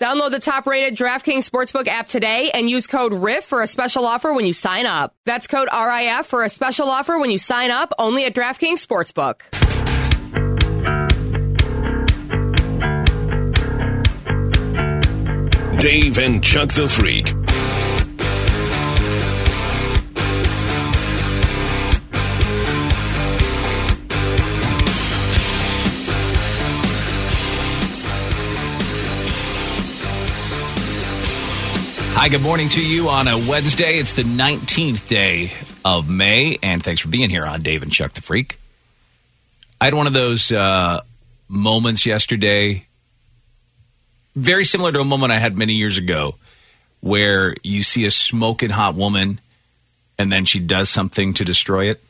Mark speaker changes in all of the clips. Speaker 1: Download the top rated DraftKings Sportsbook app today and use code RIF for a special offer when you sign up. That's code RIF for a special offer when you sign up only at DraftKings Sportsbook.
Speaker 2: Dave and Chuck the Freak.
Speaker 3: Hi, good morning to you on a Wednesday. It's the 19th day of May, and thanks for being here on Dave and Chuck the Freak. I had one of those uh, moments yesterday, very similar to a moment I had many years ago, where you see a smoking hot woman and then she does something to destroy it.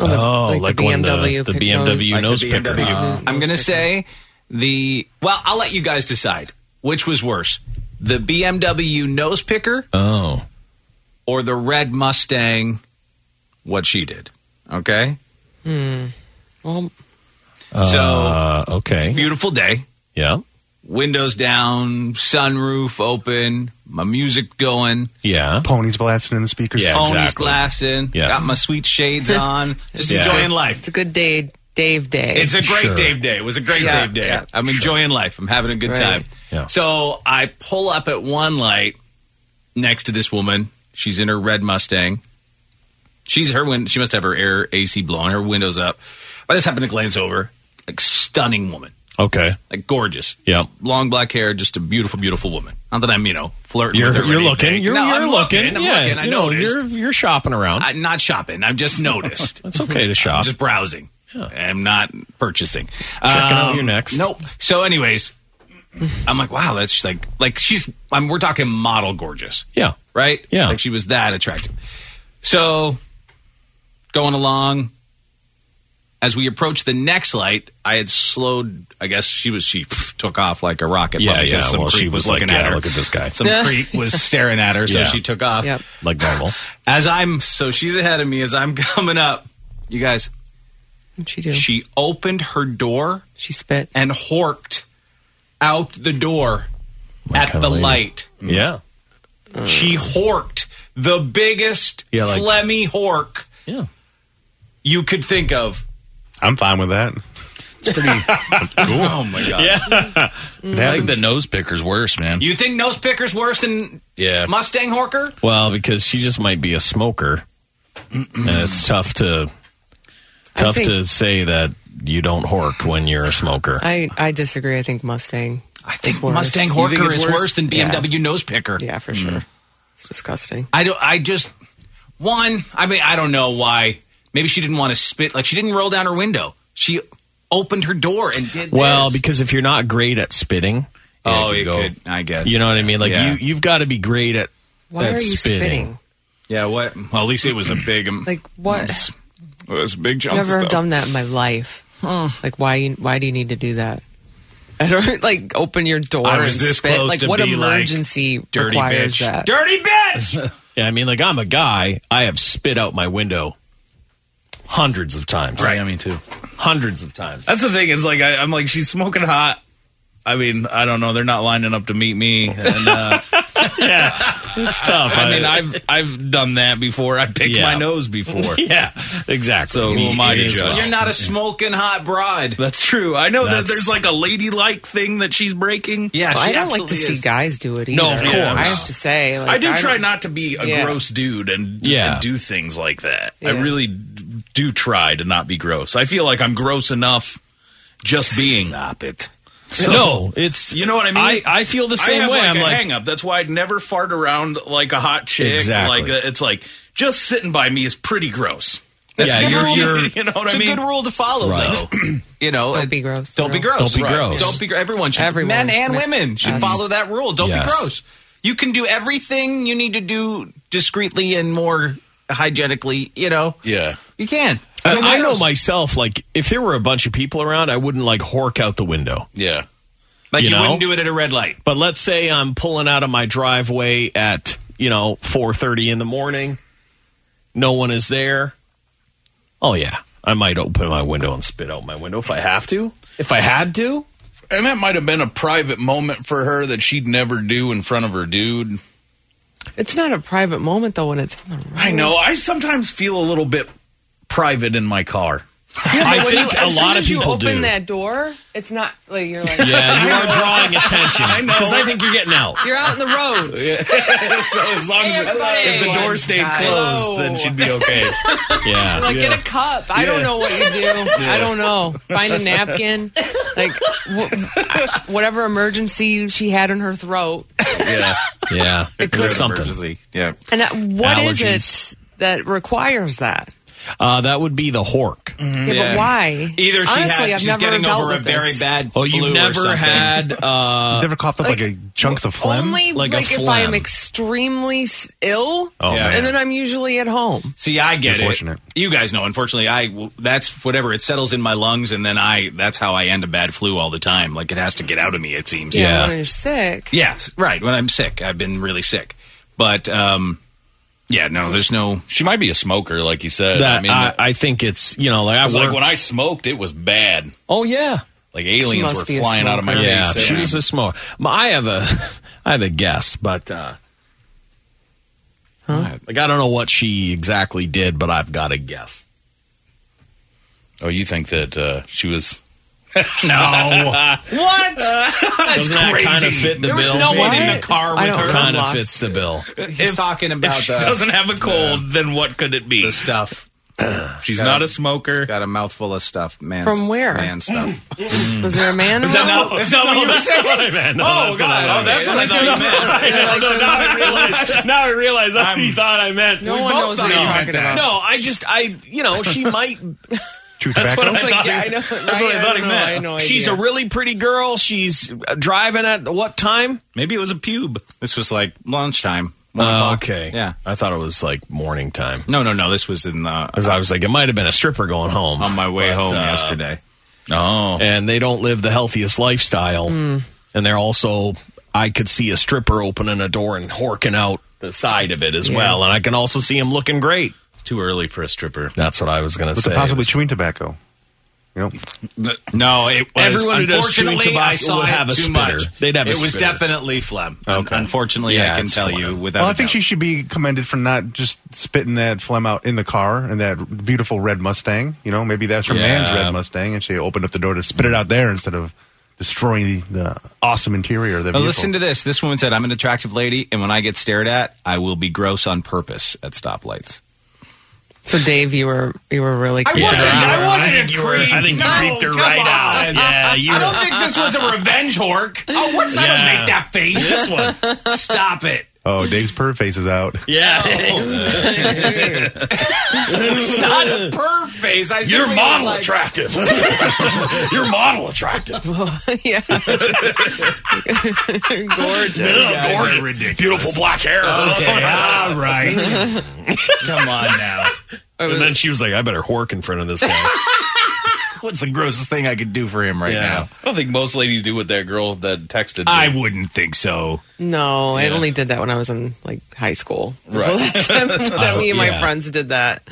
Speaker 4: Oh, the- Oh, like the like when the- BMW the pick- BMW
Speaker 3: Like the
Speaker 4: nose picker.
Speaker 3: BMW.
Speaker 4: Uh,
Speaker 3: I'm going to say the, well, I'll let you guys decide which was worse the BMW nose picker.
Speaker 5: Oh.
Speaker 3: or the red Mustang, what she did. Okay.
Speaker 4: Hmm. Well,
Speaker 3: So
Speaker 5: Uh, okay.
Speaker 3: beautiful day.
Speaker 5: Yeah.
Speaker 3: Windows down, sunroof open, my music going.
Speaker 5: Yeah.
Speaker 6: Ponies blasting in the speakers.
Speaker 3: phone is glassing.
Speaker 5: Yeah.
Speaker 3: Got my sweet shades on. Just
Speaker 5: Yeah.
Speaker 3: enjoying life.
Speaker 4: it's a good day, Dave Day.
Speaker 3: It's a great
Speaker 5: Sure.
Speaker 3: Dave day. It was a great
Speaker 4: Yeah,
Speaker 3: Dave day.
Speaker 4: yeah.
Speaker 3: I'm enjoying life. I'm having a good
Speaker 4: Right.
Speaker 3: time.
Speaker 5: Yeah.
Speaker 3: So I pull up at one light next to this woman. She's in her red Mustang. She's her win. She must have her air AC blowing. Her windows up. I just happen to glance over. Like stunning woman.
Speaker 5: Okay.
Speaker 3: Like gorgeous.
Speaker 5: Yeah.
Speaker 3: Long black hair. Just a beautiful, beautiful woman. Not that I'm you know flirting.
Speaker 5: You're
Speaker 3: with her or
Speaker 5: you're
Speaker 3: anything.
Speaker 5: looking. You're,
Speaker 3: No,
Speaker 5: you're
Speaker 3: I'm
Speaker 5: looking.
Speaker 3: I'm
Speaker 5: yeah.
Speaker 3: looking. I
Speaker 5: you know,
Speaker 3: noticed.
Speaker 5: you're you're shopping around.
Speaker 3: I'm not shopping. I'm just noticed.
Speaker 5: it's okay to shop.
Speaker 3: I'm just browsing. I'm not purchasing. Checking
Speaker 5: out your next.
Speaker 3: Nope. So, anyways, I'm like, wow, that's like, like she's. I'm, we're talking model gorgeous,
Speaker 5: yeah.
Speaker 3: right?
Speaker 5: Yeah.
Speaker 3: Like she was that attractive. So, going along, as we approached the next light, I had slowed. I guess she was. She took off like a rocket.
Speaker 5: Yeah,
Speaker 3: probably, 'cause
Speaker 5: yeah.
Speaker 3: Some
Speaker 5: Well,
Speaker 3: creep
Speaker 5: she was like,
Speaker 3: looking at
Speaker 5: yeah,
Speaker 3: her.
Speaker 5: look at this guy.
Speaker 3: Some creep was staring at her, so
Speaker 5: Yeah.
Speaker 3: she took off
Speaker 4: Yep.
Speaker 5: Like normal.
Speaker 3: as I'm so she's ahead of me as I'm coming up. You guys,
Speaker 4: What'd she do? She,
Speaker 3: she opened her door
Speaker 4: spit.
Speaker 3: and horked out the door at
Speaker 5: kinda
Speaker 3: the
Speaker 5: lady.
Speaker 3: light.
Speaker 5: Yeah.
Speaker 4: Uh.
Speaker 3: She horked the biggest
Speaker 5: Yeah, like-
Speaker 3: phlegmy hork
Speaker 5: Yeah.
Speaker 3: you could think of.
Speaker 6: I'm fine with that.
Speaker 3: Oh my god!
Speaker 6: It
Speaker 7: I think
Speaker 6: happens.
Speaker 7: the nose picker's worse, man.
Speaker 3: You think nose picker's worse than
Speaker 7: yeah.
Speaker 3: Mustang horker?
Speaker 5: Well, because she just might be a smoker, and it's tough to tough
Speaker 4: think-
Speaker 5: to say that you don't hork when you're a smoker.
Speaker 4: I, I disagree. I think Mustang.
Speaker 3: I
Speaker 4: think worse.
Speaker 3: Mustang
Speaker 4: You
Speaker 3: horker
Speaker 4: think it's
Speaker 3: is
Speaker 4: worse?
Speaker 3: worse than
Speaker 4: Yeah.
Speaker 3: BMW nose picker.
Speaker 4: Yeah, for sure. It's disgusting.
Speaker 3: Mm. I don't. I just one. I mean, I don't know why. Maybe she didn't want to spit. Like she didn't roll down her window. She opened her door and did.
Speaker 5: well,
Speaker 3: this.
Speaker 5: because if you're not great at spitting,
Speaker 3: oh,
Speaker 5: you
Speaker 3: it
Speaker 5: go-
Speaker 3: could. I guess
Speaker 5: you know what I mean. Like
Speaker 3: Yeah.
Speaker 5: you, you've got to be great at.
Speaker 4: Why
Speaker 5: at
Speaker 4: are you spitting?
Speaker 3: Yeah. What? Well, at least it was a big. um,
Speaker 4: Like, what?
Speaker 3: It was, it was a big jump.
Speaker 4: Never
Speaker 3: of stuff.
Speaker 4: done that in my life. Like, why? you- Why do you need to do that? I don't like open your door
Speaker 3: I was
Speaker 4: and
Speaker 3: this
Speaker 4: spit.
Speaker 3: close
Speaker 4: like,
Speaker 3: to
Speaker 4: what
Speaker 3: be, like,
Speaker 4: emergency
Speaker 3: Dirty
Speaker 4: requires
Speaker 3: bitch.
Speaker 4: that?
Speaker 3: Dirty bitch.
Speaker 5: Yeah, I mean, like I'm a guy. I have spit out my window hundreds of times.
Speaker 7: Right. I mean, too.
Speaker 5: hundreds of times.
Speaker 7: That's the thing. Is like I, I'm like she's smoking hot. I mean, I don't know. They're not lining up to meet me. And, uh,
Speaker 5: It's tough.
Speaker 7: I mean, I've I've done that before. I picked
Speaker 5: Yeah.
Speaker 7: my nose before.
Speaker 5: yeah, exactly.
Speaker 7: So who am I to
Speaker 5: It is
Speaker 7: judge?
Speaker 5: well.
Speaker 3: You're not a smoking hot broad.
Speaker 7: That's true. I know that
Speaker 5: That's-
Speaker 7: there's like a ladylike thing that she's breaking.
Speaker 3: Yeah,
Speaker 4: Well,
Speaker 3: she
Speaker 4: I don't like to
Speaker 3: absolutely
Speaker 4: see
Speaker 3: is.
Speaker 4: guys do it either.
Speaker 7: No, of
Speaker 4: I
Speaker 7: course.
Speaker 4: have to say, like,
Speaker 7: I do try
Speaker 4: don't-
Speaker 7: not to be a
Speaker 4: Yeah.
Speaker 7: gross dude and,
Speaker 5: Yeah.
Speaker 7: and do things like that. I
Speaker 4: Yeah.
Speaker 7: really do try to not be gross. I feel like I'm gross enough just being. Stop it.
Speaker 5: no, it's
Speaker 7: You know what I mean?
Speaker 5: I, I feel the same
Speaker 7: I have
Speaker 5: way.
Speaker 7: Like
Speaker 5: I'm
Speaker 7: a
Speaker 5: like,
Speaker 7: hang up. That's why I'd never fart around like a hot chick.
Speaker 5: Exactly.
Speaker 7: Like uh, it's like just sitting by me is pretty gross.
Speaker 3: That's
Speaker 5: Yeah,
Speaker 3: a good
Speaker 5: you're-
Speaker 3: rule to-
Speaker 5: you're-
Speaker 7: you know what
Speaker 3: it's
Speaker 7: I
Speaker 3: a
Speaker 7: mean?
Speaker 3: good rule to follow,
Speaker 5: Right.
Speaker 3: though. you know,
Speaker 4: Don't
Speaker 3: and
Speaker 4: be gross.
Speaker 3: Don't be gross.
Speaker 5: Don't be
Speaker 3: Right.
Speaker 5: gross.
Speaker 3: Don't be. gr- Everyone should.
Speaker 4: Everyone.
Speaker 3: Men and
Speaker 4: Men-
Speaker 3: women should
Speaker 4: Yes.
Speaker 3: follow that rule. Don't be
Speaker 5: Yes.
Speaker 3: gross. You can do everything you need to do discreetly and more hygienically. You know.
Speaker 7: Yeah.
Speaker 3: You can.
Speaker 5: I,
Speaker 3: Don't be
Speaker 5: Uh, I know
Speaker 3: gross.
Speaker 5: myself. Like, if there were a bunch of people around, I wouldn't like hork out the window.
Speaker 7: Yeah.
Speaker 3: Like
Speaker 5: you
Speaker 3: you,
Speaker 5: know?
Speaker 3: wouldn't do it at a red light.
Speaker 5: But let's say I'm pulling out of my driveway at you know 4:30 in the morning. No one is there. Oh yeah, I might open my window and spit out my window if I have to. If I had to,
Speaker 7: And that might have been a private moment for her that she'd never do in front of her dude.
Speaker 4: It's not a private moment though when it's on the road.
Speaker 7: I know. I sometimes feel a little bit private in my car.
Speaker 5: I
Speaker 4: When
Speaker 5: think
Speaker 4: you-
Speaker 5: a
Speaker 4: as soon
Speaker 5: lot of
Speaker 4: as you
Speaker 5: people
Speaker 4: open
Speaker 5: do.
Speaker 4: that door, it's not like you're like
Speaker 5: Yeah, you are drawing attention
Speaker 7: know.
Speaker 5: because I think you're getting out.
Speaker 4: you're out on the road.
Speaker 7: So as long
Speaker 4: Hey, everybody.
Speaker 7: as if the door stayed closed, then she'd be okay.
Speaker 5: Yeah,
Speaker 4: Like get a cup. I don't know what you do. I don't know. Find a napkin. Like wh- whatever emergency she had in her throat.
Speaker 7: yeah.
Speaker 5: yeah, it
Speaker 7: There's
Speaker 5: something.
Speaker 7: Emergency. Yeah.
Speaker 4: And that, what is
Speaker 5: Allergies.
Speaker 4: it that requires that?
Speaker 5: Uh, that would be the hork.
Speaker 4: Mm-hmm. Yeah, but why?
Speaker 3: Either she
Speaker 4: Honestly,
Speaker 3: had,
Speaker 4: I've
Speaker 3: she's
Speaker 4: never
Speaker 3: getting
Speaker 4: dealt
Speaker 3: over a
Speaker 4: with
Speaker 3: very
Speaker 4: this.
Speaker 3: bad.
Speaker 5: Oh, you've
Speaker 3: flu or
Speaker 5: never
Speaker 3: something.
Speaker 5: had. Uh,
Speaker 6: You've ever coughed up like,
Speaker 4: like,
Speaker 6: a chunks of phlegm?
Speaker 4: Only
Speaker 5: Like
Speaker 4: like,
Speaker 5: a
Speaker 4: if I'm
Speaker 5: phlegm.
Speaker 4: extremely s- ill,
Speaker 6: Oh,
Speaker 3: Yeah.
Speaker 6: man.
Speaker 4: and then I'm usually at home.
Speaker 3: See, I get it.
Speaker 6: Unfortunate.
Speaker 3: You guys know. Unfortunately, I that's whatever. It settles in my lungs, and then I that's how I end a bad flu all the time. Like it has to get out of me. It seems.
Speaker 4: Yeah, when you're sick.
Speaker 3: Yes, right. When I'm sick, I've been really sick. But um, yeah, no, there's no.
Speaker 7: She might be a smoker, like you said.
Speaker 5: that
Speaker 7: I mean,
Speaker 5: I, I think it's you know like I
Speaker 7: it's
Speaker 5: worked,
Speaker 7: like when I smoked, it was bad.
Speaker 5: oh yeah
Speaker 7: Like aliens
Speaker 4: must
Speaker 7: were
Speaker 4: be a
Speaker 7: flying out of my
Speaker 4: smoker.
Speaker 5: yeah
Speaker 7: face.
Speaker 5: she was a smoker. My- I have a I have a guess, but uh, like I don't know what she exactly did, but I've got a guess.
Speaker 7: oh, you think that uh, she was? Oh.
Speaker 3: What? That's
Speaker 5: Doesn't that
Speaker 3: crazy.
Speaker 5: kinda fit the
Speaker 3: there was
Speaker 5: bill?
Speaker 3: no one in
Speaker 4: What?
Speaker 3: the car
Speaker 4: I
Speaker 3: with
Speaker 4: don't
Speaker 3: her.
Speaker 4: know.
Speaker 5: Kind of
Speaker 4: lost.
Speaker 5: fits the bill.
Speaker 3: He's talking
Speaker 7: If
Speaker 3: about
Speaker 7: she
Speaker 3: uh,
Speaker 7: doesn't have a cold, then what could it be?
Speaker 3: the stuff.
Speaker 7: She's
Speaker 3: Yeah.
Speaker 7: not a smoker.
Speaker 3: Got a mouthful of stuff, man.
Speaker 4: From where?
Speaker 3: Man stuff.
Speaker 4: Was there a man?
Speaker 3: Is that
Speaker 4: around?
Speaker 3: not, is that what you were saying?
Speaker 5: oh
Speaker 3: God, oh, that's what I
Speaker 4: Like,
Speaker 3: thought you
Speaker 4: there's-
Speaker 3: meant.
Speaker 4: yeah, like, there's-
Speaker 5: now I realize that's what you thought I meant.
Speaker 4: no one knows what you're talking about.
Speaker 5: No, I just I you know she might
Speaker 6: Chew tobacco?
Speaker 5: what
Speaker 4: It's
Speaker 5: I
Speaker 4: like,
Speaker 5: thought
Speaker 4: yeah,
Speaker 5: he-
Speaker 4: I know.
Speaker 5: That's what I thought he
Speaker 4: don't know, I
Speaker 5: meant.
Speaker 4: had no
Speaker 5: She's a
Speaker 4: idea.
Speaker 5: really pretty girl. She's uh, driving at what time? Oh,
Speaker 3: Maybe it was a pube. This was like lunchtime. one o'clock. Yeah.
Speaker 5: I thought it was like morning time.
Speaker 3: No, no, no. This was in the,
Speaker 5: Because I was like, it might have been a stripper going home
Speaker 3: on my way
Speaker 5: But,
Speaker 3: home
Speaker 5: uh,
Speaker 3: yesterday. Oh.
Speaker 5: And they don't live the healthiest lifestyle. And they're also, I could see a stripper opening a door and horking out the side of it as well. And I can also see him looking great.
Speaker 7: Too early for a stripper.
Speaker 5: That's what I was going to
Speaker 6: Was
Speaker 5: say.
Speaker 6: it possibly chewing tobacco? Nope.
Speaker 3: No, it was.
Speaker 5: Everyone who does
Speaker 3: unfortunately,
Speaker 5: chewing
Speaker 3: I
Speaker 5: tobacco
Speaker 3: saw
Speaker 5: would
Speaker 3: it
Speaker 5: have a
Speaker 3: too
Speaker 5: spitter.
Speaker 3: much.
Speaker 5: They'd have a
Speaker 3: It was
Speaker 5: spitter.
Speaker 3: definitely phlegm. Un- Unfortunately,
Speaker 5: Yeah,
Speaker 3: I can
Speaker 5: it's
Speaker 3: tell
Speaker 5: phlegm.
Speaker 3: you without.
Speaker 6: Well,
Speaker 3: a
Speaker 6: I think
Speaker 3: doubt.
Speaker 6: she should be commended for not just spitting that phlegm out in the car and that beautiful red Mustang. You know, maybe that's her man's
Speaker 5: Yeah.
Speaker 6: red Mustang, and she opened up the door to spit it out there instead of destroying the, the awesome interior of the
Speaker 3: But
Speaker 6: vehicle.
Speaker 3: listen to this. This woman said, "I'm an attractive lady, and when I get stared at, I will be gross on purpose at stoplights."
Speaker 4: So Dave, you were you were really. I
Speaker 3: I wasn't a
Speaker 5: you were- I think you creeped her right out. Yeah, you were-
Speaker 3: think this was a revenge hork. Oh, what's that?
Speaker 5: Yeah.
Speaker 3: that face. This one. Stop it.
Speaker 6: oh, Dave's purr face is out.
Speaker 5: Yeah.
Speaker 3: It's not a perv face. I
Speaker 5: You're
Speaker 3: simply was
Speaker 5: model
Speaker 3: like-
Speaker 5: attractive. You're model attractive.
Speaker 4: yeah. Gorgeous.
Speaker 3: guys are
Speaker 5: ridiculous. Beautiful black hair.
Speaker 3: Okay, all
Speaker 5: right.
Speaker 3: Come on now.
Speaker 5: and then she was like, I better hork in front of this guy.
Speaker 3: What's the grossest thing I could do for him right
Speaker 5: Yeah.
Speaker 3: now?
Speaker 7: I don't think most ladies do what that girl that texted. did.
Speaker 3: wouldn't think so.
Speaker 4: No, I only did that when I was in like high school. Right. Oh, So that's that me and my
Speaker 5: yeah.
Speaker 4: friends did that.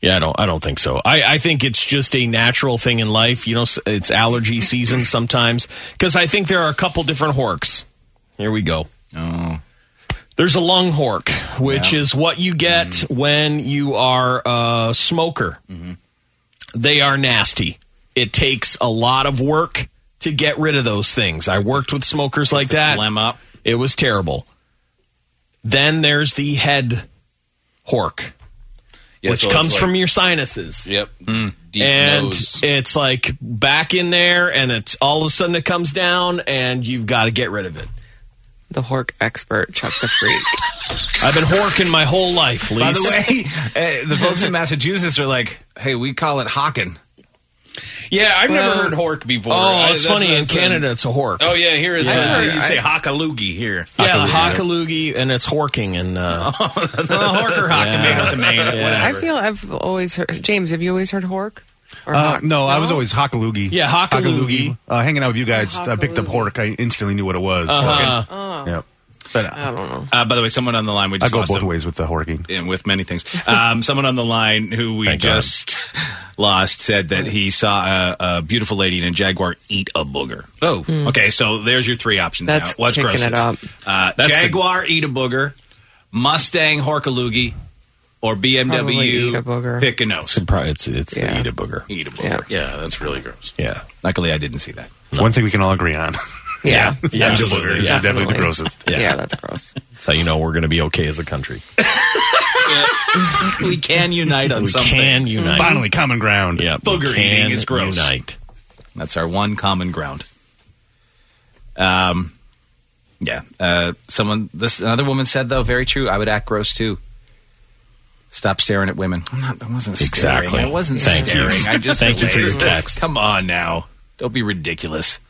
Speaker 5: yeah, I don't I don't think so. I, I think it's just a natural thing in life. You know, s- it's allergy season sometimes. Because I think there are a couple different horks. Here we go.
Speaker 3: Oh.
Speaker 5: There's a lung hork, which is what you get
Speaker 7: Mm.
Speaker 5: when you are a smoker.
Speaker 7: Mm-hmm.
Speaker 5: They are nasty. It takes a lot of work to get rid of those things. I worked with smokers like that.
Speaker 3: phlegm up.
Speaker 5: It was terrible. Then there's the head hork,
Speaker 7: Yeah,
Speaker 5: which
Speaker 7: so it's
Speaker 5: comes
Speaker 7: like-
Speaker 5: from your sinuses.
Speaker 7: Yep.
Speaker 3: Mm.
Speaker 7: Deep
Speaker 5: And
Speaker 7: nose.
Speaker 5: it's like back in there, and it's all of a sudden it comes down, and you've got to get rid of it.
Speaker 4: The hork expert, Chuck the Freak.
Speaker 5: I've been horking my whole life, Lisa.
Speaker 3: By the way, uh, the folks in Massachusetts are like, "Hey, we call it hocking."
Speaker 7: yeah, I've
Speaker 4: Well-
Speaker 7: never heard hork before.
Speaker 5: Oh,
Speaker 7: I-
Speaker 5: it's
Speaker 7: that's-
Speaker 5: funny. In
Speaker 7: that's a-
Speaker 5: Canada, it's a hork.
Speaker 7: oh yeah, here it's
Speaker 5: Yeah.
Speaker 7: it's- you say hockaloogie here.
Speaker 5: yeah, Hockaloogie, and it's horking. And uh,
Speaker 3: Horker hock,
Speaker 5: Yeah.
Speaker 3: tomato, tomato.
Speaker 5: Yeah.
Speaker 4: I feel I've always heard James. Have you always heard hork? Or
Speaker 6: Uh,
Speaker 4: hock?
Speaker 6: no, I was always Hockaloogie.
Speaker 5: Yeah, Hockaloogie.
Speaker 6: Uh, hanging out with you guys, I picked up Hork. I instantly knew what it was.
Speaker 5: Uh-huh.
Speaker 6: So, Yep.
Speaker 4: I don't know.
Speaker 3: Uh, by the way, someone on the line we
Speaker 6: I
Speaker 3: just
Speaker 6: go
Speaker 3: lost
Speaker 6: both
Speaker 3: a-
Speaker 6: ways with the horking.
Speaker 3: and with many things. Um, someone on the line who we
Speaker 5: Thank God.
Speaker 3: just Lost said that he saw a, a beautiful lady in a Jaguar eat a booger. Oh, okay. So there's your three options.
Speaker 4: That's
Speaker 3: now. what's
Speaker 4: kicking
Speaker 3: grossest?
Speaker 4: it up.
Speaker 3: Uh,
Speaker 7: That's the-
Speaker 3: Jaguar eat a booger, Mustang horkaloogie, or
Speaker 4: Probably
Speaker 3: BMW
Speaker 4: eat a booger.
Speaker 3: pick a nose.
Speaker 5: It's it's
Speaker 4: Yeah.
Speaker 5: the eat a booger.
Speaker 3: Eat a booger. Yeah. that's really gross.
Speaker 5: Yeah.
Speaker 3: Luckily, I didn't see that.
Speaker 6: One thing we can all agree on.
Speaker 4: Yeah.
Speaker 5: Yes.
Speaker 6: Eat a booger is
Speaker 5: Yeah.
Speaker 6: definitely the grossest.
Speaker 4: Yeah. that's gross.
Speaker 5: That's how you know we're going to be okay as a country.
Speaker 3: we can unite on
Speaker 5: we
Speaker 3: something.
Speaker 5: can unite.
Speaker 6: Finally, common ground.
Speaker 5: Yeah, we
Speaker 3: Booger
Speaker 5: can
Speaker 3: eating is gross.
Speaker 5: Unite.
Speaker 3: That's our one common ground. Um, yeah. Uh, someone, this another woman said though, very true. I would act gross too. Stop staring at women. I'm not, I wasn't staring.
Speaker 5: Exactly.
Speaker 3: I wasn't
Speaker 5: Thank you.
Speaker 3: staring. I just
Speaker 5: Thank you for your text.
Speaker 3: Come on now. Don't be ridiculous.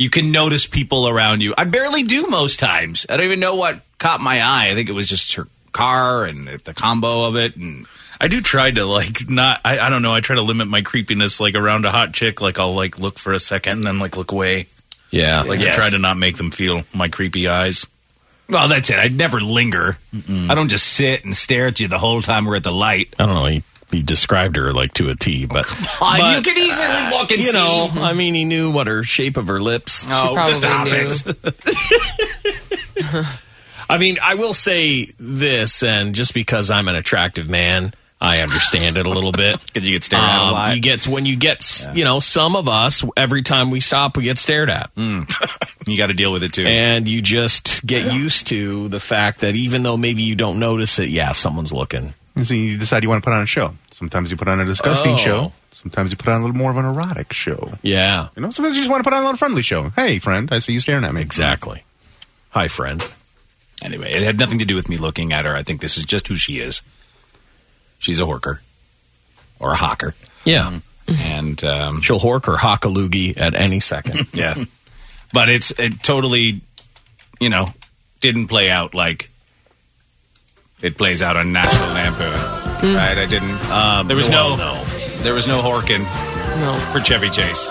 Speaker 3: You can notice people around you. I barely do most times. I don't even know what caught my eye. I think it was just her car and the combo of it and
Speaker 7: I do try to like not. I, I don't know. I try to limit my creepiness like around a hot chick. Like I'll like look for a second and then like look away.
Speaker 3: yeah,
Speaker 7: Like I try to not make them feel my creepy eyes.
Speaker 3: Well, that's it. I never linger. I don't just sit and stare at you the whole time we're at the light.
Speaker 5: I don't know. He, he described her like to a T, but
Speaker 3: Uh,
Speaker 5: But,
Speaker 3: you can easily walk and
Speaker 5: you
Speaker 3: see.
Speaker 5: know, I mean, he knew what her shape of her lips.
Speaker 8: uh,
Speaker 3: oh,
Speaker 4: probably
Speaker 3: stop
Speaker 4: knew.
Speaker 3: it.
Speaker 5: I mean, I will say this, and just because I'm an attractive man, I understand it a little bit. Um,
Speaker 3: Did you get stared at a lot?
Speaker 5: You get when you get, s you know, some of us every time we stop, we get stared at,
Speaker 3: Mm. You got to deal with it too.
Speaker 5: and you just get used to the fact that even though maybe you don't notice it, yeah, someone's looking.
Speaker 6: And so you decide you want to put on a show. Sometimes you put on a disgusting
Speaker 5: Oh.
Speaker 6: show. Sometimes you put on a little more of an erotic show.
Speaker 5: Yeah,
Speaker 6: You know, sometimes you just want to put on a little friendly show. Hey, friend, I see you staring at me.
Speaker 5: exactly. Hi, friend.
Speaker 3: anyway, it had nothing to do with me looking at her. I think this is just who she is. She's a horker or a hawker,
Speaker 5: Yeah,
Speaker 3: and um,
Speaker 5: she'll hork or hock a loogie at any second.
Speaker 3: yeah, but it's it totally, you know, didn't play out like it plays out on National Lampoon.
Speaker 4: Hmm.
Speaker 3: Right? I didn't. there was Um, no,
Speaker 5: no.
Speaker 3: there was no horking
Speaker 4: No,
Speaker 3: for Chevy Chase.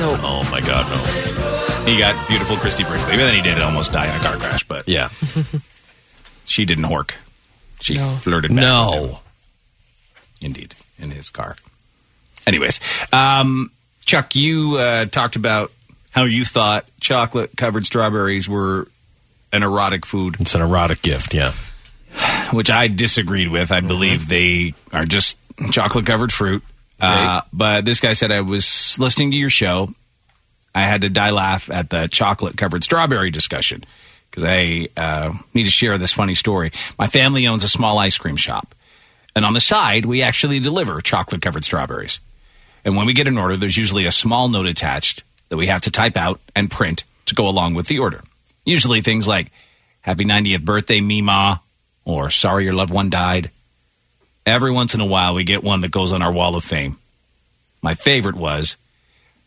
Speaker 4: no.
Speaker 5: Oh my God, no.
Speaker 3: He got beautiful Christy Brinkley. But then he did almost die in a car crash, but
Speaker 5: Yeah,
Speaker 3: she didn't hork. She
Speaker 4: No.
Speaker 3: flirted back. with him,
Speaker 5: no.
Speaker 3: indeed, in his car. Anyways, um, Chuck, you uh, talked about how you thought chocolate covered strawberries were an erotic food,
Speaker 5: It's an erotic gift. Yeah.
Speaker 3: which I disagreed with. I believe they are just chocolate covered fruit. Uh, but this guy said, I was listening to your show. I had to die laugh at the chocolate covered strawberry discussion because I uh, need to share this funny story. My family owns a small ice cream shop. And on the side, we actually deliver chocolate covered strawberries. And when we get an order, there's usually a small note attached that we have to type out and print to go along with the order. Usually things like Happy 90th birthday, Mima, or Sorry your loved one died. Every once in a while, we get one that goes on our wall of fame. My favorite was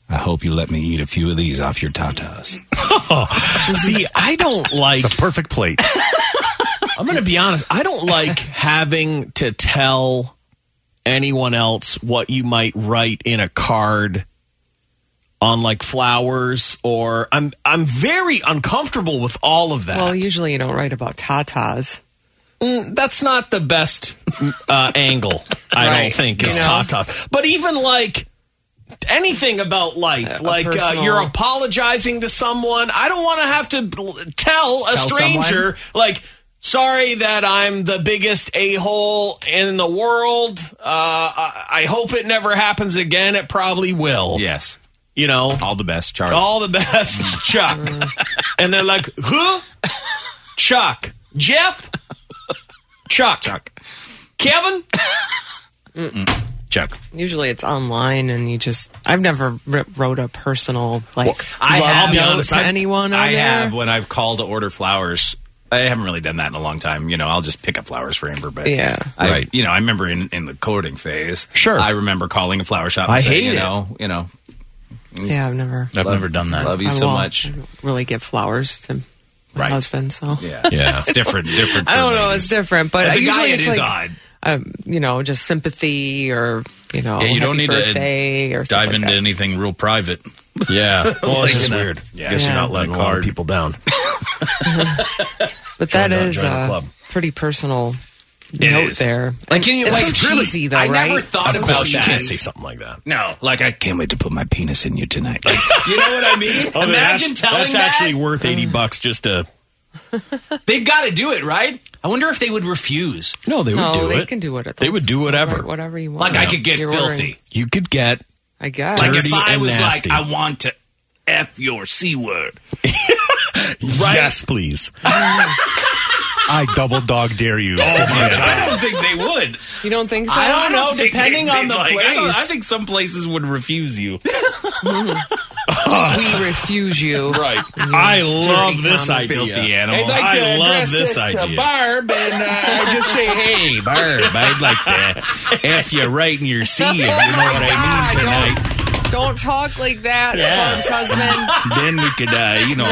Speaker 3: I hope you let me eat a few of these off your tatas. Mm-hmm.
Speaker 5: See, I don't like.
Speaker 6: Perfect plate.
Speaker 5: I'm going to be honest. I don't like having to tell anyone else what you might write in a card on like flowers or I'm I'm very uncomfortable with all of that. Mm,
Speaker 4: Well, usually you don't write about tatas.
Speaker 5: That's not the best uh, angle, I don't
Speaker 4: Right.
Speaker 5: think, is
Speaker 4: You know?
Speaker 5: tatas. But even like anything about life,
Speaker 4: a
Speaker 5: like uh,
Speaker 4: personal-
Speaker 5: you're apologizing to someone. I don't want to have to bl- tell a stranger, like, sorry that I'm the biggest a hole in the world. Uh, I-, I hope it never happens again. It probably will.
Speaker 3: Yes.
Speaker 5: You know,
Speaker 3: All the best, Charlie.
Speaker 5: all the best, Chuck. and they're like, who? Chuck. Jeff? Chuck. Chuck. Kevin?
Speaker 3: Chuck.
Speaker 4: Usually it's online, and you just. I've never wr- wrote a personal like
Speaker 3: I
Speaker 4: love
Speaker 3: have, I'll be
Speaker 4: note
Speaker 3: honest,
Speaker 4: to
Speaker 3: I've-
Speaker 4: anyone. on
Speaker 3: I
Speaker 4: there.
Speaker 3: have when I've called to order flowers. I haven't really done that in a long time. You know, I'll just pick up flowers for Amber, but
Speaker 4: Yeah.
Speaker 3: I,
Speaker 5: Right.
Speaker 3: You know, I remember in, in the courting phase.
Speaker 5: Sure.
Speaker 3: I remember calling a flower shop. And
Speaker 5: I
Speaker 3: saying,
Speaker 5: hate
Speaker 3: you
Speaker 5: it.
Speaker 3: know, you know,
Speaker 4: Yeah, I've never.
Speaker 7: I've never done that.
Speaker 3: love you
Speaker 4: I
Speaker 3: so
Speaker 4: will
Speaker 3: much.
Speaker 4: Really give flowers to my
Speaker 3: Right.
Speaker 4: husband. So
Speaker 3: Yeah,
Speaker 5: Yeah.
Speaker 3: it's different. Different.
Speaker 4: I
Speaker 3: for
Speaker 4: don't know.
Speaker 3: ladies.
Speaker 4: It's different, but
Speaker 3: As a
Speaker 4: usually
Speaker 3: guy, it
Speaker 4: it's
Speaker 3: is
Speaker 4: like
Speaker 3: odd.
Speaker 4: um, you know just sympathy or you know
Speaker 7: Yeah, you
Speaker 4: Oh, happy
Speaker 7: don't need to
Speaker 4: birthday or stuff
Speaker 7: Dive
Speaker 4: like
Speaker 7: into
Speaker 4: that.
Speaker 7: anything real private.
Speaker 5: Yeah. Well, it's just weird. I guess
Speaker 4: Yeah.
Speaker 5: you're not letting a lot of people down.
Speaker 4: But that
Speaker 5: Join the-
Speaker 4: is
Speaker 5: join the
Speaker 4: a
Speaker 5: club.
Speaker 4: pretty personal note
Speaker 7: is.
Speaker 4: there.
Speaker 3: Like, can you
Speaker 4: It's
Speaker 3: like
Speaker 4: so
Speaker 3: really-
Speaker 4: cheesy, though,
Speaker 3: I never
Speaker 4: right?
Speaker 3: thought
Speaker 4: Of
Speaker 3: about
Speaker 4: course
Speaker 5: You
Speaker 4: you
Speaker 3: that.
Speaker 5: can't say something like that.
Speaker 3: No, like I can't wait to put my penis in you tonight. Like, you know what I mean?
Speaker 5: Oh,
Speaker 3: Imagine
Speaker 5: that's,
Speaker 3: telling
Speaker 5: that's
Speaker 3: that.
Speaker 5: actually worth eighty bucks just to.
Speaker 3: They've got to do it, right? I wonder if they would refuse.
Speaker 5: No, they would
Speaker 4: No,
Speaker 5: do
Speaker 4: they
Speaker 5: it.
Speaker 4: can do it.
Speaker 5: They would do whatever.
Speaker 4: whatever you want.
Speaker 3: Like I could get
Speaker 4: You're
Speaker 3: filthy.
Speaker 4: ordering-
Speaker 5: You could get
Speaker 4: I guess.
Speaker 5: Like
Speaker 3: Like
Speaker 5: Dirty
Speaker 3: if I
Speaker 5: and
Speaker 3: was
Speaker 5: nasty.
Speaker 3: like, I want to f your c word.
Speaker 5: yes, please.
Speaker 6: I double dog dare you.
Speaker 3: Oh,
Speaker 7: Oh, I don't think they would.
Speaker 4: you don't think so?
Speaker 3: I don't know.
Speaker 7: think
Speaker 3: Depending
Speaker 7: they-
Speaker 3: on the
Speaker 7: like, I don't-
Speaker 3: place.
Speaker 7: I think some places would refuse you.
Speaker 4: We refuse you.
Speaker 5: Right. I love this
Speaker 4: common
Speaker 5: idea.
Speaker 7: filthy animal.
Speaker 5: I, love this idea.
Speaker 7: Barb, and uh, I just say, "Hey, Barb, I'd like to f you right in your C." If you know what I mean
Speaker 4: God,
Speaker 7: tonight,
Speaker 4: don't, don't talk like that,
Speaker 5: Yeah.
Speaker 4: Barb's husband.
Speaker 7: then we could, uh, you know.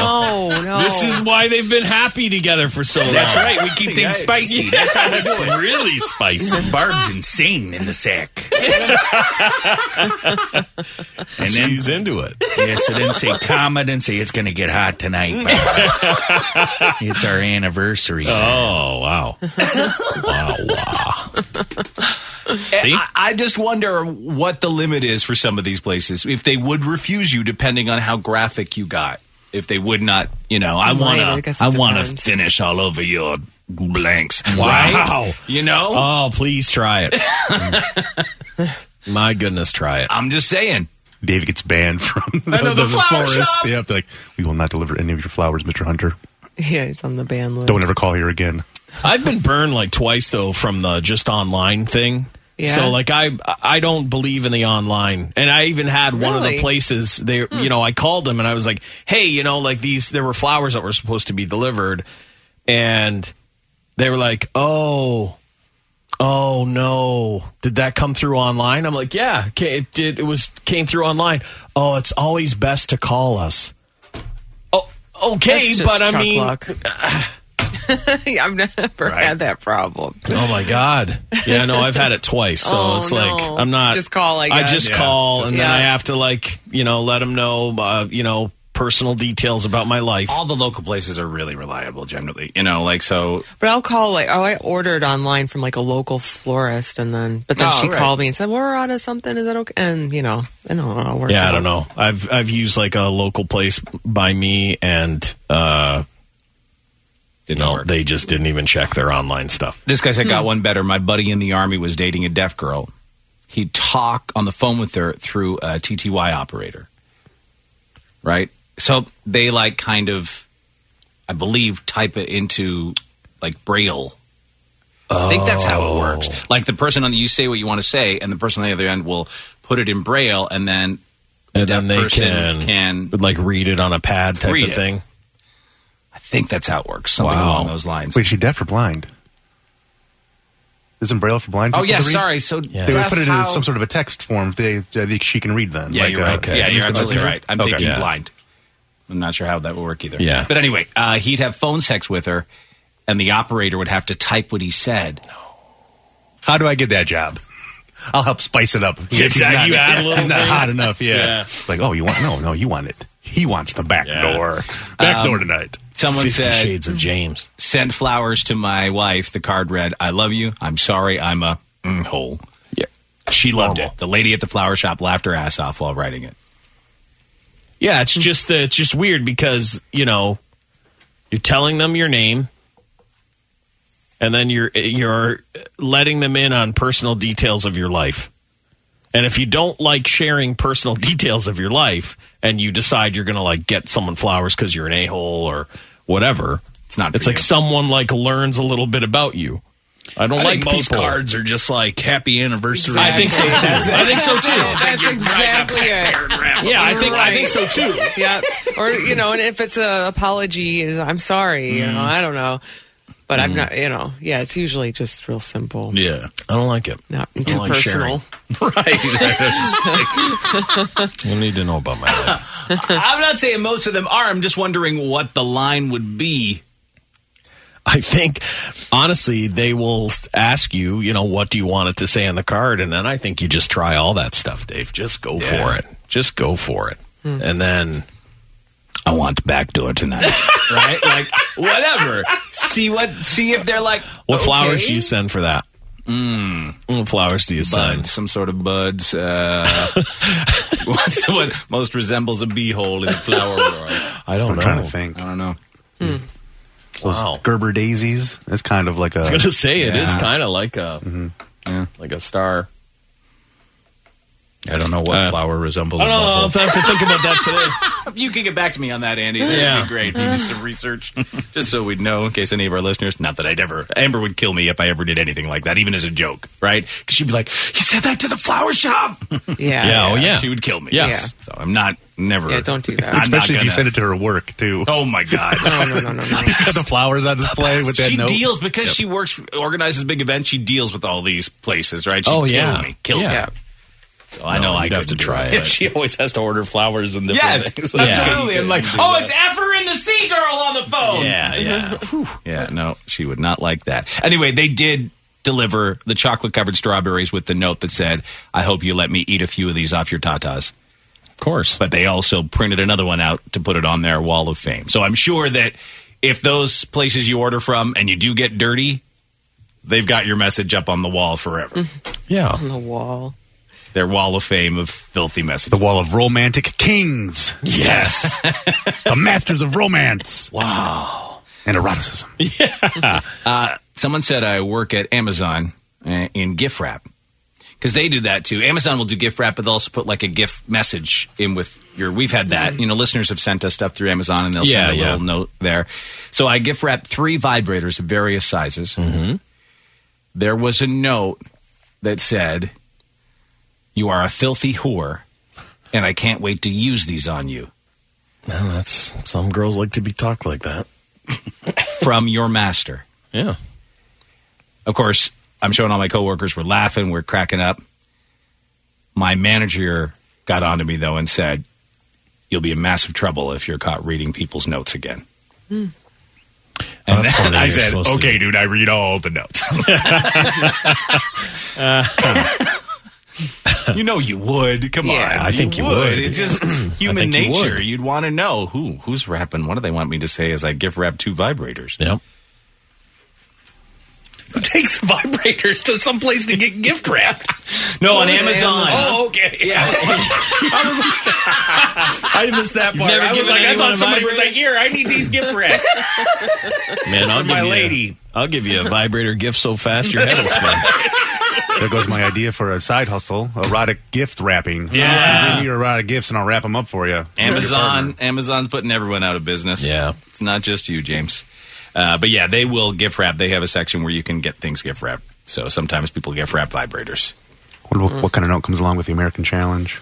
Speaker 4: No, no.
Speaker 5: This is why they've been happy together for so long.
Speaker 7: That's right. We keep things spicy. That's how we
Speaker 5: It's
Speaker 7: do it.
Speaker 5: really spicy.
Speaker 7: Barb's insane in the sack. and then,
Speaker 5: She's into it.
Speaker 7: yeah, so then say, comma, then say, it's going to get hot tonight. Barb." it's our anniversary.
Speaker 5: Oh wow, wow, wow. See?
Speaker 3: Eh, I, I just wonder what the limit is for some of these places. If they would refuse you, depending on how graphic you got. If they would not, you know, I
Speaker 4: Right, I
Speaker 3: want
Speaker 4: guess
Speaker 3: to,
Speaker 4: it
Speaker 3: I want to
Speaker 4: depends.
Speaker 3: finish all over your blanks.
Speaker 5: Wow.
Speaker 3: you know,
Speaker 5: Oh, please try it. My goodness, try it.
Speaker 3: I'm just saying.
Speaker 6: Dave gets banned from the,
Speaker 3: know, the flower
Speaker 6: forest.
Speaker 3: shop.
Speaker 6: Yep, they're like, we will not deliver any of your flowers, Mr. Hunter.
Speaker 4: Yeah, it's on the ban list.
Speaker 6: Don't ever call here again.
Speaker 5: I've been burned like twice though from the just online thing.
Speaker 4: Yeah.
Speaker 5: So like I I don't believe in the online, and I even had one of the
Speaker 4: Really? Hmm.
Speaker 5: places they you know I called them and I was like, hey, you know, like these there were flowers that were supposed to be delivered, and they were like, oh, oh no, did that come through online? I'm like, yeah, ca- it did. It was came through online. Oh, it's always best to call us. Oh, okay,
Speaker 4: That's just
Speaker 5: but I
Speaker 4: Chuck
Speaker 5: mean,
Speaker 4: luck. Yeah, I've never had that problem.
Speaker 5: Oh my god! Yeah, no, I've had it twice, so
Speaker 4: Oh,
Speaker 5: it's like
Speaker 4: no.
Speaker 5: I'm not.
Speaker 4: Just call, I guess.
Speaker 5: just
Speaker 4: Yeah,
Speaker 5: call, and then
Speaker 4: call.
Speaker 5: I have to like you know let them know uh, you know personal details about my life.
Speaker 3: All the local places are really reliable, generally. You know, like so.
Speaker 4: But I'll call like oh I ordered online from like a local florist and then but then
Speaker 3: Oh,
Speaker 4: she
Speaker 3: right.
Speaker 4: called me and said we're out of something is that okay and you know I don't know work
Speaker 5: Yeah, I
Speaker 4: out.
Speaker 5: don't know. I've I've used like a local place by me, and uh, you know they just didn't even check their online stuff.
Speaker 3: This guy said,
Speaker 5: Hmm.
Speaker 4: Hmm.
Speaker 3: got one better. My buddy in the army was dating a deaf girl. He'd talk on the phone with her through a TTY operator. Right? So they like kind of, I believe, type it into like braille. I think that's how it works.
Speaker 5: Oh.
Speaker 3: Like the person on the, you say what you want to say, and the person on the other end will put it in braille, and then
Speaker 5: And then
Speaker 3: that
Speaker 5: they
Speaker 3: person
Speaker 5: can,
Speaker 3: can-
Speaker 5: like read it on a pad type
Speaker 3: Read
Speaker 5: of
Speaker 3: it.
Speaker 5: thing.
Speaker 3: I think that's how it works. Something
Speaker 5: Wow.
Speaker 3: along those lines.
Speaker 6: Wait, is she deaf or blind? Isn't Braille for blind?
Speaker 3: oh,
Speaker 6: people
Speaker 3: yeah,
Speaker 6: to read?
Speaker 3: sorry. So
Speaker 5: Yeah.
Speaker 6: They would
Speaker 5: That's
Speaker 6: put it
Speaker 3: how-
Speaker 6: in some sort of a text form. They, they she can read then.
Speaker 3: Yeah,
Speaker 6: like,
Speaker 3: you're
Speaker 6: uh,
Speaker 3: right. Yeah,
Speaker 6: use
Speaker 3: you're
Speaker 6: the
Speaker 3: absolutely
Speaker 6: messenger?
Speaker 3: right. I'm
Speaker 6: Okay.
Speaker 3: thinking
Speaker 5: Yeah.
Speaker 3: blind. I'm not sure how that would work either.
Speaker 5: Yeah.
Speaker 3: But anyway, uh, he'd have phone sex with her, and the operator would have to type what he said.
Speaker 6: How do I get that job? I'll help spice it up. He's
Speaker 5: that- you add a little
Speaker 6: he's not
Speaker 5: thing?
Speaker 6: hot enough. Yeah.
Speaker 5: Yeah.
Speaker 6: It's like, oh, you want? No, no, you want it. He wants the back
Speaker 5: Yeah.
Speaker 6: door. Back door tonight.
Speaker 3: Um, Someone
Speaker 5: Fifty
Speaker 3: said,
Speaker 5: Shades of James.
Speaker 3: "Send flowers to my wife." The card read, "I love you. I'm sorry. I'm a mm hole."
Speaker 5: Yeah.
Speaker 3: She loved
Speaker 5: Normal.
Speaker 3: it. The lady at the flower shop laughed her ass off while writing it.
Speaker 5: Yeah, it's just that it's just weird because you know you're telling them your name, and then you're you're letting them in on personal details of your life. And if you don't like sharing personal details of your life, and you decide you're gonna like get someone flowers because you're an a hole or whatever,
Speaker 3: It's not for
Speaker 5: It's like
Speaker 3: you.
Speaker 5: someone like learns a little bit about you. I don't
Speaker 7: I
Speaker 5: like
Speaker 7: think most
Speaker 5: people.
Speaker 7: cards are just like happy anniversary.
Speaker 5: I think so too. I think so too.
Speaker 4: that's exactly it
Speaker 5: Yeah, I think I think so too.
Speaker 4: yeah or you know and if it's a apology is I'm sorry you
Speaker 5: Mm.
Speaker 4: know I don't know but I'm not you know yeah it's usually just real simple
Speaker 7: Yeah.
Speaker 5: I don't like it.
Speaker 4: not
Speaker 5: I
Speaker 4: too
Speaker 5: don't like sharing.
Speaker 4: personal
Speaker 7: Right.
Speaker 5: You need to know about my life.
Speaker 3: I'm not saying most of them are. I'm just wondering what the line would be.
Speaker 5: I think honestly, they will ask you, you know, what do you want it to say on the card, and then I think you just try all that stuff, Dave. Just go for it. Just go for it, and then
Speaker 3: I want the back door tonight. right? Like whatever. See what see if they're like
Speaker 5: What flowers
Speaker 3: okay.
Speaker 5: do you send for that? Mm. What flowers do you send?
Speaker 3: Buds, Hmm. some sort of buds. Uh, what's what most resembles a beehole in the flower world?
Speaker 5: I don't
Speaker 6: I'm trying to think.
Speaker 3: I don't know.
Speaker 4: Hmm.
Speaker 6: Those Gerber daisies. That's kind of like a.
Speaker 5: I was gonna say it is
Speaker 3: Yeah.
Speaker 5: kind of like a
Speaker 3: Yeah.
Speaker 5: like a star.
Speaker 7: I don't know what flower resembles.
Speaker 5: Uh, I don't know if I have to think about that
Speaker 3: You can get back to me on that, Andy. That'd
Speaker 5: Yeah. Mm-hmm.
Speaker 3: be great. Maybe some research, just so we'd know in case any of our listeners. Not that I'd ever. Amber would kill me if I ever did anything like that, even as a joke, right? Because she'd be like, "You said that to the flower shop."
Speaker 4: Yeah.
Speaker 5: Yeah, oh, yeah.
Speaker 3: she would kill me.
Speaker 5: Yes.
Speaker 3: So I'm not never.
Speaker 4: Yeah, don't do that.
Speaker 3: I'm not
Speaker 6: especially if you
Speaker 3: gonna-
Speaker 6: send it to her work too.
Speaker 3: Oh my god.
Speaker 4: No, no, no, no, no.
Speaker 6: Got the flowers on display with that
Speaker 3: she
Speaker 6: note.
Speaker 3: deals because she works organizes big events. She deals with all these places, right? She'd
Speaker 5: Oh,
Speaker 3: kill
Speaker 5: yeah.
Speaker 3: me, kill me.
Speaker 4: Yeah.
Speaker 3: So I know I
Speaker 5: you'd have to
Speaker 3: couldn't do
Speaker 5: try it.
Speaker 7: She always has to order flowers and different
Speaker 3: Yes,
Speaker 7: things.
Speaker 3: absolutely. I'm like,
Speaker 7: You couldn't do
Speaker 3: oh,
Speaker 7: that.
Speaker 3: it's Effer and the Sea Girl on the phone.
Speaker 5: today. Yeah, yeah.
Speaker 3: Yeah, no, she would not like that. Anyway, they did deliver the chocolate covered strawberries with the note that said, I hope you let me eat a few of these off your tatas.
Speaker 5: Of course.
Speaker 3: But they also printed another one out to put it on their wall of fame. So I'm sure that if those places you order from and you do get dirty, they've got your message up on the wall forever.
Speaker 5: Yeah.
Speaker 4: On the wall.
Speaker 3: Their wall of fame of filthy
Speaker 6: the
Speaker 3: messages.
Speaker 6: wall of romantic kings. Yes, the masters of romance. Wow, and eroticism.
Speaker 3: Uh, Someone said I work at Amazon uh, in gift wrap because they do that too. Amazon will do gift wrap, but they'll also put like a gift message in with your. We've had that. You know, listeners have sent us stuff through Amazon, and they'll
Speaker 5: Yeah,
Speaker 3: send a
Speaker 5: yeah.
Speaker 3: little note there. So I gift wrapped three vibrators of various sizes. Mm-hmm. There was a note that said, "You are a filthy whore, and I can't wait to use these on you."
Speaker 5: Well, that's some girls like to be talked like that.
Speaker 3: From your master.
Speaker 5: Yeah.
Speaker 3: Of course, I'm showing all my coworkers. We're laughing. We're cracking up. My manager got onto me though and said, "You'll be in massive trouble if you're caught reading people's notes again." And
Speaker 5: That's
Speaker 3: then
Speaker 5: funny.
Speaker 3: I
Speaker 5: You're
Speaker 3: said,
Speaker 5: supposed to
Speaker 3: "Okay,
Speaker 5: be-
Speaker 3: dude, I read all the notes." you know you would. Come
Speaker 4: Yeah.
Speaker 3: on,
Speaker 5: I think you would.
Speaker 3: It's just human
Speaker 5: think you
Speaker 3: nature.
Speaker 5: would.
Speaker 3: You'd want to know who who's rapping. What do they want me to say as I gift wrap two vibrators?
Speaker 5: Yep.
Speaker 7: Who takes vibrators to someplace to get gift wrapped?
Speaker 3: No, on
Speaker 4: Oh, yeah,
Speaker 3: Amazon.
Speaker 7: Oh, okay. Yeah.
Speaker 5: I missed that part.
Speaker 7: I was like, I thought somebody was like, here, I need these gift wrapped.
Speaker 5: man, I'll give
Speaker 7: my
Speaker 5: you,
Speaker 7: lady.
Speaker 5: I'll give you a vibrator gift so fast your head will spin.
Speaker 6: There goes my idea for a side hustle: erotic gift wrapping.
Speaker 5: Yeah.
Speaker 6: You bring me your erotic gifts, and I'll wrap them up for you.
Speaker 3: Amazon, Amazon's putting everyone out of business.
Speaker 5: Yeah.
Speaker 3: it's not just you, James. Uh, but yeah, they will gift wrap. They have a section where you can get things gift wrapped. So sometimes people gift wrap vibrators.
Speaker 6: What, what, what kind of note comes along with the American Challenge?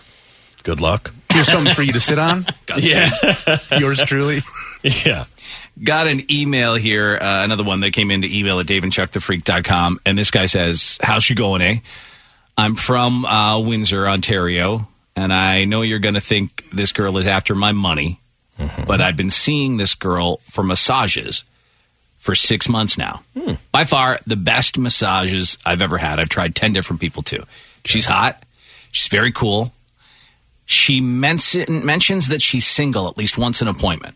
Speaker 5: Good luck.
Speaker 6: Here's something for you to sit on.
Speaker 5: Yeah.
Speaker 6: Yours truly.
Speaker 5: yeah.
Speaker 3: Got an email here, uh, another one that came into email at daveandchuckthefreak.com. And this guy says, How's she going, eh? I'm from uh, Windsor, Ontario, and I know you're going to think this girl is after my money, but I've been seeing this girl for massages for six months now. By far, the best massages I've ever had. I've tried 10 different people, too. She's hot, she's very cool. She men- mentions that she's single at least once an appointment.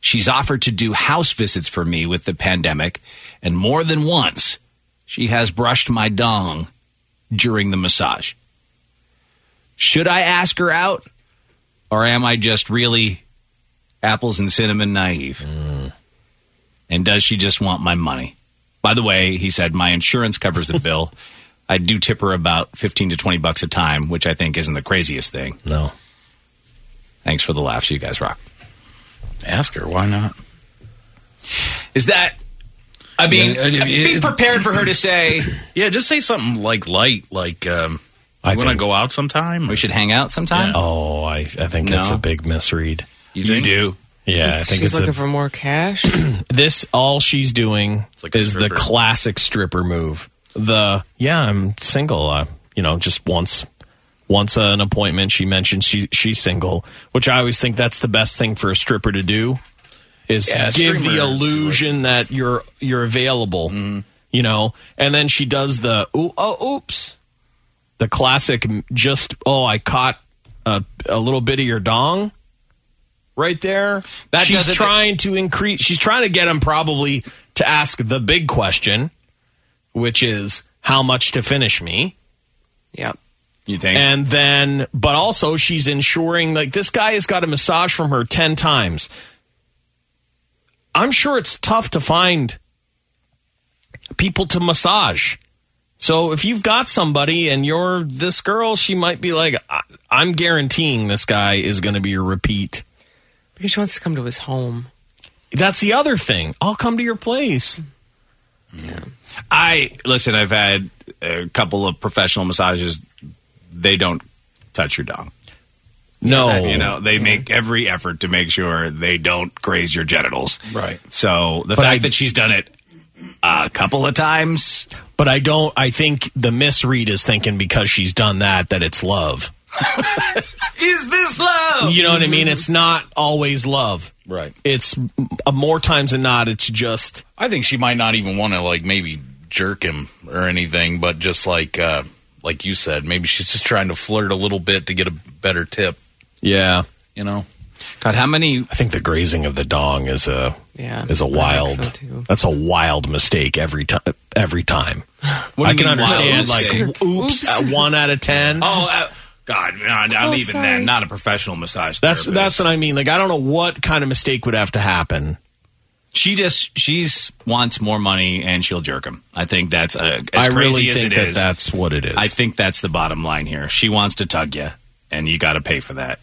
Speaker 3: She's offered to do house visits for me with the pandemic, and more than once, she has brushed my dong during the massage. Should I ask her out, or am I just really apples and cinnamon naive? And does she just want my money? By the way, he said my insurance covers the bill. I do tip her about 15 to 20 bucks a time, which I think isn't the craziest thing.
Speaker 5: No.
Speaker 3: Thanks for the laughs. You guys rock.
Speaker 7: Ask her, why not?
Speaker 3: Is that? I mean,
Speaker 7: Yeah, I mean,
Speaker 3: be
Speaker 7: it-
Speaker 3: prepared for her to say
Speaker 7: Yeah, just say something like light, like, um, I want to
Speaker 5: think-
Speaker 7: go out sometime.
Speaker 3: we should hang out sometime.
Speaker 5: Oh, I, I think that's
Speaker 3: No.
Speaker 5: a big misread.
Speaker 3: you, do.
Speaker 5: Yeah, I think
Speaker 4: She's
Speaker 5: it's
Speaker 4: looking
Speaker 5: a,
Speaker 4: for more cash.
Speaker 5: this. All she's doing
Speaker 7: like a
Speaker 5: is the
Speaker 7: stripper.
Speaker 5: classic stripper move. The yeah, I'm single. Uh, you know, just once, once an appointment. She mentioned she she's single, which I always think that's the best thing for a stripper to do is
Speaker 7: Yeah,
Speaker 5: give
Speaker 7: streamers
Speaker 5: the
Speaker 7: do it.
Speaker 5: illusion that you're you're available. You know, and then she does the ooh, oh oops, the classic. m- Just oh, I caught a a little bit of your dong. right there.
Speaker 3: That
Speaker 5: she's
Speaker 3: doesn't-
Speaker 5: trying to increase. She's trying to get him probably to ask the big question, which is how much to finish me.
Speaker 4: Yep.
Speaker 3: You think?
Speaker 5: And then, but also she's ensuring like this guy has got a massage from her 10 times. I'm sure it's tough to find people to massage. So if you've got somebody and you're this girl, she might be like, I- I'm guaranteeing this guy is going to be a repeat.
Speaker 4: Because she wants to come to his home.
Speaker 5: That's the other thing. I'll come to your place.
Speaker 3: I listen. I've had a couple of professional massages. They don't touch your dong.
Speaker 5: No,
Speaker 3: You know, they make every effort to make sure they don't graze your genitals.
Speaker 5: Right.
Speaker 3: So the
Speaker 5: But
Speaker 3: fact
Speaker 5: I-
Speaker 3: that she's done it a couple of times,
Speaker 5: but I don't. I think the misread is thinking because she's done that that it's love.
Speaker 3: is this
Speaker 8: Oh.
Speaker 3: love?
Speaker 5: You know what I mean? It's not always love.
Speaker 7: Right.
Speaker 5: It's m- uh, more times than not. It's just
Speaker 7: I think she might not even want to like maybe jerk him or anything, but just like uh like you said, maybe she's just trying to flirt a little bit to get a better tip,
Speaker 5: yeah.
Speaker 7: you know.
Speaker 3: God, how many?
Speaker 5: I think the grazing of the dong is a
Speaker 4: Yeah,
Speaker 5: is a
Speaker 4: I think
Speaker 5: wild.
Speaker 4: so, too.
Speaker 5: that's a wild mistake every time. Every time.
Speaker 3: What do
Speaker 5: I
Speaker 3: you
Speaker 5: can
Speaker 3: mean,
Speaker 5: understand
Speaker 3: wild
Speaker 5: like
Speaker 3: mistake?
Speaker 5: oops, uh, one out of ten.
Speaker 3: Oh, uh, God, no, I'm
Speaker 4: Oh,
Speaker 3: even
Speaker 4: sorry.
Speaker 3: then not a professional massage.
Speaker 5: that's
Speaker 3: therapist.
Speaker 5: that's what I mean. Like I don't know what kind of mistake would have to happen.
Speaker 3: she just she's wants more money and she'll jerk him. I think that's uh, as
Speaker 5: I
Speaker 3: crazy
Speaker 5: really
Speaker 3: as
Speaker 5: think
Speaker 3: it
Speaker 5: that
Speaker 3: is.
Speaker 5: that's what it is.
Speaker 3: I think that's the bottom line here. She wants to tug you, and you got to pay for that.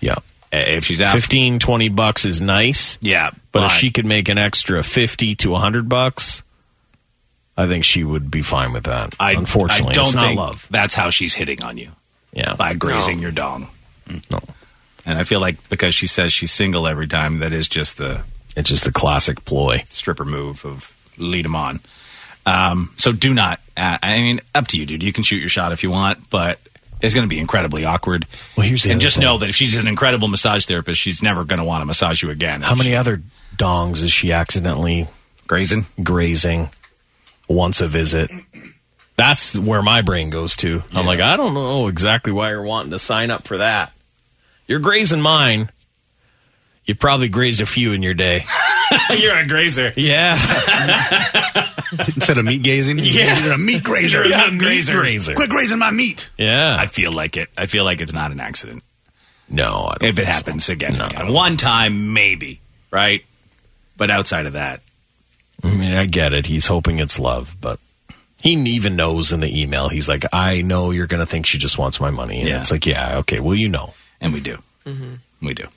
Speaker 5: yeah.
Speaker 3: Uh, If she's out,
Speaker 5: 15 20 bucks is nice.
Speaker 3: yeah,
Speaker 5: But if
Speaker 3: fine.
Speaker 5: she could make an extra 50 to 100 bucks, I think she would be fine with that.
Speaker 3: I
Speaker 5: Unfortunately,
Speaker 3: I don't
Speaker 5: it's not
Speaker 3: think
Speaker 5: love.
Speaker 3: That's how she's hitting on you
Speaker 5: Yeah.
Speaker 3: by grazing your dong.
Speaker 5: No.
Speaker 3: And I feel like because she says she's single every time, that is just the
Speaker 5: It's just the classic ploy.
Speaker 3: stripper move of lead them on. Um, so do not. Uh, I mean, up to you, dude. You can shoot your shot if you want, but it's going to be incredibly awkward.
Speaker 5: Well, here's the
Speaker 3: and
Speaker 5: other
Speaker 3: just
Speaker 5: thing.
Speaker 3: know that if she's an incredible massage therapist, she's never going to want to massage you again.
Speaker 5: How many other dongs is she accidentally
Speaker 3: grazing?
Speaker 5: grazing once a visit? That's where my brain goes to. I'm like, I don't know exactly why you're wanting to sign up for that. You're grazing mine. You probably grazed a few in your day.
Speaker 3: You're a grazer.
Speaker 5: Yeah.
Speaker 6: Instead of meat gazing,
Speaker 5: Yeah.
Speaker 6: you're a meat grazer.
Speaker 3: You're a meat grazer.
Speaker 6: Quit grazing my meat.
Speaker 5: Yeah.
Speaker 3: I feel like it. I feel like it's not an accident.
Speaker 5: no, I don't
Speaker 3: If it
Speaker 5: think so.
Speaker 3: happens again,
Speaker 5: No, I
Speaker 3: again.
Speaker 5: don't
Speaker 3: one time maybe, right? But outside of that,
Speaker 5: I mean, I get it. He's hoping it's love, but he even knows in the email. He's like, I know you're going to think she just wants my money. And
Speaker 3: Yeah.
Speaker 5: it's like, yeah, okay, well, you know. Mm-hmm.
Speaker 3: and we do, we do.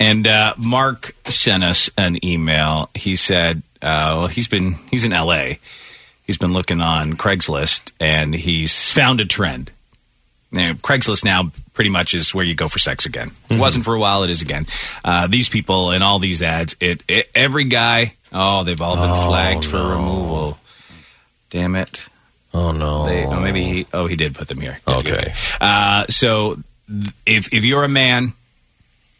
Speaker 3: And uh, Mark sent us an email. He said, uh, "Well, he's been he's in L.A. He's been looking on Craigslist, and he's found a trend. Now, Craigslist now pretty much is where you go for sex again. It wasn't for a while; it is again. Uh, these people and all these ads. It, it every guy. Oh, they've all been flagged for removal. Damn it."
Speaker 5: Oh, no.
Speaker 3: They, oh, maybe he. Oh, he did put them here.
Speaker 5: Okay.
Speaker 3: Uh, so, th- if if you're a man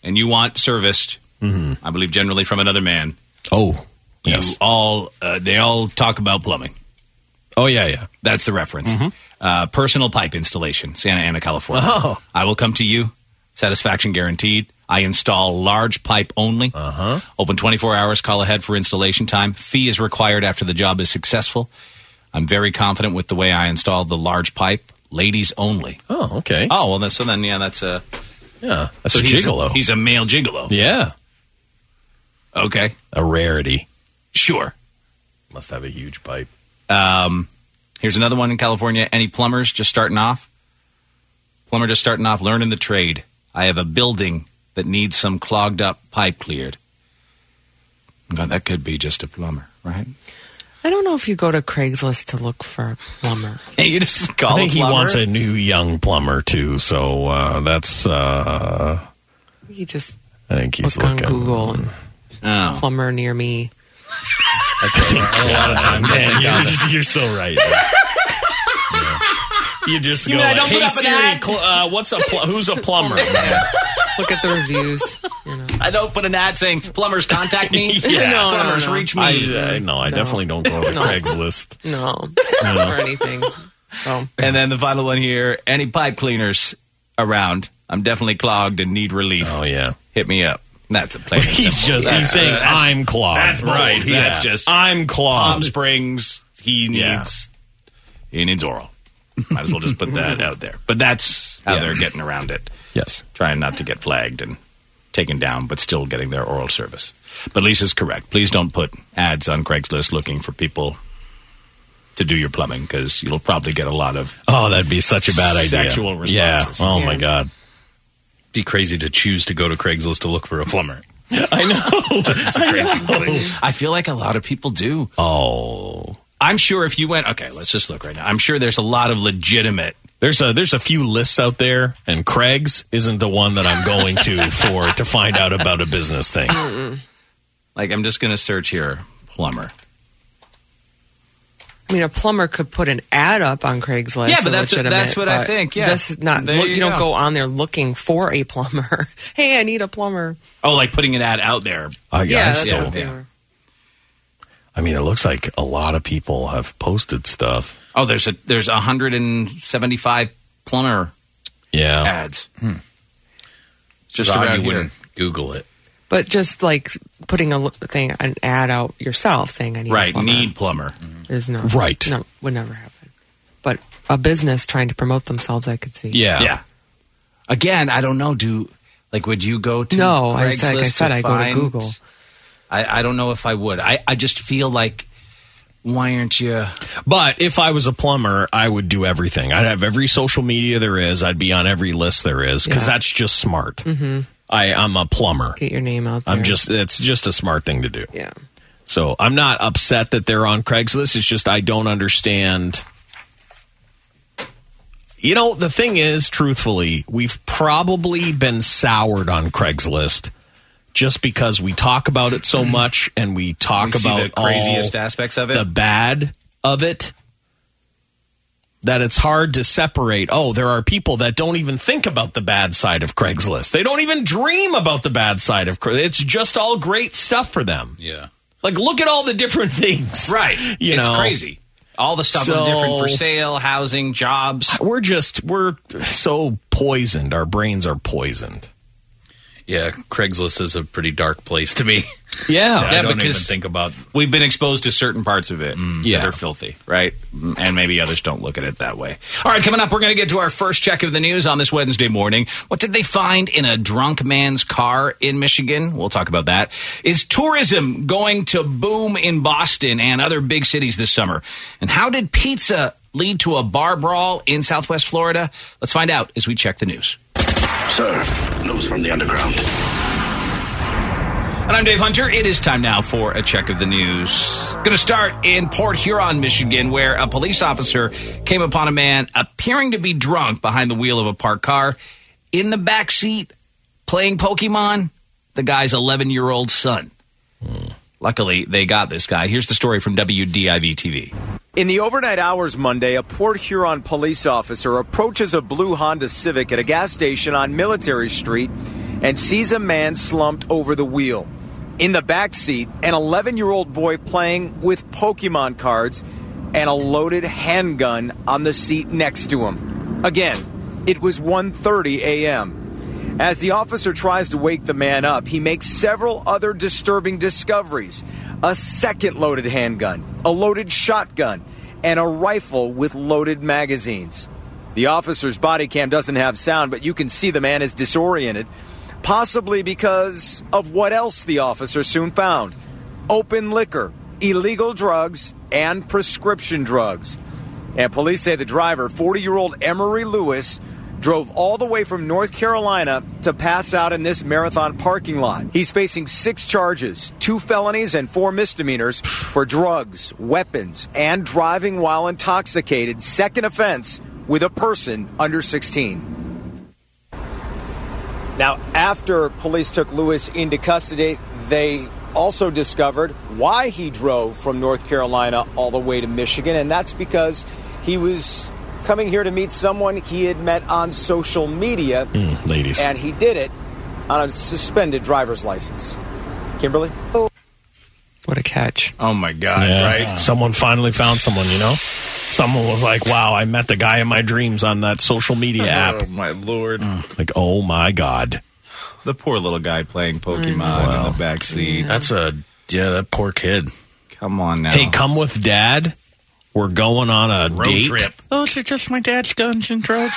Speaker 3: and you want serviced,
Speaker 5: Mm-hmm.
Speaker 3: I believe generally from another man,
Speaker 5: Oh,
Speaker 3: you
Speaker 5: yes.
Speaker 3: all uh, they all talk about plumbing.
Speaker 5: Oh, yeah, yeah.
Speaker 3: That's the reference. Uh, personal pipe installation, Santa Ana, California.
Speaker 5: Oh.
Speaker 3: I will come to you. Satisfaction guaranteed. I install large pipe only. Uh-huh. Open 24 hours. Call ahead for installation time. Fee is required after the job is successful. I'm very confident with the way I installed the large pipe. Ladies only.
Speaker 5: Oh, okay.
Speaker 3: Oh well, that's, so then yeah, that's a
Speaker 5: yeah. That's
Speaker 3: so
Speaker 5: a
Speaker 3: he's-
Speaker 5: gigolo.
Speaker 3: He's a male gigolo.
Speaker 5: yeah.
Speaker 3: Okay,
Speaker 5: A rarity.
Speaker 3: sure. Um,
Speaker 5: Must have a huge pipe.
Speaker 3: Here's another one in California. Any plumbers just starting off? Plumber just starting off, learning the trade. I have a building that needs some clogged up pipe cleared. Now, that could be just a plumber, right?
Speaker 4: I don't know if you go to Craigslist to look for a plumber.
Speaker 3: Hey, you just call
Speaker 5: I think
Speaker 3: a
Speaker 5: he
Speaker 3: plumber.
Speaker 5: wants a new young plumber, too. So uh, that's, uh,
Speaker 4: You just
Speaker 5: I think he's
Speaker 4: look on
Speaker 5: looking.
Speaker 4: Google and
Speaker 3: Oh.
Speaker 4: plumber near me.
Speaker 5: a lot of times. Man, you're, just, you're so right. Yeah. You just go,
Speaker 3: mean I
Speaker 5: like,
Speaker 3: don't put
Speaker 5: hey
Speaker 3: up an
Speaker 5: Siri,
Speaker 3: ad?"
Speaker 5: cl- uh, what's a pl- who's a plumber?
Speaker 4: Look at the reviews. You know.
Speaker 3: I don't put an ad saying plumbers contact me.
Speaker 5: Yeah.
Speaker 4: No, no,
Speaker 3: plumbers
Speaker 4: no.
Speaker 3: reach me.
Speaker 5: I, I, no, I
Speaker 4: No.
Speaker 5: definitely don't go to
Speaker 4: No.
Speaker 5: Craigslist.
Speaker 4: No, or anything. So
Speaker 3: and then the final one here. Any pipe cleaners around? I'm definitely clogged and need relief.
Speaker 5: Oh yeah,
Speaker 3: Hit me up.
Speaker 9: That's a plain. and
Speaker 5: He's
Speaker 9: simple.
Speaker 5: just he's saying I'm Claude.
Speaker 3: That's bold.
Speaker 5: right.
Speaker 3: That's
Speaker 5: yeah.
Speaker 3: just-
Speaker 5: I'm
Speaker 3: Palm
Speaker 5: Claude.
Speaker 3: Springs. He needs.
Speaker 5: Yeah.
Speaker 3: He needs oral. Might as well just put that out there. But that's how
Speaker 9: Yeah.
Speaker 3: they're getting around it.
Speaker 5: Yes.
Speaker 3: Trying not to get flagged and taken down, but still getting their oral service. But Lisa's correct. Please don't put ads on Craigslist looking for people to do your plumbing because you'll probably get a lot of.
Speaker 5: Oh, that'd be such a bad idea.
Speaker 3: Sexual responses.
Speaker 5: Yeah. Oh my
Speaker 4: Yeah.
Speaker 5: god.
Speaker 7: be crazy to choose to go to Craigslist to look for a plumber.
Speaker 4: Oh.
Speaker 3: I feel like a lot of people do.
Speaker 5: Oh.
Speaker 3: I'm sure if you went, okay, let's just look right now. I'm sure there's a lot of legitimate.
Speaker 5: There's a there's a few lists out there, and Craig's isn't the one that I'm going to for to find out about a business thing.
Speaker 3: Like, I'm just going to search here plumber.
Speaker 4: I mean, a plumber could put an ad up on Craigslist.
Speaker 3: Yeah, but
Speaker 4: and
Speaker 3: that's what-
Speaker 4: legitimate,
Speaker 3: that's what I
Speaker 4: but
Speaker 3: think, yeah.
Speaker 4: this is not
Speaker 3: There
Speaker 4: look,
Speaker 3: you
Speaker 4: you, don't
Speaker 3: go.
Speaker 4: go on there looking for a plumber. hey, I need a plumber.
Speaker 3: Oh, like putting an ad out there.
Speaker 5: I
Speaker 4: Yeah,
Speaker 5: guess.
Speaker 4: that's
Speaker 3: yeah,
Speaker 4: what they
Speaker 3: yeah.
Speaker 4: were.
Speaker 5: I mean, it looks like a lot of people have posted stuff.
Speaker 3: Oh, there's a there's 175 plumber
Speaker 5: Yeah.
Speaker 3: ads. Just
Speaker 7: It's odd
Speaker 3: around
Speaker 7: you
Speaker 3: here.
Speaker 7: wouldn't Google it.
Speaker 4: But just like putting a l- thing an ad out yourself saying I need a
Speaker 3: Right, Mm-hmm.
Speaker 4: plumber
Speaker 3: need plumber.
Speaker 4: is not
Speaker 5: Right.
Speaker 4: No, would never happen. But a business trying to promote themselves, I could see.
Speaker 5: Yeah.
Speaker 3: Yeah. Again, I don't know. Do like would you go to
Speaker 4: No, I said- like I
Speaker 3: Craigslist
Speaker 4: said,
Speaker 3: to
Speaker 4: I go to
Speaker 3: find-
Speaker 4: Google.
Speaker 3: I, I don't know if I would. I, I just feel like why aren't you?
Speaker 5: But if I was a plumber, I would do everything. I'd have every social media there is. I'd be on every list there is because
Speaker 4: Yeah.
Speaker 5: that's just smart. Mm-hmm. I I'm a plumber.
Speaker 4: Get your name out there.
Speaker 5: I'm just it's just a smart thing to do.
Speaker 4: yeah.
Speaker 5: So I'm not upset that they're on Craigslist. It's just I don't understand. You know, the thing is, truthfully, we've probably been soured on Craigslist just because we talk about it
Speaker 4: Mm-hmm.
Speaker 5: so much and we talk
Speaker 3: We see
Speaker 5: about
Speaker 3: the craziest
Speaker 5: all
Speaker 3: aspects of it.
Speaker 5: the bad of it. That it's hard to separate. Oh, there are people that don't even think about the bad side of Craigslist. They don't even dream about the bad side of Craigslist. It's just all great stuff for them.
Speaker 7: Yeah.
Speaker 5: Like, look at all the different things. You
Speaker 3: it's
Speaker 5: know?
Speaker 3: crazy. All the stuff
Speaker 5: So-
Speaker 3: is different for sale, housing, jobs.
Speaker 5: We're just, we're so poisoned. Our brains are poisoned.
Speaker 7: Yeah, Craigslist is a pretty dark place to me.
Speaker 5: Yeah.
Speaker 7: I don't
Speaker 3: because-
Speaker 7: even think about Mm.
Speaker 3: We've been exposed to certain parts of it
Speaker 5: Yeah.
Speaker 3: that are filthy, right? Mm, And maybe others don't look at it that way. All right, coming up, we're going to get to our first check of the news on this Wednesday morning. What did they find in a drunk man's car in Michigan? We'll talk about that. Is tourism going to boom in Boston and other big cities this summer? And how did pizza lead to a bar brawl in Southwest Florida? Let's find out as we check the news.
Speaker 10: Sir, news from the underground.
Speaker 3: And I'm Dave Hunter. It is time now for a check of the news. Going to start in Port Huron, Michigan, where a police officer came upon a man appearing to be drunk behind the wheel of a parked car. In the back seat, playing Pokemon, the guy's 11 year old son.
Speaker 5: Hmm.
Speaker 3: Luckily, they got this guy. Here's the story from WDIV TV.
Speaker 11: In the overnight hours Monday, a Port Huron police officer approaches a blue Honda Civic at a gas station on Military Street and sees a man slumped over the wheel. In the back seat, an 11 year old boy playing with Pokemon cards and a loaded handgun on the seat next to him. Again, it was 1:30 a.m. As the officer tries to wake the man up, he makes several other disturbing discoveries a second loaded handgun, a loaded shotgun, and a rifle with loaded magazines. The officer's body cam doesn't have sound, but you can see the man is disoriented, possibly because of what else the officer soon found open liquor, illegal drugs, and prescription drugs. And police say the driver, 40 year old Emery Lewis, drove all the way from North Carolina to pass out in this marathon parking lot. He's facing six charges two felonies and four misdemeanors for drugs, weapons, and driving while intoxicated, second offense with a person under 16. Now, after police took Lewis into custody, they also discovered why he drove from North Carolina all the way to Michigan, and that's because he was coming here to meet someone he had met on social media,
Speaker 5: Hmm, Ladies.
Speaker 11: and he did it on a suspended driver's license. Kimberly?
Speaker 4: What a catch.
Speaker 3: Oh my God,
Speaker 5: Yeah. Someone finally found someone, you know? Someone was like, wow, I met the
Speaker 3: Oh,
Speaker 5: guy in my dreams on that social media app.
Speaker 7: my lord.
Speaker 5: Like, oh my God.
Speaker 3: the poor little guy playing Pokemon in the back seat.
Speaker 7: That's a yeah, that poor kid.
Speaker 3: Come on now.
Speaker 5: Hey, come with dad. We're going on a
Speaker 3: Road
Speaker 5: date.
Speaker 3: trip.
Speaker 7: Those are just my dad's guns and drugs.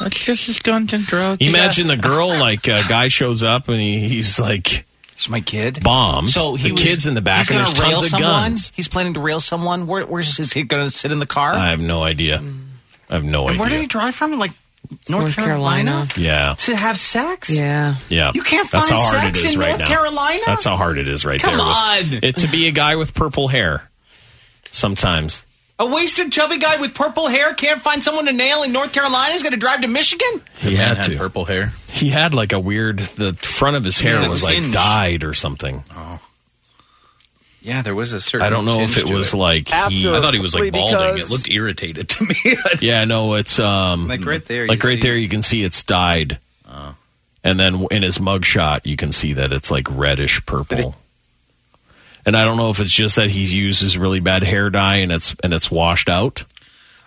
Speaker 7: That's just his guns and drugs.
Speaker 5: Imagine the girl, like a guy shows up and he, he's like
Speaker 3: It's my kid.
Speaker 5: bombed.
Speaker 3: So he
Speaker 5: the
Speaker 3: was-
Speaker 5: kids in the back
Speaker 3: he's
Speaker 5: and
Speaker 3: gonna
Speaker 5: there's tons
Speaker 3: rail
Speaker 5: of
Speaker 3: someone?
Speaker 5: guns.
Speaker 3: He's planning to rail someone. Where, where's is he going to sit in the car? Hmm.
Speaker 5: I have no idea. I have no
Speaker 3: and where did
Speaker 5: idea.
Speaker 3: he drive from? Like North,
Speaker 4: North
Speaker 3: Carolina?
Speaker 4: Carolina.
Speaker 5: yeah,
Speaker 3: to have sex?
Speaker 4: Yeah.
Speaker 5: yeah.
Speaker 3: You can't
Speaker 5: That's
Speaker 3: find
Speaker 5: how hard
Speaker 3: sex
Speaker 5: it is
Speaker 3: in
Speaker 5: right
Speaker 3: North
Speaker 5: now.
Speaker 3: Carolina?
Speaker 5: That's how hard it is right
Speaker 3: Come
Speaker 5: there.
Speaker 3: on.
Speaker 5: With, it, to be a guy with purple hair. Sometimes.
Speaker 3: A wasted chubby guy with purple hair can't find someone to nail in North Carolina. He's going to drive to Michigan.
Speaker 5: He
Speaker 7: Man
Speaker 5: had
Speaker 7: had
Speaker 5: to.
Speaker 7: purple hair.
Speaker 5: He had like a weird. The front of his hair
Speaker 3: Yeah, the
Speaker 5: was like
Speaker 3: tinge.
Speaker 5: dyed or something.
Speaker 7: Oh.
Speaker 3: Yeah, there was a certain.
Speaker 5: I don't know if it was like. He,
Speaker 7: I thought he was like
Speaker 12: Probably
Speaker 7: balding. It
Speaker 12: because-
Speaker 7: looked irritated to me.
Speaker 5: yeah, no, it's um
Speaker 3: Like right there,
Speaker 5: Like
Speaker 3: you
Speaker 5: right
Speaker 3: see-
Speaker 5: there, you can see it's dyed.
Speaker 7: Oh.
Speaker 5: And then w- in his mugshot, you can see that it's like reddish purple. And I don't know if it's just that he uses really bad hair dye and it's and it's washed out.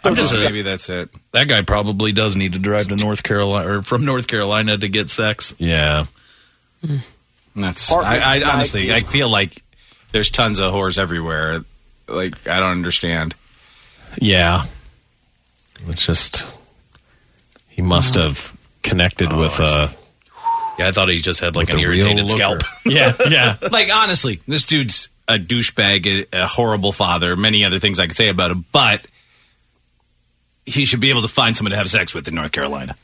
Speaker 7: I'm just
Speaker 3: maybe that's it.
Speaker 7: that guy probably does need to drive to North Carolina or from North Carolina to get sex.
Speaker 5: Yeah, Hmm.
Speaker 3: That's.
Speaker 12: Apartment
Speaker 3: I, I
Speaker 12: tonight
Speaker 3: honestly, I
Speaker 12: is-
Speaker 3: feel like there's tons of whores everywhere. Like I don't understand.
Speaker 5: yeah. It's just he must have connected with uh
Speaker 7: Yeah, I thought he just had like
Speaker 5: with
Speaker 7: an
Speaker 5: a real
Speaker 7: irritated
Speaker 5: looker.
Speaker 7: scalp.
Speaker 5: yeah, yeah.
Speaker 3: Like honestly, this dude's a douchebag, a, a horrible father, many other things I could say about him, but he should be able to find someone to have sex with in North Carolina.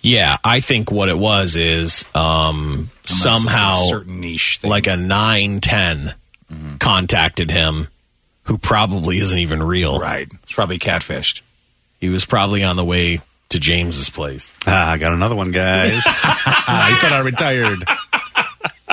Speaker 5: Yeah, I think what it was is um,
Speaker 3: Unless it's a
Speaker 5: somehow
Speaker 3: certain niche, thing.
Speaker 5: like a 910 contacted him who probably isn't even real.
Speaker 3: right? It's probably catfished.
Speaker 5: He was probably on the way to James's place.
Speaker 6: Ah, I got another one, guys. ah, you thought I retired.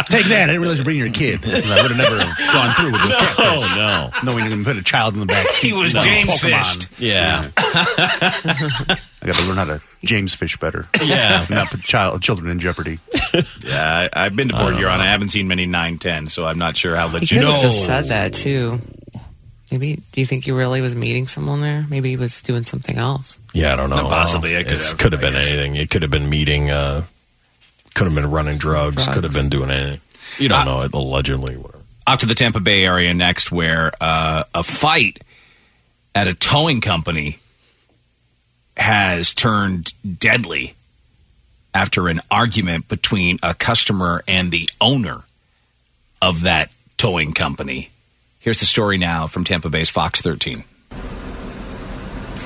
Speaker 6: Take that. I didn't realize you were bringing your kid. I would have never have gone through with it.
Speaker 5: Oh no.
Speaker 6: Knowing you can put a child in the back seat.
Speaker 3: He was
Speaker 6: No,
Speaker 3: James
Speaker 6: Pokemon.
Speaker 3: fished.
Speaker 5: Yeah.
Speaker 6: I got to learn how to James fish better.
Speaker 5: Yeah.
Speaker 6: And not put child, children in jeopardy. Uh,
Speaker 3: Yeah, I, I've been to Port Huron. I haven't seen many nine ten, so I'm not sure how
Speaker 4: He
Speaker 3: legit.
Speaker 4: could have just said that too. Maybe. Do you think he really was meeting someone there? Maybe he was doing something else.
Speaker 5: Yeah, I don't know.
Speaker 3: Possibly, I
Speaker 5: It
Speaker 3: could have,
Speaker 5: could have
Speaker 3: I
Speaker 5: been
Speaker 3: guess.
Speaker 5: anything. It could have been meeting uh could have been running drugs, could have been doing anything. You don't
Speaker 3: Uh,
Speaker 5: know it allegedly whatever.
Speaker 3: Off to the Tampa Bay area next, where uh, a fight at a towing company has turned deadly after an argument between a customer and the owner of that towing company. Here's the story now from Tampa Bay's Fox 13.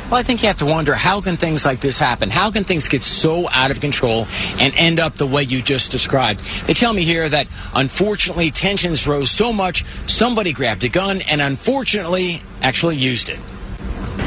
Speaker 13: Well, I think you have to wonder how can things like this happen? How can things get so out of control and end up the way you just described? They tell me here that unfortunately tensions rose so much, somebody grabbed a gun and unfortunately actually used it.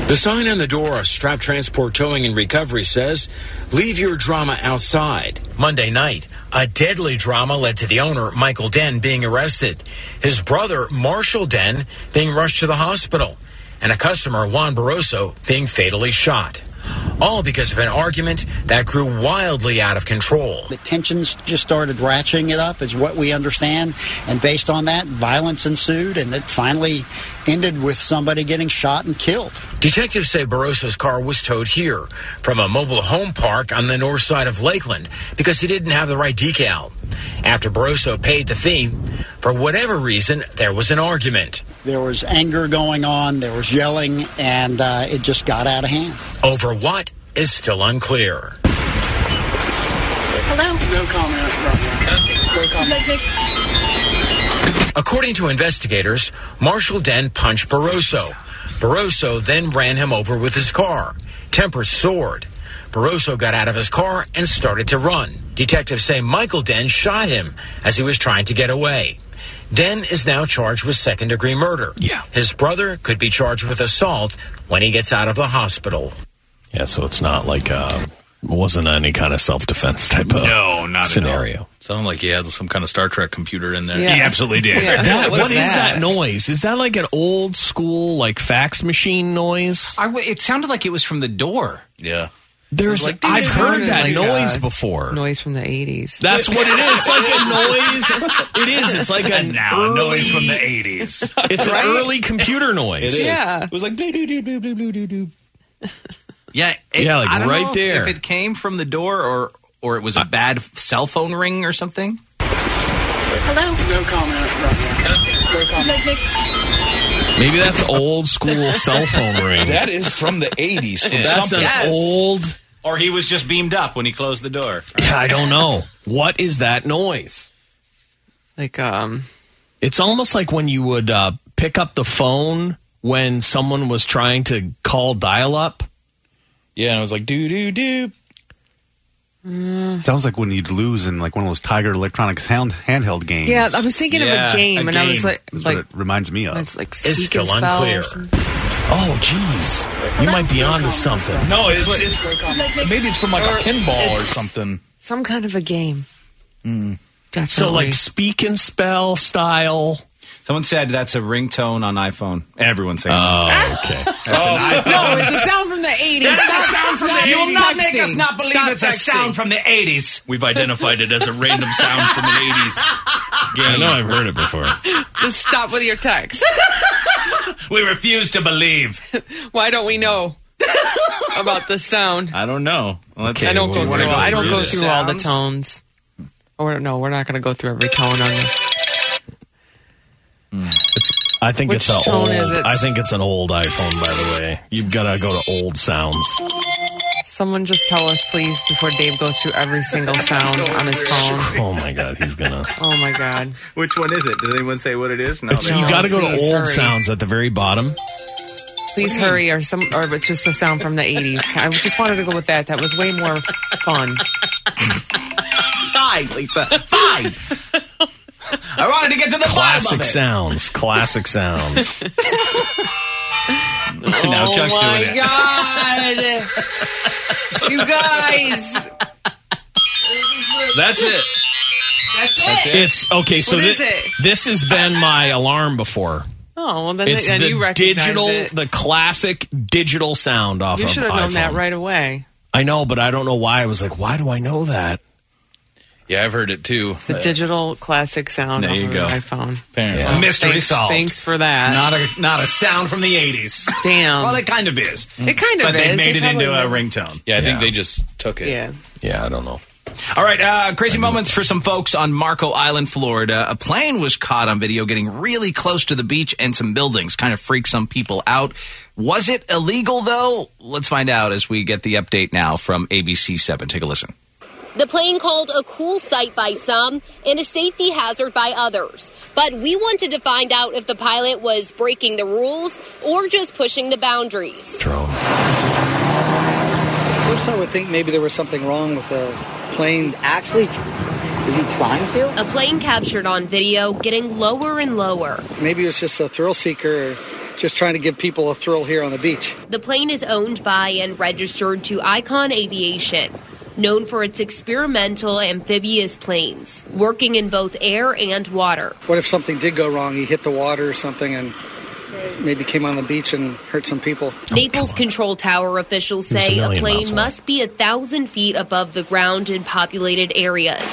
Speaker 13: The sign on the door of Strap Transport Towing and Recovery says, Leave your drama outside. Monday night, a deadly drama led to the owner, Michael Den, being arrested, his brother, Marshall Den, being rushed to the hospital, and a customer, Juan Barroso, being fatally shot. All because of an argument that grew wildly out of control.
Speaker 14: The tensions just started ratcheting it up, is what we understand. And based on that, violence ensued, and it finally ended with somebody getting shot and killed.
Speaker 13: Detectives say Barroso's car was towed here from a mobile home park on the north side of Lakeland because he didn't have the right decal. After Barroso paid the fee, for whatever reason, there was an argument
Speaker 14: There was anger going on, there was yelling, and uh, it just got out of hand.
Speaker 13: over what is still unclear.
Speaker 14: No comment.
Speaker 13: According to investigators, Marshall Den punched Barroso. Barroso then ran him over with his car. Tempers soared. Barroso got out of his car and started to run. Detectives say Michael Den shot him as he was trying to get away. Den is now charged with second degree murder.
Speaker 3: Yeah.
Speaker 13: His brother could be charged with assault when he gets out of the hospital.
Speaker 5: Yeah, so it's not like uh wasn't any kind of self defense type of
Speaker 3: No, not at all.
Speaker 5: scenario.
Speaker 7: Sounded like he had some kind of Star Trek computer in there.
Speaker 4: Yeah.
Speaker 3: absolutely did.
Speaker 4: Yeah.
Speaker 5: That,
Speaker 4: was
Speaker 5: what is that noise? Is that like an old school like fax machine noise?
Speaker 3: I w- it sounded like it was from the door.
Speaker 7: Yeah.
Speaker 5: There's
Speaker 7: Like,
Speaker 5: I've
Speaker 7: these
Speaker 5: heard
Speaker 4: sounded
Speaker 5: that
Speaker 4: like,
Speaker 5: noise
Speaker 4: uh,
Speaker 5: before.
Speaker 4: Noise from the 80s.
Speaker 5: That's what it is. It's like a noise. It is. It's like a
Speaker 3: Now,
Speaker 5: early,
Speaker 3: noise from the 80s.
Speaker 5: It's an early computer noise.
Speaker 4: Yeah.
Speaker 3: was like doo doo doo doo doo doo doo. Yeah, it,
Speaker 5: Yeah, like
Speaker 3: I don't
Speaker 5: right
Speaker 3: know if-
Speaker 5: there.
Speaker 3: If it came from the door or or it was a bad cell phone ring or something?
Speaker 15: Hello?
Speaker 16: No comment right
Speaker 15: Would you like to make-
Speaker 5: Maybe that's old school cell phone ring.
Speaker 7: That is from the 80s. From
Speaker 5: That's
Speaker 7: something.
Speaker 5: an old.
Speaker 3: Or he was just beamed up when he closed the door.
Speaker 5: I don't know. What is that noise?
Speaker 4: Like, um,
Speaker 5: It's almost like when you would uh, pick up the phone when someone was trying to call dial up.
Speaker 7: Yeah, I was like, doo doo doo.
Speaker 2: Sounds like when you'd lose in like one of those Tiger electronic sound handheld games.
Speaker 4: yeah, I was thinking
Speaker 3: Yeah,
Speaker 4: of a game,
Speaker 3: a
Speaker 4: and I was
Speaker 3: game.
Speaker 4: like,
Speaker 2: That's
Speaker 4: like,
Speaker 2: what it reminds me of.
Speaker 4: it's like speak and
Speaker 5: still
Speaker 4: spell or
Speaker 5: unclear.
Speaker 4: something.
Speaker 5: Oh, geez. You might be onto something.
Speaker 7: No, it's, it's, maybe it's from like a pinball or
Speaker 4: it's-
Speaker 7: something.
Speaker 4: Some kind of a game.
Speaker 3: Hmm.
Speaker 4: Definitely.
Speaker 5: So, like, speak and spell style.
Speaker 3: Someone said that's a ringtone on iPhone. Everyone's saying
Speaker 5: Oh, okay.
Speaker 4: Oh.
Speaker 8: Oh,
Speaker 4: no, it's a sound from the 80s. Stop- stop texting. Stop texting.
Speaker 3: from the 80s. We've identified it as a random sound from the 80s.
Speaker 5: I know I've heard it before.
Speaker 4: Just stop with your text.
Speaker 3: We refuse to believe.
Speaker 4: Why don't we know about the sound?
Speaker 3: I don't know. Let's
Speaker 4: I don't
Speaker 3: well,
Speaker 4: go
Speaker 3: we're
Speaker 4: through.
Speaker 3: gonna
Speaker 4: All, I don't go
Speaker 3: this.
Speaker 4: through all the tones. Or no, we're not going to go through every tone on this.
Speaker 5: It's, I think
Speaker 4: Which
Speaker 5: it's an
Speaker 4: tone
Speaker 5: old.
Speaker 4: is it?
Speaker 5: I think it's an old iPhone. By the way, you've got to go to old sounds.
Speaker 4: Someone just tell us, please, before Dave goes through every single sound on his phone.
Speaker 5: Oh my God, he's gonna.
Speaker 4: Oh my God!
Speaker 3: Which one is it? Does anyone say what it is? No.
Speaker 5: It's,
Speaker 3: they-
Speaker 4: No,
Speaker 5: you got to go to
Speaker 4: please,
Speaker 5: old
Speaker 4: hurry.
Speaker 5: sounds at the very bottom.
Speaker 4: Please hurry, or some, or it's just the sound from the '80s. I just wanted to go with that. That was way more fun.
Speaker 3: Fine, Lisa. Fine. I wanted to get to the
Speaker 5: Classic sounds. Classic sounds.
Speaker 3: bottom. now Chuck's
Speaker 4: oh my
Speaker 3: doing it.
Speaker 4: God! you guys,
Speaker 5: That's it.
Speaker 4: that's it.
Speaker 5: It's okay. So
Speaker 4: What
Speaker 5: thi-
Speaker 4: is it?
Speaker 5: this has been my alarm before.
Speaker 4: Oh well, then,
Speaker 5: It's
Speaker 4: then you
Speaker 5: the
Speaker 4: recognize
Speaker 5: digital,
Speaker 4: it.
Speaker 5: the classic digital sound off
Speaker 4: you
Speaker 5: of
Speaker 4: should have known that
Speaker 5: iPhone.
Speaker 4: right away.
Speaker 5: I know, but I don't know why. I was like, why do I know that?
Speaker 7: Yeah, I've heard it too.
Speaker 4: The digital classic sound
Speaker 3: There
Speaker 4: off
Speaker 3: you
Speaker 4: of
Speaker 3: go.
Speaker 4: an iPhone.
Speaker 7: Apparently.
Speaker 3: Yeah. Mystery
Speaker 4: thanks,
Speaker 3: solved.
Speaker 4: Thanks for that.
Speaker 3: Not a not a sound from the 80s.
Speaker 4: Damn.
Speaker 3: Well, it kind of is.
Speaker 4: it kind of
Speaker 3: But
Speaker 4: is.
Speaker 3: they made it
Speaker 4: probably
Speaker 3: into a
Speaker 4: would.
Speaker 3: ringtone.
Speaker 7: Yeah, I think they just took it.
Speaker 4: Yeah.
Speaker 5: Yeah, I don't know.
Speaker 3: All right, uh, crazy moments for some folks on Marco Island, Florida. A plane was caught on video getting really close to the beach and some buildings. Kind of freaked some people out. Was it illegal, though? Let's find out as we get the update now from ABC7. Take a listen.
Speaker 15: The plane called a cool sight by some and a safety hazard by others. But we wanted to find out if the pilot was breaking the rules or just pushing the boundaries.
Speaker 8: First, I would think maybe there was something wrong with the plane. Actually, is he trying to?
Speaker 15: A plane captured on video getting lower and lower.
Speaker 8: Maybe it was just a thrill seeker, or just trying to give people a thrill here on the beach.
Speaker 15: The plane is owned by and registered to Icon Aviation, known for its experimental amphibious planes, working in both air and water.
Speaker 8: What if something did go wrong? He hit the water or something, and maybe came on the beach and hurt some people.
Speaker 15: Naples
Speaker 5: Oh,
Speaker 15: control tower officials
Speaker 5: It was a
Speaker 15: say a,
Speaker 5: million miles
Speaker 15: plane
Speaker 5: away.
Speaker 15: must be a thousand feet above the ground in populated areas.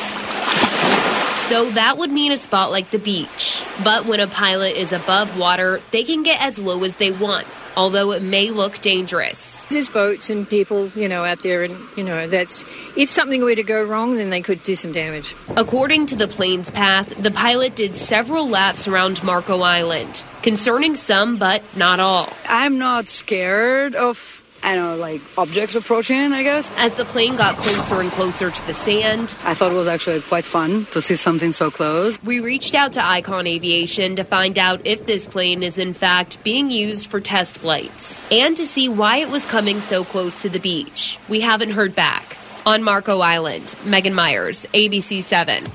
Speaker 15: So that would mean a spot like the beach. But when a pilot is above water, they can get as low as they want, although it may look dangerous.
Speaker 17: There's boats and people, you know, out there, and you know, that's if something were to go wrong, then they could do some damage.
Speaker 15: According to the plane's path, the pilot did several laps around Marco Island, concerning some but not all.
Speaker 17: I'm not scared of, I don't know, like objects approaching. I guess
Speaker 15: As the plane got closer and closer to the sand,
Speaker 17: I thought it was actually quite fun to see something so close.
Speaker 15: We reached out to Icon Aviation to find out if this plane is in fact being used for test flights and to see why it was coming so close to the beach. We haven't heard back. On Marco Island, Megan Myers, ABC 7.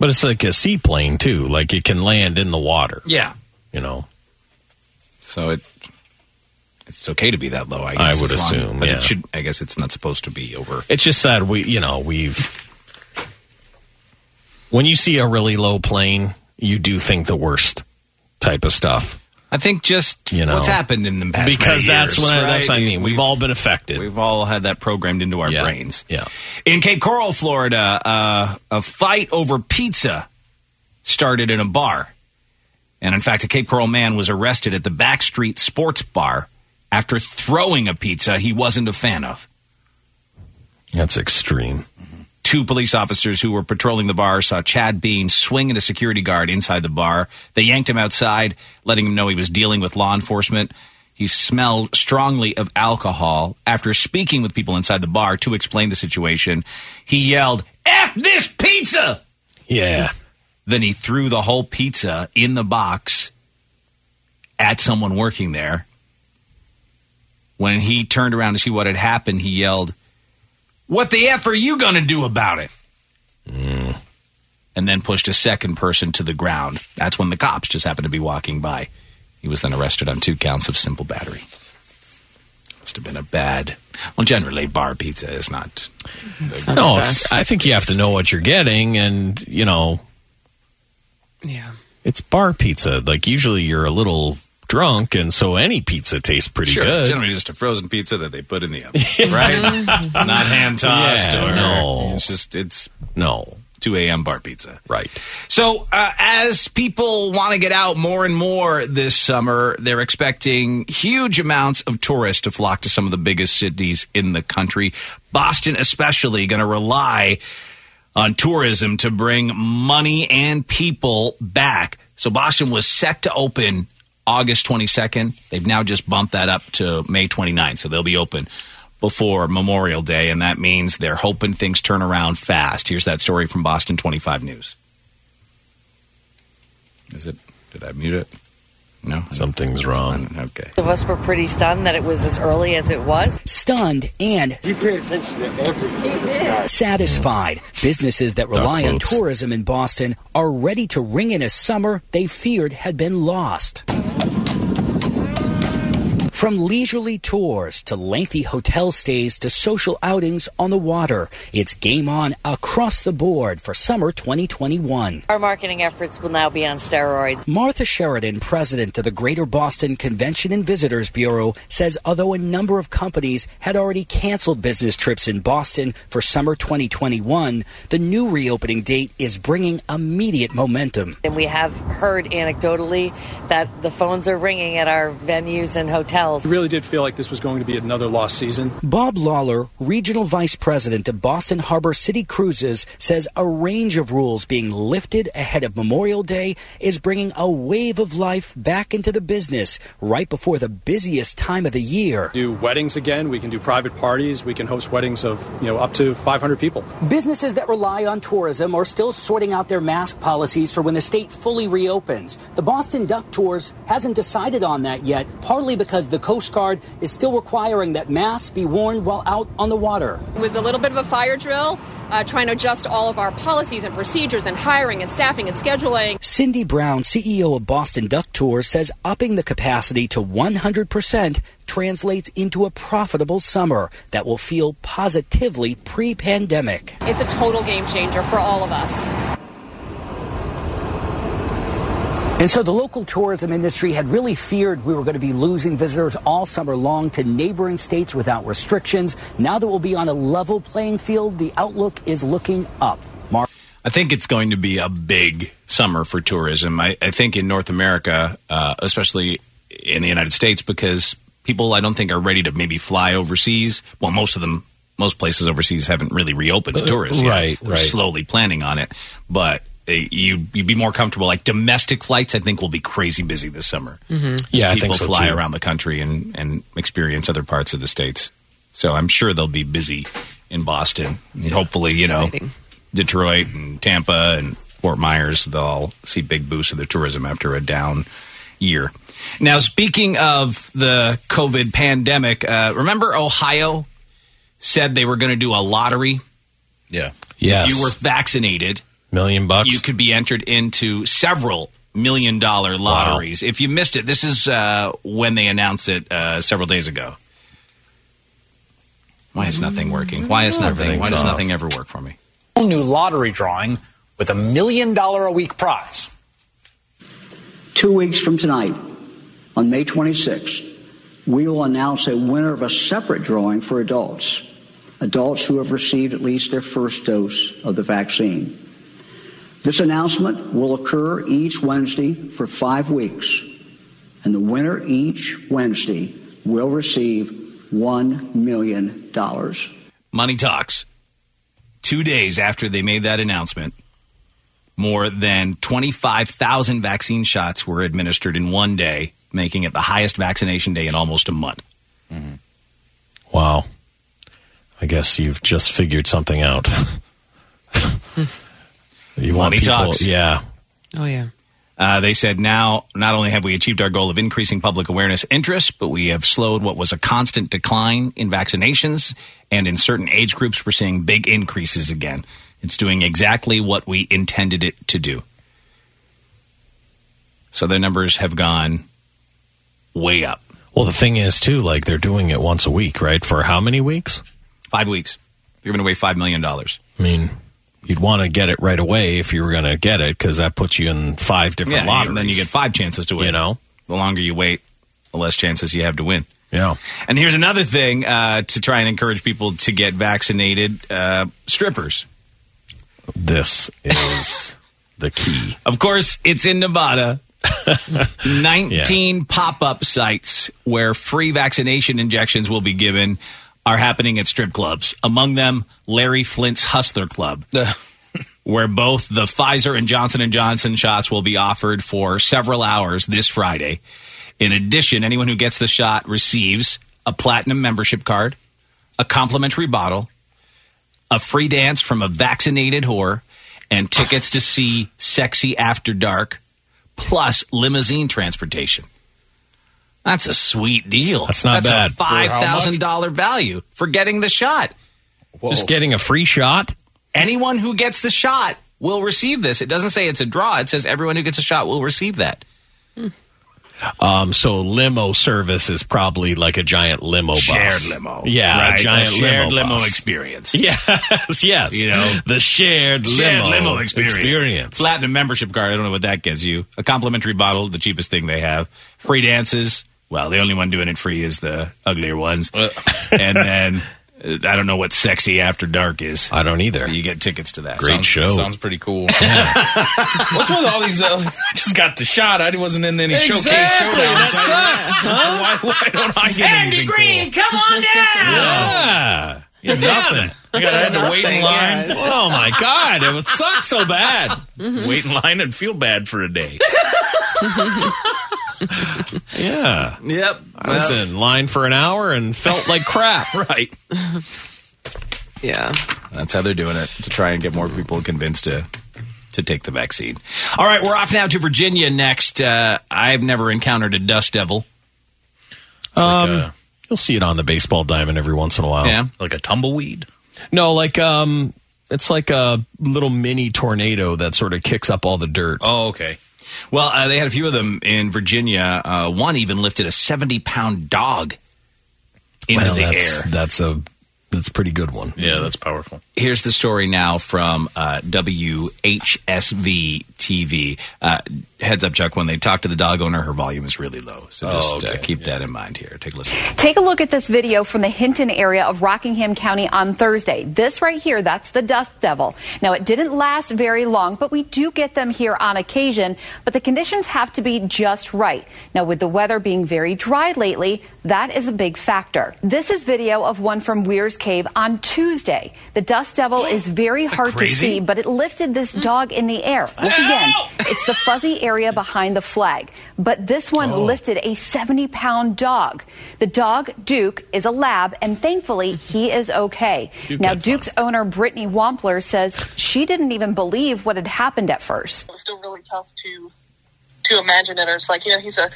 Speaker 5: But it's like a seaplane too. Like it can land in the water.
Speaker 3: Yeah.
Speaker 5: You know.
Speaker 3: So it it's okay to be that low, I guess.
Speaker 5: I would
Speaker 3: as long-
Speaker 5: assume,
Speaker 3: But
Speaker 5: yeah.
Speaker 3: it should, I guess it's not supposed to be over.
Speaker 5: It's just that we, you know, we've. When you see a really low plane, you do think the worst type of stuff
Speaker 3: I think just
Speaker 5: You know.
Speaker 3: what's happened in the past
Speaker 5: because
Speaker 3: many
Speaker 5: that's
Speaker 3: years,
Speaker 5: what I, that's
Speaker 3: right?
Speaker 5: what I mean. We've,
Speaker 3: We've-
Speaker 5: all been affected.
Speaker 3: We've all had that programmed into our
Speaker 5: Yeah.
Speaker 3: brains.
Speaker 5: Yeah.
Speaker 3: In Cape Coral, Florida, uh, a fight over pizza started in a bar. And in fact, a Cape Coral man was arrested at the Backstreet Sports Bar after throwing a pizza he wasn't a fan of.
Speaker 5: That's extreme.
Speaker 3: Two police officers who were patrolling the bar saw Chad Bean swing at a security guard inside the bar. They yanked him outside, letting him know he was dealing with law enforcement. He smelled strongly of alcohol. After speaking with people inside the bar to explain the situation, he yelled, F this pizza!
Speaker 5: Yeah.
Speaker 3: Then he threw the whole pizza in the box at someone working there. When he turned around to see what had happened, he yelled, What the F are you going to do about it?
Speaker 5: Mm.
Speaker 3: And then pushed a second person to the ground. That's when the cops just happened to be walking by. He was then arrested on two counts of simple battery. Must have been a bad. Well, generally, bar pizza is not.
Speaker 5: No, it's, I think you have to know what you're getting, and you know,
Speaker 18: Yeah.
Speaker 5: it's bar pizza. Like usually, you're a little drunk, and so any pizza tastes pretty
Speaker 3: sure,
Speaker 5: good.
Speaker 3: generally just a frozen pizza that they put in the oven, right? it's not hand tossed
Speaker 5: Mm-hmm. Yeah,
Speaker 3: or
Speaker 5: no.
Speaker 3: It's just it's
Speaker 5: No,
Speaker 3: 2 a.m. bar pizza.
Speaker 5: right?
Speaker 3: So, uh, as people want to get out more and more this summer, they're expecting huge amounts of tourists to flock to some of the biggest cities in the country. Boston, especially, going to rely on tourism to bring money and people back. So, Boston was set to open August 22nd. They've now just bumped that up to May 29th, so they'll be open. Before Memorial Day, and that means they're hoping things turn around fast. Here's that story from Boston 25 News. Is it? Did I mute it? No.
Speaker 5: Something's wrong.
Speaker 3: Okay.
Speaker 19: Most of us were pretty stunned that it was as early as it was.
Speaker 20: stunned and
Speaker 21: You paid attention to everything.
Speaker 20: satisfied. Businesses that rely on
Speaker 21: boots.
Speaker 20: tourism in Boston are ready to ring in a summer they feared had been lost. From leisurely tours to lengthy hotel stays to social outings on the water, it's game on across the board for summer 2021.
Speaker 19: Our marketing efforts will now be on steroids.
Speaker 20: Martha Sheridan, president of the Greater Boston Convention and Visitors Bureau, says although a number of companies had already canceled business trips in Boston for summer 2021, the new reopening date is bringing immediate momentum.
Speaker 19: And we have heard anecdotally that the phones are ringing at our venues and hotels.
Speaker 22: I really did feel like this was going to be another lost season.
Speaker 20: Bob Lawler, regional vice president of Boston Harbor City Cruises, says a range of rules being lifted ahead of Memorial Day is bringing a wave of life back into the business right before the busiest time of the year.
Speaker 22: Do weddings again, we can do private parties, we can host weddings of, you know, up to 500 people.
Speaker 20: Businesses that rely on tourism are still sorting out their mask policies for when the state fully reopens. The Boston Duck Tours hasn't decided on that yet, partly because the Coast Guard is still requiring that masks be worn while out on the water.
Speaker 1: It was a little bit of a fire drill, uh, trying to adjust all of our policies and procedures and hiring and staffing and scheduling.
Speaker 20: Cindy Brown, CEO of Boston Duck Tours, says upping the capacity to 100% translates into a profitable summer that will feel positively pre pandemic.
Speaker 1: It's a total game changer for all of us.
Speaker 20: And so the local tourism industry had really feared we were going to be losing visitors all summer long to neighboring states without restrictions. Now that we'll be on a level playing field, the outlook is looking up. Mark.
Speaker 3: I think it's going to be a big summer for tourism. I, I think in North America, uh, especially in the United States, because people I don't think are ready to maybe fly overseas. Well, most of them, most places overseas haven't really reopened to
Speaker 5: Uh,
Speaker 3: tourism.
Speaker 5: right,
Speaker 3: They're
Speaker 5: right.
Speaker 3: slowly planning on it, but uh, you you'd be more comfortable. Like domestic flights, I think will be crazy busy this summer.
Speaker 4: Mm-hmm.
Speaker 5: Mhm.
Speaker 3: As
Speaker 5: Yeah, I
Speaker 3: people
Speaker 5: think so,
Speaker 3: fly
Speaker 5: too.
Speaker 3: around the country and and experience other parts of the states. So I'm sure they'll be busy in Boston. And Hopefully, you know,
Speaker 18: exciting.
Speaker 3: Detroit and Tampa and Fort Myers, they'll all see big boosts of their tourism after a down year. Now, speaking of the COVID pandemic, uh, remember Ohio said they were going to do a lottery.
Speaker 23: Yeah.
Speaker 5: Yes.
Speaker 3: If you were vaccinated,
Speaker 5: Million bucks.
Speaker 3: you could be entered into several million dollar lotteries. If you missed it, this is uh, when they announced it uh, several days ago. Why is nothing working? Why is nothing? Why
Speaker 24: Everything's
Speaker 3: does
Speaker 24: off.
Speaker 3: nothing ever work for me?
Speaker 24: whole new lottery drawing with a million dollar a week prize.
Speaker 25: Two weeks from tonight, on May 26th, we will announce a winner of a separate drawing for adults, adults who have received at least their first dose of the vaccine. This announcement will occur each Wednesday for five weeks, and the winner each Wednesday will receive $1 million.
Speaker 3: Money Talks. Two days after they made that announcement, more than 25,000 vaccine shots were administered in one day, making it the highest vaccination day in almost a month.
Speaker 5: Mm-hmm. Wow. I guess you've just figured something out. you want
Speaker 3: Money
Speaker 5: people,
Speaker 3: talks.
Speaker 5: Yeah.
Speaker 4: Oh, yeah.
Speaker 3: Uh, they said now not only have we achieved our goal of increasing public awareness interest, but we have slowed what was a constant decline in vaccinations. And in certain age groups, we're seeing big increases again. It's doing exactly what we intended it to do. So their numbers have gone way up.
Speaker 5: Well, the thing is, too, like they're doing it once a week, right? For how many weeks?
Speaker 3: Five weeks. They're giving away $5 million.
Speaker 5: I mean, you'd want to get it right away if you were going to get it because that puts you in five different
Speaker 3: Yeah,
Speaker 5: lotteries.
Speaker 3: and then you get five chances to win.
Speaker 5: You know?
Speaker 3: the longer you wait, the less chances you have to win.
Speaker 5: Yeah.
Speaker 3: And here's another thing uh, to try and encourage people to get vaccinated uh, strippers.
Speaker 5: This is the key.
Speaker 3: Of course, it's in Nevada. 19 pop up sites where free vaccination injections will be given are happening at strip clubs. Among them, Larry Flint's Hustler Club. where both the Pfizer and Johnson & Johnson shots will be offered for several hours this Friday. In addition, anyone who gets the shot receives a platinum membership card, a complimentary bottle, a free dance from a vaccinated whore, and tickets to see Sexy After Dark, plus limousine transportation. That's a sweet deal.
Speaker 5: That's not bad.
Speaker 3: a five thousand dollar value for getting the shot.
Speaker 5: Just getting a free shot.
Speaker 3: Anyone who gets the shot will receive this. It doesn't say it's a draw. It says everyone who gets a shot will receive that.
Speaker 5: Um, so limo service is probably like a giant limo bus.
Speaker 3: Shared limo.
Speaker 5: Yeah,
Speaker 3: Right,
Speaker 5: a
Speaker 3: a
Speaker 5: giant
Speaker 3: shared
Speaker 5: limo,
Speaker 3: limo
Speaker 5: bus.
Speaker 3: experience.
Speaker 5: Yes, yes.
Speaker 3: You know,
Speaker 5: the shared,
Speaker 3: Shared
Speaker 5: limo,
Speaker 3: limo experience. Platinum membership card. I don't know what that gets you. A complimentary bottle, the cheapest thing they have. Free dances. Well, the only one doing it free is the uglier ones. and then uh, I don't know what sexy after dark is.
Speaker 5: I don't either.
Speaker 3: You get tickets to that.
Speaker 5: Great
Speaker 3: Sounds-
Speaker 5: show.
Speaker 3: sounds-
Speaker 7: Sounds pretty cool. What's with all these? Uh, I just got the shot. I wasn't in any showcase
Speaker 5: Exactly,
Speaker 7: showdowns.
Speaker 5: that
Speaker 7: I-
Speaker 5: sucks,
Speaker 7: Why, why don't I get anything cool?
Speaker 3: come on
Speaker 5: Yeah.
Speaker 7: Yeah, nothing. I got I had to wait in line.
Speaker 5: Oh my god, it would suck so bad.
Speaker 7: Wait in line and feel bad for a day.
Speaker 5: Yeah.
Speaker 3: Yep.
Speaker 5: I was in line for an hour and felt like crap.
Speaker 3: right.
Speaker 4: Yeah.
Speaker 3: That's how they're doing it to try and get more people convinced to to take the vaccine. All right, we're off now to Virginia next. Uh, I've never encountered a dust devil.
Speaker 5: Um, you'll see it on the baseball diamond every once in a while.
Speaker 3: Yeah.
Speaker 7: Like a tumbleweed.
Speaker 5: No, like um, it's like a little mini tornado that sort of kicks up all the dirt.
Speaker 7: Oh, okay.
Speaker 3: Well, uh, they had a few of them in Virginia. Uh, one even lifted a 70 pound dog into
Speaker 5: Well,
Speaker 3: the
Speaker 5: that's,
Speaker 3: air.
Speaker 5: That's a that's a pretty good one.
Speaker 7: Yeah, that's powerful.
Speaker 3: Here's the story now from uh, WHSV TV. Uh, heads up, Chuck, when they talk to the dog owner, her volume is really low. So just uh, keep that in mind here. Take a listen.
Speaker 26: Take a look at this video from the Hinton area of Rockingham County on Thursday. This right here, that's the dust devil. Now, it didn't last very long, but we do get them here on occasion, but the conditions have to be just right. Now, with the weather being very dry lately, that is a big factor. This is video of one from Weir's Cave on Tuesday. The dust devil is very hard to
Speaker 22: crazy?
Speaker 26: see, but it lifted this dog in the air. Look again. It's the fuzzy area behind the flag. But this one
Speaker 27: Oh.
Speaker 26: lifted a 70 pound dog. The dog, Duke, is a lab, and thankfully, he is okay.
Speaker 27: Duke
Speaker 26: now,
Speaker 27: had
Speaker 26: Duke's owner, Brittany Wampler, says she didn't even believe what had happened at first.
Speaker 27: was still really tough to to imagine it. Or it's like you know he's a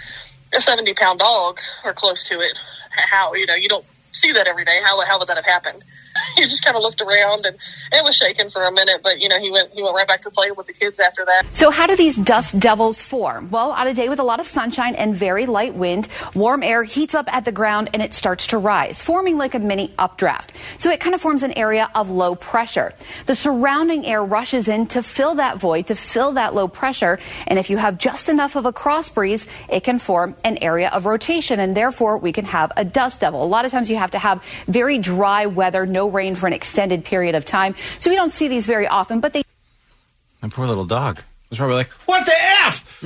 Speaker 27: a seventy pound dog or close to it. How you know you don't see that every day. How how would that have happened? You just kind of looked around and it was shaking for a minute, but you know he went he went right back to playing with the kids after that.
Speaker 26: So, how do these dust devils form? Well, on a day with a lot of sunshine and very light wind, warm air heats up at the ground and it starts to rise, forming like a mini updraft. So, it kind of forms an area of low pressure. The surrounding air rushes in to fill that void, to fill that low pressure. And if you have just enough of a cross breeze, it can form an area of rotation. And therefore, we can have a dust devil. A lot of times, you have to have very dry weather, no rain for an extended period of time. So, we don't see these very often, but they
Speaker 3: My poor little dog was probably like,
Speaker 5: What the f?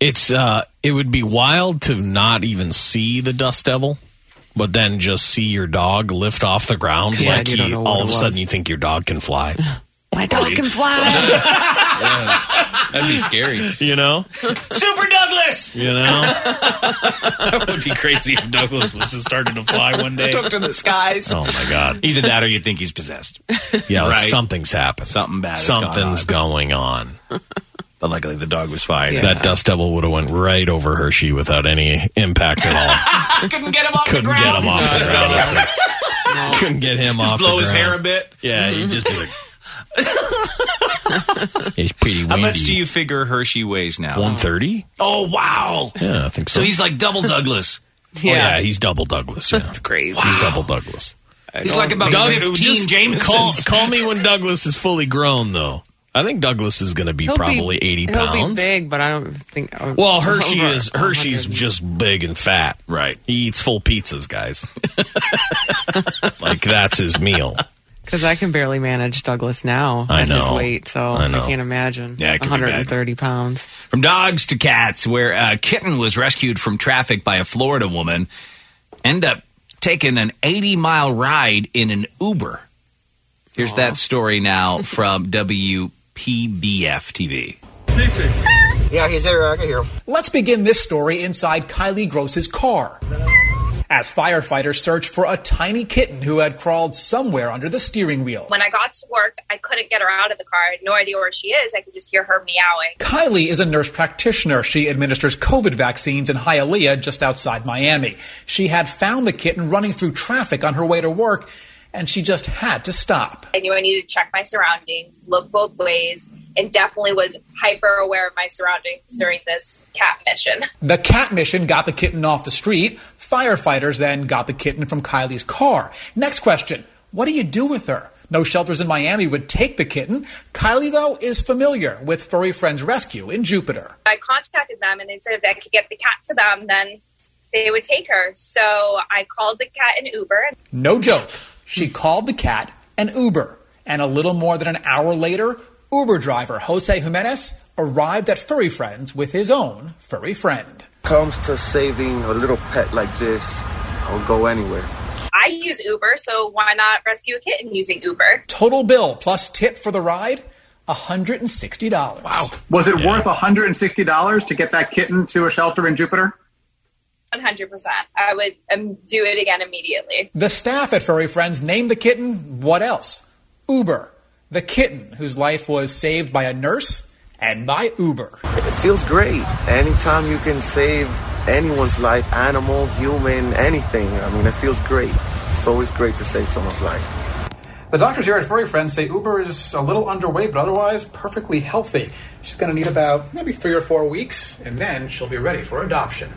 Speaker 5: It's uh, it would be wild to not even see the dust devil, but then just see your dog lift off the ground
Speaker 4: Yeah,
Speaker 5: like
Speaker 4: you don't
Speaker 5: he-
Speaker 4: know what
Speaker 5: all
Speaker 4: it
Speaker 5: of a
Speaker 4: was.
Speaker 5: sudden you think your dog can fly.
Speaker 4: My dog can fly.
Speaker 5: That'd be scary. You know?
Speaker 3: Super Douglas.
Speaker 5: You know?
Speaker 7: that would be crazy if Douglas was just starting to fly one day.
Speaker 3: Took to the skies.
Speaker 5: Oh my god.
Speaker 3: Either that or you think he's possessed.
Speaker 5: Yeah, like
Speaker 3: Right.
Speaker 5: something's happened.
Speaker 3: Something bad.
Speaker 5: Something's going on.
Speaker 3: But luckily, the dog was fine.
Speaker 5: That dust devil would have went right over Hershey without any impact at all.
Speaker 3: Couldn't get him off
Speaker 5: Couldn't
Speaker 3: the
Speaker 5: get
Speaker 3: ground.
Speaker 5: him off the ground. Couldn't get him
Speaker 3: Just
Speaker 5: off.
Speaker 3: blow
Speaker 5: the
Speaker 3: his
Speaker 5: ground.
Speaker 3: hair a bit. Mm-hmm.
Speaker 5: Yeah, he'd just be like. it's pretty windy.
Speaker 3: How much do you figure Hershey weighs now?
Speaker 5: One thirty.
Speaker 3: Oh wow!
Speaker 5: Yeah, I think so.
Speaker 3: So he's like double Douglas.
Speaker 5: Oh, yeah, he's double Douglas. Yeah. That's
Speaker 4: crazy.
Speaker 5: He's double Douglas.
Speaker 3: He's like about
Speaker 5: Doug-
Speaker 3: 15
Speaker 5: just
Speaker 3: Jamesons.
Speaker 5: Call, call me when Douglas is fully grown, though. I think Douglas is going to be
Speaker 4: He'll
Speaker 5: probably eighty pounds.
Speaker 4: He'll be big, but I don't think. uh,
Speaker 5: Well, Hershey
Speaker 4: over
Speaker 5: is Hershey's
Speaker 4: 100.
Speaker 5: just big and fat.
Speaker 3: Right.
Speaker 5: He eats full pizzas, guys. like that's his meal.
Speaker 4: Because I can barely manage Douglas now
Speaker 5: I
Speaker 4: at his
Speaker 5: know.
Speaker 4: weight, so
Speaker 5: I
Speaker 4: I,
Speaker 5: know.
Speaker 4: can't imagine.
Speaker 3: Yeah, it could be bad.
Speaker 4: 130 pounds.
Speaker 3: From dogs to cats, where a kitten was rescued from traffic by a Florida woman, end up taking an 80 mile ride in an Uber. Here's that story now from WPBF TV.
Speaker 22: Yeah, he's there. I can hear him. Let's begin this story inside Kylie Gross's car. As firefighters search for a tiny kitten who had crawled somewhere under the steering wheel.
Speaker 10: When I got to work, I couldn't get her out of the car. I had no idea where she is. I could just hear her meowing.
Speaker 22: Kylie is a nurse practitioner. She administers COVID vaccines in Hialeah, just outside Miami. She had found the kitten running through traffic on her way to work, and she just had to stop.
Speaker 10: I knew I needed to check my surroundings, look both ways, and definitely was hyper aware of my surroundings during this cat mission.
Speaker 22: The cat mission got the kitten off the street. Firefighters then got the kitten from Kylie's car. Next question What do you do with her? No shelters in Miami would take the kitten. Kylie, though, is familiar with Furry Friends Rescue in Jupiter.
Speaker 10: I contacted them and they said if I could get the cat to them, then they would take her. So I called the cat an Uber.
Speaker 22: No joke. She called the cat an Uber. And a little more than an hour later, Uber driver Jose Jimenez arrived at Furry Friends with his own furry friend.
Speaker 28: comes to saving a little pet like this, I'll go anywhere.
Speaker 10: I use Uber, so why not rescue a kitten using Uber?
Speaker 22: Total bill plus tip for the ride $160. Wow.
Speaker 29: Was it worth $160 to get that kitten to a shelter in Jupiter?
Speaker 10: 100%. I would um, do it again immediately.
Speaker 22: The staff at Furry Friends named the kitten what else? Uber, the kitten whose life was saved by a nurse and by Uber.
Speaker 28: It feels great. Anytime you can save anyone's life, animal, human, anything, I mean, it feels great. It's always great to save someone's life.
Speaker 22: The doctors here at Furry Friends say Uber is a little underweight, but otherwise perfectly healthy. She's going to need about maybe three or four weeks, and then she'll be ready for adoption.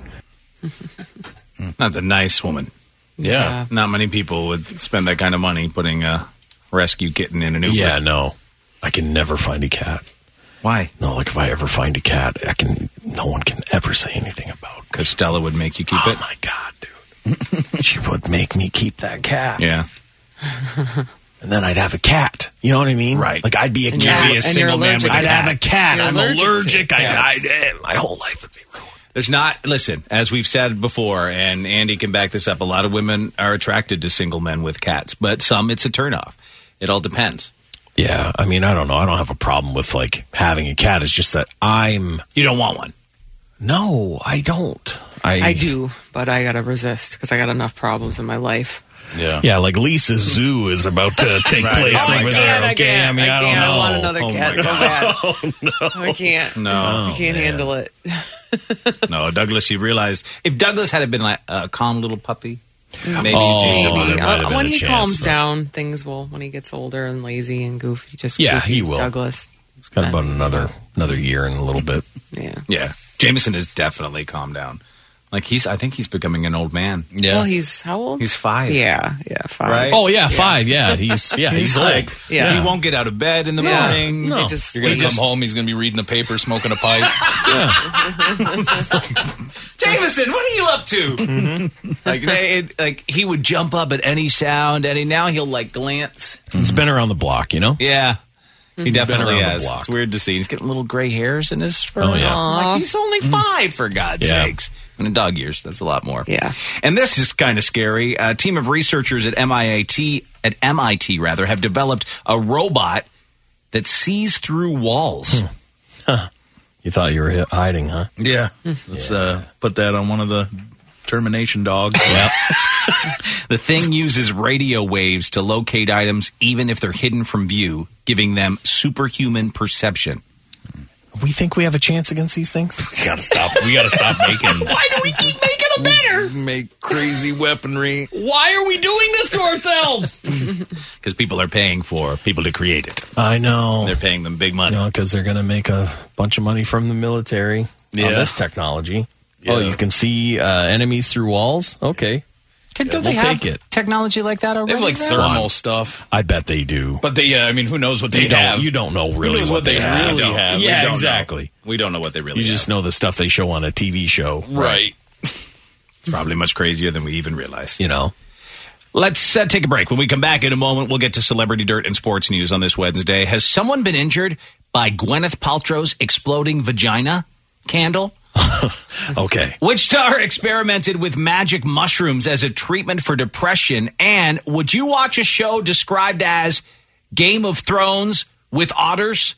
Speaker 3: Mm. That's a nice woman.
Speaker 5: Yeah.
Speaker 3: Not many people would spend that kind of money putting a rescue kitten in an Uber.
Speaker 5: Yeah, no. I can never find a cat.
Speaker 3: Why?
Speaker 5: No, like if I ever find a cat, I can. No one can ever say anything about.
Speaker 3: Because Stella would make you keep
Speaker 5: oh
Speaker 3: it.
Speaker 5: my god, dude! she would make me keep that cat.
Speaker 3: Yeah.
Speaker 5: and then I'd have a cat. You know what I mean? Right. Like I'd be a
Speaker 4: And
Speaker 5: cat.
Speaker 4: you're- You'd be a and you're single man with allergic a
Speaker 5: I'd
Speaker 4: to
Speaker 5: have a
Speaker 4: cats.
Speaker 5: cat.
Speaker 4: You're
Speaker 5: I'm
Speaker 4: allergic to
Speaker 5: allergic. I, I,
Speaker 4: cats.
Speaker 5: eh, my whole life would be ruined.
Speaker 3: There's not, listen, as we've said before, and Andy can back this up, a lot of women are attracted to single men with cats, but some it's a turnoff. It all depends.
Speaker 5: Yeah, I mean, I don't know. I don't have a problem with like having a cat. It's just that I'm.
Speaker 3: You don't want one.
Speaker 5: No, I don't. I,
Speaker 4: I do, but I gotta resist because I got enough problems in my life.
Speaker 5: Yeah. Yeah, like Lisa's zoo is about to take
Speaker 4: Right.
Speaker 5: place
Speaker 4: Oh, I
Speaker 5: over
Speaker 4: can't,
Speaker 5: there.
Speaker 4: I
Speaker 5: Okay,
Speaker 4: can't,
Speaker 5: I mean,
Speaker 4: I
Speaker 5: I, don't
Speaker 4: can't. I
Speaker 5: know.
Speaker 4: want another
Speaker 5: my
Speaker 4: cat so
Speaker 5: God.
Speaker 4: bad.
Speaker 5: Oh, no.
Speaker 4: I can't.
Speaker 3: No.
Speaker 4: I can't
Speaker 3: Oh, man.
Speaker 4: handle it.
Speaker 3: No, Douglas, you realized if Douglas had been like a calm little puppy, maybe
Speaker 5: Oh,
Speaker 3: James
Speaker 5: there
Speaker 3: would
Speaker 4: Maybe
Speaker 5: might have
Speaker 4: Uh,
Speaker 5: been
Speaker 4: when
Speaker 5: a
Speaker 4: he
Speaker 5: chance,
Speaker 4: calms
Speaker 5: but-
Speaker 4: down, things will. When he gets older and lazy and goofy, just
Speaker 5: Yeah,
Speaker 4: goofy
Speaker 5: he will.
Speaker 4: Douglas.
Speaker 5: It's got about another another year and a little bit.
Speaker 4: Yeah.
Speaker 3: Yeah. Jameson has definitely calmed down. Like he's, I think he's becoming an old man.
Speaker 7: Yeah.
Speaker 4: Well, he's how old?
Speaker 3: He's five.
Speaker 4: yeah, yeah, five.
Speaker 3: Right?
Speaker 5: Oh yeah, five. Yeah, he's yeah he's, old.
Speaker 3: like,
Speaker 4: Yeah.
Speaker 3: He won't get out of bed in the
Speaker 4: Yeah.
Speaker 3: morning.
Speaker 4: No. It just-
Speaker 7: You're going
Speaker 4: He
Speaker 7: to come
Speaker 4: just-
Speaker 7: home, he's going to be reading the paper, smoking a pipe.
Speaker 3: Jameson, what are you up to?
Speaker 5: Mm-hmm.
Speaker 3: like, they, it, like he would jump up at any sound, and he, now he'll like glance.
Speaker 5: He's been around the block, you know.
Speaker 3: Yeah.
Speaker 7: He's
Speaker 3: He
Speaker 7: been
Speaker 3: definitely
Speaker 7: around the
Speaker 3: has.
Speaker 7: block.
Speaker 3: It's weird to see. He's getting little gray hairs in his fur.
Speaker 7: Oh, yeah.
Speaker 3: I'm like, he's only five, for God's
Speaker 7: Yeah.
Speaker 3: sakes. And in dog years, that's a lot more. Yeah. And this is kind of scary. A team of researchers at MIT, at MIT rather, have developed a robot that sees through walls.
Speaker 5: You thought you were hi- hiding, huh?
Speaker 30: Yeah. Let's Uh, put that on one of the termination dogs.
Speaker 3: The thing uses radio waves to locate items, even if they're hidden from view, giving them superhuman perception.
Speaker 5: We think we have a chance against these things?
Speaker 30: We gotta stop. We gotta stop making.
Speaker 5: Why do we keep making them better?
Speaker 30: Make crazy weaponry.
Speaker 5: Why are we doing this to ourselves?
Speaker 3: Because people are paying for people to create it.
Speaker 5: I know.
Speaker 3: They're paying them big money.
Speaker 5: because they're going to make a bunch of money from the military on
Speaker 3: Yeah.
Speaker 5: this technology. Oh, you can see uh, enemies through walls? Okay.
Speaker 3: don't
Speaker 5: we'll
Speaker 3: they have
Speaker 5: take it.
Speaker 3: technology like that already?
Speaker 30: They have like
Speaker 3: though?
Speaker 30: thermal stuff,
Speaker 5: I bet they do.
Speaker 30: but they. Uh, I mean, who knows what they
Speaker 5: you don't,
Speaker 30: have?
Speaker 5: You don't know really
Speaker 30: knows
Speaker 5: what,
Speaker 30: what they
Speaker 5: have.
Speaker 30: really have? We
Speaker 5: Yeah,
Speaker 30: don't know.
Speaker 5: exactly.
Speaker 3: We don't know what they really
Speaker 5: You just know the stuff they show on a TV show.
Speaker 30: right.
Speaker 3: It's probably much crazier than we even realize.
Speaker 5: You know?
Speaker 3: Let's uh, take a break. When we come back in a moment, we'll get to celebrity dirt and sports news on this Wednesday. Has someone been injured by Gwyneth Paltrow's exploding vagina candle?
Speaker 5: Okay.
Speaker 3: Which star experimented with magic mushrooms as a treatment for depression? And would you watch a show described as Game of Thrones with otters?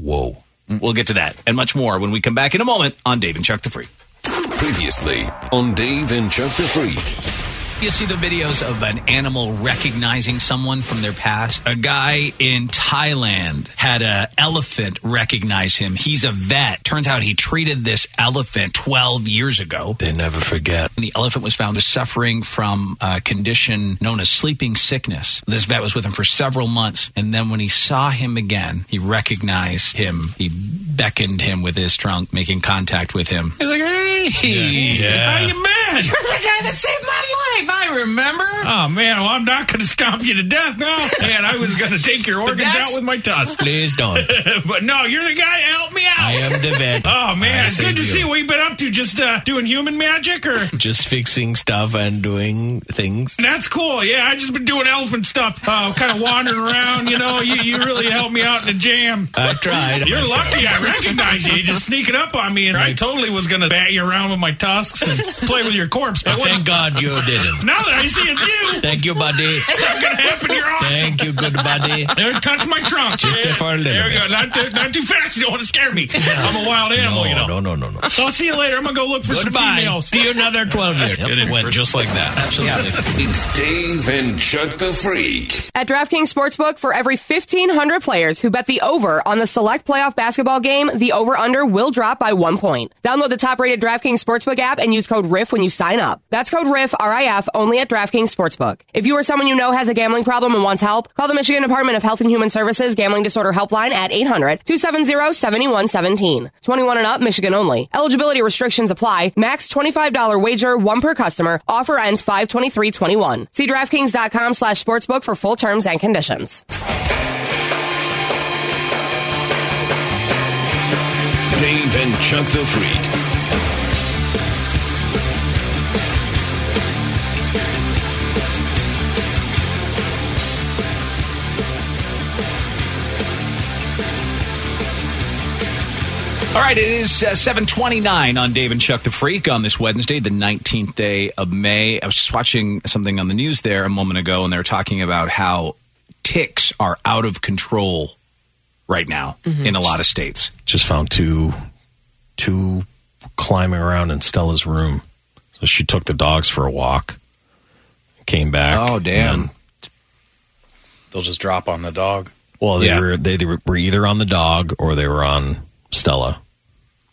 Speaker 3: Mm,
Speaker 5: Whoa.
Speaker 3: We'll get to that and much more when we come back in a moment on Dave and Chuck the Free.
Speaker 2: Previously on Dave and Chuck the Freak.
Speaker 3: You see the videos of an animal recognizing someone from their past. A guy in Thailand had an elephant recognize him. He's a vet. Turns out he treated this elephant 12 years ago.
Speaker 5: They never forget.
Speaker 3: And the elephant was found suffering from a condition known as sleeping sickness. This vet was with him for several months. And then when he saw him again, he recognized him. He beckoned him with his trunk, making contact with him. He's like, hey,
Speaker 7: Yeah.
Speaker 3: how you been? You're the guy that saved my life. I remember.
Speaker 7: Oh man, well I'm not going to stomp you to death now. Man, I was going to take your organs out
Speaker 3: that's-
Speaker 7: with my tusk.
Speaker 5: Please don't.
Speaker 7: but no, you're the guy. Help me out.
Speaker 5: I uh, am the vet.
Speaker 7: Oh
Speaker 5: I
Speaker 7: man, good
Speaker 5: saved
Speaker 7: to
Speaker 5: you.
Speaker 7: see what you've been up to. Just uh, doing human magic, or
Speaker 5: Just fixing stuff and doing things.
Speaker 7: that's cool. Yeah, I just been doing elephant stuff. Oh, kind of wandering around. You know, you, you really helped me out in the jam.
Speaker 5: I tried.
Speaker 7: You're lucky I recognize you. You're just sneaking up on me, and I totally was going to bat you around with my tusks and play with your corpse. But
Speaker 5: Thank God you didn't.
Speaker 7: now that I see it's you,
Speaker 5: Thank you, buddy.
Speaker 7: it's not going to happen. You're awesome.
Speaker 5: Thank you, good buddy.
Speaker 7: There, touch my trunk.
Speaker 5: Just for a little
Speaker 7: There we
Speaker 5: bit.
Speaker 7: go. Not too, not too fast. You don't want to scare me. I'm a wild animal, you know.
Speaker 5: no, no, no, no.
Speaker 7: I'll see you later. I'm going to go look for some
Speaker 5: Goodbye.
Speaker 7: females.
Speaker 5: See you another 12 years. it went just like that. Absolutely.
Speaker 2: It's Dave and Chuck the Freak.
Speaker 1: At DraftKings Sportsbook, for every 1,500 players who bet the over on the select playoff basketball game, the over-under will drop by one point. Download the top-rated DraftKings Sportsbook app and use code RIF when you sign up. That's code RIF, R-I-F, only at DraftKings Sportsbook. If you or someone you know has a gambling problem and wants help, call the Michigan Department of Health and Human Services Gambling Disorder Helpline at 800-270-7117. 21 and up, Michigan only. Eligibility restrictions apply. Max $25 wager, one per customer. Offer ends 523.21. See DraftKings.com slash sportsbook for full terms and conditions.
Speaker 2: Dave and Chuck the Freak.
Speaker 3: All right, it is uh, 729 on Dave and Chuck the Freak on this Wednesday, the 19th day of May. I was just watching something on the news there a moment ago, and they were talking about how ticks are out of control right now in a lot of states.
Speaker 5: Just found two, two climbing around in Stella's room. So she took the dogs for a walk, came back.
Speaker 3: Oh, damn.
Speaker 5: and-
Speaker 30: They'll just drop on the dog.
Speaker 5: well, they
Speaker 3: Yeah.
Speaker 5: were they, they were either on the dog or they were on Stella,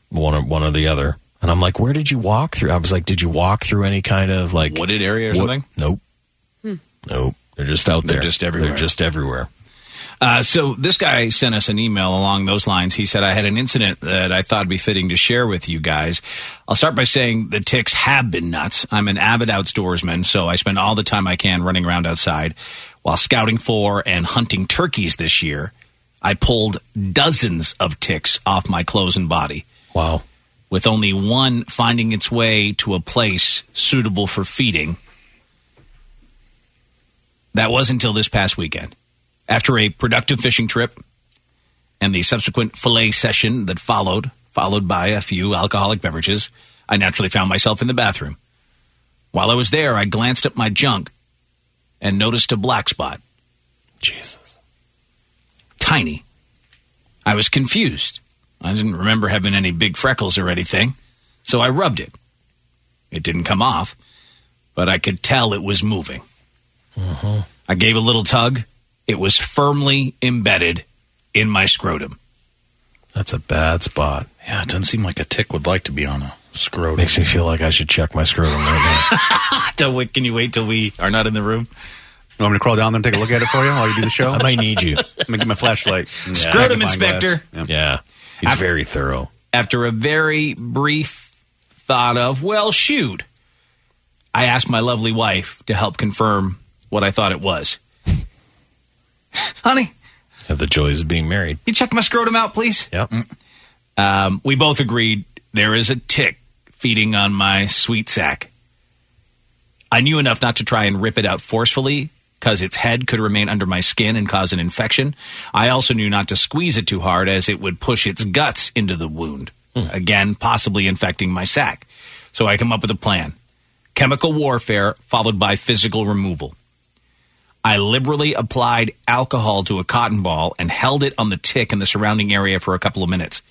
Speaker 5: one or one or the other. And I'm like, where did you walk through? I was like, did you walk through any kind of like
Speaker 3: Wooded area or
Speaker 5: Wo-
Speaker 3: something?
Speaker 5: Nope. Nope. They're just out
Speaker 3: They're
Speaker 5: there.
Speaker 3: just everywhere.
Speaker 5: They're just everywhere.
Speaker 3: Uh, so this guy sent us an email along those lines. He said, I had an incident that I thought would be fitting to share with you guys. I'll start by saying the ticks have been nuts. I'm an avid outdoorsman, so I spend all the time I can running around outside while scouting for and hunting turkeys this year. I pulled dozens of ticks off my clothes and body,
Speaker 5: Wow.
Speaker 3: with only one finding its way to a place suitable for feeding. That was until this past weekend. After a productive fishing trip, and the subsequent fillet session that followed, followed by a few alcoholic beverages, I naturally found myself in the bathroom. While I was there, I glanced at my junk and noticed a black spot.
Speaker 5: Jesus.
Speaker 3: Tiny. I was confused. I didn't remember having any big freckles or anything, so I rubbed it. It didn't come off, but I could tell it was moving.
Speaker 13: Mm-hmm.
Speaker 5: Uh-huh.
Speaker 3: I gave a little tug. It was firmly embedded in my scrotum.
Speaker 5: That's a bad spot.
Speaker 7: Yeah, it doesn't seem like a tick would like to be on a scrotum.
Speaker 5: Makes me feel like I should check my scrotum right
Speaker 3: now. wait, can you wait till we are not in the room?
Speaker 6: You want me to crawl down there and take a look at it for you while you do the show?
Speaker 5: I might need you.
Speaker 6: I'm going to get my flashlight.
Speaker 3: Yeah. Scrotum inspector.
Speaker 5: Glass. Yeah. yeah. He's after, very thorough.
Speaker 3: After a very brief thought of, well, shoot, I asked my lovely wife to help confirm what I thought it was. Honey.
Speaker 5: Have the joys of being married.
Speaker 3: You check my scrotum out, please? Mm.
Speaker 5: Yep.
Speaker 3: Um, we both agreed there is a tick feeding on my sweet sack. I knew enough not to try and rip it out forcefully because its head could remain under my skin and cause an infection. I also knew not to squeeze it too hard as it would push its guts into the wound, mm. again, possibly infecting my sack. So I come up with a plan chemical warfare followed by physical removal. I liberally applied alcohol to a cotton ball and held it on the tick in the surrounding area for a couple of minutes.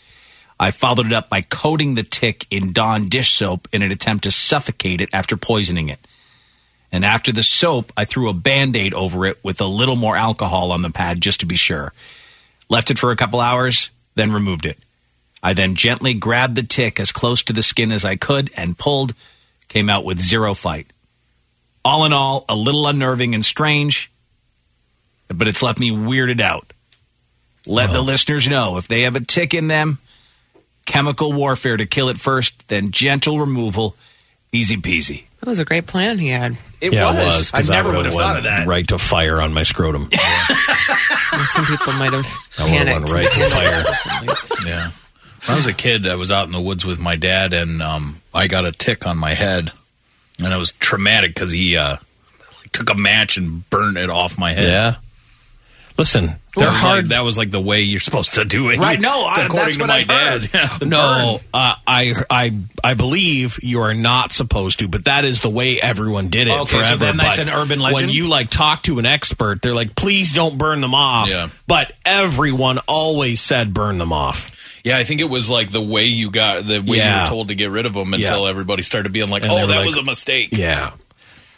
Speaker 3: I followed it up by coating the tick in Dawn dish soap in an attempt to suffocate it after poisoning it. And after the soap, I threw a band aid over it with a little more alcohol on the pad just to be sure. Left it for a couple hours, then removed it. I then gently grabbed the tick as close to the skin as I could and pulled, came out with zero fight all in all, a little unnerving and strange, but it's left me weirded out. Let well, the listeners know if they have a tick in them, chemical warfare to kill it first, then gentle removal, easy peasy.
Speaker 4: That was a great plan he had.
Speaker 3: It yeah, was.
Speaker 5: It was
Speaker 3: I never would have thought of that.
Speaker 5: Right to fire on my scrotum.
Speaker 4: Some people might have. I would have
Speaker 5: right to fire.
Speaker 7: yeah. When I was a kid, I was out in the woods with my dad, and um, I got a tick on my head and it was traumatic because he uh, took a match and burned it off my head.
Speaker 5: Yeah. Listen, that
Speaker 7: they're hard. Like, that was like the way you're supposed to do it,
Speaker 3: right? No, I,
Speaker 7: according to my I've dad. Yeah.
Speaker 5: No, uh, I, I, I believe you are not supposed to, but that is the way everyone did it okay, forever. So
Speaker 3: then
Speaker 5: but
Speaker 3: that's an urban legend.
Speaker 5: When you like talk to an expert, they're like, "Please don't burn them off."
Speaker 7: Yeah.
Speaker 5: But everyone always said burn them off.
Speaker 7: Yeah, I think it was like the way you got the way yeah. you were told to get rid of them until yeah. everybody started being like,
Speaker 5: and
Speaker 7: "Oh, that
Speaker 5: like,
Speaker 7: was a mistake."
Speaker 5: Yeah,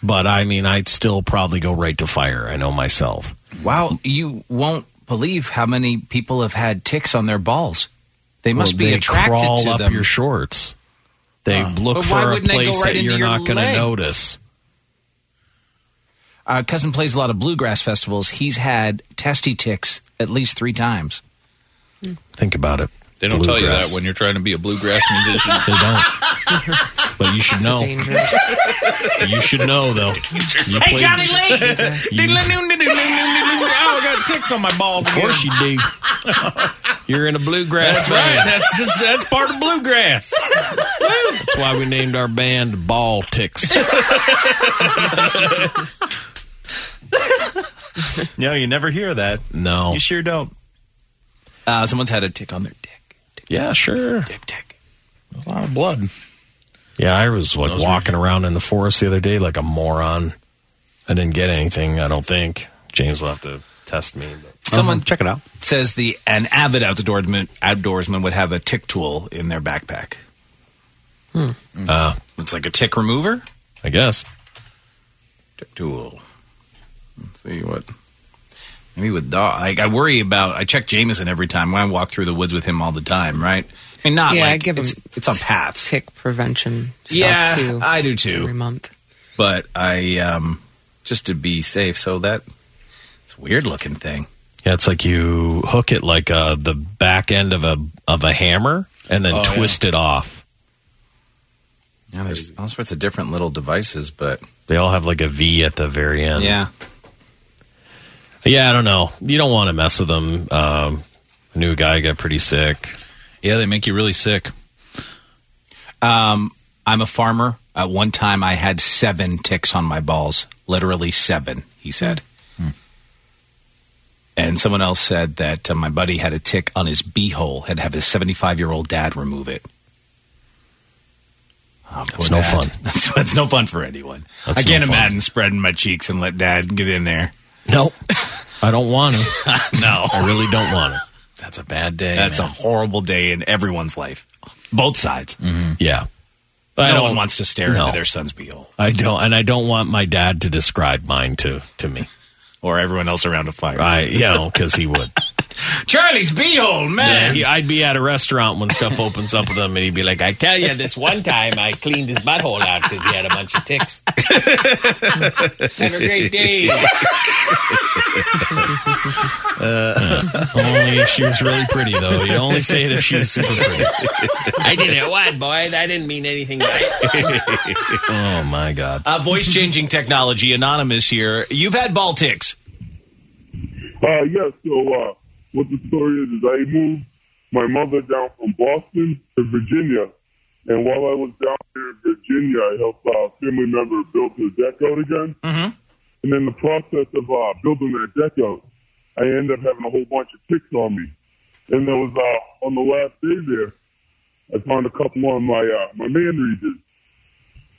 Speaker 5: but I mean, I'd still probably go right to fire. I know myself.
Speaker 3: Wow, you won't believe how many people have had ticks on their balls. They must well, be
Speaker 5: they
Speaker 3: attracted
Speaker 5: crawl
Speaker 3: to
Speaker 5: up
Speaker 3: them.
Speaker 5: your shorts. They uh, look for a place right that you're your not going to notice.
Speaker 3: Our Uh, cousin plays a lot of bluegrass festivals. He's had testy ticks at least three times.
Speaker 5: Mm. Think about it.
Speaker 7: They don't bluegrass. tell you that when you're trying to be a bluegrass musician.
Speaker 5: they don't. But you should know. you should know, though. You
Speaker 3: hey, Johnny Lee!
Speaker 7: oh, I got ticks on my balls.
Speaker 5: Of course you do. You're in a bluegrass
Speaker 7: that's
Speaker 5: band.
Speaker 7: Right. That's just that's part of bluegrass.
Speaker 5: that's why we named our band Ball Ticks.
Speaker 3: no, you never hear that.
Speaker 5: No,
Speaker 3: you sure don't. Uh, someone's had a tick on their dick.
Speaker 5: Yeah, sure.
Speaker 3: Tick tick.
Speaker 7: A lot of blood.
Speaker 5: Yeah, I was like Those walking were... around in the forest the other day like a moron. I didn't get anything. I don't think James will have to test me. But.
Speaker 3: Someone um,
Speaker 6: check it out.
Speaker 3: Says the an avid outdoorsman outdoorsman would have a tick tool in their backpack.
Speaker 5: Hmm. Uh,
Speaker 3: it's like a tick remover,
Speaker 5: I guess.
Speaker 3: Tick tool. Let's see what Maybe with dog. Like, I worry about. I check Jameson every time. I walk through the woods with him all the time, right? I mean, not
Speaker 4: yeah.
Speaker 3: Like,
Speaker 4: I give him
Speaker 3: it's, it's on paths.
Speaker 4: Tick prevention. Stuff
Speaker 3: yeah,
Speaker 4: too,
Speaker 3: I do too.
Speaker 4: Every month,
Speaker 3: but I um, just to be safe. So that it's weird looking thing.
Speaker 5: Yeah, it's like you hook it like uh, the back end of a of a hammer and then oh, twist yeah. it off.
Speaker 3: Yeah, there's all sorts of different little devices, but
Speaker 5: they all have like a V at the very end.
Speaker 3: Yeah.
Speaker 5: Yeah, I don't know. You don't want to mess with them. Um, I knew a guy got pretty sick.
Speaker 7: Yeah, they make you really sick.
Speaker 3: Um, I'm a farmer. At one time, I had
Speaker 5: Hmm.
Speaker 3: seven ticks on my balls. Literally seven, he said. Mm. And someone else said that uh, my buddy had a tick on his beehole, had to have his 75 year old dad remove it. Oh,
Speaker 5: It's no fun.
Speaker 3: That's, that's no fun for anyone.
Speaker 5: That's
Speaker 3: I
Speaker 5: no
Speaker 3: can't
Speaker 5: fun.
Speaker 3: imagine spreading my cheeks and let dad get in there.
Speaker 5: Nope. I don't want to.
Speaker 3: no.
Speaker 5: I really don't want to.
Speaker 3: That's a bad day. That's a horrible day in everyone's life. Both sides.
Speaker 7: Mm-hmm.
Speaker 5: Yeah. I
Speaker 3: no
Speaker 5: don't-
Speaker 3: one wants to stare
Speaker 5: No.
Speaker 3: into their son's beehole
Speaker 5: I don't, and I don't want my dad to describe mine to to me.
Speaker 3: or everyone else around a fire.
Speaker 5: I, you know, because he would.
Speaker 3: Charlie's beehole,
Speaker 5: Yeah,
Speaker 3: man.
Speaker 5: he- I'd be at a restaurant when stuff opens up with him, and he'd be like, "I tell you, this one time I cleaned his butthole out because he had a bunch of ticks." Have a great day. only if she was really pretty, though. You only say it if she was super pretty. I did it one, boy. I didn't mean anything. By it. oh my god.
Speaker 3: Uh, voice changing technology, anonymous here. You've had ball ticks.
Speaker 16: Uh, yeah, so uh, what the story is is I moved my mother down from Boston to Virginia. And while I was down here in Virginia, I helped uh, a family member build his deck out again.
Speaker 3: Mm-hmm.
Speaker 16: And in the process of uh, building that deck out, I ended up having a whole bunch of ticks on me. And there was uh, on the last day there, I found a couple on my uh, my man regions.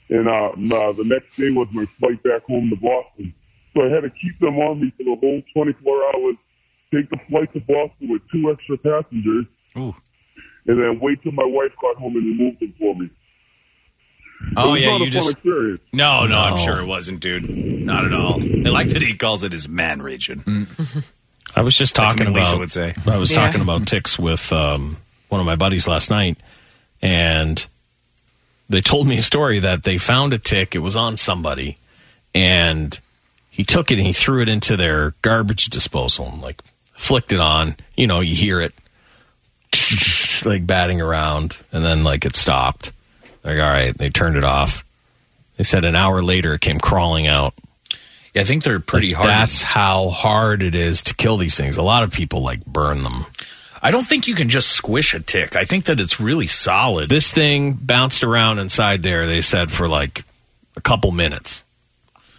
Speaker 16: And uh, my, the next day was my flight back home to Boston. So I had to keep them on me for the whole 24 hours, take the flight to Boston with two extra passengers,
Speaker 3: Ooh.
Speaker 16: and then wait till my wife got home and removed them for me.
Speaker 3: Oh,
Speaker 16: it was
Speaker 3: yeah,
Speaker 16: not
Speaker 3: you
Speaker 16: a
Speaker 3: just-
Speaker 16: fun experience.
Speaker 3: No, no, I'm
Speaker 5: No.
Speaker 3: sure it wasn't, dude. Not at all. I like that he calls it his man region.
Speaker 5: Mm. I was just
Speaker 3: That's
Speaker 5: talking
Speaker 3: something
Speaker 5: about.
Speaker 3: Lisa would say.
Speaker 5: I was
Speaker 4: Yeah.
Speaker 5: talking about ticks with um, one of my buddies last night, and they told me a story that they found a tick. It was on somebody, and he took it and he threw it into their garbage disposal and like flicked it on. You know, you hear it like batting around, and then like it stopped. Like, all right, they turned it off. They said an hour later it came crawling out.
Speaker 7: Yeah, I think they're pretty
Speaker 5: Like,
Speaker 7: hard.
Speaker 5: That's how hard it is to kill these things. A lot of people like burn them.
Speaker 7: I don't think you can just squish a tick. I think that it's really solid.
Speaker 5: This thing bounced around inside there, they said, for like a couple minutes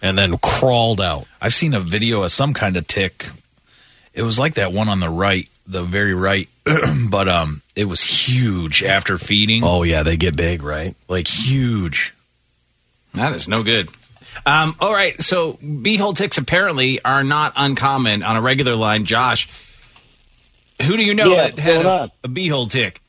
Speaker 5: and then crawled out.
Speaker 7: I've seen a video of some kind of tick. It was like that one on the right, the very right, but um, it was huge after feeding,
Speaker 5: Oh, yeah, they get big, right?
Speaker 7: like huge.
Speaker 3: That is no good. Um, all right, so beehole ticks apparently are not uncommon on a regular line. Josh, who do you know
Speaker 27: Yeah,
Speaker 3: that had
Speaker 27: going
Speaker 3: a,
Speaker 27: on?
Speaker 3: a beehole tick?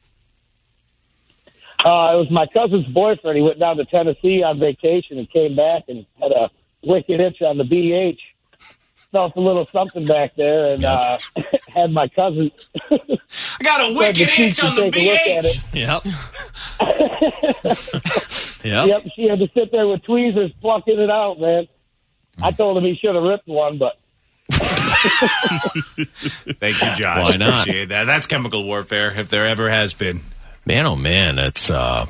Speaker 27: Uh, it was my cousin's boyfriend. He went down to Tennessee on vacation and came back and had a wicked itch on the BH. Felt a little something back there and uh, had my cousin.
Speaker 3: I got a
Speaker 27: tried to
Speaker 3: wicked
Speaker 27: teach
Speaker 3: itch
Speaker 27: to
Speaker 3: on the
Speaker 27: take a look at
Speaker 3: BH.
Speaker 27: it.
Speaker 5: Yep.
Speaker 27: Yep, she had to sit there with tweezers plucking it out, man.
Speaker 3: Hmm.
Speaker 27: I told him he should have ripped one, but
Speaker 3: Thank you, Josh.
Speaker 5: Why not?
Speaker 3: Appreciate that. That's chemical warfare, if there ever has been.
Speaker 5: Man, oh, man, it's, uh,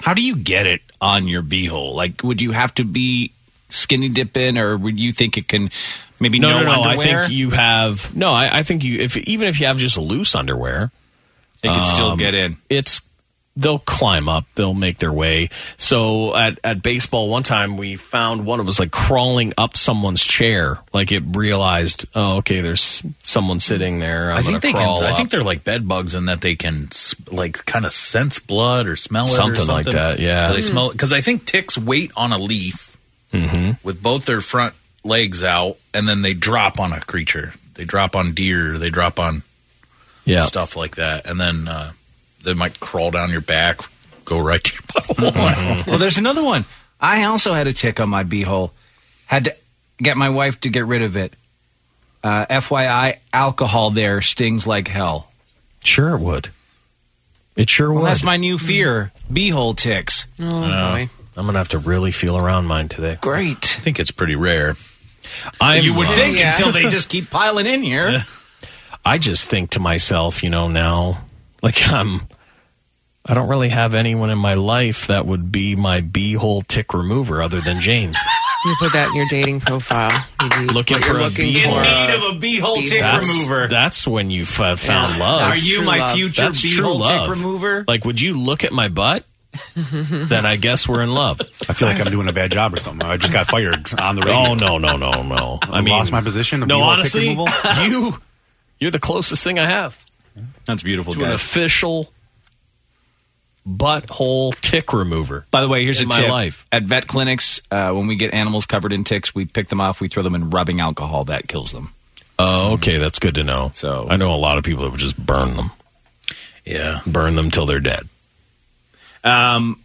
Speaker 3: How do you get it on your beehole? Like, would you have to be skinny dipping, or would you think it can maybe
Speaker 5: no, no, no.
Speaker 3: underwear?
Speaker 5: I think you have, no, I, I think you, if even if you have just loose underwear,
Speaker 3: it can still
Speaker 5: Um,
Speaker 3: get in.
Speaker 5: It's they'll climb up, they'll make their way. So at at baseball one time we found one it was like crawling up someone's chair. Like it realized, oh okay, there's someone sitting there. I'm
Speaker 7: i think
Speaker 5: gonna
Speaker 7: they can.
Speaker 5: crawl
Speaker 7: I
Speaker 5: up.
Speaker 7: think they're like bed bugs in that they can s- like kind of sense blood or smell it or
Speaker 5: Something like that, yeah.
Speaker 7: Or they smell because I think ticks wait on a leaf
Speaker 5: Mm-hmm.
Speaker 7: with both their front legs out, and then they drop on a creature. They drop on deer. They drop on
Speaker 5: yeah.
Speaker 7: stuff like that, and then uh, they might crawl down your back, go right to your butthole.
Speaker 5: Mm-hmm.
Speaker 3: well, there's another one. I also had a tick on my beehole. Had to get my wife to get rid of it. Uh, FYI, alcohol there stings like hell.
Speaker 5: Sure it would. It sure
Speaker 3: Well,
Speaker 5: would.
Speaker 3: that's my new fear: beehole ticks.
Speaker 4: Oh, boy.
Speaker 5: I'm gonna have to really feel around mine today.
Speaker 3: Great.
Speaker 7: I think it's pretty rare.
Speaker 5: i
Speaker 3: You would think
Speaker 4: yeah.
Speaker 3: until they just keep piling in here.
Speaker 5: I just think to myself, you know, now, like I'm, I don't really have anyone in my life that would be my beehole tick remover other than James.
Speaker 4: You put that in your dating profile. You do
Speaker 5: Looking
Speaker 4: what you're
Speaker 5: for a
Speaker 4: looking
Speaker 5: bee
Speaker 4: for.
Speaker 5: hole.
Speaker 3: Need of a beehole tick
Speaker 5: that's,
Speaker 3: remover.
Speaker 5: That's when you f- found
Speaker 4: Yeah.
Speaker 5: love.
Speaker 4: Are
Speaker 3: Are
Speaker 4: That's
Speaker 3: you
Speaker 4: true
Speaker 3: my
Speaker 4: love.
Speaker 3: future
Speaker 5: That's true
Speaker 3: beehole
Speaker 5: love.
Speaker 3: tick remover?
Speaker 5: Like, would you look at my butt? then I guess we're in love.
Speaker 6: I feel like I'm doing a bad job or something. I just got fired on the radio.
Speaker 5: Oh no no no no! I
Speaker 6: I
Speaker 5: mean,
Speaker 6: lost my position. of
Speaker 5: no,
Speaker 6: meal pick
Speaker 5: honestly,
Speaker 6: removal.
Speaker 5: you you're the closest thing I have
Speaker 3: That's beautiful,
Speaker 5: to an
Speaker 3: guys.
Speaker 5: official butthole tick remover.
Speaker 3: By the way, here's
Speaker 5: in
Speaker 3: a
Speaker 5: my
Speaker 3: tip.
Speaker 5: life.
Speaker 3: At vet clinics, uh, when we get animals covered in ticks, we pick them off, we throw them in rubbing alcohol. That kills them.
Speaker 5: Oh, okay, that's good to know.
Speaker 3: So-
Speaker 5: I know a lot of people that would just burn them,
Speaker 31: Yeah.
Speaker 5: burn them till they're dead.
Speaker 3: Um,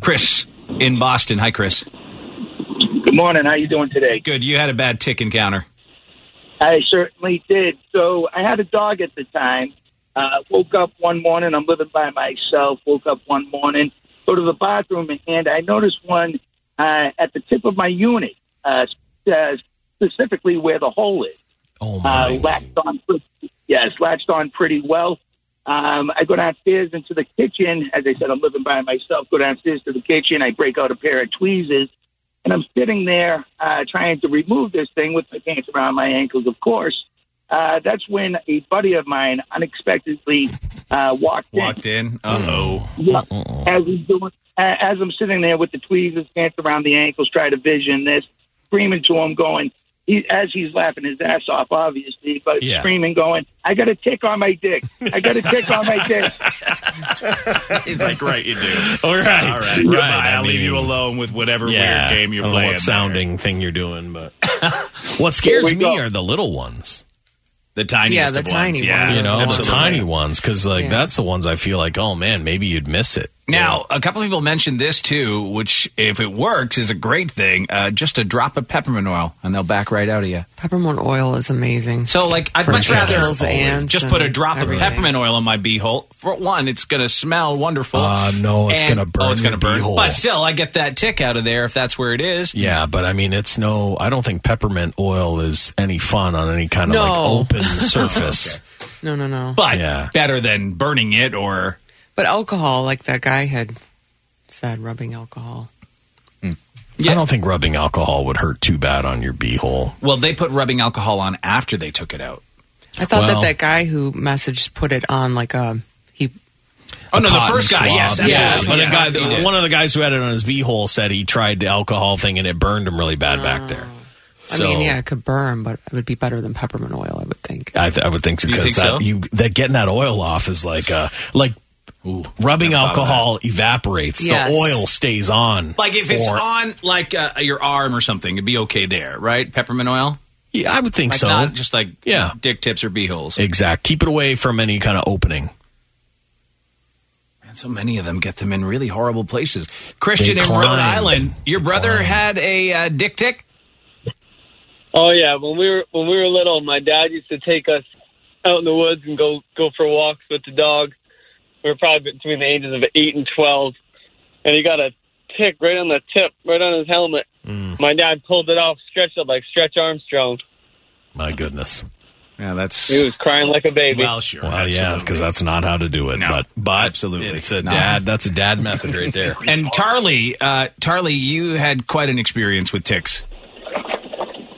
Speaker 3: Chris in Boston. Hi, Chris.
Speaker 17: Good morning. How you doing today?
Speaker 3: Good. You had a bad tick encounter.
Speaker 17: I certainly did. So I had a dog at the time. Uh, woke up one morning. I'm living by myself. Woke up one morning. Go to the bathroom and I noticed one uh, at the tip of my unit, uh, uh, specifically where the hole is.
Speaker 5: Oh
Speaker 17: uh, latched on. pretty- Yes, latched on pretty well. Um, I go downstairs into the kitchen. As I said, I'm living by myself. Go downstairs to the kitchen. I break out a pair of tweezers, and I'm sitting there uh, trying to remove this thing with my pants around my ankles. Of course, uh, that's when a buddy of mine unexpectedly uh, walked in.
Speaker 3: Walked in. Uh oh.
Speaker 17: Yeah. As he's doing, a- as I'm sitting there with the tweezers, pants around the ankles, try to vision this, screaming to him, going, he, as he's laughing his ass off, obviously, but
Speaker 5: Yeah.
Speaker 17: screaming, going, I got a tick on my dick. I got a tick on my dick.
Speaker 3: He's like, right, you do.
Speaker 5: All right,
Speaker 3: All right. Goodbye. I'll leave you alone with whatever weird game you're
Speaker 5: I don't know
Speaker 3: playing.
Speaker 5: What
Speaker 3: there.
Speaker 5: sounding thing you're doing, but what scares
Speaker 17: Here
Speaker 5: me
Speaker 17: we go.
Speaker 5: are the little ones.
Speaker 3: The tiniest
Speaker 4: Yeah, the
Speaker 3: of
Speaker 4: tiny
Speaker 3: ones. Yeah,
Speaker 4: ones.
Speaker 5: You know,
Speaker 3: absolutely.
Speaker 5: the tiny ones, because like
Speaker 4: Yeah.
Speaker 5: that's the ones I feel like, oh man, maybe you'd miss it.
Speaker 3: Now, a couple of people mentioned this too, which, if it works, is a great thing. Uh, just a drop of peppermint oil, and they'll back right out of you.
Speaker 4: Peppermint oil is amazing.
Speaker 3: So, like, I'd
Speaker 4: For
Speaker 3: much rather
Speaker 4: examples, ants
Speaker 3: just put a
Speaker 4: and
Speaker 3: drop
Speaker 4: everything.
Speaker 3: of peppermint oil in my beehole. For one, it's going to smell wonderful.
Speaker 5: Uh, no, it's
Speaker 3: And-
Speaker 5: gonna burn
Speaker 3: Oh, it's going to
Speaker 5: your
Speaker 3: burn.
Speaker 5: beehole.
Speaker 3: But still, I get that tick out of there if that's where it is.
Speaker 5: Yeah, but I mean, it's no. I don't think peppermint oil is any fun on any kind of
Speaker 4: No.
Speaker 5: like open surface.
Speaker 4: no, no, no. But,
Speaker 3: But
Speaker 5: Yeah.
Speaker 3: better than burning it or
Speaker 4: alcohol, like that guy had said, rubbing alcohol.
Speaker 5: I don't think rubbing alcohol would hurt too bad on your beehole.
Speaker 3: well, they put rubbing alcohol on after they took it out.
Speaker 4: I thought
Speaker 5: Well-
Speaker 4: that that guy who messaged put it on like a he.
Speaker 3: Oh no, the
Speaker 5: cotton
Speaker 3: first guy.
Speaker 5: swab.
Speaker 3: Yes,
Speaker 5: Yeah,
Speaker 4: that's
Speaker 5: But
Speaker 4: what
Speaker 5: the
Speaker 4: I
Speaker 5: guy,
Speaker 4: thought
Speaker 5: the- one of the guys who had it on his beehole said he tried the alcohol thing and it burned him really bad back there.
Speaker 4: I
Speaker 5: So-
Speaker 4: mean, yeah, it could burn, but it would be better than peppermint oil, I would think.
Speaker 5: I, th- I would think so
Speaker 3: You
Speaker 5: because
Speaker 3: think
Speaker 5: that
Speaker 3: so?
Speaker 5: you that getting that oil off is like uh like rubbing
Speaker 3: never thought of
Speaker 5: alcohol evaporates.
Speaker 4: Yes.
Speaker 5: The oil stays on.
Speaker 3: Like if it's
Speaker 5: for-
Speaker 3: on like uh, your arm or something, it'd be okay there, right? Peppermint oil,
Speaker 5: yeah, I would think
Speaker 3: like
Speaker 5: so.
Speaker 3: not just like
Speaker 5: Yeah.
Speaker 3: dick tips or beeholes.
Speaker 5: exact. Keep it away from any kind of opening.
Speaker 3: Man, so many of them get them in really horrible places. Christian in Rhode
Speaker 5: climb.
Speaker 3: Island, your
Speaker 5: They
Speaker 3: brother
Speaker 5: climb.
Speaker 3: had a uh, dick tick.
Speaker 8: Oh yeah, when we were when we were little, my dad used to take us out in the woods and go go for walks with the dog. We were probably between the ages of eight and twelve, and he got a tick right on the tip, right on his helmet. My dad pulled it off, stretched it like Stretch Armstrong.
Speaker 5: My goodness.
Speaker 3: Yeah, that's
Speaker 8: He was crying like a baby.
Speaker 3: well, sure.
Speaker 5: Well, yeah,
Speaker 3: absolutely.
Speaker 5: because that's not how to do it.
Speaker 3: No.
Speaker 5: But but
Speaker 3: Absolutely.
Speaker 5: it's a
Speaker 3: No.
Speaker 5: dad. That's a dad method right there.
Speaker 3: And Tarly, uh, Tarly, you had quite an experience with ticks.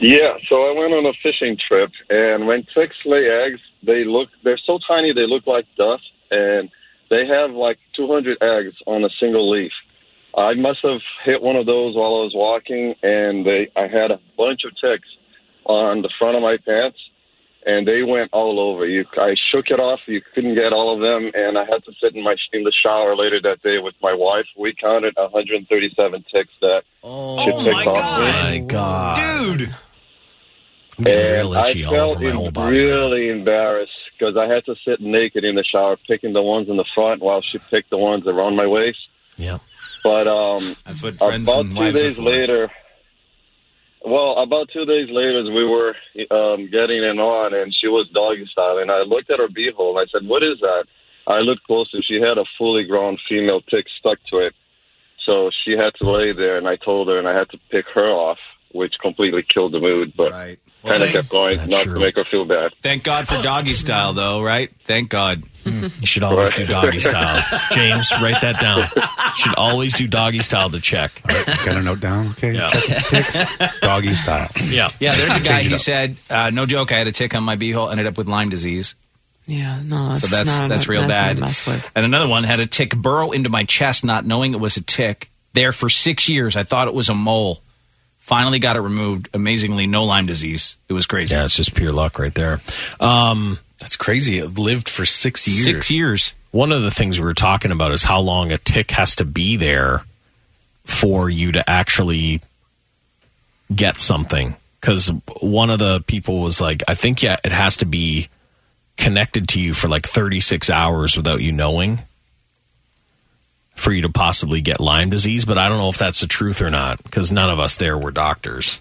Speaker 32: Yeah, so I went on a fishing trip, and when ticks lay eggs, they look they're so tiny they look like dust, and they have like 200 eggs on a single leaf. I must have hit one of those while I was walking, and they I had a bunch of ticks on the front of my pants, and they went all over. You, I shook it off. You couldn't get all of them, and I had to sit in my in the shower later that day with my wife. We counted 137 ticks that
Speaker 5: Oh,
Speaker 32: she picked
Speaker 3: my
Speaker 32: off
Speaker 3: God.
Speaker 32: me.
Speaker 5: my god,
Speaker 3: Dude,
Speaker 5: I'm getting
Speaker 32: And
Speaker 5: real itchy
Speaker 32: I
Speaker 5: all
Speaker 32: felt
Speaker 5: over my
Speaker 32: em-
Speaker 5: whole body.
Speaker 32: really embarrassed because I had to sit naked in the shower, picking the ones in the front while she picked the ones around my waist.
Speaker 5: Yeah.
Speaker 32: But um,
Speaker 3: that's what friends
Speaker 32: about
Speaker 3: and
Speaker 32: two
Speaker 3: wives are
Speaker 32: days
Speaker 3: for.
Speaker 32: later, well, about two days later, as we were um, getting it on, and she was doggy style, and I looked at her beehole, and I said, "What is that?" I looked closer. She had a fully grown female tick stuck to it, so she had to lay there, and I told her, and I had to pick her off, which completely killed the mood. But
Speaker 3: Right.
Speaker 32: kind of kept going,
Speaker 5: That's
Speaker 32: not
Speaker 5: true.
Speaker 32: to make her feel bad.
Speaker 3: Thank God for doggy style, though, right? Thank God.
Speaker 5: Mm, You should always do doggy style. James, write that down. You should always do doggy style to check.
Speaker 6: Got a note down. Okay.
Speaker 5: Yeah.
Speaker 6: Check the ticks. Doggy style.
Speaker 5: Yeah.
Speaker 3: Yeah, there's a guy.
Speaker 6: Change it
Speaker 3: He
Speaker 6: up.
Speaker 3: said, uh, "No joke, I had a tick on my beehole, ended up with Lyme disease."
Speaker 4: Yeah, no, that's
Speaker 3: so that's
Speaker 4: Oh, not-
Speaker 3: that's real
Speaker 4: not to
Speaker 3: bad.
Speaker 4: mess with.
Speaker 3: And another one had a tick burrow into my chest, not knowing it was a tick. There for six years, I thought it was a mole. Finally got it removed. Amazingly, no Lyme disease. It was crazy.
Speaker 5: Yeah, it's just pure luck right there. Um,
Speaker 33: That's crazy. It lived for six years.
Speaker 3: Six years.
Speaker 5: One of the things we were talking about is how long a tick has to be there for you to actually get something. Because one of the people was like, I think, yeah, it has to be connected to you for like 36 hours without you knowing for you to possibly get Lyme disease. But I don't know if that's the truth or not because none of us there were doctors.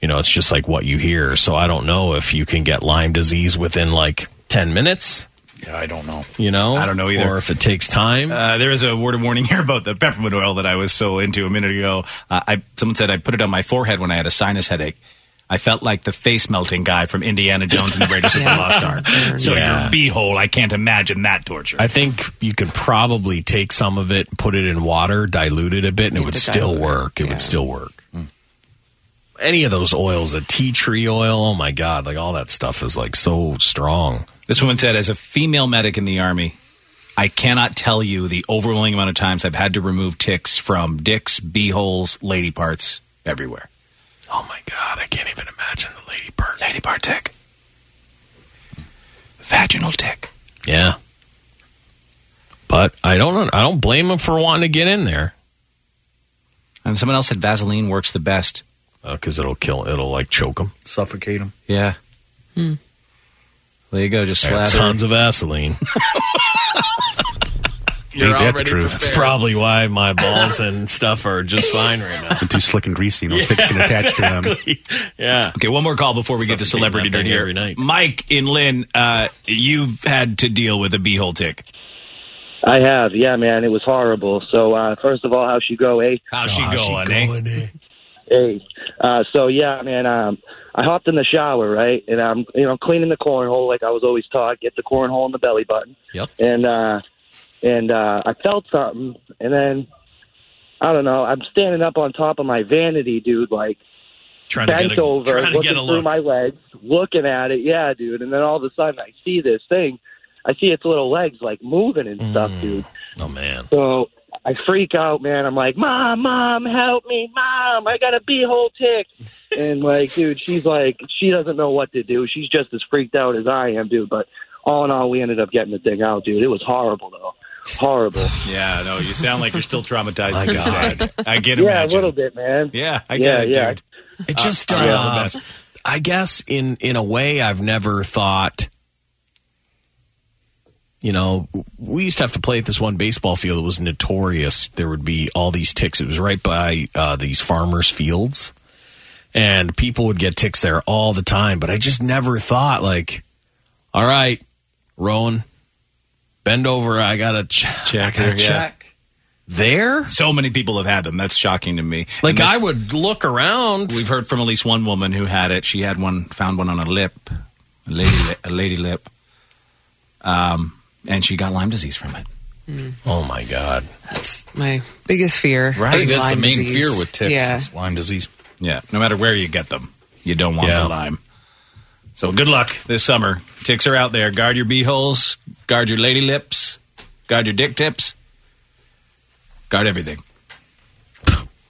Speaker 5: You know, it's just like what you hear. So I don't know if you can get Lyme disease within like 10 minutes.
Speaker 33: Yeah, I don't know.
Speaker 5: You know,
Speaker 7: I don't know either.
Speaker 5: Or if it takes time.
Speaker 7: Uh, there is a word of warning here about the peppermint oil that I was so into a minute ago. Uh, I someone said I put it on my forehead when I had a sinus headache. I felt like the face melting guy from Indiana Jones and the Raiders of the
Speaker 4: Yeah.
Speaker 7: Lost Ark. So your
Speaker 5: Yeah.
Speaker 7: beehole, I can't imagine that torture.
Speaker 5: I think you could probably take some of it, put it in water, dilute it a bit, and it would
Speaker 4: to
Speaker 5: still
Speaker 4: dilute it,
Speaker 5: work. It
Speaker 4: yeah.
Speaker 5: would still work.
Speaker 33: Hmm.
Speaker 5: Any of those oils, the tea tree oil, oh my God, like all that stuff is like so strong.
Speaker 3: This woman said, as a female medic in the Army, I cannot tell you the overwhelming amount of times I've had to remove ticks from dicks, beeholes, lady parts, everywhere.
Speaker 5: Oh my God, I can't even imagine the lady bird.
Speaker 3: Lady part tick. Vaginal tick.
Speaker 5: Yeah. But I don't I don't blame him for wanting to get in there
Speaker 3: And someone else said Vaseline works the best.
Speaker 5: because Uh, it'll kill, it'll like choke him.
Speaker 33: Suffocate them.
Speaker 3: Yeah. There you go. Just slather.
Speaker 5: Tons of Vaseline.
Speaker 6: Ain't that the truth?
Speaker 5: That's probably why my balls and stuff are just fine right now.
Speaker 6: Been too slick and greasy. No ticks can attach to them.
Speaker 5: Yeah.
Speaker 3: Okay, one more call before we get to
Speaker 5: Suffocate
Speaker 3: celebrity
Speaker 5: that
Speaker 3: dirt
Speaker 5: thing
Speaker 3: here.
Speaker 5: every night.
Speaker 3: Mike in Lynn, uh, you've had to deal with a beehole tick.
Speaker 27: I have, yeah, man. It was horrible. So, uh, first of all, how's she go, eh?
Speaker 3: How's she
Speaker 5: How's she
Speaker 3: going, eh?
Speaker 5: going, eh?
Speaker 27: Hey. Uh, so, yeah, man, um, I hopped in the shower, right? And I'm, you know, cleaning the cornhole like I was always taught. Get the cornhole in the belly button.
Speaker 5: Yep.
Speaker 27: And, uh, and, uh, I felt something. And then, I don't know, I'm standing up on top of my vanity, dude, like,
Speaker 5: Trying to
Speaker 27: bent
Speaker 5: get a,
Speaker 27: over,
Speaker 5: trying to
Speaker 27: looking
Speaker 5: get a
Speaker 27: through
Speaker 5: look.
Speaker 27: my legs, looking at it. Yeah, dude. And then all of a sudden, I see this thing. I see its little legs like moving and stuff, dude.
Speaker 5: Oh man.
Speaker 27: So I freak out, man. I'm like, Mom, Mom, help me, Mom! I got a beehole tick. and like, dude, she's like, she doesn't know what to do. She's just as freaked out as I am, dude. But all in all, we ended up getting the thing out, dude. It was horrible, though. Horrible.
Speaker 7: Yeah, no, you sound like you're still traumatized.
Speaker 5: My
Speaker 7: to this
Speaker 5: God.
Speaker 7: day. I get
Speaker 27: yeah,
Speaker 7: imagine.
Speaker 27: a little bit, man.
Speaker 7: Yeah, I
Speaker 27: Yeah,
Speaker 7: get it,
Speaker 27: yeah.
Speaker 7: dude.
Speaker 5: It just
Speaker 7: I
Speaker 5: uh,
Speaker 7: know the best.
Speaker 5: I guess in in a way I've never thought you know, we used to have to play at this one baseball field. It was notorious. There would be all these ticks. It was right by uh, these farmers' fields, and people would get ticks there all the time. But I just never thought, like, all right, Rowan, bend over. I gotta ch- check. I gotta check there.
Speaker 3: So many people have had them. That's shocking to me.
Speaker 5: Like
Speaker 3: And this-
Speaker 5: I would look around.
Speaker 3: We've heard from at least one woman who had it. She had one, found one on a lip, a lady, li- a lady lip, um, and she got Lyme disease from it.
Speaker 5: Oh my god.
Speaker 4: That's Mm. my biggest fear.
Speaker 33: I think
Speaker 4: is
Speaker 33: that's the
Speaker 4: Lyme
Speaker 33: main
Speaker 4: disease.
Speaker 33: fear with ticks
Speaker 4: Yeah.
Speaker 33: is Lyme disease.
Speaker 3: Yeah, no matter where you get them, you don't want
Speaker 5: Yeah.
Speaker 3: the Lyme. So good luck this summer. Ticks are out there. Guard your beeholes. Guard your lady lips. Guard your dick tips. Guard everything.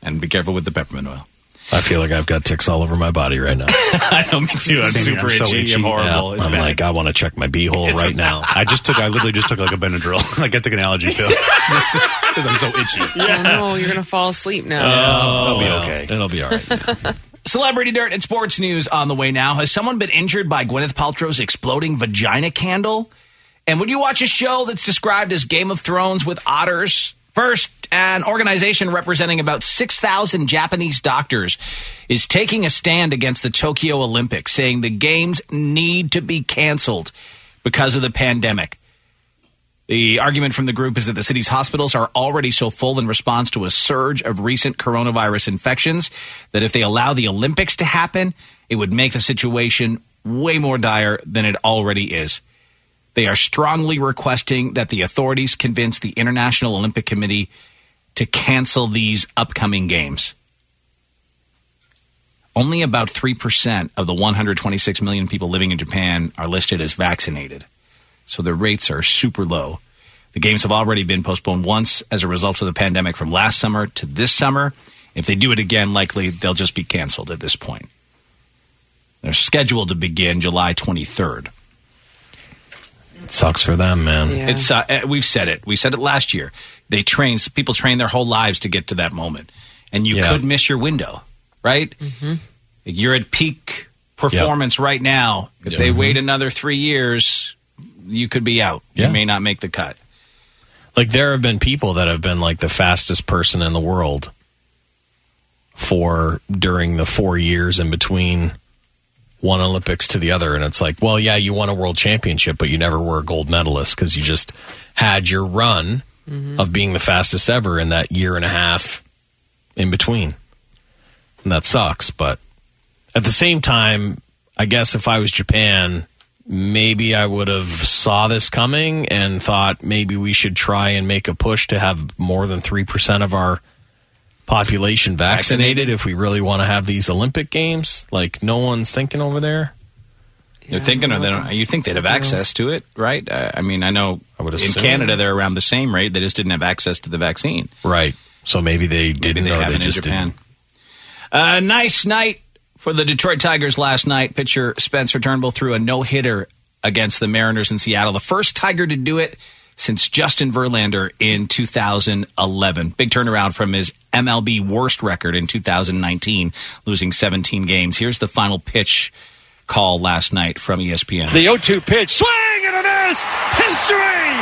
Speaker 3: And be careful with the peppermint oil.
Speaker 5: I feel like I've got ticks all over my body right now.
Speaker 3: I know, me too. I'm
Speaker 6: Same here.
Speaker 3: super
Speaker 6: I'm so
Speaker 3: itchy.
Speaker 6: itchy.
Speaker 3: I'm horrible.
Speaker 5: Yeah,
Speaker 3: It's
Speaker 5: I'm
Speaker 3: bad.
Speaker 5: like, I want to check my beehole right now.
Speaker 6: I just took. I literally just took like a Benadryl. like I took an allergy pill because I'm so itchy.
Speaker 4: Oh no, you're gonna fall asleep now.
Speaker 3: Oh,
Speaker 5: I'll
Speaker 6: be okay.
Speaker 5: It'll Oh, be all right.
Speaker 3: Celebrity dirt and sports news on the way now. Has someone been injured by Gwyneth Paltrow's exploding vagina candle? And would you watch a show that's described as Game of Thrones with otters? First, an organization representing about 6,000 Japanese doctors is taking a stand against the Tokyo Olympics, saying the games need to be canceled because of the pandemic. The argument from the group is that the city's hospitals are already so full in response to a surge of recent coronavirus infections that if they allow the Olympics to happen, it would make the situation way more dire than it already is. They are strongly requesting that the authorities convince the International Olympic Committee to cancel these upcoming games. Only about 3% of the 126 million people living in Japan are listed as vaccinated. so their rates are super low. The games have already been postponed once as a result of the pandemic from last summer to this summer. If they do it again, likely they'll just be canceled at this point. They're scheduled to begin July 23rd.
Speaker 5: It sucks for them, man.
Speaker 3: It's uh, eh, we've said it. We said it last year. They train people train their whole lives to get to that moment, and you
Speaker 5: Yeah.
Speaker 3: could miss your window, right?
Speaker 4: Mm-hmm.
Speaker 3: You're at peak performance right now. If
Speaker 5: Yeah.
Speaker 3: they
Speaker 5: Mhm.
Speaker 3: wait another three years, you could be out.
Speaker 5: Yeah.
Speaker 3: You may not make the cut.
Speaker 5: Like there have been people that have been like the fastest person in the world for during the four years in between one Olympics to the other, and it's like, well, yeah, you won a world championship, but you never were a gold medalist because you just had your run
Speaker 6: Mm-hmm.
Speaker 5: of being the fastest ever in that year and a half in between, and that sucks. But at the same time, I guess if I was Japan, maybe I would have saw this coming and thought maybe we should try and make a push to have more than 3% of our population vaccinated if we really want to have these Olympic games. Like no one's thinking over there.
Speaker 3: They're thinking, or they don't, you think they'd have access to it, right? Uh, I, I mean, I know in
Speaker 5: assume.
Speaker 3: Canada they're around the same rate. They just didn't have access to the vaccine.
Speaker 5: Right. So maybe they didn't
Speaker 3: they
Speaker 5: or they
Speaker 3: haven't in
Speaker 5: just
Speaker 3: Japan.
Speaker 5: didn't.
Speaker 3: Uh, nice night for the Detroit Tigers last night. Pitcher Spencer Turnbull threw a no hitter against the Mariners in Seattle. The first Tiger to do it since Justin Verlander in 2011. Big turnaround from his MLB worst record in 2019, losing 17 games. Here's the final pitch call last night from E ESPN.
Speaker 8: The 0 2 pitch, swing and a miss! History!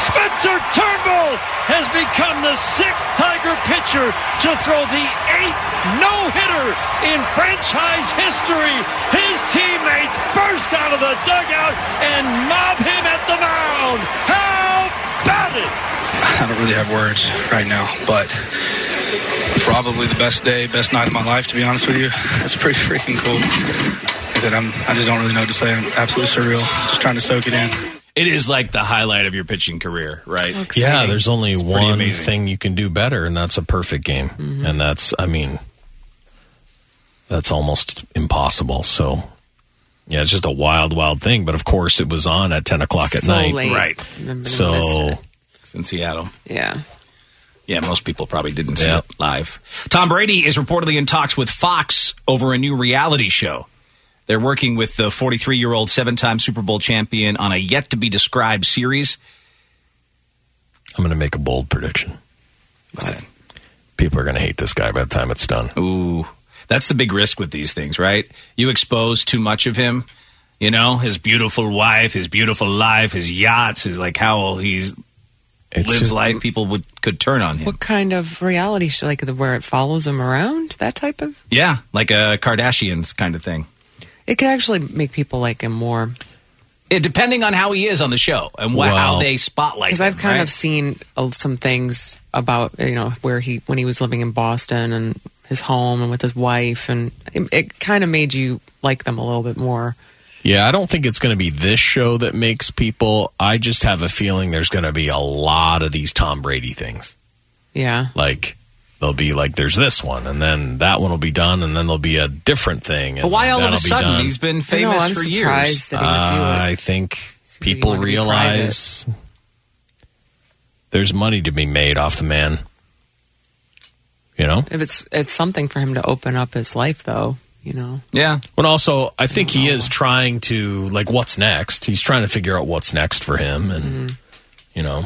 Speaker 8: Spencer Turnbull has become the sixth Tiger pitcher to throw the eighth no hitter in franchise history. His teammates burst out of the dugout and mob him at the mound. How about it?
Speaker 28: I don't really have words right now, but probably the best day, best night of my life, to be honest with you. It's pretty freaking cool. Is that I'm, I just don't really know what to say. I'm absolutely surreal. Just trying to soak it in.
Speaker 3: It is like the highlight of your pitching career, right?
Speaker 5: Yeah, there's only
Speaker 3: It's pretty
Speaker 5: one
Speaker 3: amazing.
Speaker 5: thing you can do better, and that's a perfect game.
Speaker 3: Mm-hmm.
Speaker 5: And that's, I mean, that's almost impossible. So, yeah, it's just a wild, wild thing. But of course, it was on at 10 o'clock at
Speaker 3: So
Speaker 5: night.
Speaker 3: late. Right. Remember to
Speaker 5: So,
Speaker 3: listen. It's in Seattle.
Speaker 4: Yeah.
Speaker 3: Yeah, most people probably didn't see it live. Tom Brady is reportedly in talks with Fox over a new reality show. They're working with the 43 year old seven time Super Bowl champion on a yet to be described series.
Speaker 5: I'm going to make a bold prediction. People are going to hate this guy by the time it's done.
Speaker 3: Ooh, that's the big risk with these things, right? You expose too much of him. You know, his beautiful wife, his beautiful life, his yachts, his like how he's lives
Speaker 4: just-
Speaker 3: life. People would could turn on him.
Speaker 4: What kind of reality show? Like the where it follows them around? That type of?
Speaker 3: Yeah, like a Kardashians kind of thing.
Speaker 4: It could actually make people like him more.
Speaker 3: It, depending on how he is on the show and wha- how they spotlight.
Speaker 4: Because I've
Speaker 3: him,
Speaker 4: kind
Speaker 3: right?
Speaker 4: of seen uh, some things about you know where he when he was living in Boston and his home and with his wife, and it, it kind of made you like them a little bit more.
Speaker 5: Yeah, I don't think it's going to be this show that makes people. I just have a feeling there's going to be a lot of these Tom Brady things.
Speaker 4: Yeah.
Speaker 5: Like they'll be like, there's this one, and then that one will be done, and then there'll be a different thing. and
Speaker 3: But why all of
Speaker 5: that'll
Speaker 3: a
Speaker 5: be
Speaker 3: sudden?
Speaker 5: done.
Speaker 3: He's been famous
Speaker 4: I'm
Speaker 3: for years.
Speaker 4: surprised that he would do
Speaker 5: Uh, I think people
Speaker 4: wanted to be
Speaker 5: realize there's money to be made off the man. You know,
Speaker 4: If it's it's something for him to open up his life, though, you know.
Speaker 3: Yeah.
Speaker 5: But also, I think he is trying to like what's next. He's trying to figure out what's next for him, and
Speaker 4: Mm-hmm.
Speaker 5: you know,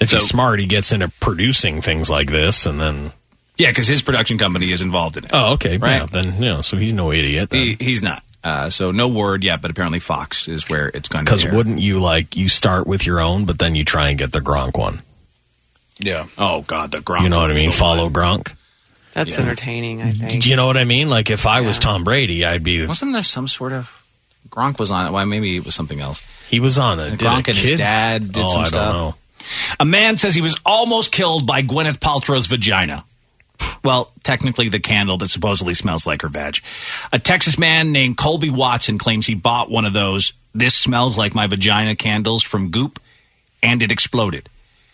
Speaker 5: if he's smart, he gets into producing things like this, and then
Speaker 3: yeah, because his production company is involved in it.
Speaker 5: oh, okay,
Speaker 3: Right.
Speaker 5: yeah, then yeah, so he's no idiot.
Speaker 3: He, he's not. Uh, so no word yet, but apparently Fox is where it's going to.
Speaker 5: Because
Speaker 3: air.
Speaker 5: wouldn't you like you start with your own, but then you try and get the Gronk one?
Speaker 3: Yeah. Oh God, the Gronk.
Speaker 5: you know what I
Speaker 3: one's
Speaker 5: mean?
Speaker 3: the
Speaker 5: Follow Gronk.
Speaker 4: That's
Speaker 5: Yeah.
Speaker 4: entertaining, I think.
Speaker 5: Do you know what I mean? Like if I was Tom Brady, I'd be.
Speaker 3: Wasn't there some sort of Gronk was on it? Why maybe it was something else.
Speaker 5: He was on it. Did
Speaker 3: Gronk
Speaker 5: it
Speaker 3: and his
Speaker 5: kids?
Speaker 3: dad did
Speaker 5: Oh,
Speaker 3: some
Speaker 5: I don't
Speaker 3: stuff.
Speaker 5: know.
Speaker 3: A man says he was almost killed by Gwyneth Paltrow's vagina. Well, technically, the candle that supposedly smells like her vag. A Texas man named Colby Watson claims he bought one of those "This smells like my vagina" candles from Goop, and it exploded.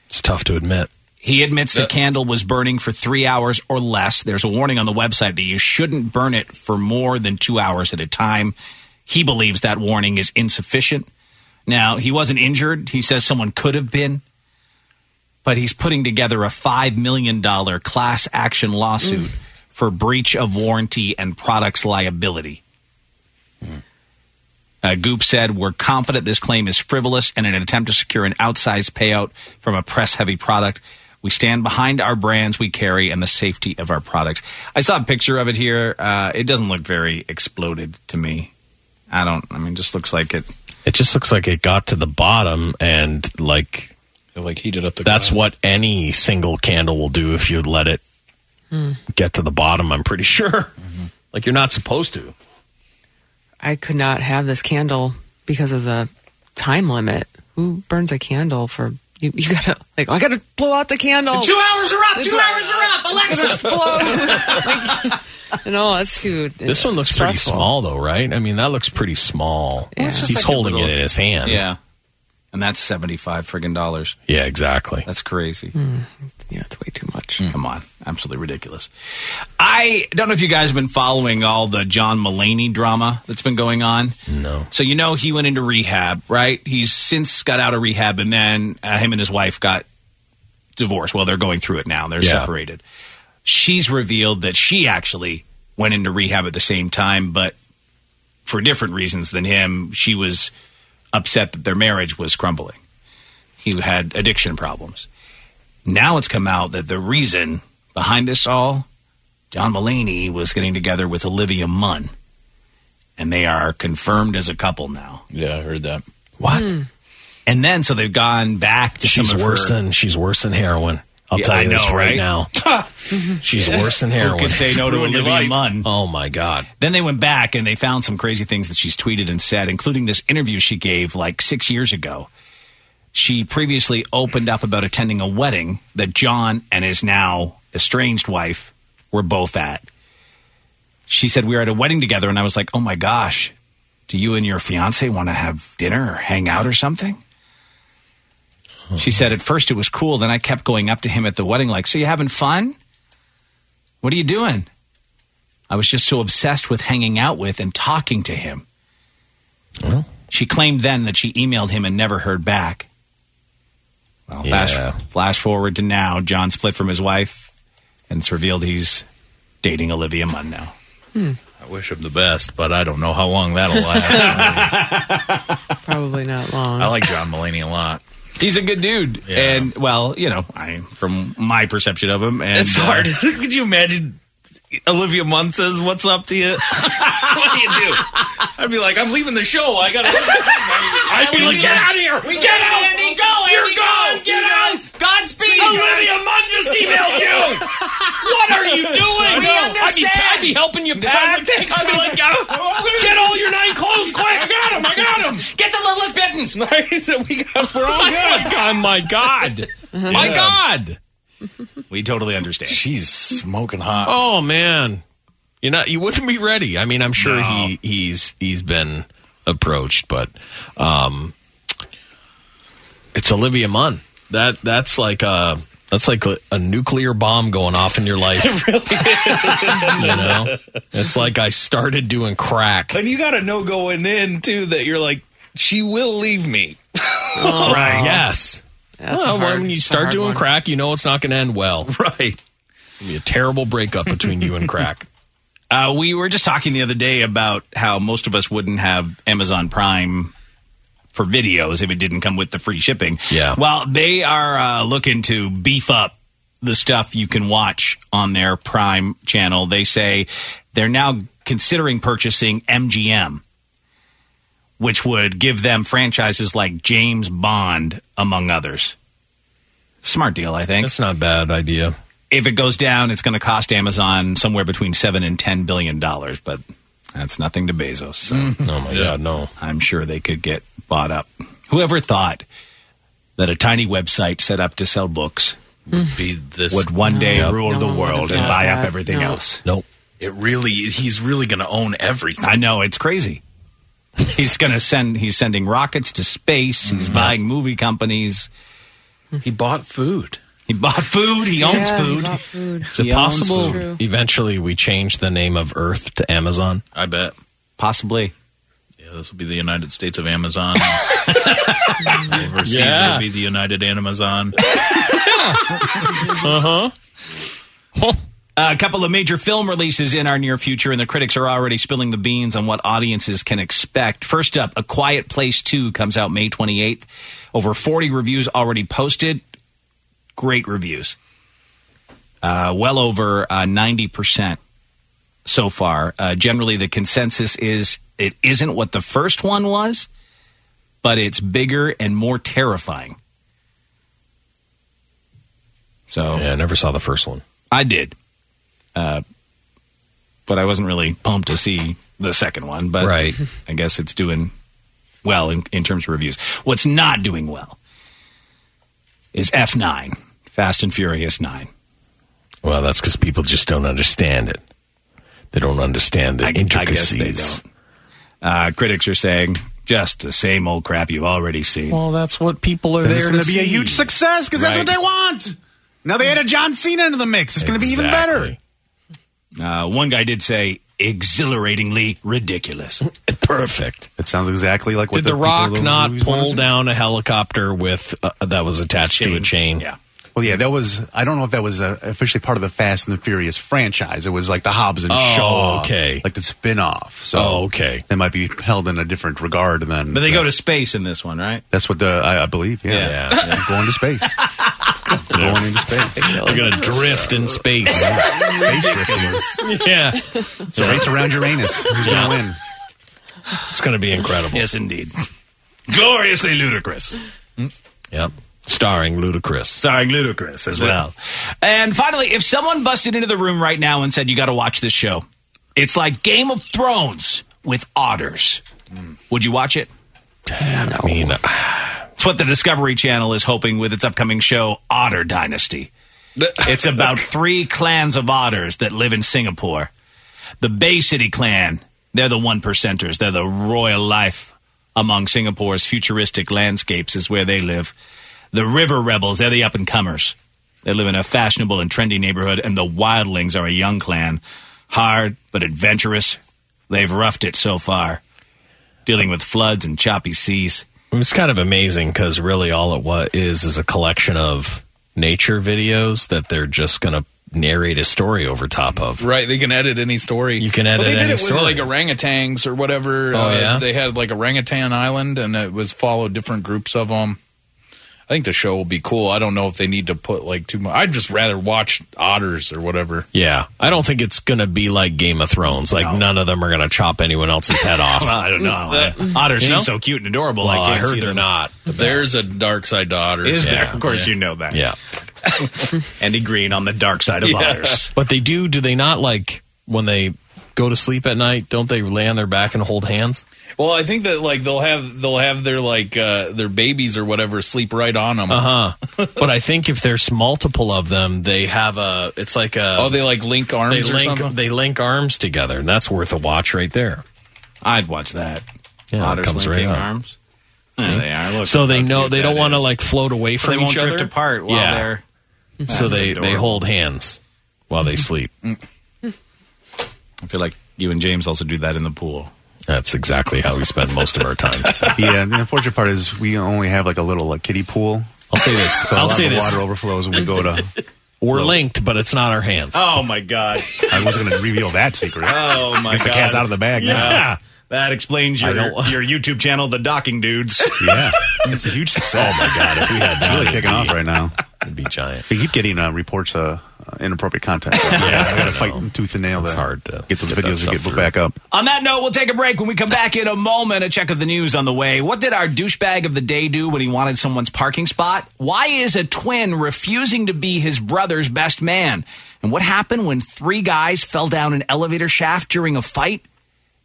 Speaker 5: It's tough to admit.
Speaker 3: He admits the candle was burning for three hours or less. There's a warning on the website that you shouldn't burn it for more than two hours at a time. He believes that warning is insufficient. Now, he wasn't injured. He says someone could have been, but he's putting together a $5 million class action lawsuit for breach of warranty and products liability. Uh, Goop said, We're confident this claim is frivolous and in an attempt to secure an outsized payout from a press heavy product. We stand behind our brands we carry and the safety of our products. I saw a picture of it here. Uh, it doesn't look very exploded to me. I don't, I mean, it just looks like it.
Speaker 5: It just looks like it got to the bottom and like
Speaker 7: like heated up the.
Speaker 5: That's what any single candle will do if you let it
Speaker 4: Hmm.
Speaker 5: get to the bottom. I'm pretty sure. Like you're not supposed to.
Speaker 4: I could not have this candle because of the time limit. Who burns a candle for you? You gotta like I gotta blow out the candle.
Speaker 8: Two hours are up.
Speaker 4: It's
Speaker 8: Two
Speaker 4: like,
Speaker 8: hours are up. Alexa,
Speaker 4: it's gonna explode. like, no, Oh, that's too. uh,
Speaker 5: This one looks pretty
Speaker 4: stressful.
Speaker 5: small, though, right? I mean, that looks pretty small.
Speaker 4: Yeah. It's just
Speaker 5: He's
Speaker 4: like a
Speaker 5: holding
Speaker 3: little-
Speaker 5: it in his hand.
Speaker 3: Yeah. And that's 75 friggin' dollars.
Speaker 5: Yeah, exactly.
Speaker 3: That's crazy.
Speaker 4: Hmm, Yeah, it's way too much.
Speaker 5: Mm.
Speaker 3: Come on. Absolutely ridiculous. I don't know if you guys have been following all the John Mullaney drama that's been going on.
Speaker 5: No.
Speaker 3: So, you know, he went into rehab, right? He's since got out of rehab, and then uh, him and his wife got divorced. Well, they're going through it now, they're
Speaker 5: Yeah.
Speaker 3: separated. She's revealed that she actually went into rehab at the same time, but for different reasons than him. She was upset that their marriage was crumbling, he had addiction problems. Now it's come out that the reason behind this all, John Mullaney was getting together with Olivia Munn. And they are confirmed as a couple now.
Speaker 7: Yeah, I heard that.
Speaker 5: What?
Speaker 3: And then so they've gone back to
Speaker 5: She's
Speaker 3: some of
Speaker 5: worse
Speaker 3: her-
Speaker 5: than she's worse than heroin. I'll
Speaker 3: Yeah,
Speaker 5: tell
Speaker 3: I
Speaker 5: you this
Speaker 3: know,
Speaker 5: right,
Speaker 3: right?
Speaker 5: now. she's
Speaker 3: Yeah.
Speaker 5: worse than
Speaker 3: Who
Speaker 5: heroin.
Speaker 3: could say no to
Speaker 5: Ruined your
Speaker 3: Olivia
Speaker 5: life.
Speaker 3: Munn?
Speaker 5: Oh my god.
Speaker 3: Then they went back and they found some crazy things that she's tweeted and said, including this interview she gave like six years ago. She previously opened up about attending a wedding that John and his now estranged wife were both at. She said, We were at a wedding together, and I was like, Oh my gosh, do you and your fiance want to have dinner or hang out or something? She said, At first it was cool. Then I kept going up to him at the wedding, like, So you having fun? What are you doing? I was just so obsessed with hanging out with and talking to him. she claimed then that she emailed him and never heard back. Well,
Speaker 5: Yeah.
Speaker 3: flash, flash forward to now, John split from his wife, and it's revealed he's dating Olivia Munn now.
Speaker 7: I wish him the best, but I don't know how long that'll last.
Speaker 4: Probably not long.
Speaker 7: I like John Mulaney a lot.
Speaker 3: He's a good dude, and well, you know, I from my perception of him, and
Speaker 7: It's
Speaker 3: uh,
Speaker 7: hard. Could you imagine? Olivia Munn says, "What's up to you?" what do you do? I'd be like, "I'm leaving the show. I gotta." I'd be like, "Get out of here!
Speaker 8: We
Speaker 7: get
Speaker 8: got
Speaker 7: out!
Speaker 8: Andy. Go,
Speaker 7: You're
Speaker 8: Andy.
Speaker 7: gone!
Speaker 8: Get out!
Speaker 3: Godspeed!
Speaker 8: Olivia Munn just emailed you. what are you doing?
Speaker 34: We understand.
Speaker 8: I'd be, I'd be helping you pack. I'd be like, "Go- get all your nine clothes quick. I got them. I got them.
Speaker 3: Get the littlest buttons.
Speaker 8: we got. We're all good.
Speaker 34: Oh my god! My
Speaker 3: Yeah.
Speaker 34: god!
Speaker 3: we totally understand.
Speaker 7: She's smoking hot.
Speaker 5: Oh man, you know you wouldn't be ready. I mean, I'm sure he he's he's been approached, but um, it's Olivia Munn. That that's like a that's like a, a nuclear bomb going off in your life. you know, it's like I started doing crack.
Speaker 7: And you gotta know going in too that you're like, she will leave me.
Speaker 5: right? Yes.
Speaker 4: Oh. That's a
Speaker 5: well,
Speaker 4: hard-
Speaker 5: when you
Speaker 4: that's a
Speaker 5: start
Speaker 4: hard
Speaker 5: doing
Speaker 4: one.
Speaker 5: crack, you know it's not going to end well.
Speaker 7: Right.
Speaker 5: It'll be a terrible breakup between you and crack.
Speaker 3: Uh, we were just talking the other day about how most of us wouldn't have Amazon Prime for videos if it didn't come with the free shipping.
Speaker 5: Yeah.
Speaker 3: Well, they are uh, looking to beef up the stuff you can watch on their Prime channel. They say they're now considering purchasing MGM, which would give them franchises like James Bond, among others. Smart deal, I think
Speaker 5: That's not a bad idea.
Speaker 3: if it goes down, it's going to cost Amazon somewhere between seven and ten billion dollars. But that's nothing to Bezos. So
Speaker 5: Oh my god, no.
Speaker 3: I'm sure they could get bought up. Whoever thought that a tiny website set up to sell books
Speaker 7: Be this.
Speaker 3: Mm. would one day rule
Speaker 4: no
Speaker 3: the
Speaker 4: one would've
Speaker 3: world and
Speaker 4: thought
Speaker 3: buy up
Speaker 4: that.
Speaker 3: everything
Speaker 4: No.
Speaker 3: else?
Speaker 5: Nope.
Speaker 7: It really. He's really gonna own everything.
Speaker 3: I know it's crazy. He's going to send. He's sending rockets to space. He's buying movie companies.
Speaker 7: Mm-hmm. He bought food.
Speaker 3: He bought food. He owns
Speaker 4: Yeah,
Speaker 3: food.
Speaker 4: not food.
Speaker 5: Is it
Speaker 3: He owns
Speaker 5: possible
Speaker 3: food.
Speaker 4: True.
Speaker 5: eventually we change the name of Earth to Amazon?
Speaker 7: I bet.
Speaker 3: Possibly.
Speaker 7: Yeah, this will be the United States of Amazon. Overseas,
Speaker 8: Yeah.
Speaker 7: it'll be the United Amazon.
Speaker 3: uh-huh. A couple of major film releases in our near future, and the critics are already spilling the beans on what audiences can expect. First up, A Quiet Place 2 comes out May 28th. Over 40 reviews already posted. Great reviews. Uh, well over uh, 90% so far. Uh, generally, the consensus is it isn't what the first one was, but it's bigger and more terrifying. So
Speaker 5: yeah, I never saw the first one.
Speaker 3: I did. Uh, but I wasn't really pumped to see the second one. But right. I guess it's doing well in, in terms of reviews. What's not doing well is F9, Fast and Furious 9.
Speaker 5: Well, that's because people just don't understand it. They don't understand the intricacies.
Speaker 3: I guess they don't. Uh, critics are saying just the same old crap you've already seen.
Speaker 5: Well, that's what people are
Speaker 6: Then
Speaker 5: there
Speaker 6: it's
Speaker 5: to
Speaker 6: going to be a
Speaker 5: see.
Speaker 6: huge success because that's what
Speaker 3: Right.
Speaker 6: they want. Now they added John Cena into the mix. It's going to be even better.
Speaker 3: Uh, one guy did say exhilaratingly ridiculous.
Speaker 5: Perfect.
Speaker 6: It sounds exactly like what
Speaker 5: Did The
Speaker 6: people
Speaker 5: Rock
Speaker 6: those
Speaker 5: not
Speaker 6: movies wanna
Speaker 5: pull
Speaker 6: see.
Speaker 5: down a helicopter with uh, that was attached to a chain?
Speaker 3: Yeah.
Speaker 6: Well, yeah, that was. I don't know if that was uh, officially part of the Fast and the Furious franchise. It was like the Hobbs and
Speaker 5: Oh,
Speaker 6: Shaw,
Speaker 5: okay.
Speaker 6: like the spin-off. So,
Speaker 5: Oh, okay.
Speaker 6: that might be held in a different regard than.
Speaker 3: But they go to space in this one, right?
Speaker 6: That's what the I, I believe. Yeah,
Speaker 3: Yeah.
Speaker 6: They're going to space. They're going into space.
Speaker 5: They're gonna drift in space.
Speaker 6: space drifting.
Speaker 5: yeah,
Speaker 6: It's a race around Uranus. Who's
Speaker 5: Yeah.
Speaker 6: going to win?
Speaker 5: it's gonna be incredible.
Speaker 3: Yes, indeed. Gloriously ludicrous.
Speaker 5: Yep. Starring Ludacris.
Speaker 3: Starring Ludacris as well. And finally, if someone busted into the room right now and said, You got to watch this show, it's like Game of Thrones with otters. Would you watch it?
Speaker 5: I mean,
Speaker 3: uh, It's what the Discovery Channel is hoping with its upcoming show, Otter Dynasty. It's about three clans of otters that live in Singapore. The Bay City clan, they're the one percenters. They're the royal life among Singapore's futuristic landscapes, is where they live. The River Rebels, they're the up and comers. They live in a fashionable and trendy neighborhood, and the Wildlings are a young clan. Hard but adventurous. They've roughed it so far, dealing with floods and choppy seas.
Speaker 5: It was kind of amazing because really all it was is is a collection of nature videos that they're just going to narrate a story over top of.
Speaker 7: Right, they can edit any story. You
Speaker 5: can edit
Speaker 7: well, they did
Speaker 5: any
Speaker 7: it
Speaker 5: story.
Speaker 7: with like orangutans or whatever. Uh,
Speaker 5: Oh, yeah?
Speaker 7: They had like orangutan island, and it was followed different groups of them. I think the show will be cool. I don't know if they need to put like too much. I'd just rather watch otters or whatever.
Speaker 5: Yeah, I don't think it's going to be like Game of Thrones. Like none of them are going to chop anyone else's head off. Uh,
Speaker 3: Well, I don't know. otters
Speaker 5: You
Speaker 3: seem
Speaker 5: know?
Speaker 3: so cute and adorable.
Speaker 5: Well,
Speaker 3: I
Speaker 5: I
Speaker 3: can't
Speaker 5: heard
Speaker 3: see
Speaker 5: they're
Speaker 3: them.
Speaker 5: not.
Speaker 7: There's a dark side to otters.
Speaker 3: Is there?
Speaker 5: Yeah.
Speaker 3: Of course, you know that.
Speaker 5: Yeah,
Speaker 3: Andy Green on the dark side of
Speaker 7: Yeah.
Speaker 3: otters.
Speaker 5: but they do. Do they not like when they go to sleep at night? Don't they lay on their back and hold hands?
Speaker 7: Well, I think that like they'll have they'll have their like uh, their babies or whatever sleep right on
Speaker 3: Uh-huh.
Speaker 7: them.
Speaker 5: Uh huh. but I think if there's multiple of them, they have a. It's like a.
Speaker 7: Oh, they like link arms
Speaker 5: they
Speaker 7: or
Speaker 5: link
Speaker 7: something.
Speaker 5: they link arms together, and that's worth a watch right there.
Speaker 3: I'd watch that.
Speaker 5: Yeah, it
Speaker 3: otters
Speaker 5: comes right
Speaker 3: linking
Speaker 5: up.
Speaker 3: arms. There they are. Look
Speaker 5: so
Speaker 3: how
Speaker 5: they know
Speaker 3: cute
Speaker 5: they don't
Speaker 3: that
Speaker 5: want to
Speaker 3: is.
Speaker 5: like float away
Speaker 3: So
Speaker 5: from
Speaker 3: they won't
Speaker 5: each
Speaker 3: drift
Speaker 5: other.
Speaker 3: apart while
Speaker 5: Yeah.
Speaker 3: they're.
Speaker 5: so
Speaker 3: That's
Speaker 5: they they
Speaker 3: adorable. Mm.
Speaker 5: hold hands while they sleep.
Speaker 3: I feel like you and James also do that in the pool.
Speaker 5: That's exactly how we spend most of our time.
Speaker 6: yeah, the unfortunate part is we only have like a little like kiddie pool.
Speaker 5: I'll say this.
Speaker 6: So a
Speaker 5: I'll
Speaker 6: lot
Speaker 5: say
Speaker 6: of the
Speaker 5: this.
Speaker 6: water overflows when we go to.
Speaker 5: We're linked, but it's not our hands.
Speaker 3: Oh my god!
Speaker 6: I wasn't going to reveal that secret.
Speaker 3: Oh my
Speaker 6: Guess the cat's out of the bag now.
Speaker 5: Yeah.
Speaker 3: That explains your
Speaker 5: don't-
Speaker 3: your YouTube channel, The Docking Dudes.
Speaker 6: Yeah. It's a huge success. Oh, my God. If we had It's really taking off right now.
Speaker 5: It'd be giant.
Speaker 6: We keep getting uh, reports of uh, inappropriate content. yeah, I got to fight tooth and nail.
Speaker 5: It's
Speaker 6: to
Speaker 5: hard to
Speaker 6: get those
Speaker 5: get that
Speaker 6: videos to
Speaker 5: stuff
Speaker 6: get put
Speaker 5: through.
Speaker 6: back up.
Speaker 3: On that note, we'll take a break. When we come back in a moment, a check of the news on the way. What did our douchebag of the day do when he wanted someone's parking spot? Why is a twin refusing to be his brother's best man? And what happened when three guys fell down an elevator shaft during a fight?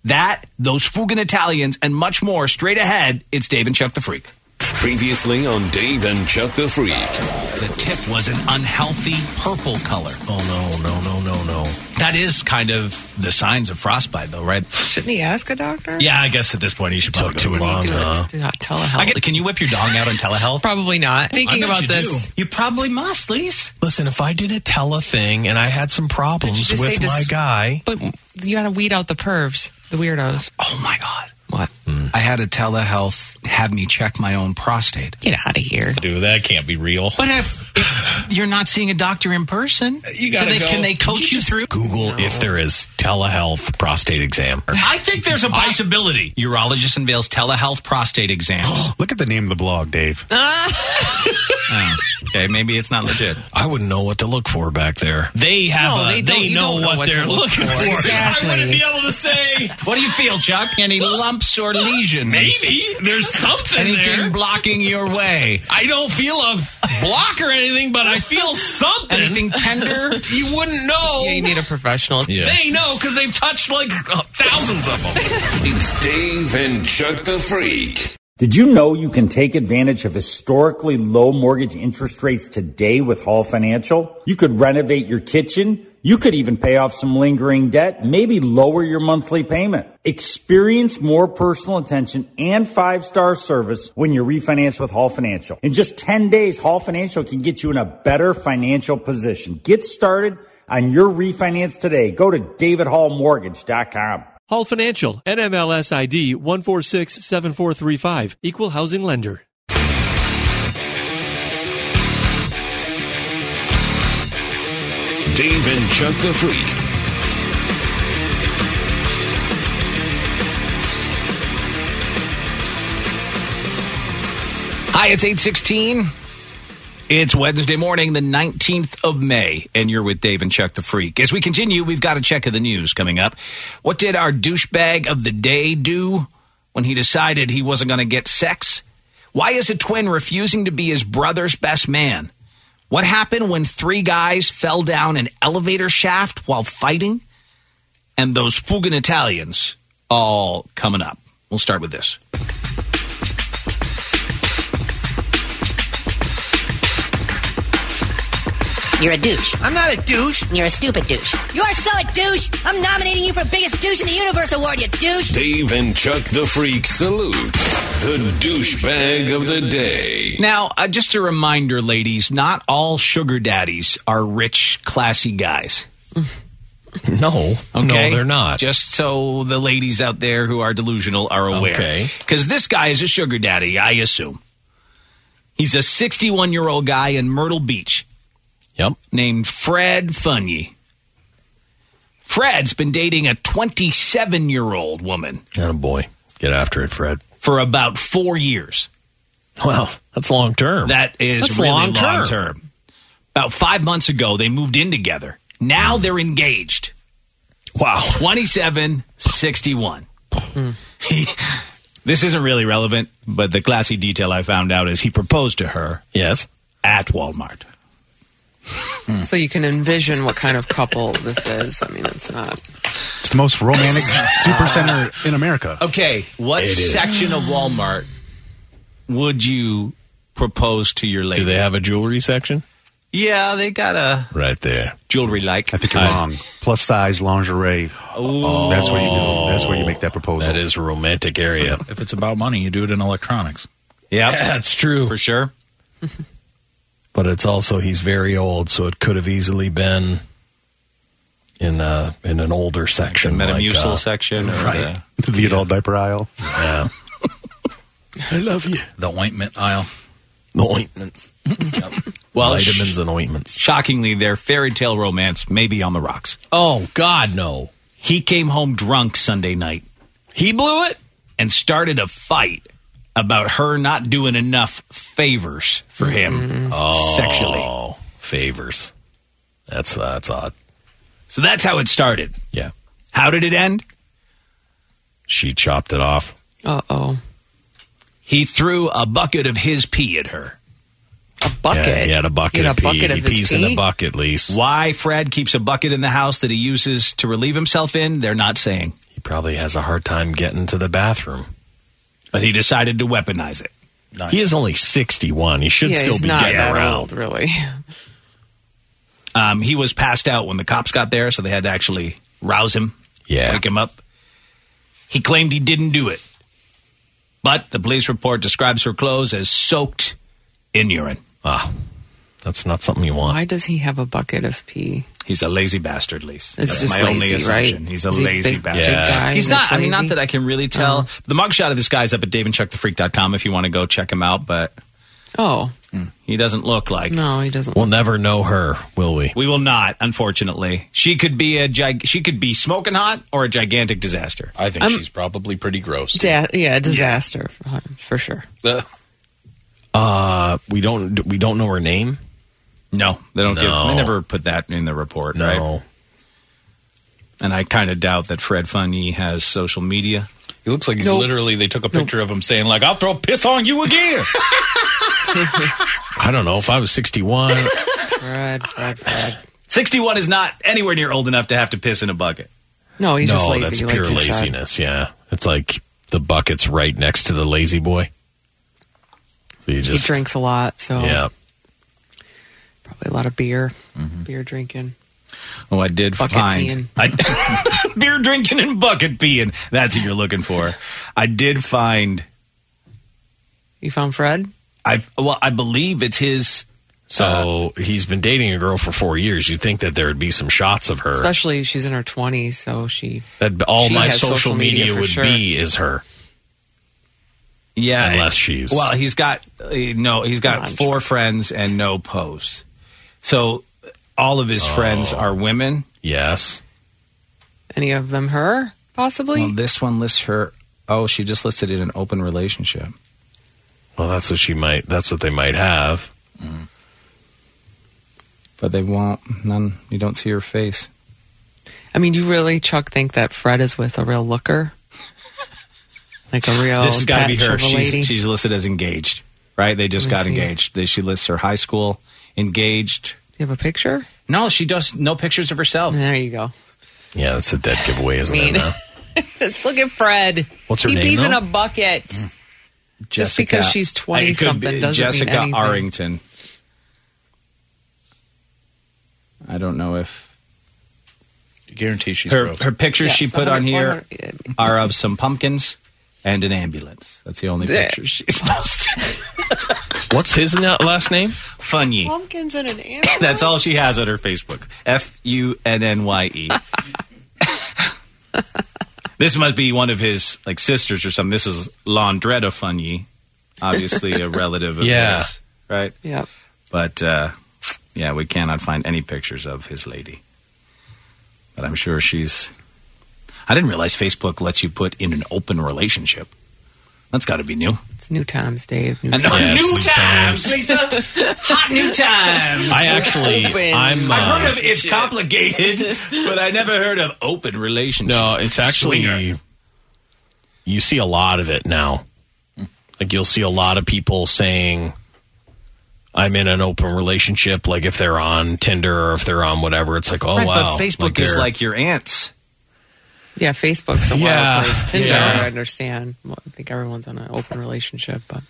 Speaker 3: That, those Fugan Italians, and much more straight ahead. It's Dave and Chuck the Freak.
Speaker 2: Previously on Dave and Chuck the Freak.
Speaker 3: The tip was an unhealthy purple color.
Speaker 5: Oh no no no no no.
Speaker 3: That is kind of the signs of frostbite, though, right?
Speaker 4: Shouldn't he ask a doctor?
Speaker 3: Yeah, I guess at this point you should probably
Speaker 5: too
Speaker 3: go to a
Speaker 5: long,
Speaker 4: Do
Speaker 5: huh?
Speaker 4: it. Do not telehealth.
Speaker 3: I get, can you whip your dog out on telehealth?
Speaker 4: Probably not. Thinking
Speaker 3: I bet
Speaker 4: about
Speaker 3: you
Speaker 4: this.
Speaker 3: do. You probably must, Lise.
Speaker 5: Listen, if I did a tele thing and I had some
Speaker 4: Did you
Speaker 5: problems
Speaker 4: just
Speaker 5: with
Speaker 4: say
Speaker 5: my
Speaker 4: dis-
Speaker 5: guy,
Speaker 4: But you got to weed out the pervs, the weirdos.
Speaker 3: Oh my god.
Speaker 4: What?
Speaker 9: I had a telehealth have me check my own prostate.
Speaker 4: Get out of here.
Speaker 7: Dude, that can't be real.
Speaker 9: But if, if you're not seeing a doctor in
Speaker 3: Uh,
Speaker 9: person,
Speaker 7: You gotta
Speaker 9: do they-
Speaker 7: go.
Speaker 9: can they coach you,
Speaker 7: just
Speaker 9: through?
Speaker 35: Google if there is telehealth prostate exam.
Speaker 9: I think there's a possibility. Urologist unveils telehealth prostate exams.
Speaker 6: Look at the name of the blog, Dave.
Speaker 9: Oh, okay, maybe it's not legit.
Speaker 35: I wouldn't know what to look for back there.
Speaker 5: They have
Speaker 4: No,
Speaker 5: a,
Speaker 4: they
Speaker 5: they,
Speaker 4: don't- you
Speaker 5: know,
Speaker 4: don't know
Speaker 5: what,
Speaker 4: what to
Speaker 5: they're
Speaker 4: look
Speaker 5: looking
Speaker 4: for.
Speaker 5: for.
Speaker 4: Exactly.
Speaker 5: I wouldn't be able to say.
Speaker 9: What do you feel, Chuck? Any lumps or lesions?
Speaker 5: Maybe there's something
Speaker 9: Anything
Speaker 5: there.
Speaker 9: blocking your way?
Speaker 5: I don't feel a block or anything, but I feel something.
Speaker 9: Anything tender?
Speaker 5: You wouldn't know.
Speaker 4: Yeah, you need a professional.
Speaker 5: They know because they've touched like uh, thousands of them.
Speaker 2: It's Dave and Chuck the Freak.
Speaker 36: Did you know you can take advantage of historically low mortgage interest rates today with Hall Financial? You could renovate your kitchen. You could even pay off some lingering debt, maybe lower your monthly payment. Experience more personal attention and five star service when you refinance with Hall Financial. In just 10 days, Hall Financial can get you in a better financial position. Get started on your refinance today. Go to davidhallmortgage.com.
Speaker 26: Hall Financial, NMLS ID 1467435, Equal Housing Lender.
Speaker 2: Dave and Chuck the Freak.
Speaker 3: Hi, it's 816. It's Wednesday morning, the 19th of May, and you're with Dave and Chuck the Freak. As we continue, we've got a check of the news coming up. What did our douchebag of the day do when he decided he wasn't going to get sex? Why is a twin refusing to be his brother's best man? What happened when three guys fell down an elevator shaft while fighting? And those Fugan Italians all coming up. We'll start with this.
Speaker 27: You're a douche. I'm not a douche. You're a stupid douche. You are so a douche. I'm nominating you for biggest douche in the universe award, you douche.
Speaker 2: Dave and Chuck the Freak salute the douchebag of the day.
Speaker 3: Now, uh, just a reminder, ladies, not all sugar daddies are rich, classy guys.
Speaker 35: No,
Speaker 3: Okay?
Speaker 35: no, they're not.
Speaker 3: Just so the ladies out there who are delusional are aware.
Speaker 35: Okay.
Speaker 3: Because this guy is a sugar daddy, I assume. He's a 61 year old guy in Myrtle Beach.
Speaker 35: Yep.
Speaker 3: Named Fred Funye. Fred's been dating a 27 year old woman
Speaker 35: Oh boy, get after it, Fred.
Speaker 3: for about four years.
Speaker 35: Wow, that's long term.
Speaker 3: That is
Speaker 35: That's
Speaker 3: really long
Speaker 35: long-term.
Speaker 3: term. About five months ago, they moved in together. Now they're engaged.
Speaker 35: Hmm. Wow.
Speaker 3: 27 61.
Speaker 8: Hmm.
Speaker 3: this isn't really relevant, but the classy detail I found out is he proposed to her
Speaker 35: Yes.
Speaker 3: at Walmart.
Speaker 4: So you can envision what kind of couple this is. I mean, it's not.
Speaker 6: It's the most romantic supercenter in America.
Speaker 3: Okay, what section of Walmart would you propose to your lady?
Speaker 35: Do they have a jewelry section?
Speaker 3: yeah, they got a
Speaker 35: Right there.
Speaker 3: jewelry like.
Speaker 6: I think you're wrong. Plus size lingerie. That's where you do. That's where you make that proposal.
Speaker 35: That is a romantic area.
Speaker 7: If it's about money, you do it in electronics.
Speaker 3: Yeah,
Speaker 35: that's true.
Speaker 3: for sure.
Speaker 35: But it's also he's very old, so it could have easily been in
Speaker 5: uh,
Speaker 35: a in an older section,
Speaker 3: Metamucil
Speaker 35: like, uh,
Speaker 3: section. Or
Speaker 35: right.
Speaker 6: the adult diaper aisle.
Speaker 35: Yeah. I love you.
Speaker 7: The ointment aisle.
Speaker 35: The ointments,
Speaker 3: well,
Speaker 35: vitamins, and ointments.
Speaker 3: shockingly, their fairy tale romance may be on the rocks.
Speaker 35: Oh God, no!
Speaker 3: He came home drunk Sunday night
Speaker 35: He blew it.
Speaker 3: and started a fight about her not doing enough favors for him sexually.
Speaker 35: Oh, favors. That's uh, that's odd.
Speaker 3: So that's how it started.
Speaker 35: Yeah,
Speaker 3: How did it end?
Speaker 35: she chopped it off.
Speaker 4: Uh oh.
Speaker 3: He threw a bucket of his pee at her.
Speaker 4: A bucket.
Speaker 35: Yeah, he had a
Speaker 4: He
Speaker 35: bucket
Speaker 4: had
Speaker 35: of
Speaker 4: a
Speaker 35: pee.
Speaker 4: bucket
Speaker 35: he
Speaker 4: of his
Speaker 35: pees in
Speaker 4: pee?
Speaker 35: a bucket, least.
Speaker 3: Why Fred keeps a bucket in the house that he uses to relieve himself in, they're not saying.
Speaker 35: He probably has a hard time getting to the bathroom.
Speaker 3: But he decided to weaponize it.
Speaker 35: He is only sixty-one. He should
Speaker 4: Yeah,
Speaker 35: still
Speaker 4: he's
Speaker 35: be
Speaker 4: not
Speaker 35: getting
Speaker 4: that
Speaker 35: around.
Speaker 4: old, really.
Speaker 3: Um, he was passed out when the cops got there, so they had to actually rouse him,
Speaker 35: Yeah.
Speaker 3: wake him up. He claimed he didn't do it, but the police report describes her clothes as soaked in urine.
Speaker 35: Ah, that's not something you want.
Speaker 4: Why does he have a bucket of pee?
Speaker 3: He He's a lazy bastard, Lise.
Speaker 37: It's
Speaker 3: That's
Speaker 37: just
Speaker 3: my only
Speaker 37: lazy,
Speaker 3: assumption.
Speaker 37: right?
Speaker 3: He's a
Speaker 37: Is he
Speaker 3: lazy
Speaker 37: big-
Speaker 3: bastard.
Speaker 37: big guy
Speaker 3: He's
Speaker 37: that's
Speaker 3: not. I mean, not
Speaker 37: lazy?
Speaker 3: that I can really tell.
Speaker 37: Oh.
Speaker 3: The mugshot of this guy's up at DaveAndChuckTheFreak.com if you want to go check him out. But
Speaker 4: oh,
Speaker 3: he doesn't look like.
Speaker 4: No, he doesn't.
Speaker 5: We'll never know her, will we?
Speaker 3: We will not, unfortunately. She could be a gig- she could be smoking hot or a gigantic disaster. I
Speaker 4: think I'm- she's
Speaker 3: probably pretty gross.
Speaker 4: Da- Um, yeah, disaster for sure.
Speaker 5: Uh, we don't we don't know her name.
Speaker 3: No, they don't give.
Speaker 5: No.
Speaker 3: They never put that in the report.
Speaker 5: No.
Speaker 3: Right? And I kind of doubt that Fred Funny has social media.
Speaker 7: He looks like he's literally. They took a picture of him saying like, "I'll throw piss on you again."
Speaker 5: I don't know if I was sixty one.
Speaker 4: Fred, Fred, Fred.
Speaker 3: 61 is not anywhere near old enough to have to piss in a bucket.
Speaker 4: No, he's
Speaker 5: no,
Speaker 4: just lazy.
Speaker 5: that's
Speaker 4: like
Speaker 5: pure
Speaker 4: you said.
Speaker 5: laziness. Yeah, it's like the bucket's right next to the lazy boy. So you just
Speaker 4: he drinks a lot, so
Speaker 5: Yeah.
Speaker 4: probably a lot of beer, beer drinking.
Speaker 3: Oh, I did
Speaker 4: Bucket
Speaker 3: find
Speaker 4: peeing.
Speaker 3: I, beer drinking and bucket peeing. That's what you're looking for. I did find.
Speaker 4: You found Fred?
Speaker 3: I well, I believe it's his. uh,
Speaker 5: So he's been dating a girl for four years. You'd think that there would be some shots of her.
Speaker 4: Especially she's in her twenties, so she
Speaker 5: that all
Speaker 4: she
Speaker 5: my
Speaker 4: has
Speaker 5: social, media,
Speaker 4: for
Speaker 5: would
Speaker 4: sure.
Speaker 5: be is her.
Speaker 3: Yeah,
Speaker 5: unless she's
Speaker 3: Well, he's got uh, no. He's got four friends and no posts. So all of his friends are women.
Speaker 5: Yes.
Speaker 4: Any of them her possibly?
Speaker 3: Well, this one lists her. Oh, she just listed it an open relationship.
Speaker 5: Well, that's what she might. That's what they might have.
Speaker 3: But they won't. None. You don't see her face.
Speaker 4: I mean, do you really, Chuck, think that Fred is with a real looker? Like a real
Speaker 3: this has got to be
Speaker 4: patch
Speaker 3: her.
Speaker 4: of a lady?
Speaker 3: She's, she's listed as engaged, right? They just
Speaker 4: Let me
Speaker 3: got
Speaker 4: see.
Speaker 3: engaged. They, she lists her high school engaged.
Speaker 4: you have a picture?
Speaker 3: No, she does. No pictures of herself.
Speaker 4: There you go.
Speaker 5: Yeah, that's a dead giveaway, isn't
Speaker 4: mean.
Speaker 5: it? huh?
Speaker 4: Let's look at Fred.
Speaker 5: What's her
Speaker 4: he
Speaker 5: name,
Speaker 4: pees in
Speaker 5: though?
Speaker 4: a bucket. Just
Speaker 3: Mm. Jessica-
Speaker 4: because she's
Speaker 3: It could
Speaker 4: 20 something
Speaker 3: be
Speaker 4: doesn't mean
Speaker 3: Jessica
Speaker 4: anything.
Speaker 3: Arrington. I don't know if
Speaker 7: I guarantee she's
Speaker 3: her
Speaker 7: gross.
Speaker 3: her pictures
Speaker 7: Yeah,
Speaker 3: she
Speaker 7: so
Speaker 3: put on
Speaker 7: 100
Speaker 3: here are of some pumpkins and an ambulance. That's the only
Speaker 4: There.
Speaker 3: picture she's posted.
Speaker 5: What's his last name?
Speaker 3: Funny.
Speaker 4: Pumpkins in an animal.
Speaker 3: That's all she has on her Facebook. F U N N Y E. This must be one of his like sisters or something. This is Laundretta Funny, obviously a relative of
Speaker 5: Yeah.
Speaker 3: his, right?
Speaker 4: Yep.
Speaker 3: But uh, yeah, we cannot find any pictures of his lady. But I'm sure she's. I didn't realize Facebook lets you put in an open relationship. That's got to be new.
Speaker 4: It's new times, Dave. New
Speaker 3: I know.
Speaker 4: times.
Speaker 3: new times, Lisa. Hot new times.
Speaker 5: I actually- Open. I'm,
Speaker 3: I've heard of
Speaker 5: uh,
Speaker 3: it's
Speaker 5: Shit.
Speaker 3: complicated, but I never heard of open relationship.
Speaker 5: No, it's actually
Speaker 3: Swinger.
Speaker 5: you see a lot of it now. Like you'll see a lot of people saying I'm in an open relationship like if they're on Tinder or if they're on whatever it's like oh
Speaker 3: Right,
Speaker 5: wow.
Speaker 3: But Facebook is
Speaker 5: they're-
Speaker 3: like your aunts.
Speaker 4: Yeah, Facebook's a
Speaker 5: Yeah,
Speaker 4: wild place. Tinder,
Speaker 5: yeah.
Speaker 4: I understand. Well, I think everyone's on an open relationship, but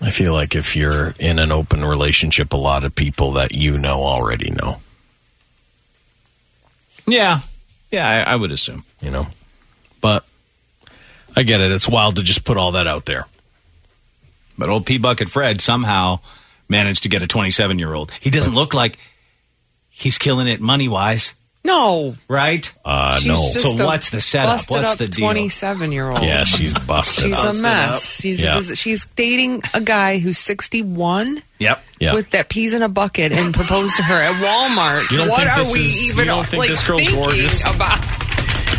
Speaker 5: I feel like if you're in an open relationship a lot of people that you know already know,
Speaker 3: Yeah, yeah, I, I would assume.
Speaker 5: you know. But I get it. It's wild to just put all that out there.
Speaker 3: But old P Bucket Fred somehow managed to get a 27 year old. He doesn't look like he's killing it money wise,
Speaker 4: no.
Speaker 3: right?
Speaker 5: Uh,
Speaker 4: She's just
Speaker 3: So
Speaker 4: a
Speaker 3: what's the setup?
Speaker 4: busted
Speaker 3: What's
Speaker 4: up
Speaker 3: the deal?
Speaker 4: 27 year old.
Speaker 5: Yeah, she's busted.
Speaker 4: She's
Speaker 5: up.
Speaker 4: a mess. She's
Speaker 5: Yeah.
Speaker 4: does- she's dating a guy who's 61
Speaker 3: Yep.
Speaker 5: Yeah.
Speaker 4: with that peas in a bucket and proposed to her at Walmart.
Speaker 5: You don't
Speaker 4: what
Speaker 5: think
Speaker 4: are
Speaker 5: this
Speaker 4: we
Speaker 5: is- you
Speaker 4: even
Speaker 5: don't think
Speaker 4: like,
Speaker 5: this girl's
Speaker 4: thinking
Speaker 5: gorgeous?
Speaker 4: about?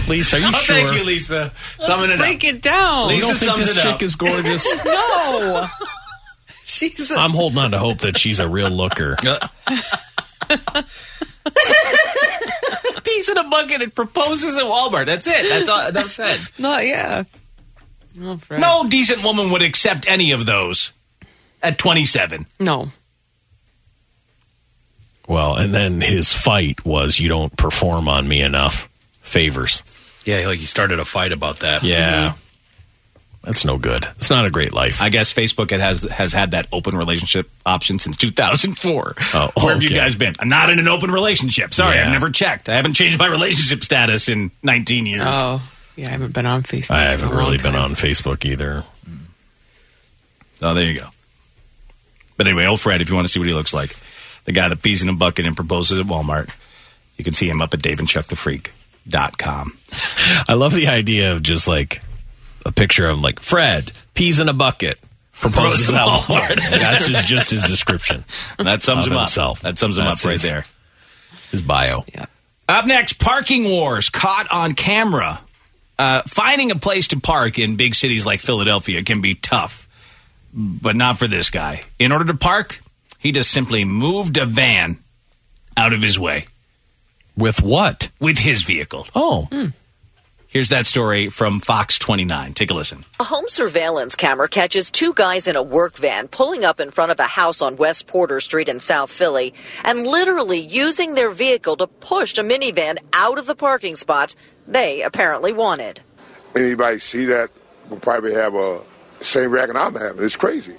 Speaker 5: Lisa, are you
Speaker 3: Oh,
Speaker 5: sure?
Speaker 3: Thank you, Lisa. Summing it
Speaker 4: Break
Speaker 3: up.
Speaker 4: it down.
Speaker 5: You don't think this chick is gorgeous?
Speaker 4: no. She's a,
Speaker 5: I'm holding on to hope that she's a real looker.
Speaker 3: Peas in a bucket and proposes at Walmart. That's it. That's all. That's it.
Speaker 4: no, yeah.
Speaker 3: Oh,
Speaker 4: No, Fred.
Speaker 3: No decent woman would accept any of those at 27.
Speaker 4: No.
Speaker 5: Well, and then his fight was you don't perform on me enough. Favors.
Speaker 7: Yeah, like he started a fight about that.
Speaker 5: Yeah. That's no good. It's not a great life.
Speaker 3: I guess Facebook it has has had that open relationship option since 2004.
Speaker 5: Oh,
Speaker 3: Where have you
Speaker 5: okay.
Speaker 3: guys been? I'm not in an open relationship. Sorry,
Speaker 5: Yeah.
Speaker 3: I've never checked. I haven't changed my relationship status in 19 years.
Speaker 4: Oh, yeah. I haven't been on Facebook.
Speaker 5: I haven't
Speaker 4: in a long
Speaker 5: really been
Speaker 4: time.
Speaker 5: on Facebook either.
Speaker 3: Oh, there you go. But anyway, old Fred, if you want to see what he looks like, the guy that pees in a bucket and proposes at Walmart. You can see him up at DaveAndChuckTheFreak.com.
Speaker 5: I love the idea of just like a picture of like Fred peas in a bucket proposes
Speaker 3: Proposes
Speaker 5: at
Speaker 3: at
Speaker 5: Walmart.
Speaker 3: Walmart.
Speaker 5: That's his, just his description.
Speaker 3: That sums
Speaker 5: of
Speaker 3: him up.
Speaker 5: himself.
Speaker 3: That sums him
Speaker 5: That's
Speaker 3: up right
Speaker 5: his-
Speaker 3: there.
Speaker 5: His bio.
Speaker 3: Up next, parking wars caught on camera. Uh, finding a place to park in big cities like Philadelphia can be tough, but not for this guy. In order to park, he just simply moved a van out of his way.
Speaker 5: With what?
Speaker 3: With his vehicle.
Speaker 5: Oh.
Speaker 3: Here's that story from Fox 29. Take a listen.
Speaker 19: A home surveillance camera catches two guys in a work van pulling up in front of a house on West Porter Street in South Philly and literally using their vehicle to push a minivan out of the parking spot they apparently wanted.
Speaker 38: anybody see that will probably have a same reaction I'm having. It's crazy.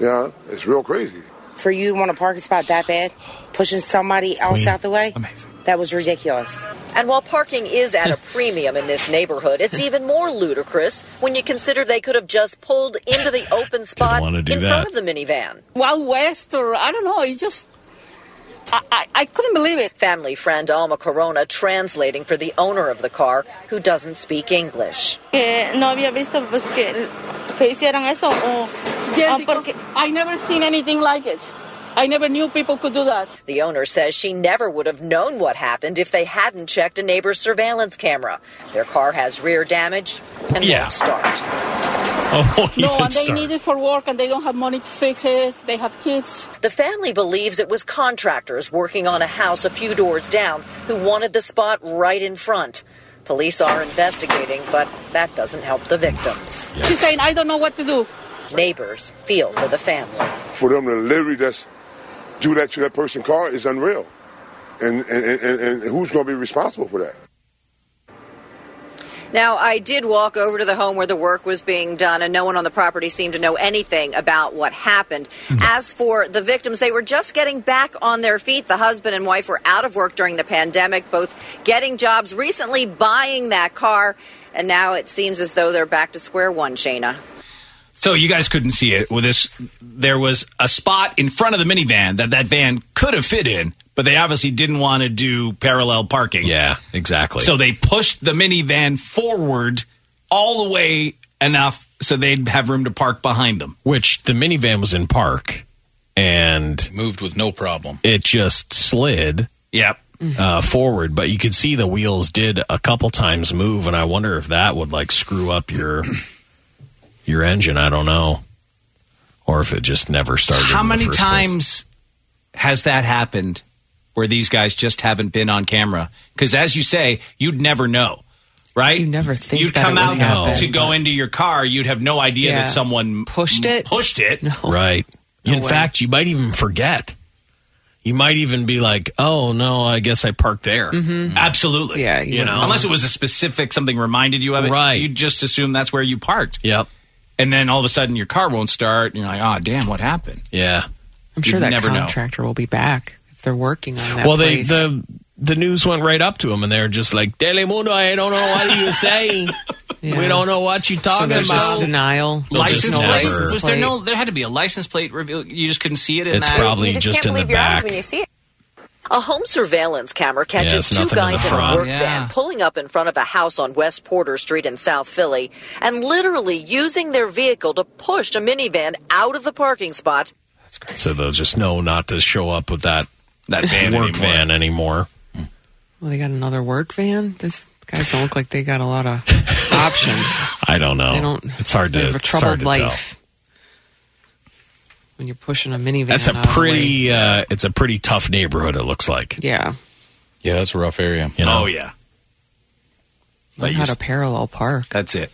Speaker 38: Yeah, it's real crazy.
Speaker 39: For you want a parking spot that bad, pushing somebody else out the way? Amazing. That was ridiculous.
Speaker 19: And while parking is at a premium in this neighborhood, it's even more ludicrous when you consider they could have just pulled into the open spot
Speaker 5: wanna
Speaker 19: in
Speaker 5: do
Speaker 19: front
Speaker 5: that.
Speaker 19: of the minivan.
Speaker 8: Wild West or I don't know. It's just I, I, I couldn't believe it.
Speaker 19: Family friend Alma Corona translating for the owner of the car who doesn't speak English.
Speaker 40: que no había visto pues que, que hicieran eso o
Speaker 8: Yeah,
Speaker 40: o
Speaker 8: because I never seen anything like it. I never knew people could do that.
Speaker 19: The owner says she never would have known what happened if they hadn't checked a neighbor's surveillance camera. Their car has rear damage and
Speaker 8: Yeah.
Speaker 19: won't start.
Speaker 8: Oh, no,
Speaker 19: even
Speaker 8: and they
Speaker 19: start.
Speaker 8: need it for work, and they don't have money to fix it. They have kids.
Speaker 19: The family believes it was contractors working on a house a few doors down who wanted the spot right in front. Police are investigating, but that doesn't help the victims.
Speaker 8: She's saying, "I don't know what to do."
Speaker 19: Neighbors feel for the family.
Speaker 38: For them to literally just do that to that person's car is unreal. And and, and, and who's going to be responsible for that?
Speaker 19: Now, I did walk over to the home where the work was being done, and no one on the property seemed to know anything about what happened. As for the victims, they were just getting back on their feet. The husband and wife were out of work during the pandemic, both getting jobs, recently buying that car, and now it seems as though they're back to square one, Shayna.
Speaker 3: So you guys couldn't see it. With this, there was a spot in front of the minivan that that van could have fit in, but they obviously didn't want to do parallel parking.
Speaker 5: Yeah, exactly.
Speaker 3: So they pushed the minivan forward all the way enough so they'd have room to park behind them.
Speaker 5: Which the minivan was in park and
Speaker 41: moved with no problem.
Speaker 5: It just slid.
Speaker 3: Yep.
Speaker 5: Uh, forward, but you could see the wheels did a couple times move, and I wonder if that would like screw up your your engine. I don't know, or if it just never started.
Speaker 3: How
Speaker 5: in the
Speaker 3: many
Speaker 5: first place.
Speaker 3: times has that happened where these guys just haven't been on camera? Because as you say, you'd never know, right? You
Speaker 4: never think
Speaker 3: you'd
Speaker 4: that
Speaker 3: come
Speaker 4: it would
Speaker 3: out
Speaker 4: happen,
Speaker 3: to go
Speaker 4: but-
Speaker 3: into your car, you'd have no idea
Speaker 4: Yeah.
Speaker 3: that someone pushed it. Pushed it.
Speaker 5: Right.
Speaker 3: No
Speaker 5: in
Speaker 3: way.
Speaker 5: fact, you might even forget. You might even be like, "Oh no, I guess I parked there."
Speaker 3: Mhm. Absolutely.
Speaker 5: Mm-hmm. Yeah, you
Speaker 3: you know,
Speaker 5: wouldn't.
Speaker 3: unless it was a specific something reminded you of it, right? You just assume that's where you parked.
Speaker 5: Yep.
Speaker 3: And then all of a sudden, your car won't start. And you're like, "Oh, damn, what happened?"
Speaker 5: Yeah.
Speaker 4: I'm sure that
Speaker 3: never know.
Speaker 4: contractor will be back if they're working on that.
Speaker 5: well, they
Speaker 4: place.
Speaker 5: the the news went right up to him, and they're just like, "Telemundo, I don't know what you saying. We don't know what you
Speaker 4: so
Speaker 5: talking
Speaker 4: there's
Speaker 5: about."
Speaker 4: just denial.
Speaker 5: They'll just
Speaker 3: License plate?
Speaker 5: never-
Speaker 3: Was there no? There had to be a license plate reveal. You just couldn't see it. In
Speaker 5: It's
Speaker 3: that?
Speaker 5: probably You just just can't in the believe your eyes back.
Speaker 19: when you see it. A home surveillance camera catches Yeah, two it's nothing in guys the in a front. work Yeah. van pulling up in front of a house on West Porter Street in South Philly and literally using their vehicle to push a minivan out of the parking spot.
Speaker 5: So they'll just know not to show up with that
Speaker 3: that
Speaker 4: van
Speaker 5: work
Speaker 4: anymore.
Speaker 5: van anymore.
Speaker 4: Well, they got another work van. These guys don't look like they got a lot of options.
Speaker 5: I don't know.
Speaker 4: They don't.
Speaker 5: it's hard
Speaker 4: they
Speaker 5: to.
Speaker 4: have a
Speaker 5: it's hard
Speaker 4: troubled
Speaker 5: to tell.
Speaker 4: life when you're pushing a minivan.
Speaker 5: That's a
Speaker 4: out of the way.
Speaker 5: pretty. Uh, it's a pretty tough neighborhood. It looks like.
Speaker 4: Yeah.
Speaker 5: Yeah, that's a rough area. You know?
Speaker 3: Oh yeah.
Speaker 4: Learn how to parallel park.
Speaker 3: That's it.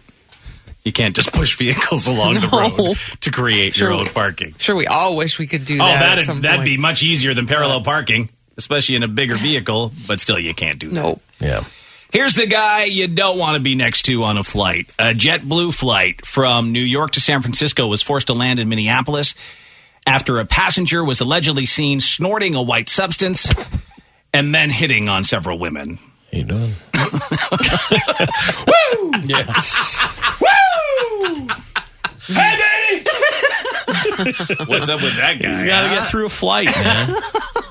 Speaker 3: You can't just push vehicles along the
Speaker 4: No.
Speaker 3: road to create
Speaker 4: Sure.
Speaker 3: your own parking.
Speaker 4: Sure, we all wish we could do
Speaker 3: oh,
Speaker 4: that. at
Speaker 3: that'd
Speaker 4: some
Speaker 3: that'd
Speaker 4: point.
Speaker 3: be much easier than parallel parking, especially in a bigger vehicle. But still, you can't do that.
Speaker 4: Nope.
Speaker 5: Yeah.
Speaker 3: Here's the guy you don't want to be next to on a flight. A JetBlue flight from New York to San Francisco was forced to land in Minneapolis after a passenger was allegedly seen snorting a white substance and then hitting on several women.
Speaker 5: How you doing?
Speaker 3: Woo! Woo! Hey, baby! What's up with that guy?
Speaker 5: He's got to
Speaker 3: huh?
Speaker 5: get through a flight, man.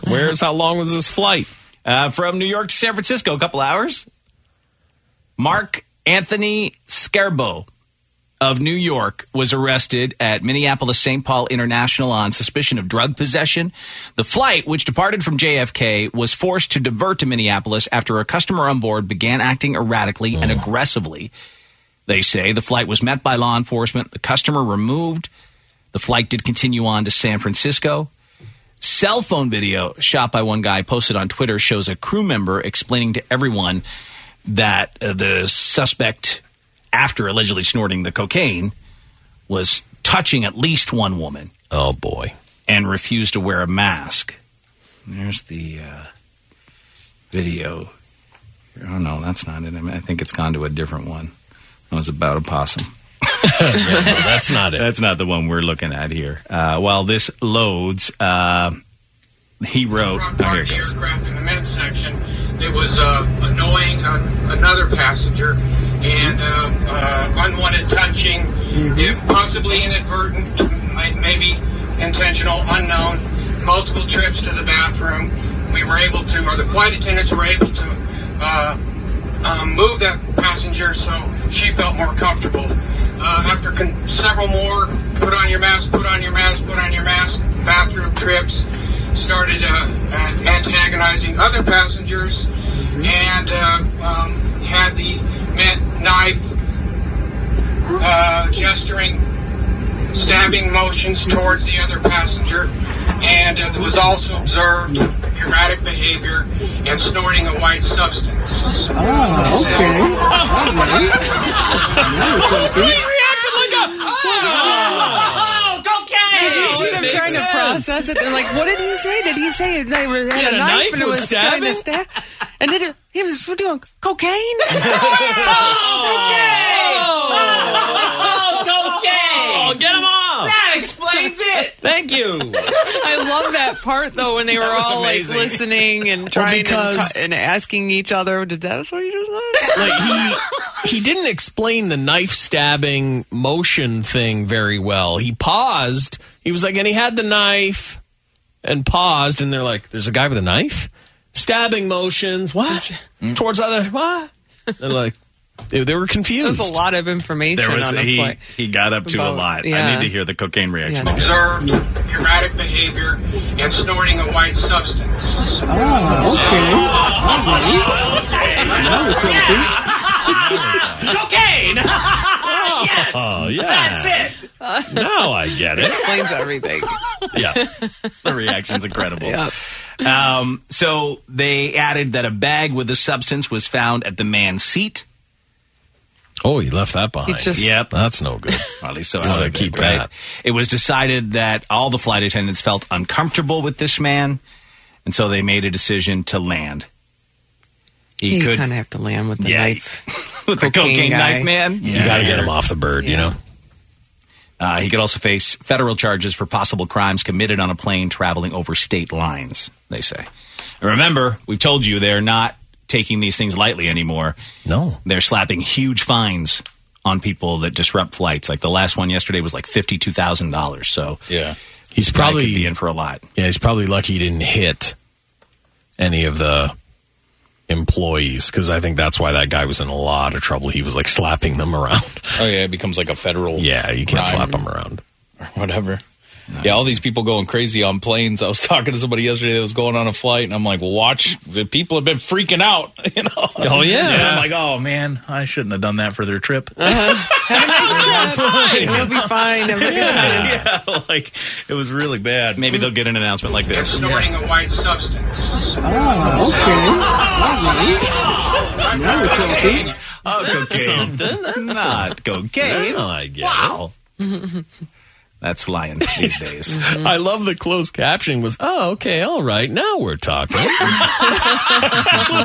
Speaker 5: Where's how long was this flight?
Speaker 3: Uh, from New York to San Francisco, a couple hours. Mark Anthony Scarbo of New York was arrested at Minneapolis St. Paul International on suspicion of drug possession. The flight, which departed from JFK, was forced to divert to Minneapolis after a customer on board began acting erratically
Speaker 5: Oh.
Speaker 3: and aggressively. They say the flight was met by law enforcement, the customer removed. The flight did continue on to San Francisco. Cell phone video shot by one guy posted on Twitter shows a crew member explaining to everyone that uh, the suspect, after allegedly snorting the cocaine, was touching at least one woman.
Speaker 5: Oh boy!
Speaker 3: And refused to wear a mask. There's the uh, video. Oh no, that's not it. I, mean, I think it's gone to a different one. That was about a possum.
Speaker 5: that's not it.
Speaker 3: That's not the one we're looking at here. Uh, while this loads, uh, he wrote.
Speaker 42: dropped
Speaker 3: Oh, here
Speaker 42: part of
Speaker 3: it
Speaker 42: the
Speaker 3: goes.
Speaker 42: aircraft in the mid section. It was uh, annoying uh, another passenger and uh, uh, unwanted touching, if possibly inadvertent, might- maybe intentional, unknown. Multiple trips to the bathroom. We were able to, or the flight attendants were able to, uh, um, move that passenger so she felt more comfortable. Uh, after con- several more, put on your mask, put on your mask, put on your mask, bathroom trips, started uh, uh, antagonizing other passengers and uh, um, had the meant knife uh, gesturing stabbing motions towards the other passenger and uh, was also observed erratic behavior and snorting a white substance.
Speaker 5: Oh,
Speaker 4: Did you see them
Speaker 8: makes
Speaker 4: trying
Speaker 8: sense.
Speaker 4: to process it? They're like, what did he say? Did he say it? They were- had,
Speaker 8: had
Speaker 4: a,
Speaker 8: a
Speaker 4: knife,
Speaker 8: knife
Speaker 4: and it
Speaker 8: and
Speaker 4: was trying to stab? And did it, he was doing cocaine? Oh,
Speaker 8: Oh,
Speaker 5: get him off!
Speaker 8: That explains it.
Speaker 5: Thank you.
Speaker 4: I love that part though when they were
Speaker 8: was
Speaker 4: all
Speaker 8: amazing.
Speaker 4: like listening and trying
Speaker 5: because-
Speaker 4: and, t- and asking each other, "Did that what you just said?"
Speaker 5: like he he didn't explain the knife stabbing motion thing very well. He paused. He was like, and he had the knife and paused. And they're like, "There's a guy with a knife, stabbing motions. What
Speaker 3: Mm.
Speaker 5: towards other what?" They're like, they, they were confused.
Speaker 4: There's a lot of information
Speaker 3: There was
Speaker 4: on a
Speaker 3: he,
Speaker 4: play.
Speaker 3: he got up to a
Speaker 4: About-
Speaker 3: lot. I
Speaker 4: yeah.
Speaker 3: need to hear the cocaine reaction.
Speaker 4: Yes.
Speaker 3: again.
Speaker 42: observed erratic behavior and snorting a white substance.
Speaker 8: Cocaine. yes.
Speaker 5: Oh yeah,
Speaker 8: That's it.
Speaker 5: Now I get it.
Speaker 4: explains everything.
Speaker 5: Yeah,
Speaker 3: the reaction's incredible.
Speaker 4: Yeah.
Speaker 3: Um, so they added that a bag with the substance was found at the man's seat.
Speaker 5: Oh, he left that behind.
Speaker 3: It's just- Yep.
Speaker 5: that's no good.
Speaker 3: Well, at least so
Speaker 5: You wanna
Speaker 3: out of it,
Speaker 5: keep
Speaker 3: right?
Speaker 5: that.
Speaker 3: It was decided that all the flight attendants felt uncomfortable with this man, and so they made a decision to land. He
Speaker 4: You
Speaker 3: could
Speaker 4: kind of have to land with the
Speaker 3: Yeah,
Speaker 4: knife,
Speaker 3: with the cocaine
Speaker 4: guy.
Speaker 3: knife man.
Speaker 5: You got to get him off the bird. You know.
Speaker 3: Uh, he could also face federal charges for possible crimes committed on a plane traveling over state lines, they say. And remember, we've told you they're not taking these things lightly anymore.
Speaker 5: No.
Speaker 3: They're slapping huge fines on people that disrupt flights. Like the last one yesterday was like $52,000. So
Speaker 7: Yeah.
Speaker 5: He's
Speaker 3: the guy
Speaker 5: probably
Speaker 3: could be in for a lot.
Speaker 5: Yeah, he's probably lucky he didn't hit any of the employees because I think that's why that guy was in a lot of trouble. He was like slapping them around.
Speaker 7: Oh yeah, it becomes like a federal.
Speaker 5: Yeah, you can't
Speaker 7: Crime.
Speaker 5: slap them around.
Speaker 7: whatever. Yeah, all these people going crazy on planes. I was talking to somebody yesterday that was going on a flight, and I'm like, well, watch. The people have been freaking out. You know?
Speaker 5: Oh, yeah.
Speaker 7: And I'm like, oh man, I shouldn't have done that for their trip.
Speaker 8: Uh-huh.
Speaker 4: We'll be fine. Have a good time.
Speaker 7: yeah, like it was really bad.
Speaker 3: Maybe they'll get an announcement like
Speaker 42: and
Speaker 3: this.
Speaker 42: snorting a white substance.
Speaker 3: Oh, cocaine. Not cocaine.
Speaker 5: Oh, I get
Speaker 3: Wow. That's flying these days.
Speaker 5: it. Mm-hmm. I love the closed captioning was, oh, okay, all right, now we're talking.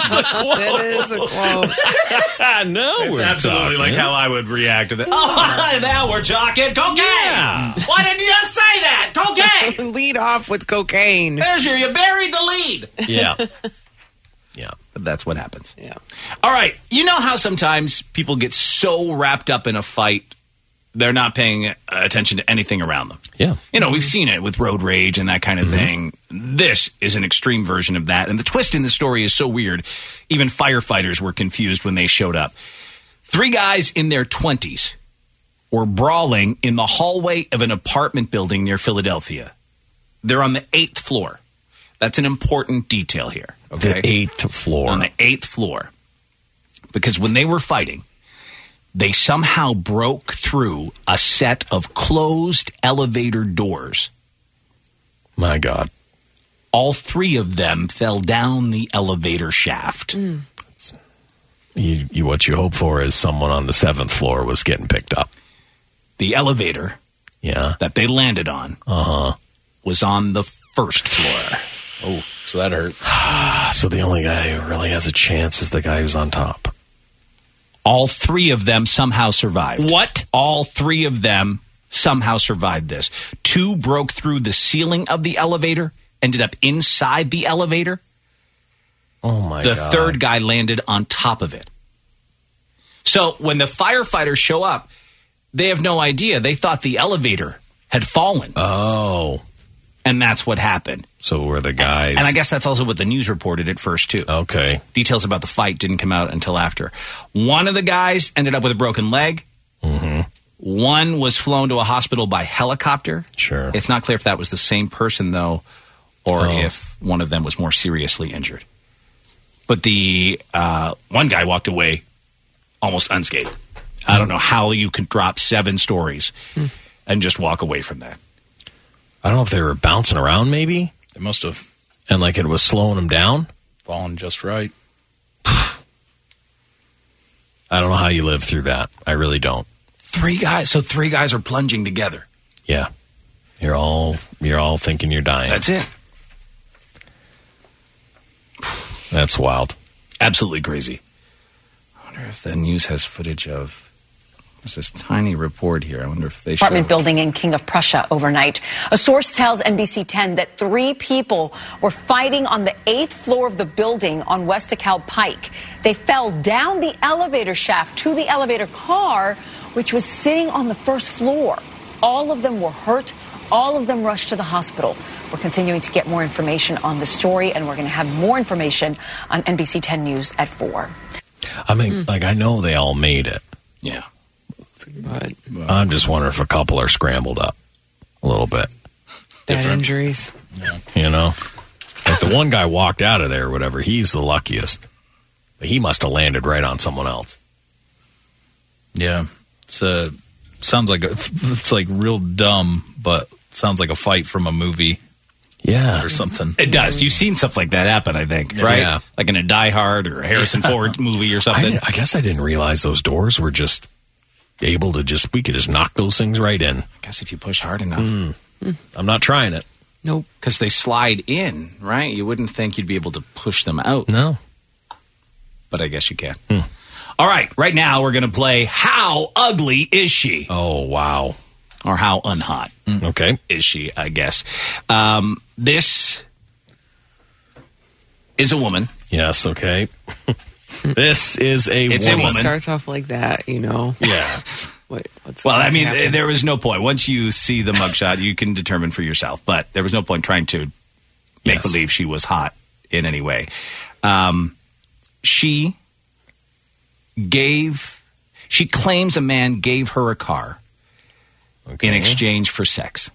Speaker 4: That is a quote.
Speaker 5: now
Speaker 3: It's
Speaker 5: we're
Speaker 3: absolutely
Speaker 5: talking.
Speaker 3: like how I would react to that. Oh, now we're talking cocaine.
Speaker 5: Yeah.
Speaker 3: Why didn't you just say that? Cocaine.
Speaker 4: Mm. Lead off with cocaine.
Speaker 3: There's your. You buried the lead.
Speaker 5: Yeah. Yeah.
Speaker 3: But that's what happens.
Speaker 4: Yeah.
Speaker 3: All right. You know how sometimes people get so wrapped up in a fight they're not paying attention to anything around them. Yeah. You know,
Speaker 5: Mm-hmm.
Speaker 3: we've seen it with road rage and that kind of thing. This is an extreme version of that. And the twist in the story is so weird. Even firefighters were confused when they showed up. Three guys in their 20s were brawling in the hallway of an apartment building near Philadelphia. They're on the eighth floor. That's an important detail here. Okay.
Speaker 5: The eighth floor.
Speaker 3: On the eighth floor. Because when they were fighting, they somehow broke through a set of closed elevator doors.
Speaker 5: My God.
Speaker 3: All three of them fell down the elevator shaft.
Speaker 5: You, you, what you hope for is someone on the seventh floor was getting picked up.
Speaker 3: The elevator
Speaker 5: Yeah.
Speaker 3: that they landed on
Speaker 5: Uh huh.
Speaker 3: was on the first floor.
Speaker 7: Oh, so that hurt.
Speaker 5: So the only guy who really has a chance is the guy who's on top.
Speaker 3: All three of them somehow survived.
Speaker 5: What?
Speaker 3: All three of them somehow survived this. Two broke through the ceiling of the elevator, ended up inside the elevator.
Speaker 5: Oh my
Speaker 3: the
Speaker 5: God.
Speaker 3: third guy landed on top of it. So when the firefighters show up, they have no idea. They thought the elevator had fallen.
Speaker 5: Oh.
Speaker 3: And that's what happened.
Speaker 5: So were the guys.
Speaker 3: And I guess that's also what the news reported at first, too.
Speaker 5: Okay.
Speaker 3: Details about the fight didn't come out until after. One of the guys ended up with a broken leg.
Speaker 5: Mm-hmm.
Speaker 3: One was flown to a hospital by helicopter.
Speaker 5: Sure. Oh.
Speaker 3: It's not clear if that was the same person, though, or if one of them was more seriously injured. But the uh, one guy walked away almost unscathed. I don't know how you can drop seven stories and just walk away from that.
Speaker 5: I don't know if they were bouncing around, maybe,
Speaker 7: It must have
Speaker 5: and like it was slowing them down.
Speaker 7: fallen just right.
Speaker 5: I don't know how you live through that. I really don't.
Speaker 3: Three guys. So three guys are plunging together.
Speaker 5: Yeah, you're all you're all thinking you're dying.
Speaker 3: That's it.
Speaker 5: That's wild.
Speaker 3: Absolutely crazy. I wonder if the news has footage of. There's this tiny report here. I wonder if they
Speaker 16: apartment
Speaker 3: show.
Speaker 16: building in King of Prussia overnight. A source tells NBC 10 that three people were fighting on the eighth floor of the building on West DeKalb Pike. They fell down the elevator shaft to the elevator car, which was sitting on the first floor. All of them were hurt. All of them rushed to the hospital. We're continuing to get more information on the story, and we're going to have more information on NBC 10 News at 4.
Speaker 5: I mean,
Speaker 4: Hmm.
Speaker 5: like I know they all made it.
Speaker 3: Yeah.
Speaker 4: But
Speaker 5: I'm just wondering if a couple are scrambled up a little bit.
Speaker 4: bad injuries.
Speaker 5: You know, like the one guy walked out of there, or whatever. He's the luckiest, but he must have landed right on someone else.
Speaker 7: Yeah, it's a sounds like a, it's like real dumb, but sounds like a fight from a movie
Speaker 5: Yeah,
Speaker 7: or something.
Speaker 3: It does. You've seen stuff like that happen, I think, right?
Speaker 5: Yeah.
Speaker 3: Like in a Die Hard or a Harrison Ford movie or
Speaker 5: I,
Speaker 3: something.
Speaker 5: didn't- I guess I didn't realize those doors were just able to just we could just knock those things right in.
Speaker 3: I guess if you push hard enough,
Speaker 5: I'm not trying it.
Speaker 4: Nope.
Speaker 3: because they slide in, right? You wouldn't think you'd be able to push them out,
Speaker 5: No. Hmm.
Speaker 3: but I guess you can. All right, right now we're going to play How Ugly Is She?
Speaker 5: Oh wow. Hmm.
Speaker 3: Or How Unhot
Speaker 5: Okay.
Speaker 3: Is She, I guess. Um, this is a woman.
Speaker 5: Yes. Okay. this is a
Speaker 3: It's a
Speaker 5: woman.
Speaker 3: woman.
Speaker 4: Starts off like that, you know.
Speaker 5: Yeah.
Speaker 4: What, what's
Speaker 3: Well, I
Speaker 4: what's
Speaker 3: mean,
Speaker 4: happening.
Speaker 3: there was no point. Once you see the mugshot, you can determine for yourself. But there was no point trying to make
Speaker 5: Yes.
Speaker 3: believe she was hot in any way. Um, she gave. She claims a man gave her a car in
Speaker 5: Okay.
Speaker 3: exchange for sex.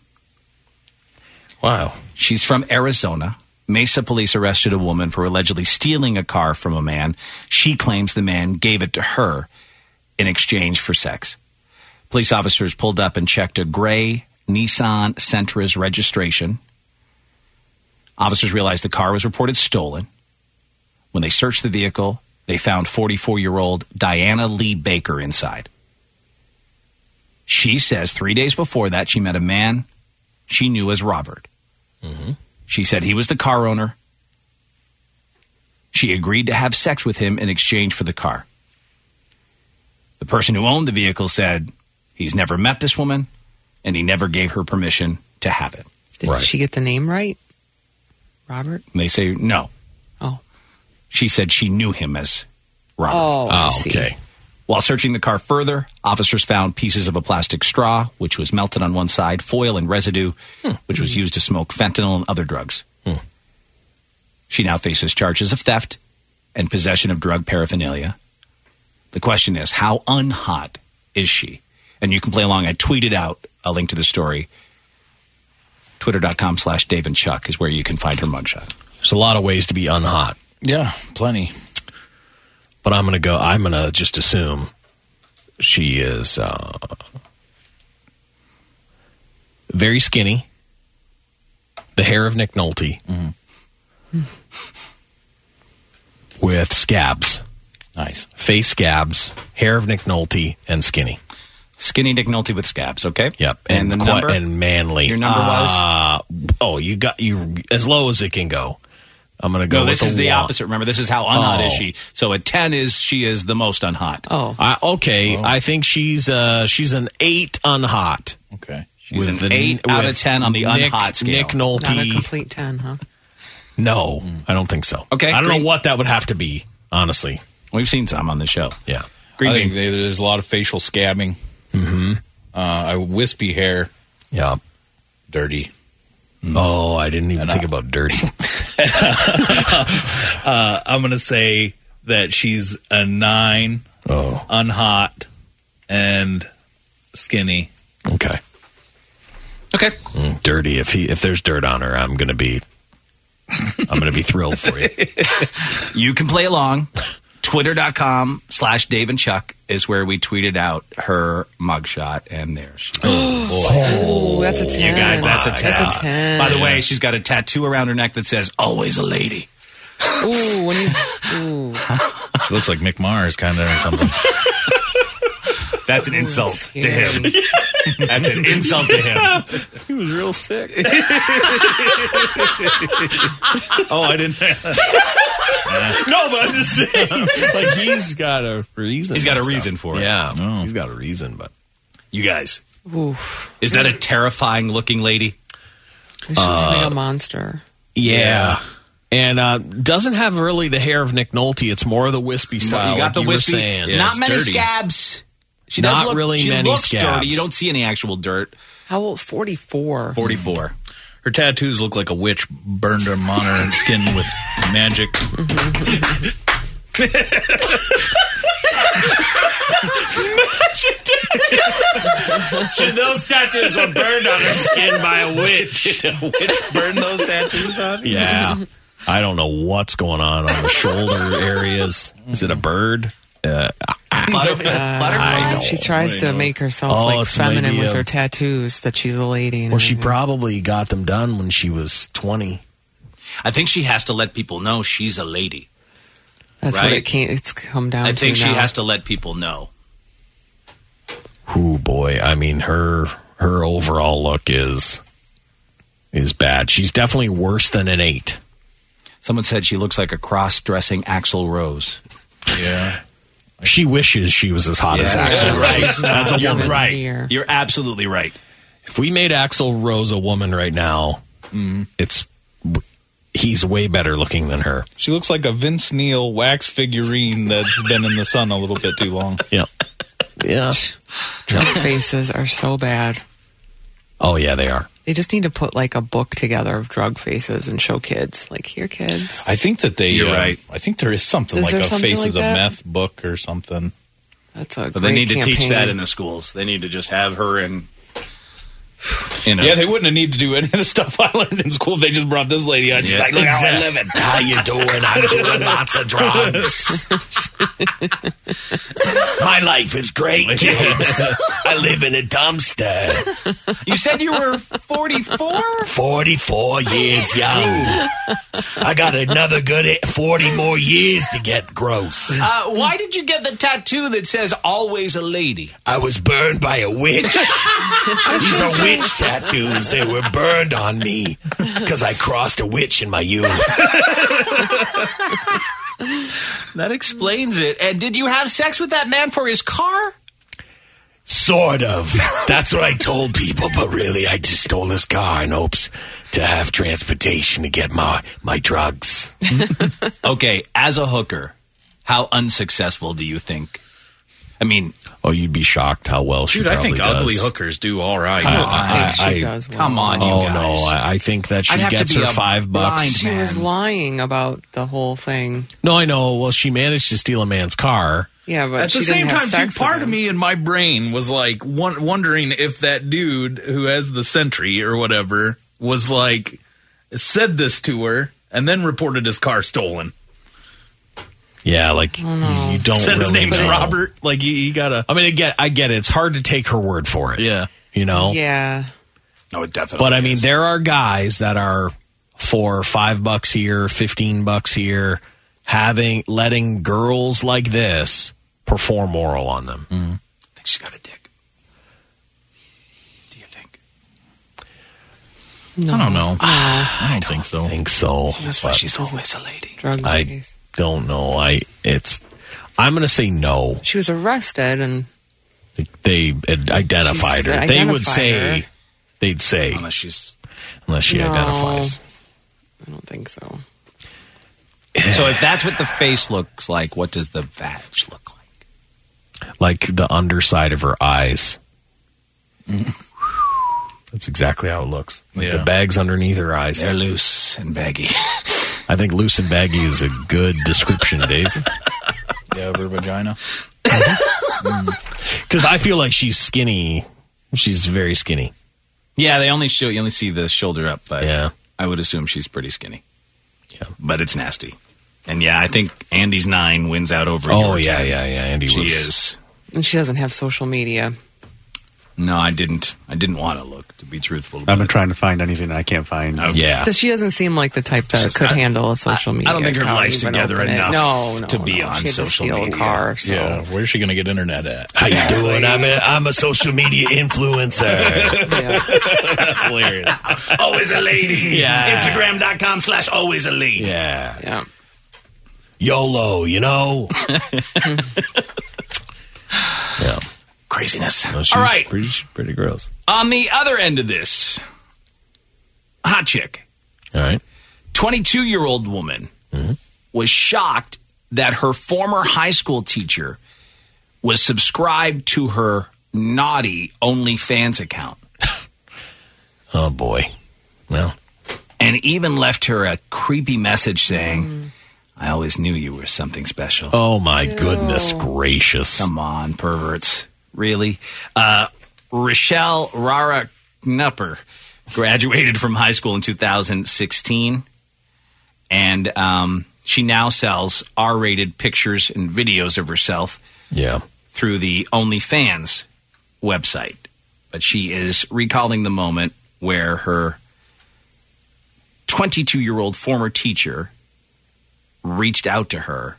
Speaker 5: Wow.
Speaker 3: She's from Arizona. Mesa police arrested a woman for allegedly stealing a car from a man. She claims the man gave it to her in exchange for sex. Police officers pulled up and checked a gray Nissan Sentra's registration. Officers realized the car was reported stolen. When they searched the vehicle, they found 44 year old Diana Lee Baker inside. She says three days before that, she met a man she knew as Robert. She said he was the car owner. She agreed to have sex with him in exchange for the car. The person who owned the vehicle said he's never met this woman and he never gave her permission to have it.
Speaker 4: Did
Speaker 5: Right.
Speaker 4: she get the name right? Robert?
Speaker 3: And they say no.
Speaker 4: Oh.
Speaker 3: She said she knew him as Robert.
Speaker 4: Oh, I
Speaker 5: Oh,
Speaker 4: see.
Speaker 5: okay.
Speaker 3: While searching the car further, officers found pieces of a plastic straw, which was melted on one side, foil and residue, which was used to smoke fentanyl and other drugs. She now faces charges of theft and possession of drug paraphernalia. The question is, how unhot is she? And you can play along. I tweeted out a link to the story. Twitter.com slash Dave and Chuck is where you can find her mugshot.
Speaker 5: There's a lot of ways to be unhot.
Speaker 7: Yeah, plenty.
Speaker 5: But I'm gonna go. I'm gonna just assume she is uh, very skinny. The hair of Nick Nolte
Speaker 3: Mm-hmm.
Speaker 5: with scabs.
Speaker 7: Nice
Speaker 5: face scabs, hair of Nick Nolte, and skinny.
Speaker 3: Skinny Nick Nolte with scabs. Okay.
Speaker 5: Yep.
Speaker 3: And the
Speaker 5: qui-
Speaker 3: number?
Speaker 5: and manly.
Speaker 3: Your number was?
Speaker 5: uh, oh, you got you as low as it can go. I'm gonna go.
Speaker 3: no, this
Speaker 5: with
Speaker 3: is the
Speaker 5: one.
Speaker 3: opposite. Remember, this is how unhot is
Speaker 5: Oh.
Speaker 3: she. So at 10 is she is the most unhot.
Speaker 5: Oh, I, okay. I think she's uh she's an eight on hot.
Speaker 7: Okay,
Speaker 3: She's an eight out of 10 on the unhot scale.
Speaker 5: Nick
Speaker 4: Not a
Speaker 5: Nolte.
Speaker 4: complete 10, huh?
Speaker 5: no, I don't think so.
Speaker 3: Okay,
Speaker 5: I don't
Speaker 3: green-
Speaker 5: know what that would have to be. Honestly,
Speaker 3: we've seen some on the show.
Speaker 5: Yeah,
Speaker 7: I think they, there's a lot of facial scabbing. Mm-hmm. Uh, I- wispy hair.
Speaker 5: Yeah,
Speaker 7: dirty.
Speaker 5: Oh, I didn't even think about dirty.
Speaker 7: uh, I'm gonna say that she's a nine,
Speaker 5: Oh.
Speaker 7: unhot, and skinny.
Speaker 5: Okay.
Speaker 3: Okay.
Speaker 5: Mm, dirty. If he if there's dirt on her, I'm gonna be I'm gonna be thrilled for you.
Speaker 3: You can play along. Twitter.com slash Dave and Chuck is where we tweeted out her mugshot, and there she is.
Speaker 4: Oh, that's a 10.
Speaker 3: You guys, that's a
Speaker 4: Wow.
Speaker 3: 10.
Speaker 4: That's a 10.
Speaker 3: By the way, she's got a tattoo around her neck that says, always a lady.
Speaker 4: Ooh, when you. Ooh.
Speaker 7: She looks like Mick Mars, kind of, or something.
Speaker 3: That's an insult to him. That's an insult to him.
Speaker 5: he was real sick.
Speaker 7: oh, I didn't.
Speaker 5: No, but I'm just saying, like he's got a reason. Oh.
Speaker 3: He's got a
Speaker 5: and stuff.
Speaker 3: reason for it.
Speaker 5: Yeah, Hmm. he's got a reason. But
Speaker 3: You guys, is that a terrifying looking lady?
Speaker 4: She's
Speaker 5: Um,
Speaker 4: like a monster.
Speaker 5: yeah. And uh, doesn't have really the hair of Nick Nolte. It's more of the wispy style.
Speaker 3: you got
Speaker 5: like
Speaker 3: the
Speaker 5: were
Speaker 3: wispy.
Speaker 5: saying.
Speaker 3: not
Speaker 5: It's
Speaker 3: many
Speaker 5: dirty.
Speaker 3: scabs. She
Speaker 5: Not
Speaker 3: does look,
Speaker 5: really
Speaker 3: she
Speaker 5: many
Speaker 3: looks
Speaker 5: scabs.
Speaker 3: dirty. You don't see any actual dirt.
Speaker 4: How old? 44.
Speaker 3: 44.
Speaker 7: Her tattoos look like a witch burned her on her skin with magic.
Speaker 8: Should those tattoos were burned on her skin by a witch?
Speaker 7: witch burned those tattoos on?
Speaker 5: Yeah. I don't know what's going on on the shoulder areas. Is it a bird? Uh,
Speaker 3: Butterf- is it butterfly?
Speaker 4: She tries to make herself
Speaker 5: Oh,
Speaker 4: like
Speaker 5: it's
Speaker 4: feminine
Speaker 5: maybe
Speaker 4: with
Speaker 5: a-
Speaker 4: her tattoos that she's a lady. and
Speaker 5: Well, she
Speaker 4: everything.
Speaker 5: probably got them done when she was 20.
Speaker 3: I think she has to let people know she's a lady.
Speaker 4: That's what
Speaker 3: right.
Speaker 4: it can't. It's come down.
Speaker 3: I
Speaker 4: to
Speaker 3: think she
Speaker 4: now.
Speaker 3: has to let people know.
Speaker 5: Ooh boy, I mean her her overall look is is bad. She's definitely worse than an 8.
Speaker 3: Someone said she looks like a cross dressing Axl Rose.
Speaker 7: Yeah.
Speaker 5: She wishes she was as hot as Axel Rose. As a
Speaker 3: You're
Speaker 5: woman.
Speaker 3: right.
Speaker 4: Here.
Speaker 3: You're absolutely right.
Speaker 5: If we made Axel Rose a woman right now,
Speaker 3: Mm-hmm.
Speaker 5: it's he's way better looking than her.
Speaker 7: She looks like a Vince Neil wax figurine that's been in the sun a little bit too long.
Speaker 5: Yeah. Yeah.
Speaker 4: Their faces are so bad.
Speaker 5: Oh yeah, they are.
Speaker 4: They just need to put like a book together of drug faces and show kids. Like here, kids.
Speaker 7: I think that they.
Speaker 3: You're
Speaker 7: uh,
Speaker 3: right.
Speaker 7: I think there is something
Speaker 4: Is
Speaker 7: like
Speaker 4: there
Speaker 7: a
Speaker 4: something
Speaker 7: Faces
Speaker 4: like that?
Speaker 7: of Meth book or something.
Speaker 4: That's a.
Speaker 3: But
Speaker 4: great
Speaker 3: they need to teach
Speaker 4: campaign.
Speaker 3: that in the schools. They need to just have her in. You know,
Speaker 7: Yeah, they wouldn't have needed to do any of the stuff I learned in school if they just brought this lady on. She's
Speaker 3: Yeah.
Speaker 7: like, look how I
Speaker 3: Exactly.
Speaker 7: live it.
Speaker 5: How you doing? I'm doing lots of drugs. My life is great, kids. I live in a dumpster.
Speaker 3: you said you were 44.
Speaker 5: 44 years young. I got another good 40 more years to get gross.
Speaker 3: Uh, why did you get the tattoo that says "always a lady"?
Speaker 5: I was burned by a witch. These are witch tattoos. They were burned on me because I crossed a witch in my youth.
Speaker 3: That explains it. And did you have sex with that man for his car?
Speaker 5: Sort of. That's what I told people, but really, I just stole his car in hopes to have transportation to get my my drugs.
Speaker 3: Okay, as a hooker, how unsuccessful do you think I mean,
Speaker 5: oh, you'd be shocked how well she.
Speaker 7: Dude, I think
Speaker 5: probably
Speaker 7: ugly
Speaker 5: does.
Speaker 7: hookers do all right.
Speaker 5: I-
Speaker 7: I-
Speaker 5: I- I-
Speaker 3: Come on, you
Speaker 5: oh
Speaker 3: guys.
Speaker 5: no, I, I think that she
Speaker 4: I'd have to
Speaker 5: gets
Speaker 4: be
Speaker 5: her
Speaker 4: a
Speaker 5: five bucks.
Speaker 4: She was lying about the whole thing.
Speaker 5: No, I know. Well, she managed to steal a man's car.
Speaker 4: Yeah, but
Speaker 7: At the
Speaker 4: she didn't
Speaker 7: same
Speaker 4: have
Speaker 7: time,
Speaker 4: sex
Speaker 7: too,
Speaker 4: with
Speaker 7: part
Speaker 4: him.
Speaker 7: of me in my brain was like won- wondering if that dude who has the sentry or whatever was like said this to her and then reported his car stolen.
Speaker 5: Yeah, like
Speaker 4: Oh,
Speaker 5: you don't.
Speaker 7: Said his
Speaker 5: really
Speaker 7: name's
Speaker 5: know.
Speaker 7: Robert. Like you, you gotta.
Speaker 5: I mean, I get, I get it. It's hard to take her word for it.
Speaker 7: Yeah,
Speaker 5: you know.
Speaker 4: Yeah.
Speaker 3: No, it definitely.
Speaker 5: But I mean, there are guys that are for five bucks here, fifteen bucks here, having letting girls like this perform oral on them.
Speaker 3: Mm. I think she got a dick.
Speaker 7: I don't know.
Speaker 5: I don't think so. Think so.
Speaker 3: That's why she's always a lady.
Speaker 4: Ah. Drug
Speaker 5: I
Speaker 4: ladies.
Speaker 5: don't know. I it's. I'm gonna say no.
Speaker 4: She was arrested and
Speaker 5: They ad- identified
Speaker 4: She's-
Speaker 5: her.
Speaker 4: uh,
Speaker 5: they would
Speaker 4: identified
Speaker 5: say.
Speaker 4: her.
Speaker 5: They'd say
Speaker 3: unless she's
Speaker 5: unless she
Speaker 4: No.
Speaker 5: identifies.
Speaker 4: I don't think so.
Speaker 3: so if that's what the face looks like, what does the vag look like?
Speaker 5: like the underside of her eyes. That's exactly how it looks. Like
Speaker 7: Yeah.
Speaker 5: the bags underneath her eyes.
Speaker 3: They're loose and baggy.
Speaker 5: I think loose and baggy is a good description, Dave.
Speaker 7: Yeah, her vagina.
Speaker 5: Because Mm-hmm. I feel like she's skinny. She's very skinny.
Speaker 3: Yeah, they only show you only see the shoulder up, but
Speaker 5: Yeah.
Speaker 3: I would assume she's pretty skinny. Yeah, but it's nasty. And yeah, I think Andy's nine wins out over.
Speaker 5: Oh,
Speaker 3: your
Speaker 5: yeah,
Speaker 3: 10.
Speaker 5: yeah, yeah. Andy
Speaker 3: she
Speaker 5: was-
Speaker 3: is.
Speaker 4: And she doesn't have social media.
Speaker 3: No, I didn't. I didn't want to look. To be truthful,
Speaker 6: I've
Speaker 3: about
Speaker 6: been trying to find anything I can't find.
Speaker 5: Yeah.
Speaker 4: So she doesn't seem like the type that could handle a social
Speaker 3: I
Speaker 4: media.
Speaker 3: don't think her
Speaker 4: account,
Speaker 3: life's
Speaker 4: even
Speaker 3: together
Speaker 4: open it.
Speaker 3: enough
Speaker 4: Oh, No, no,
Speaker 3: to be
Speaker 4: no.
Speaker 3: on
Speaker 4: she had
Speaker 3: social
Speaker 4: to steal
Speaker 3: media.
Speaker 4: A car, so.
Speaker 7: Yeah, where's she gonna get internet at?
Speaker 5: How you doing? I'm a, I'm a social media influencer. That's hilarious.
Speaker 3: it. always a lady.
Speaker 5: Yeah.
Speaker 3: Instagram.com slash always a lady.
Speaker 5: Yeah.
Speaker 4: Yeah.
Speaker 5: YOLO, you know? yeah.
Speaker 3: Craziness.
Speaker 5: No, she's
Speaker 3: All right.
Speaker 5: pretty, she's pretty gross.
Speaker 3: On the other end of this, hot chick.
Speaker 5: All right. Mm-hmm.
Speaker 3: 22 year old woman was shocked that her former high school teacher was subscribed to her naughty OnlyFans account
Speaker 5: Oh, boy. Well,
Speaker 3: and even left her a creepy message saying, I always knew you were something special.
Speaker 5: oh, my goodness gracious.
Speaker 3: Come on, perverts. Really? Uh, Rochelle Rara Knupper graduated from high school in 2016, and um, she now sells R rated pictures and videos of herself
Speaker 5: Yeah.
Speaker 3: through the OnlyFans website. But she is recalling the moment where her 22 year old former teacher reached out to her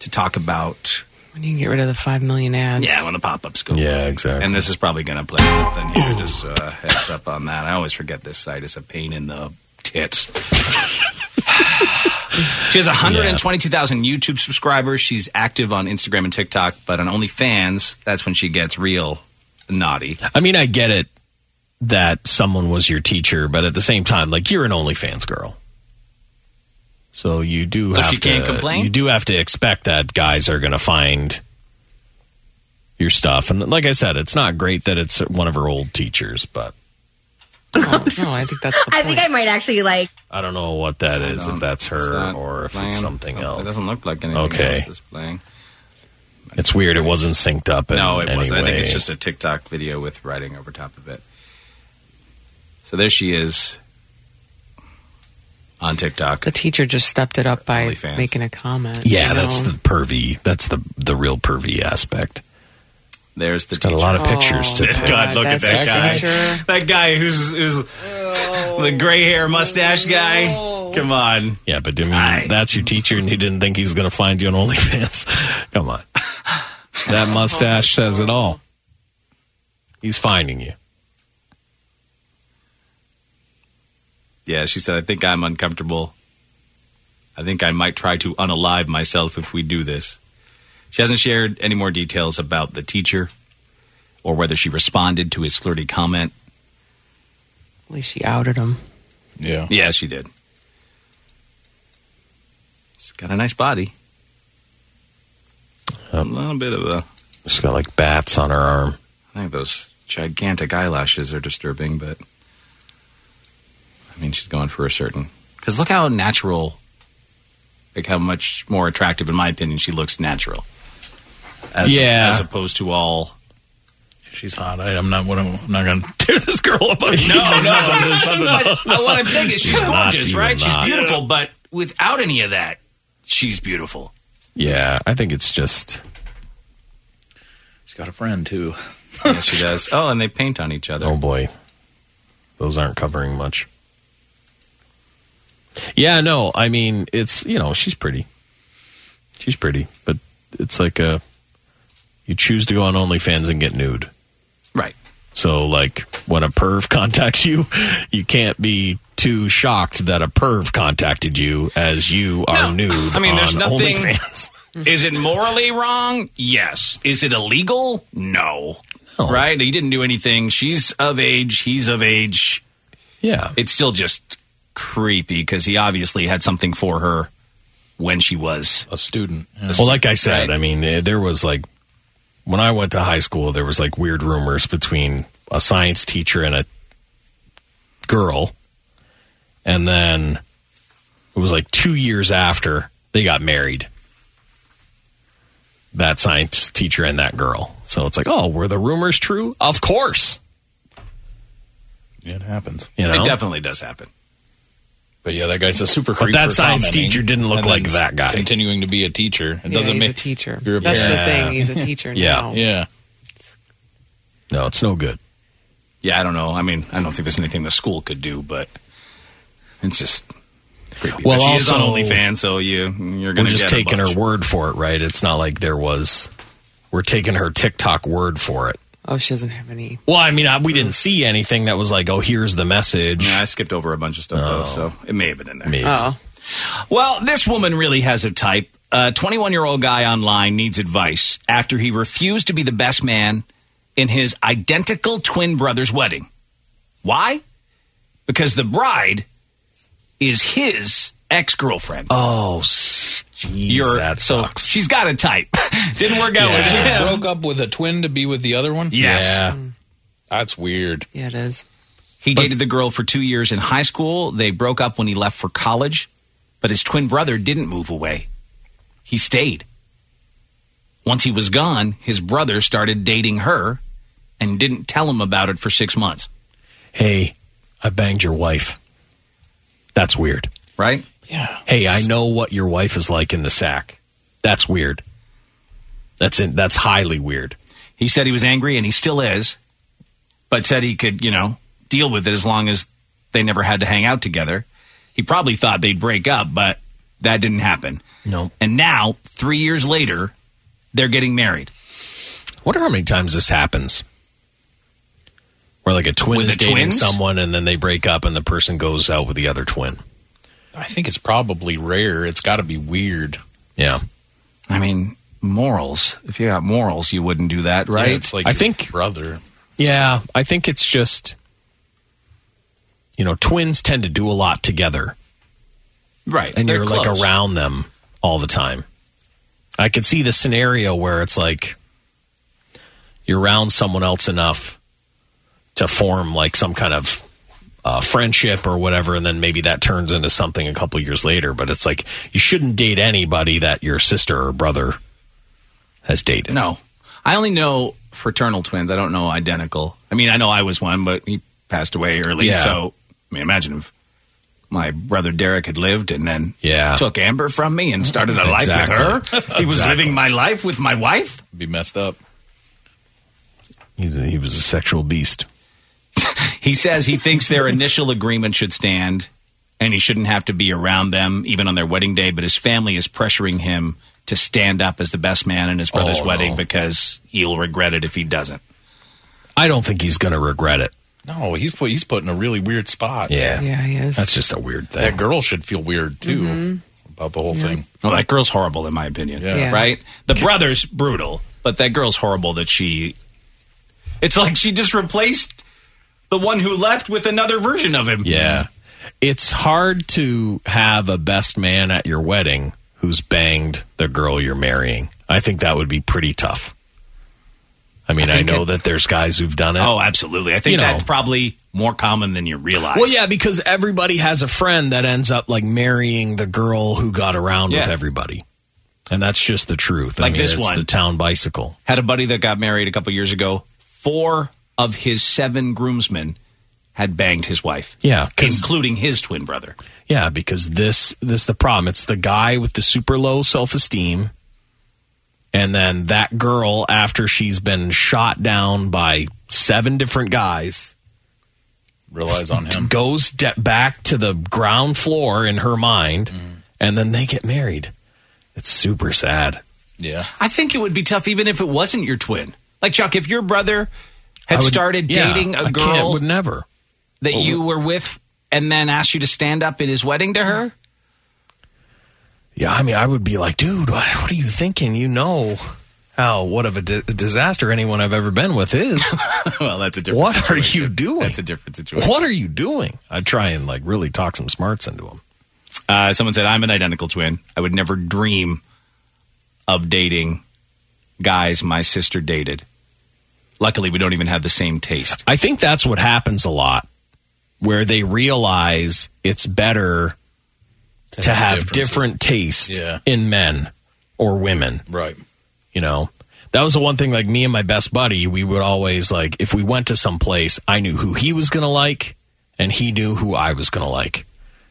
Speaker 3: to talk about
Speaker 4: When you can get rid of the five million ads.
Speaker 3: yeah, when the pop ups go.
Speaker 5: Yeah, exactly.
Speaker 3: And this is probably going to play something here. Just uh, heads up on that. I always forget this site is a pain in the tits. she has 122,000 YouTube subscribers. She's active on Instagram and TikTok, but on OnlyFans, that's when she gets real naughty.
Speaker 5: I mean, I get it that someone was your teacher, but at the same time, like you're an OnlyFans girl, so you do.
Speaker 3: So
Speaker 5: have
Speaker 3: she
Speaker 5: to,
Speaker 3: can't complain?
Speaker 5: You do have to expect that guys are going to find your stuff. And like I said, it's not great that it's one of her old teachers, but
Speaker 4: No, Oh, no, I think that's the point.
Speaker 1: I think I might actually like
Speaker 5: I don't know what that is. If that's her
Speaker 3: not
Speaker 5: or if
Speaker 3: playing.
Speaker 5: it's something else,
Speaker 3: It doesn't look like anything
Speaker 5: Okay.
Speaker 3: else is playing.
Speaker 5: it's weird. It wasn't synced up. In
Speaker 3: no, it
Speaker 5: any
Speaker 3: wasn't. I think
Speaker 5: way.
Speaker 3: it's just a TikTok video with writing over top of it. So there she is on TikTok.
Speaker 4: the teacher just stepped it up by
Speaker 3: OnlyFans.
Speaker 4: making a comment.
Speaker 5: yeah.
Speaker 4: you
Speaker 5: That's
Speaker 4: know?
Speaker 5: the pervy. That's the the real pervy aspect.
Speaker 3: There's the
Speaker 5: Got
Speaker 3: teacher.
Speaker 5: a lot of pictures to.
Speaker 4: Oh,
Speaker 3: God, look at
Speaker 4: that's
Speaker 3: that
Speaker 4: the Oh.
Speaker 3: guy.
Speaker 4: teacher.
Speaker 3: That guy who's, who's the gray hair mustache guy. Come on.
Speaker 5: Yeah, but I mean,
Speaker 3: Aye.
Speaker 5: that's your teacher, and he didn't think he was going to find you on OnlyFans. Come on, that mustache says it all. He's finding you.
Speaker 3: Yeah, she said, I think I'm uncomfortable. I think I might try to unalive myself if we do this. She hasn't shared any more details about the teacher or whether she responded to his flirty comment.
Speaker 4: At least she outed him.
Speaker 7: Yeah.
Speaker 3: Yeah, she did. She's got a nice body. A little bit of a
Speaker 5: She's got like bats on her arm.
Speaker 3: I think those gigantic eyelashes are disturbing, but I mean, she's going for a certain. Because look how natural, like how much more attractive, in my opinion, she looks natural. As,
Speaker 7: Yeah.
Speaker 3: As opposed to all.
Speaker 7: She's hot. I, I'm not. What I'm, I'm not going to tear this girl apart. No,
Speaker 3: no, But, uh, what I'm saying is she's gorgeous, right? She's beautiful, but without any of that, she's beautiful.
Speaker 5: Yeah, I think it's just
Speaker 7: She's got a friend too.
Speaker 3: yes, she does. Oh, and they paint on each other.
Speaker 5: Oh boy, those aren't covering much. Yeah, no, I mean it's you know she's pretty, she's pretty, but it's like a you choose to go on OnlyFans and get nude,
Speaker 3: right?
Speaker 5: So like when a perv contacts you, you can't be too shocked that a perv contacted you as you are nude.
Speaker 3: I mean, there's
Speaker 5: on
Speaker 3: nothing.
Speaker 5: OnlyFans.
Speaker 3: Is it morally wrong? Yes. Is it illegal? No. Right? He didn't do anything. She's of age. He's of age.
Speaker 5: Yeah.
Speaker 3: It's still just creepy because he obviously had something for her when she was
Speaker 7: a student.
Speaker 5: Well, like I said, I mean, eh, there was like when I went to high school, there was like weird rumors between a science teacher and a girl, and then it was like two years after they got married. That science teacher and that girl. So it's like, oh, were the rumors true? Of course.
Speaker 7: It happens.
Speaker 5: You know?
Speaker 3: It definitely does happen.
Speaker 7: But yeah, that guy's a super
Speaker 5: But
Speaker 7: creep.
Speaker 5: that
Speaker 7: for
Speaker 5: science
Speaker 7: commenting
Speaker 5: teacher didn't look
Speaker 7: and
Speaker 5: like
Speaker 7: then
Speaker 5: that guy.
Speaker 7: Continuing to be a teacher. It
Speaker 4: Yeah,
Speaker 7: doesn't
Speaker 4: he's
Speaker 7: make
Speaker 4: a teacher.
Speaker 7: You're a
Speaker 4: That's the
Speaker 7: parent.
Speaker 4: thing. He's a teacher
Speaker 7: yeah.
Speaker 4: now.
Speaker 7: Yeah.
Speaker 5: No, it's no good.
Speaker 3: Yeah, I don't know. I mean, I don't think there's anything the school could do, but it's just creepy.
Speaker 5: Well,
Speaker 3: but she is on
Speaker 5: also-
Speaker 3: OnlyFans, so you you're gonna
Speaker 5: we're just
Speaker 3: get a
Speaker 5: taking
Speaker 3: bunch.
Speaker 5: her word for it, right? It's not like there was. We're taking her TikTok word for it.
Speaker 4: Oh, she doesn't have any.
Speaker 5: Well, I mean, I, we didn't see anything that was like, oh, here's the message. Oh.
Speaker 3: Yeah, I skipped over a bunch of stuff, though, so it may have been in there.
Speaker 5: Maybe.
Speaker 4: Oh.
Speaker 3: Well, this woman really has a type. A 21 year old guy online needs advice after he refused to be the best man in his identical twin brother's wedding. Why? Because the bride is his ex girlfriend.
Speaker 5: Oh, jeez, that sucks.
Speaker 3: She's got a type. Didn't work out with
Speaker 7: She
Speaker 3: him.
Speaker 7: broke up with a twin to be with the other one.
Speaker 3: Yes.
Speaker 7: Yeah. That's weird.
Speaker 4: Hmm. Yeah, it is.
Speaker 3: He dated the girl for two years in high school. They broke up when he left for college, but his twin brother didn't move away. He stayed. Once he was gone, his brother started dating her and didn't tell him about it for six months,
Speaker 5: Hey, I banged your wife. That's weird.
Speaker 3: right?
Speaker 5: Hey, I know what your wife is like in the sack. That's weird. That's in, that's highly weird.
Speaker 3: He said he was angry and he still is, but said he could, you know, deal with it as long as they never had to hang out together. He probably thought they'd break up, but that didn't happen.
Speaker 5: No.
Speaker 3: And now, three years later, they're getting married.
Speaker 5: Wonder how many times this happens. Where like a twin
Speaker 3: With
Speaker 5: is
Speaker 3: the
Speaker 5: dating
Speaker 3: twins?
Speaker 5: someone and then they break up and the person goes out with the other twin.
Speaker 7: I think it's probably rare. It's got to be weird.
Speaker 5: Yeah.
Speaker 3: I mean, morals. If you got morals, you wouldn't do that, right?
Speaker 7: Yeah, it's like
Speaker 5: I
Speaker 7: your
Speaker 5: think-
Speaker 7: brother.
Speaker 5: Yeah, I think it's just you know, twins tend to do a lot together
Speaker 3: right.
Speaker 5: and
Speaker 3: they're
Speaker 5: you're
Speaker 3: close.
Speaker 5: like around them all the time. I could see the scenario where it's like you're around someone else enough to form like some kind of uh, friendship or whatever, and then maybe that turns into something a couple years later. But it's like you shouldn't date anybody that your sister or brother has dated.
Speaker 3: No, I only know fraternal twins. I don't know identical. I mean, I know I was one, but he passed away early.
Speaker 5: Yeah.
Speaker 3: So, I mean, imagine if my brother Derek had lived and then
Speaker 5: Yeah.
Speaker 3: took Amber from me and started a life with her.
Speaker 5: Exactly.
Speaker 3: He was
Speaker 5: Exactly.
Speaker 3: living my life with my wife.
Speaker 7: Be messed up.
Speaker 5: He's a, he was a sexual beast.
Speaker 3: He says he thinks their initial agreement should stand and he shouldn't have to be around them even on their wedding day, but his family is pressuring him to stand up as the best man in his brother's
Speaker 5: Oh,
Speaker 3: wedding
Speaker 5: no.
Speaker 3: because he'll regret it if he doesn't.
Speaker 5: I don't think he's going to regret it.
Speaker 7: No, he's put, he's put in a really weird spot.
Speaker 4: Yeah, he is. Mm-hmm.
Speaker 5: That's just a weird thing.
Speaker 7: That girl should feel weird too about the whole thing.
Speaker 3: Well, that girl's horrible in my opinion.
Speaker 7: Yeah.
Speaker 4: Yeah.
Speaker 3: Right? The brother's brutal, but that girl's horrible that she It's like she just replaced the one who left with another version of him.
Speaker 5: Yeah. It's hard to have a best man at your wedding who's banged the girl you're marrying. I think that would be pretty tough. I mean, I, know that there's guys who've done it.
Speaker 3: Oh, absolutely. I think
Speaker 5: You know.
Speaker 3: that's probably more common than you realize.
Speaker 5: Well, yeah, because everybody has a friend that ends up like marrying the girl who got around with
Speaker 3: Yeah.
Speaker 5: everybody, and that's just the truth. I
Speaker 3: Like
Speaker 5: mean,
Speaker 3: this
Speaker 5: it's
Speaker 3: one.
Speaker 5: the town bicycle.
Speaker 3: Had a buddy that got married a couple years ago. Four of his seven groomsmen had banged his wife.
Speaker 5: Yeah, 'cause-
Speaker 3: including his twin brother.
Speaker 5: Yeah, because this this is the problem. It's the guy with the super low self esteem, and then that girl after she's been shot down by seven different guys.
Speaker 8: Relies on him.
Speaker 5: Goes de- back to the ground floor in her mind,
Speaker 8: Mm-hmm.
Speaker 5: and then they get married. It's super sad.
Speaker 8: Yeah.
Speaker 3: I think it would be tough even if it wasn't your twin. Like Chuck, if your brother had
Speaker 5: I would-
Speaker 3: started
Speaker 5: yeah,
Speaker 3: dating
Speaker 5: I
Speaker 3: a
Speaker 5: can't-
Speaker 3: girl
Speaker 5: would never.
Speaker 3: that
Speaker 5: Well,
Speaker 3: you were with and then asked you to stand up at his wedding to her,
Speaker 5: Yeah, I mean, I would be like, dude, what what are you thinking? You know how what of a di- disaster anyone I've ever been with is.
Speaker 3: well, that's a
Speaker 5: different. What are you doing?
Speaker 3: That's a different situation.
Speaker 5: What are you doing? I try and like really talk some smarts into him.
Speaker 3: uh, someone said, I'm an identical twin. I would never dream of dating guys my sister dated. Luckily, we don't even have the same taste.
Speaker 5: I think that's what happens a lot, where they realize it's better to, have different tastes in men or women.
Speaker 8: Right.
Speaker 5: You know, that was the one thing. Like me and my best buddy, we would always like if we went to some place, I knew who he was gonna like, and he knew who I was gonna like.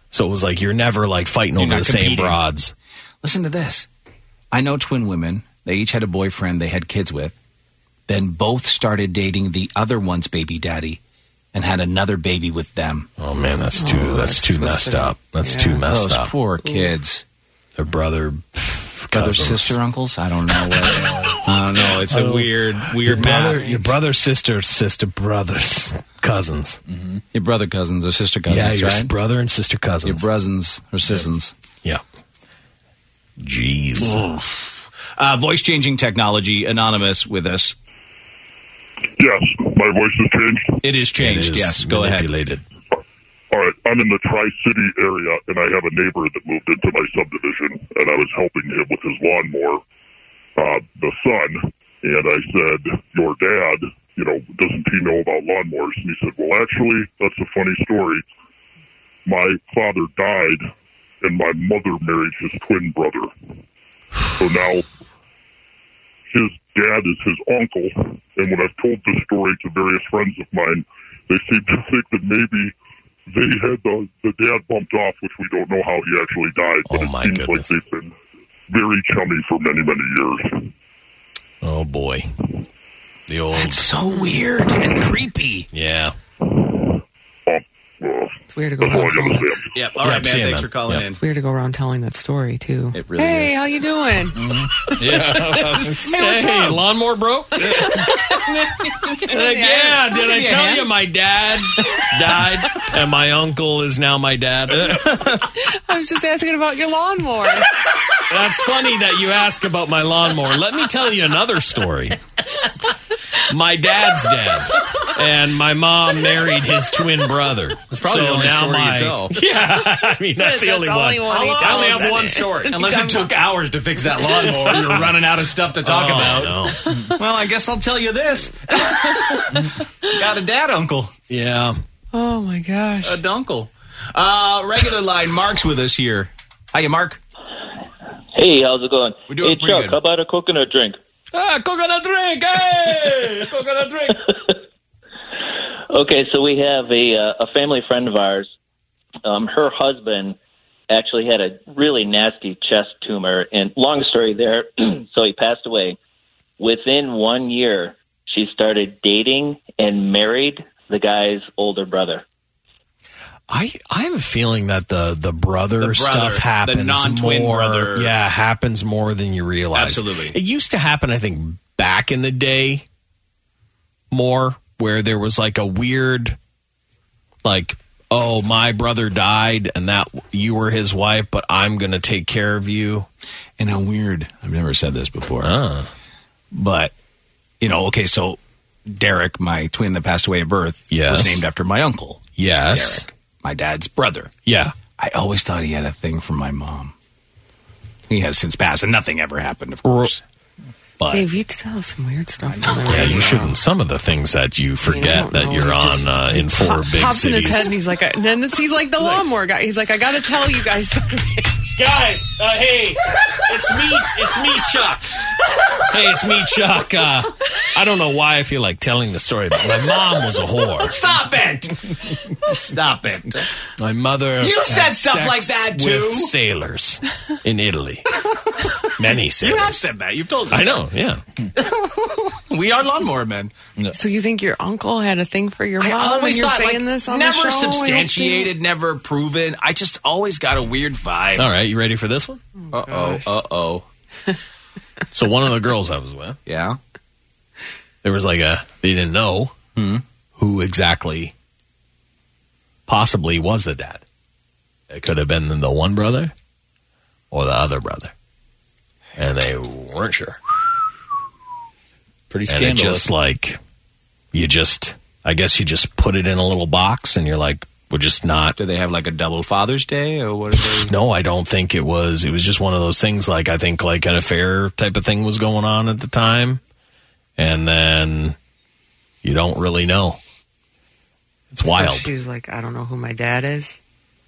Speaker 5: So it was like you're never like fighting
Speaker 3: You're
Speaker 5: over
Speaker 3: not
Speaker 5: the same
Speaker 3: competing.
Speaker 5: broads.
Speaker 3: Listen to this. I know twin women. They each had a boyfriend they had kids with. Then both started dating the other one's baby daddy and had another baby with them.
Speaker 5: Oh man, that's too that's, too messed up. That's too messed
Speaker 3: Those
Speaker 5: up.
Speaker 3: poor kids.
Speaker 5: Their brother,
Speaker 3: Brother,
Speaker 5: cousins.
Speaker 3: sister, uncles? I don't know. What, I don't know. It's a
Speaker 5: Oh,
Speaker 3: weird, weird
Speaker 5: your brother,
Speaker 3: matter.
Speaker 5: your brother, sister, sister, brothers, cousins.
Speaker 3: Your brother cousins or sister
Speaker 5: yeah,
Speaker 3: cousins,
Speaker 5: your
Speaker 3: right?
Speaker 5: brother and sister
Speaker 3: your
Speaker 5: cousins.
Speaker 3: brothers or sisters.
Speaker 5: yeah. Jeez.
Speaker 3: Uh, voice changing technology, anonymous with us.
Speaker 43: Yes, my voice has changed.
Speaker 3: It is changed.
Speaker 5: It is
Speaker 3: yes, go ahead.
Speaker 5: manipulated.
Speaker 43: All right, I'm in the Tri City area, and I have a neighbor that moved into my subdivision, and I was helping him with his lawnmower, uh, the son, and I said, Your dad, you know, doesn't he know about lawnmowers? And he said, Well, actually, that's a funny story. My father died, and my mother married his twin brother. So now his dad is his uncle, and when I've told this story to various friends of mine, they seem to think that maybe they had the, the dad bumped off, which we don't know how he actually died, but
Speaker 5: Oh,
Speaker 43: it
Speaker 5: my
Speaker 43: seems like
Speaker 5: goodness.
Speaker 43: they've been very chummy for many, many years.
Speaker 5: Oh boy. The old.
Speaker 3: It's so weird and creepy.
Speaker 5: yeah.
Speaker 4: It's weird to go around telling that.
Speaker 3: Yep.
Speaker 5: all right, man, thanks for calling
Speaker 4: It's weird to go around telling that story too. It
Speaker 3: really
Speaker 4: hey, how you doing?
Speaker 5: Yeah.
Speaker 4: Hey, what's
Speaker 5: hey,
Speaker 4: up?
Speaker 5: lawnmower broke? Like, yeah, did I tell you my dad died and my uncle is now my dad?
Speaker 4: I was just asking about your lawnmower.
Speaker 5: That's funny that you ask about my lawnmower. Let me tell you another story. My dad's dead, and my mom married his twin brother. That's
Speaker 8: probably
Speaker 5: so
Speaker 8: the only
Speaker 5: now
Speaker 8: story you
Speaker 5: my,
Speaker 8: tell.
Speaker 5: Yeah, I mean that's, the only one.
Speaker 3: he
Speaker 5: I only
Speaker 3: tells,
Speaker 5: have
Speaker 3: isn't
Speaker 5: one
Speaker 3: it?
Speaker 5: story.
Speaker 3: Unless it took hours to fix that lawnmower, you were running out of stuff to talk
Speaker 5: Oh,
Speaker 3: about.
Speaker 5: no.
Speaker 3: Well, I guess I'll tell you this. Got a dad uncle,
Speaker 5: Yeah.
Speaker 4: Oh my gosh.
Speaker 3: a dunkle. Uh, regular line, Mark's with us here. Hiya, Mark.
Speaker 7: Hey, how's it going?
Speaker 3: We're doing
Speaker 7: hey,
Speaker 3: pretty
Speaker 7: Chuck,
Speaker 3: good.
Speaker 7: how about a coconut drink?
Speaker 5: Ah, coconut drink. Hey, coconut drink.
Speaker 7: Okay, so we have a uh, a family friend of ours. Um, her husband actually had a really nasty chest tumor, and long story there. so he passed away. Within one year, she started dating and married the guy's older brother.
Speaker 5: I I have a feeling that the the brother,
Speaker 7: brother,
Speaker 5: stuff
Speaker 7: the
Speaker 5: happens
Speaker 7: non-twin
Speaker 5: more.
Speaker 7: brother.
Speaker 5: Yeah, happens more than you realize.
Speaker 7: Absolutely.
Speaker 5: it used to happen. I think back in the day, more where there was like a weird, like oh my brother died and that you were his wife, but I'm gonna take care of you.
Speaker 3: And how weird. I've never said this before. Ah. But, you know, okay, so Derek, my twin that passed away at birth,
Speaker 5: Yes.
Speaker 3: was named after my uncle.
Speaker 5: Yes.
Speaker 3: Derek, my dad's brother.
Speaker 5: Yeah.
Speaker 3: I always thought he had a thing for my mom. He has since passed, and nothing ever happened, of
Speaker 5: Ro-
Speaker 3: course.
Speaker 5: But
Speaker 4: Dave, you tell some weird stuff.
Speaker 5: yeah, you shouldn't. Some of the things that you forget
Speaker 4: don't
Speaker 5: that
Speaker 4: know.
Speaker 5: you're
Speaker 4: You
Speaker 5: on
Speaker 4: just-
Speaker 5: uh, in four big
Speaker 4: Pops in
Speaker 5: cities.
Speaker 4: his head, and he's like, I- and then it's, he's like the lawnmower guy. He's like, I gotta tell you guys something.
Speaker 5: Guys, uh, hey, it's me. It's me, Chuck. Hey, it's me, Chuck. Uh, I don't know why I feel like telling the story, but my mom was a whore.
Speaker 3: Stop it! Stop it!
Speaker 5: My mother.
Speaker 3: You said
Speaker 5: had
Speaker 3: stuff
Speaker 5: sex
Speaker 3: like that, too.
Speaker 5: With sailors in Italy, many sailors.
Speaker 3: You have said that. You've told us.
Speaker 5: I know. Yeah.
Speaker 3: We are lawnmower men.
Speaker 4: So you think your uncle had a thing for your mom?
Speaker 3: I always
Speaker 4: and you're
Speaker 3: thought, like,
Speaker 4: saying this on the show?
Speaker 3: never
Speaker 4: I don't think-
Speaker 3: substantiated, never proven. I just always got a weird vibe.
Speaker 5: All right, you ready for this one?
Speaker 3: Uh oh, uh oh.
Speaker 5: So one of the girls I was with,
Speaker 3: Yeah.
Speaker 5: there was like a they didn't know who exactly, possibly was the dad. It could have been the one brother, or the other brother, and they weren't sure.
Speaker 7: Pretty
Speaker 5: And it
Speaker 7: scandalous.
Speaker 5: just like you just, I guess you just put it in a little box, and you're like, we're just not
Speaker 3: Do they have like a double Father's Day or what? Are they?
Speaker 5: No, I don't think it was. It was just one of those things. Like I think like an affair type of thing was going on at the time, and then you don't really know. It's wild.
Speaker 4: She's like, I don't know who my dad is.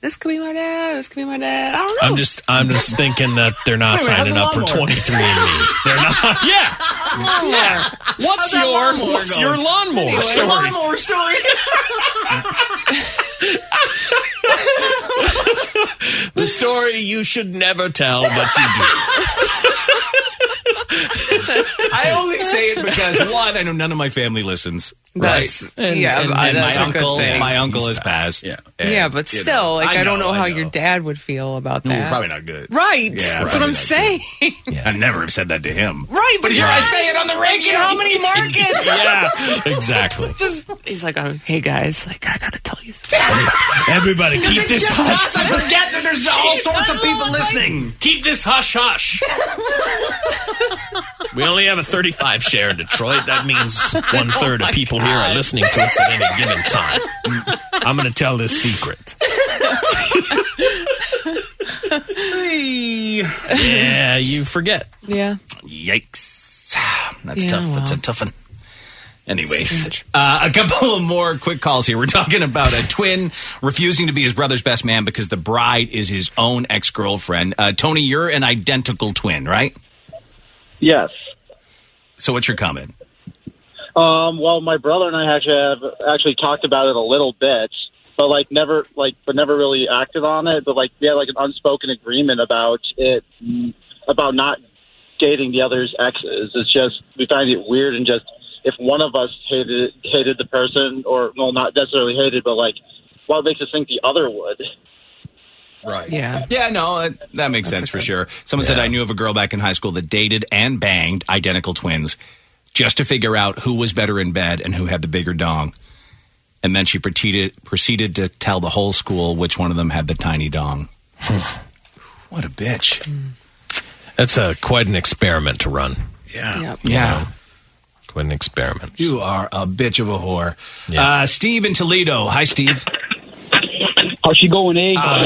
Speaker 4: This could be my dad. This could be my dad. uh, I don't know.
Speaker 5: I'm just I'm just thinking that they're not
Speaker 4: Wait a minute,
Speaker 5: signing
Speaker 4: how's
Speaker 5: up
Speaker 4: the
Speaker 5: for
Speaker 4: lawnmower?
Speaker 5: 23 and me. They're not. Yeah.
Speaker 4: Yeah.
Speaker 5: What's
Speaker 3: that
Speaker 5: your
Speaker 3: lawnmower
Speaker 5: What's
Speaker 3: going?
Speaker 5: your lawnmower
Speaker 3: Anyway,
Speaker 5: story?
Speaker 3: lawnmower story.
Speaker 5: The story you should never tell, but you do.
Speaker 3: I only say it because one, I know none of my family listens.
Speaker 4: That's-
Speaker 3: right?
Speaker 4: yeah,
Speaker 3: and,
Speaker 4: but
Speaker 3: and
Speaker 4: that's
Speaker 3: my
Speaker 4: a good
Speaker 3: uncle,
Speaker 4: thing.
Speaker 3: my uncle has passed.
Speaker 4: yeah,
Speaker 3: And,
Speaker 4: but
Speaker 3: you know,
Speaker 4: still, like, I, don't know, how
Speaker 3: I
Speaker 4: your dad would feel about
Speaker 3: No,
Speaker 4: that.
Speaker 3: probably not good.
Speaker 4: Right.
Speaker 3: Yeah,
Speaker 4: That's
Speaker 3: probably
Speaker 4: what I'm
Speaker 3: not
Speaker 4: saying.
Speaker 3: I never have said that to him.
Speaker 4: right, but here I say it on the
Speaker 3: radio.
Speaker 4: How many markets?
Speaker 5: Yeah, exactly.
Speaker 4: Just he's like, oh, hey guys, like I gotta tell you. something.
Speaker 5: Everybody, keep this hush.
Speaker 3: I forget that there's all sorts of people listening.
Speaker 5: Keep this hush hush. we only have a 35 share in Detroit. That means one
Speaker 4: Oh
Speaker 5: third of people here are listening to us at any given time. I'm going to tell this secret. yeah, you forget.
Speaker 4: yeah.
Speaker 3: Yikes. That's
Speaker 4: Yeah,
Speaker 3: tough. That's a
Speaker 4: well.
Speaker 3: tough one. Anyways, uh, a couple of more quick calls here. We're talking about a twin refusing to be his brother's best man because the bride is his own ex girlfriend. Uh, Tony, you're an identical twin, right?
Speaker 44: Yes.
Speaker 3: So what's your comment?
Speaker 44: Um, well, my brother and I actually have actually talked about it a little bit, but like never like but never really acted on it. But like we had like an unspoken agreement about it
Speaker 7: mm-hmm.
Speaker 44: about not dating the other's exes. It's just we find it weird and just if one of us hated hated the person or well not necessarily hated but like what makes us think the other would.
Speaker 3: Right.
Speaker 4: Yeah.
Speaker 3: Yeah, no, that, that makes sense for sure. Someone said I knew of a girl back in high school that dated and banged identical twins just to figure out who was better in bed and who had the bigger dong. And then she proceeded proceeded to tell the whole school which one of them had the tiny dong. what a bitch.
Speaker 5: That's a quite an experiment to run.
Speaker 4: Yep.
Speaker 3: Yeah.
Speaker 5: Quite an experiment.
Speaker 3: You are a bitch of a whore.
Speaker 5: Yeah.
Speaker 3: Uh, Steve in Toledo. Hi, Steve.
Speaker 8: How's she going, eh?
Speaker 3: Oh,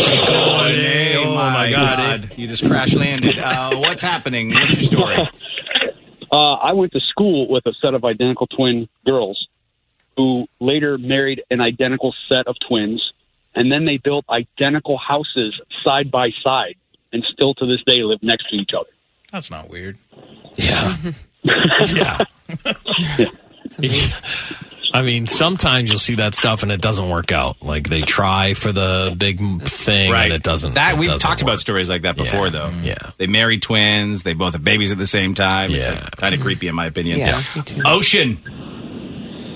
Speaker 3: hey,
Speaker 5: oh my God,
Speaker 3: You just crash landed. Uh, what's happening? What's your story?
Speaker 8: Uh, I went to school with a set of identical twin girls who later married an identical set of twins, and then they built identical houses side by side, and still to this day live next to each other.
Speaker 7: That's not weird.
Speaker 5: Yeah. yeah. I mean, sometimes you'll see that stuff and it doesn't work out. Like they try for the big m- thing and it doesn't.
Speaker 3: That
Speaker 5: it
Speaker 3: we've
Speaker 5: doesn't
Speaker 3: talked
Speaker 5: work.
Speaker 3: about stories like that before, though.
Speaker 5: Yeah.
Speaker 3: They marry twins. They both have babies at the same time. It's
Speaker 5: Yeah.
Speaker 3: kind of creepy, in my opinion.
Speaker 4: Yeah, me too.
Speaker 3: Ocean,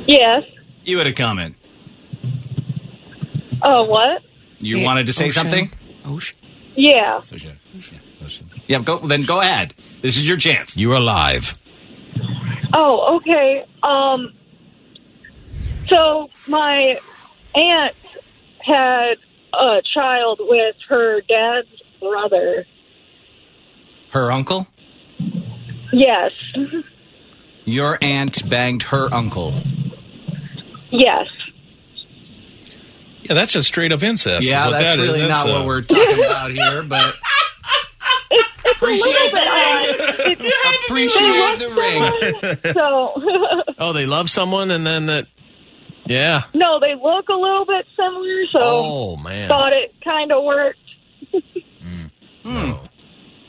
Speaker 9: Yes.
Speaker 3: you had a comment.
Speaker 9: Oh, what?
Speaker 3: You
Speaker 4: Yeah,
Speaker 3: wanted to say
Speaker 4: Ocean.
Speaker 3: something?
Speaker 4: Ocean.
Speaker 9: Yeah.
Speaker 3: Ocean. Yeah, Ocean. Yeah, go then. Go ahead. This is your chance.
Speaker 5: You are live.
Speaker 9: Oh, okay. Um, so my aunt had a child with her dad's brother.
Speaker 3: Her uncle.
Speaker 9: Yes.
Speaker 3: Your aunt banged her uncle.
Speaker 9: Yes.
Speaker 7: Yeah, that's just straight up incest. is
Speaker 3: yeah,
Speaker 7: what
Speaker 3: that's
Speaker 7: that is.
Speaker 3: really
Speaker 7: That's,
Speaker 3: not
Speaker 7: uh,
Speaker 3: what we're talking about here. But
Speaker 9: Appreciate that.
Speaker 3: appreciate the ring.
Speaker 8: so
Speaker 5: Oh, they love someone, and then that. Yeah.
Speaker 8: no, they look a little bit similar. So
Speaker 5: Oh man.
Speaker 8: thought it kind of worked.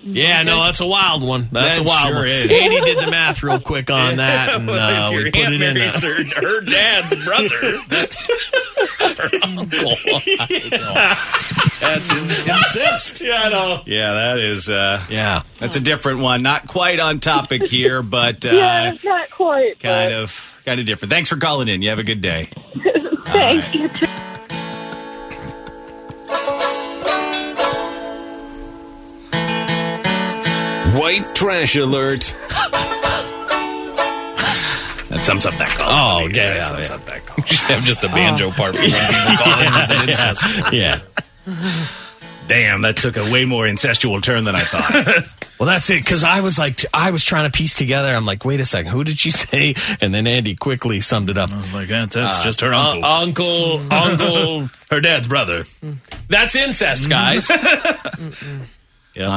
Speaker 5: Yeah, no, that's a wild one. That's
Speaker 45: That
Speaker 5: a wild
Speaker 45: sure
Speaker 5: one.
Speaker 45: is.
Speaker 5: Andy did the math real quick on that, and
Speaker 45: Well,
Speaker 5: uh,
Speaker 45: if your
Speaker 5: we put
Speaker 45: Aunt
Speaker 5: it in.
Speaker 45: Mary's
Speaker 5: there.
Speaker 45: her, her dad's brother. That's
Speaker 3: That's in- incest.
Speaker 45: yeah, I know.
Speaker 3: Yeah, that is. Uh,
Speaker 5: yeah,
Speaker 3: that's a different one. Not quite on topic here, but uh,
Speaker 8: yeah, not quite.
Speaker 3: kind of, kind of different. Thanks for calling in. You have a good day.
Speaker 8: but Thank you.
Speaker 2: White trash alert.
Speaker 3: That sums up that call.
Speaker 5: Oh, yeah, yeah, yeah.
Speaker 3: We should have just a banjo part for some people calling in with an incest.
Speaker 5: Oh. Yeah.
Speaker 3: Damn, that took a way more incestual turn than I thought.
Speaker 5: Well, that's it. Because I was like, t- I was trying to piece together. I'm like, wait a second, who did she say? And then Andy quickly summed it up.
Speaker 7: Like that, that's
Speaker 5: Uh,
Speaker 7: just her
Speaker 5: uh,
Speaker 7: uncle.
Speaker 5: uncle, uncle.
Speaker 7: her dad's brother.
Speaker 5: That's incest, guys.
Speaker 3: On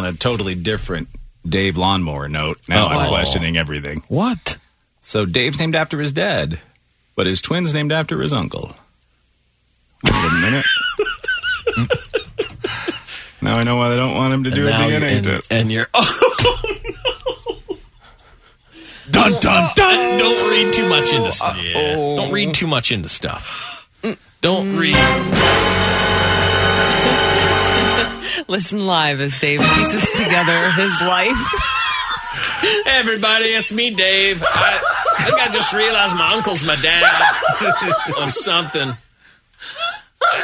Speaker 3: a totally different Dave Lawnmower note, now I'm
Speaker 5: Oh.
Speaker 3: questioning everything.
Speaker 5: what?
Speaker 3: So Dave's named after his dad, but his twin's named after his uncle. Wait a minute. now I know why they don't want him to do a
Speaker 5: Now you-
Speaker 3: DNA
Speaker 5: and,
Speaker 3: test.
Speaker 5: and you're. Oh, no. Dun dun dun! Don't read too much into stuff. Yeah. Don't read too much into stuff. Don't read.
Speaker 4: Listen live as Dave pieces together his life.
Speaker 5: Everybody, it's me, Dave. I, I think I just realized my uncle's my dad or something.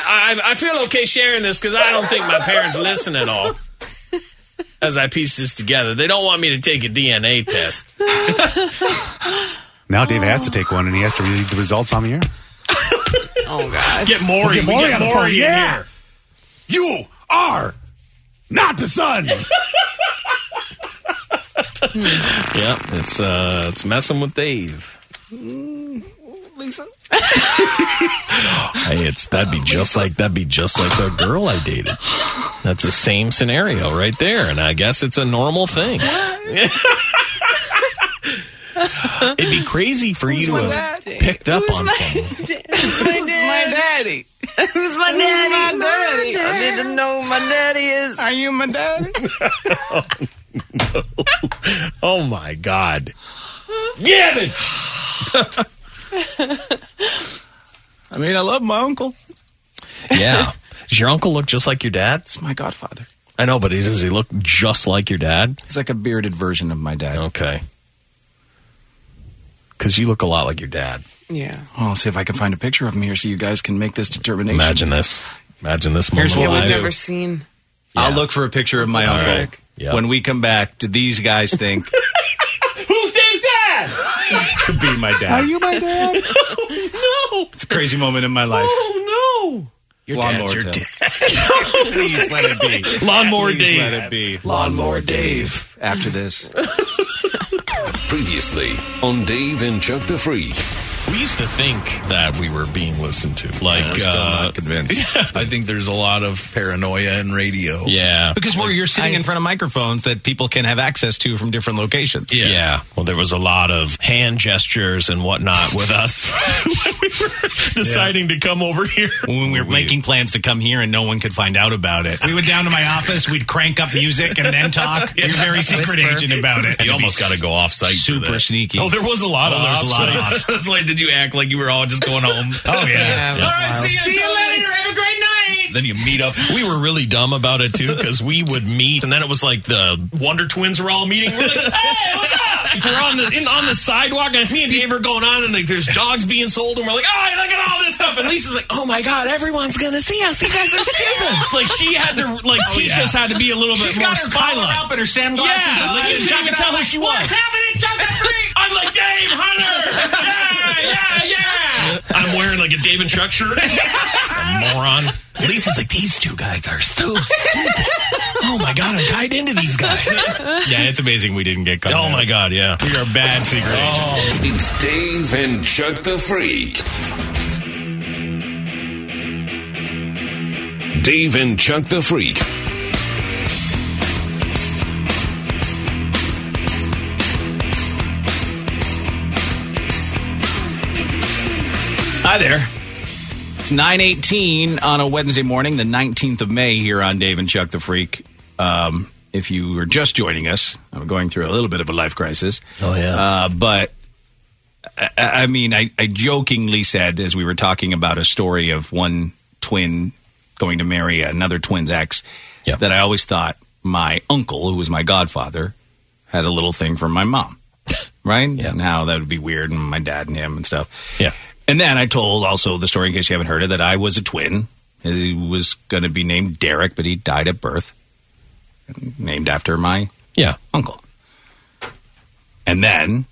Speaker 5: I, I feel okay sharing this because I don't think my parents listen at all. As I piece this together, they don't want me to take a DNA test.
Speaker 6: Now Dave has to take one, and he has to read the results on the air.
Speaker 4: Oh gosh.
Speaker 7: Get Maury.
Speaker 6: Get
Speaker 7: we
Speaker 6: Maury
Speaker 7: get
Speaker 6: on the
Speaker 7: Maury
Speaker 6: phone,
Speaker 7: in
Speaker 6: yeah.
Speaker 7: here.
Speaker 6: You are not the son.
Speaker 5: Yep, it's uh, it's messing with Dave.
Speaker 3: Lisa?
Speaker 5: Hey, it's that'd be just like that'd be just like the girl I dated. That's the same scenario right there, and I guess it's a normal thing. It'd be crazy for you to have picked up on something.
Speaker 4: Who's my
Speaker 3: daddy?
Speaker 4: Who's my daddy? my daddy? I need to know who my daddy is.
Speaker 3: Are you my daddy?
Speaker 5: Oh my god! Gavin,
Speaker 3: I mean, I love my uncle.
Speaker 5: yeah, does your uncle look just like your dad?
Speaker 3: It's my godfather.
Speaker 5: I know, but he- does he look just like your dad?
Speaker 3: He's like a bearded version of my dad.
Speaker 5: Okay, because you look a lot like your dad.
Speaker 4: Yeah.
Speaker 3: I'll see if I can find a picture of him here so you guys can make this determination.
Speaker 5: Imagine this. Imagine this moment.
Speaker 3: Here's what
Speaker 4: Yeah,
Speaker 3: we'll
Speaker 4: we've
Speaker 3: do.
Speaker 5: alive.
Speaker 4: never seen.
Speaker 3: I'll look for a picture of my
Speaker 5: All
Speaker 3: uncle.
Speaker 5: right. Yeah.
Speaker 3: When we come back, do these guys think
Speaker 45: Who's Dave's dad?
Speaker 3: could be my dad?
Speaker 6: you my dad?
Speaker 45: No.
Speaker 3: It's a crazy moment in my life.
Speaker 45: Oh,
Speaker 3: Your
Speaker 7: dad's your
Speaker 3: Please let it be.
Speaker 45: no. Lawnmower
Speaker 3: Please let
Speaker 45: Dave.
Speaker 3: it be. Lawnmower Dave. After this.
Speaker 2: Previously on Dave and Chuck the Freak.
Speaker 5: We used to think that we were being listened to. Like, uh,
Speaker 3: convinced.
Speaker 7: I think there's a lot of paranoia in radio.
Speaker 5: yeah.
Speaker 3: Because we're, you're sitting in front of microphones that people can have access to from different locations.
Speaker 5: yeah. Well, there was a lot of hand gestures and whatnot with us when we were deciding to come over here.
Speaker 3: When we were making plans to come here and no one could find out about it, we went down to my office. We'd crank up music and then talk. You're very secret agent about it.
Speaker 7: You almost got to go off site.
Speaker 3: super sneaky.
Speaker 5: Oh, there was a lot of
Speaker 3: there's a lot of
Speaker 5: offsite.
Speaker 3: offsite.
Speaker 7: That's like, did you act like you were all just going home?
Speaker 3: Oh
Speaker 4: Yeah.
Speaker 3: yeah.
Speaker 4: All right,
Speaker 7: see you later. Have a great night. Then you meet up.
Speaker 5: We were really dumb about it too because we would meet, and then it was like the Wonder Twins were all meeting. We're like, "Hey, what's up?" Like, we're on the in, on the sidewalk, and me and Dave are going on, and like there's dogs being sold, and we're like, "Oh, look at all this stuff!" And Lisa's like, "Oh my god, everyone's gonna see us. You guys are stupid." Oh, like she had to, like teach us how to be a little bit more spy-like.
Speaker 3: and her sunglasses.
Speaker 5: Yeah, like, you can tell who she was. What's happening, E. I'm like Dave Hunter. Yeah, yeah, yeah. I'm wearing like a Dave and Chuck shirt. moron. Lisa's like these two guys are so stupid. Oh my god, I'm tied into these guys.
Speaker 3: Yeah, it's amazing we didn't get caught.
Speaker 5: Oh my god, yeah. Oh.
Speaker 3: we are bad secret agents.
Speaker 2: It's Dave and Chuck the Freak. Dave and Chuck the Freak.
Speaker 3: Hi there. It's 918 on a Wednesday morning, the 19th of May, here on Dave and Chuck the Freak. Um, if you were just joining us, I'm going through a little bit of a life crisis.
Speaker 46: Oh, yeah.
Speaker 3: Uh, but, I, I mean, I, I jokingly said as we were talking about a story of one twin going to marry another twin's ex that I always thought my uncle, who was my godfather, had a little thing for my mom, right? Yeah. And how that would be weird, and my dad and him and stuff.
Speaker 5: Yeah.
Speaker 3: And then I told also the story, in case you haven't heard it, that I was a twin. He was going to be named Derek, but he died at birth, named after my
Speaker 5: yeah
Speaker 3: uncle. And then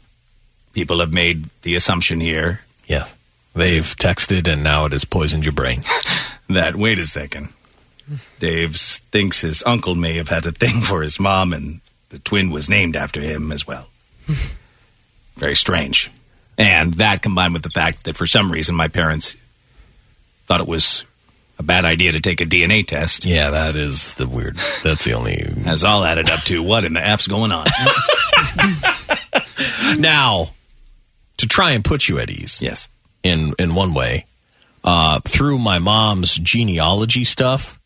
Speaker 3: people have made the assumption here
Speaker 5: Yes. They've texted and now it has poisoned your brain.
Speaker 3: that wait a second, Dave thinks his uncle may have had a thing for his mom, and the twin was named after him as well. Very strange, and that combined with the fact that for some reason my parents thought it was a bad idea to take a DNA test.
Speaker 5: Yeah, that is the weird. That's the only.
Speaker 3: Has all added up to what in the f's going on?
Speaker 5: Mm-hmm. now, to try and put you at ease.
Speaker 3: Yes.
Speaker 5: In in one way, uh, through my mom's genealogy stuff,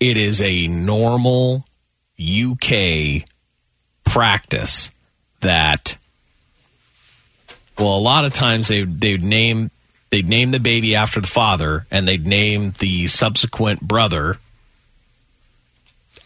Speaker 5: it is a normal UK practice that. Well, a lot of times they they'd name they'd name the baby after the father, and they'd name the subsequent brother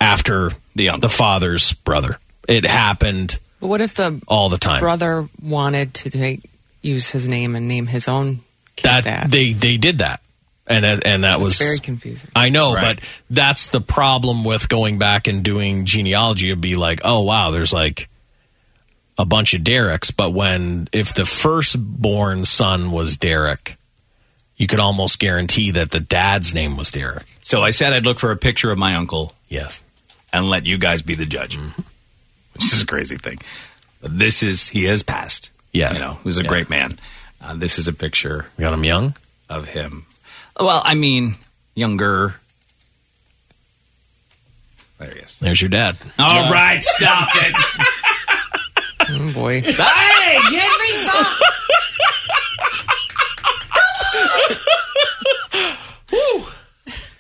Speaker 5: after the the father's brother. It happened
Speaker 4: But what if the
Speaker 5: all the time.
Speaker 4: brother wanted to take, use his name and name his own kid
Speaker 5: that,
Speaker 4: that?
Speaker 5: they they did that, and uh, and that
Speaker 4: That's
Speaker 5: was
Speaker 4: very confusing.
Speaker 5: I know,
Speaker 4: Right.
Speaker 5: but that's the problem with going back and doing genealogy. It'd be like, oh wow, there's like a bunch of Derek's, but when if the firstborn son was Derek, you could almost guarantee that the dad's name was Derek.
Speaker 3: So I said I'd look for a picture of my uncle.
Speaker 5: Yes. Mm-hmm.
Speaker 3: And let you guys be the judge, which is a crazy thing. But this is, he has passed.
Speaker 5: Yes.
Speaker 3: You know, he was a
Speaker 5: Yeah.
Speaker 3: great man. Uh, this is a picture.
Speaker 5: got him young?
Speaker 3: Of him. Well, I mean, younger. There he is.
Speaker 5: There's your dad.
Speaker 3: All right, stop it.
Speaker 4: oh
Speaker 5: Mm-hmm.
Speaker 4: boy.
Speaker 3: Hey, give
Speaker 47: me some.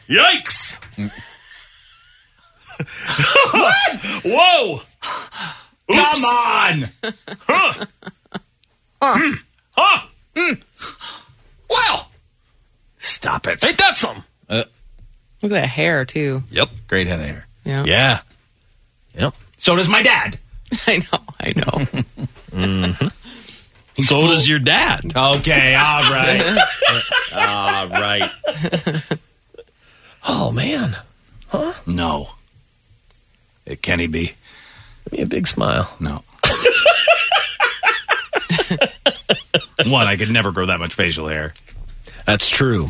Speaker 8: Yikes! Whoa!
Speaker 3: Come on!
Speaker 8: Huh? Mm. Huh?
Speaker 4: Hmm.
Speaker 8: Well,
Speaker 3: stop it!
Speaker 8: Ain't that something?
Speaker 4: Look at that hair too.
Speaker 3: Yep. Great head of hair.
Speaker 4: Yeah.
Speaker 5: Yeah. Yep.
Speaker 3: So does my dad.
Speaker 4: I know. I know.
Speaker 5: so does your dad.
Speaker 3: Okay, all right. all right.
Speaker 5: Oh man. Huh?
Speaker 3: No. It can he be?
Speaker 5: Give me a big smile.
Speaker 3: No. One, I could never grow that much facial hair.
Speaker 5: That's true.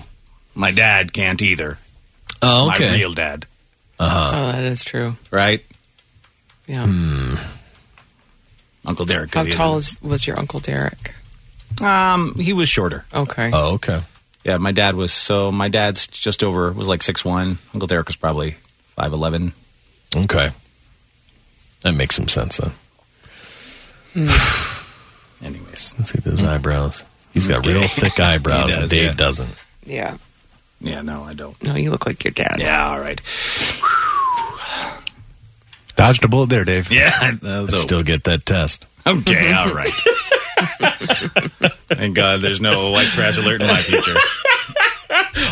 Speaker 3: My dad can't either.
Speaker 5: Oh,
Speaker 3: My
Speaker 5: okay. Uh-huh.
Speaker 3: real dad, Uh-huh.
Speaker 4: Oh, that is true.
Speaker 3: right?
Speaker 4: Yeah.
Speaker 3: Hmm. Uncle Derek.
Speaker 4: How
Speaker 3: could either.
Speaker 4: tall is, was your uncle Derek?
Speaker 3: Um, he was shorter.
Speaker 4: Okay.
Speaker 5: Oh, okay.
Speaker 3: Yeah, my dad was so. My dad's just over was like six one. Uncle Derek was probably five eleven.
Speaker 5: Okay. That makes some sense then.
Speaker 3: Anyways,
Speaker 5: Let's see those eyebrows. He's got real thick eyebrows,
Speaker 3: He does,
Speaker 5: and Dave
Speaker 3: yeah.
Speaker 5: doesn't.
Speaker 4: Yeah.
Speaker 3: Yeah, no, I don't.
Speaker 4: No, you look like your dad.
Speaker 3: Yeah, all right.
Speaker 48: Dodged a bullet there, Dave.
Speaker 3: Yeah, that
Speaker 5: Let's still get that test.
Speaker 3: Okay, all right. Thank God there's no white trash alert in my future.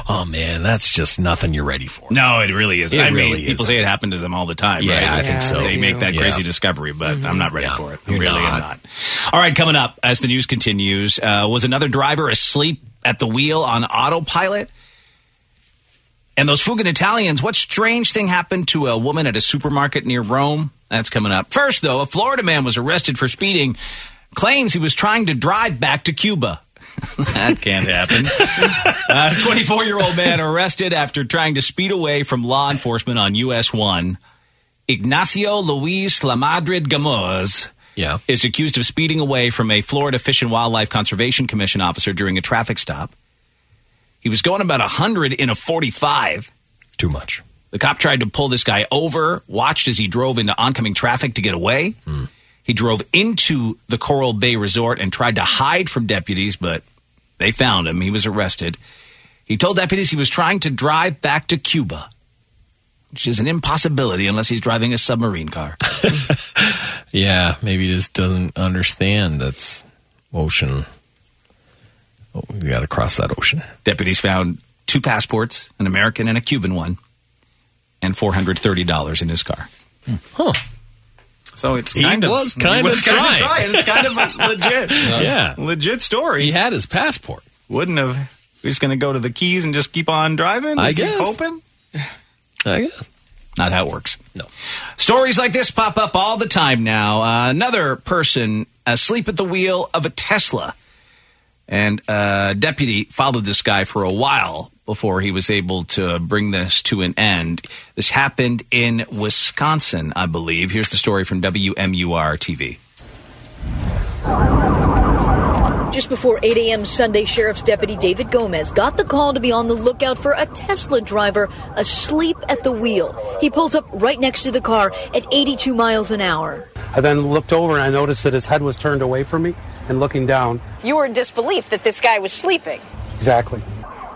Speaker 5: Oh man, that's just nothing you're ready for.
Speaker 3: No, it really isn't.
Speaker 5: It
Speaker 3: I mean,
Speaker 5: really
Speaker 3: people
Speaker 5: isn't.
Speaker 3: say it happened to them all the time.
Speaker 5: Yeah,
Speaker 3: right?
Speaker 5: I think Yeah, so.
Speaker 3: They
Speaker 5: they
Speaker 3: make
Speaker 5: do.
Speaker 3: that crazy
Speaker 5: Yeah.
Speaker 3: discovery, but I'm not ready for it. I
Speaker 5: You're
Speaker 3: really am
Speaker 5: not.
Speaker 3: not. All right, coming up as the news continues, uh, was another driver asleep at the wheel on autopilot? And those Fugan Italians, what strange thing happened to a woman at a supermarket near Rome? That's coming up. First, though, a Florida man was arrested for speeding, claims he was trying to drive back to Cuba. that can't happen. A 24 year old Uh, man arrested after trying to speed away from law enforcement on US 1. Ignacio Luis Lamadrid Gamoz
Speaker 5: Yeah.
Speaker 3: is accused of speeding away from a Florida Fish and Wildlife Conservation Commission officer during a traffic stop. He was going about 100 in a 45.
Speaker 5: Too much.
Speaker 3: The cop tried to pull this guy over, watched as he drove into oncoming traffic to get away. He drove into the Coral Bay Resort and tried to hide from deputies, but They found him. He was arrested. He told deputies he was trying to drive back to Cuba, which is an impossibility unless he's driving a submarine car.
Speaker 5: Yeah, maybe he just doesn't understand that's ocean. Oh, we got to cross that ocean.
Speaker 3: Deputies found two passports, an American and a Cuban one, and $430 in his car.
Speaker 5: Huh.
Speaker 3: So it's
Speaker 5: He
Speaker 3: kind of
Speaker 5: was kind
Speaker 3: was
Speaker 5: of
Speaker 3: kinda
Speaker 5: trying.
Speaker 3: It's kind of a legit.
Speaker 5: Yeah.
Speaker 3: legit story.
Speaker 5: He had his passport.
Speaker 3: Wouldn't have. We're just going to go to the keys and just keep on driving.
Speaker 5: I
Speaker 3: Is he
Speaker 5: guess.
Speaker 3: hoping.
Speaker 5: I guess.
Speaker 3: Not how it works. No. Stories like this pop up all the time now. Uh, another person asleep at the wheel of a Tesla. And a deputy followed this guy for a while before he was able to bring this to an end. This happened in Wisconsin, I believe. Here's the story from WMUR TV.
Speaker 49: Just before 8 a.m. Sunday, Sheriff's Deputy David Gomez got the call to be on the lookout for a Tesla driver asleep at the wheel. He pulls up right next to the car at 82 miles an hour.
Speaker 39: I then looked over and I noticed that his head was turned away from me and looking down.
Speaker 49: You were in disbelief that this guy was sleeping.
Speaker 39: Exactly.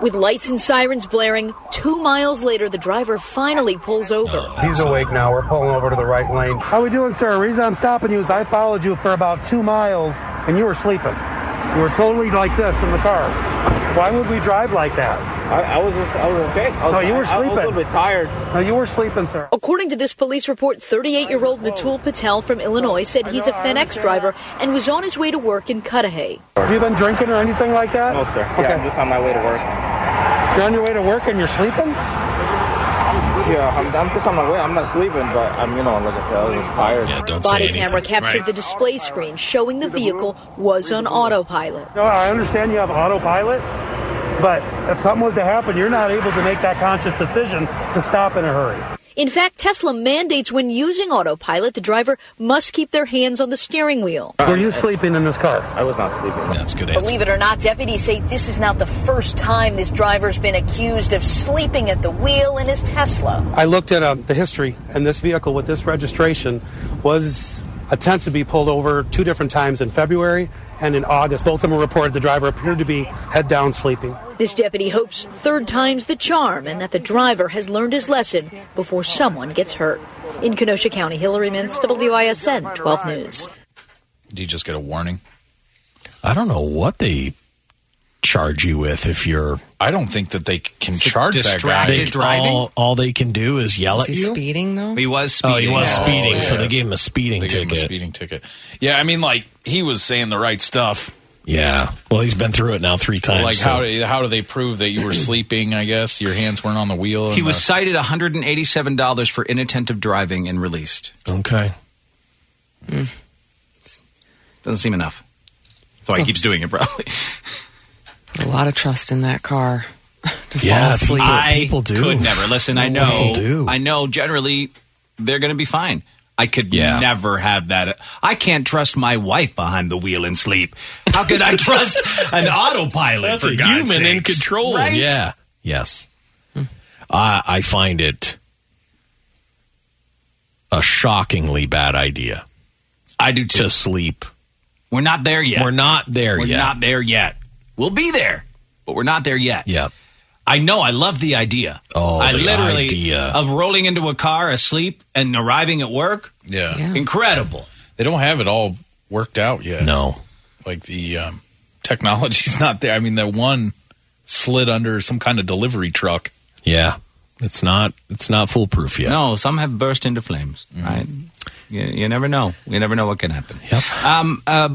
Speaker 49: With lights and sirens blaring, two miles later, the driver finally pulls over.
Speaker 39: He's awake now. We're pulling over to the right lane. How we doing, sir? The reason I'm stopping you is I followed you for about two miles and you were sleeping. You were totally like this in the car. Why would we drive like that? I, I was I was okay. no, you were sleeping. I was a little bit tired. Oh. No, you were sleeping, sir.
Speaker 49: According to this police report, 38 year old Matul Patel from Illinois said he's a FedEx driver and was on his way to work in Cudahy.
Speaker 39: Have you been drinking or anything like that? No, sir. Okay.
Speaker 28: I'm just on my way to work.
Speaker 39: You're on your way to work and you're sleeping?
Speaker 28: Yeah, I'm, I'm just on my way. I'm not sleeping, but I'm, you know, like I said, I was just tired. Yeah, don't
Speaker 49: Body camera captured the display screen showing the vehicle was on autopilot.
Speaker 39: No, I understand you have autopilot, but if something was to happen, you're not able to make that conscious decision to stop in a hurry.
Speaker 49: In fact, Tesla mandates when using autopilot, the driver must keep their hands on the steering wheel.
Speaker 39: Were you sleeping in this car? I
Speaker 28: was not sleeping.
Speaker 5: That's good
Speaker 49: Believe it or not, deputies say this is not the first time this driver's been accused of sleeping at the wheel in his Tesla.
Speaker 39: I looked at um, the history, and this vehicle with this registration was attempted to be pulled over two different times in February and in August. Both of them were reported the driver appeared to be head down sleeping.
Speaker 49: This deputy hopes third time's the charm and that the driver has learned his lesson before someone gets hurt. In Kenosha County, Hillary Mintz, WISN 12 News.
Speaker 7: Did you just get a warning?
Speaker 5: I don't know what they charge you with if you're.
Speaker 7: I don't think that they can charge that guy.
Speaker 5: They- All, all they can do is yell
Speaker 4: Was
Speaker 5: at
Speaker 4: he
Speaker 5: you.
Speaker 4: speeding though?
Speaker 3: He was
Speaker 5: Oh, he was
Speaker 7: Oh,
Speaker 5: speeding, so
Speaker 7: yes.
Speaker 5: they gave him a speeding
Speaker 7: They gave him
Speaker 5: ticket.
Speaker 7: a speeding ticket. Yeah, I mean, like he was saying the right stuff.
Speaker 5: Yeah. Well, he's been through it now three times.
Speaker 7: like
Speaker 5: so-
Speaker 7: how do, how do they prove that you were sleeping? I guess your hands weren't on the wheel.
Speaker 3: He
Speaker 7: and
Speaker 3: was
Speaker 7: the-
Speaker 3: cited $187 for inattentive driving and released.
Speaker 5: Okay.
Speaker 3: Doesn't seem enough. That's why he keeps doing it, probably.
Speaker 4: A lot of trust in that car to fall
Speaker 3: Yeah,
Speaker 4: asleep.
Speaker 3: I Could never listen. I know.
Speaker 4: People do.
Speaker 3: I know. Generally, they're going to be fine. I could never have that. I can't trust my wife behind the wheel in sleep. How could I trust an autopilot?
Speaker 5: That's
Speaker 3: for
Speaker 5: a
Speaker 3: God's
Speaker 5: human in
Speaker 3: sakes?
Speaker 5: control.
Speaker 3: Right?
Speaker 5: Yeah. Yes.
Speaker 4: Hmm.
Speaker 5: I I find it a shockingly bad idea.
Speaker 3: I do too.
Speaker 5: To sleep.
Speaker 3: We're not there yet.
Speaker 5: We're not there
Speaker 3: We're
Speaker 5: yet.
Speaker 3: not there yet. We'll be there, but we're not there yet.
Speaker 5: Yeah.
Speaker 3: I know. I love the idea.
Speaker 5: Oh,
Speaker 3: I
Speaker 5: the
Speaker 3: literally
Speaker 5: idea.
Speaker 3: of rolling into a car asleep and arriving at work.
Speaker 7: Yeah.
Speaker 3: Incredible.
Speaker 7: They don't have it all worked out yet.
Speaker 5: No.
Speaker 7: Like the um, technology's not there. I mean, that one slid under some kind of delivery truck.
Speaker 5: Yeah. It's not it's not foolproof yet.
Speaker 3: No, some have burst into flames.
Speaker 7: Mm-hmm.
Speaker 3: Right? You, you never know. You never know what can happen. Yep. Um, uh,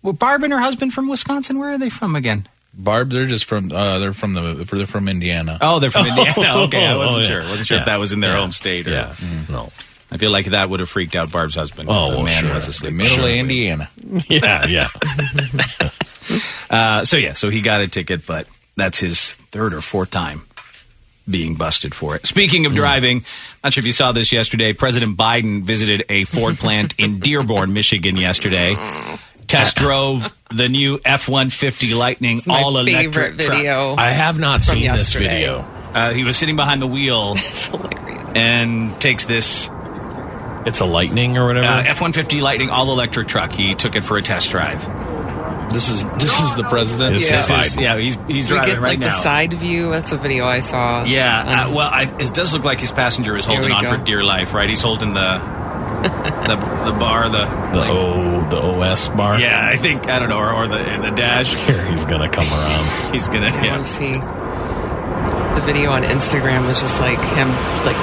Speaker 3: well, Barb and her husband from Wisconsin. Where are they from again?
Speaker 7: Barb, they're just from uh, they're from the they're from Indiana.
Speaker 3: Oh, they're from Indiana. Okay, I wasn't
Speaker 7: Oh, yeah.
Speaker 3: sure. Wasn't sure
Speaker 7: Yeah.
Speaker 3: if that was in their
Speaker 7: Yeah.
Speaker 3: home state. Or,
Speaker 7: Yeah. Mm-hmm.
Speaker 5: No.
Speaker 3: I feel like that would have freaked out Barb's husband.
Speaker 7: Oh,
Speaker 3: if a
Speaker 7: well,
Speaker 3: man
Speaker 7: sure.
Speaker 3: was asleep.
Speaker 7: Middle of Indiana.
Speaker 5: Yeah, yeah.
Speaker 3: Uh, so yeah, so he got a ticket, but that's his third or fourth time being busted for it. Speaking
Speaker 4: Mm.
Speaker 3: of driving, not sure if you saw this yesterday. President Biden visited a Ford plant in Dearborn, Michigan yesterday. Test drove the new F one fifty Lightning
Speaker 4: my
Speaker 3: all electric
Speaker 4: favorite
Speaker 3: truck.
Speaker 4: video I have not from seen this yesterday. video.
Speaker 3: Uh, he was sitting behind the wheel and takes this
Speaker 5: It's a lightning or whatever.
Speaker 3: Uh, F one fifty Lightning all electric truck. He took it for a test drive.
Speaker 7: This is this is the president.
Speaker 3: This is Biden. yeah, he's he's
Speaker 4: we
Speaker 3: driving
Speaker 4: get,
Speaker 3: right
Speaker 4: like,
Speaker 3: now.
Speaker 4: The side view. That's a video I saw. Um,
Speaker 3: Yeah,
Speaker 4: on-
Speaker 3: uh, well, I, it does look like his passenger is
Speaker 4: Here
Speaker 3: holding
Speaker 4: we
Speaker 3: on
Speaker 4: go.
Speaker 3: for dear life, right? He's holding the the the bar, the
Speaker 5: The O, the OS bar.
Speaker 3: yeah, I think I don't know, or, or the the dash.
Speaker 5: Here he's gonna come around.
Speaker 3: He's gonna
Speaker 4: I
Speaker 3: yeah.
Speaker 4: want to see. The video on Instagram was just like him, like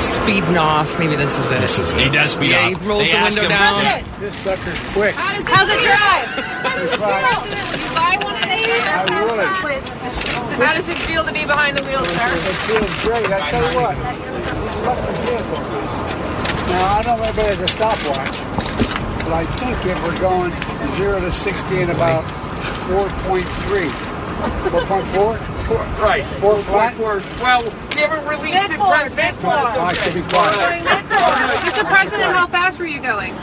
Speaker 4: speeding off. Maybe this is it. This
Speaker 5: is
Speaker 3: He does speed
Speaker 4: yeah,
Speaker 3: off.
Speaker 4: He rolls
Speaker 3: They
Speaker 4: the
Speaker 3: ask
Speaker 4: window
Speaker 3: him-
Speaker 4: down.
Speaker 14: This sucker's quick.
Speaker 8: How's it drive? How does it feel? You buy one of these? How does it feel to be behind the wheel, sir?
Speaker 14: It feels great. I tell you what, it's a fucking vehicle. Now, I don't know if there's a stopwatch, but I think if we're going 0 to 60 in about 4.3, 4.4? Right. 4 flat?
Speaker 42: Well, we haven't released it.
Speaker 8: Mid-forward,
Speaker 42: President.
Speaker 8: mid-forward.
Speaker 42: Oh, I should be quiet.
Speaker 8: Mr. President, how fast were you going?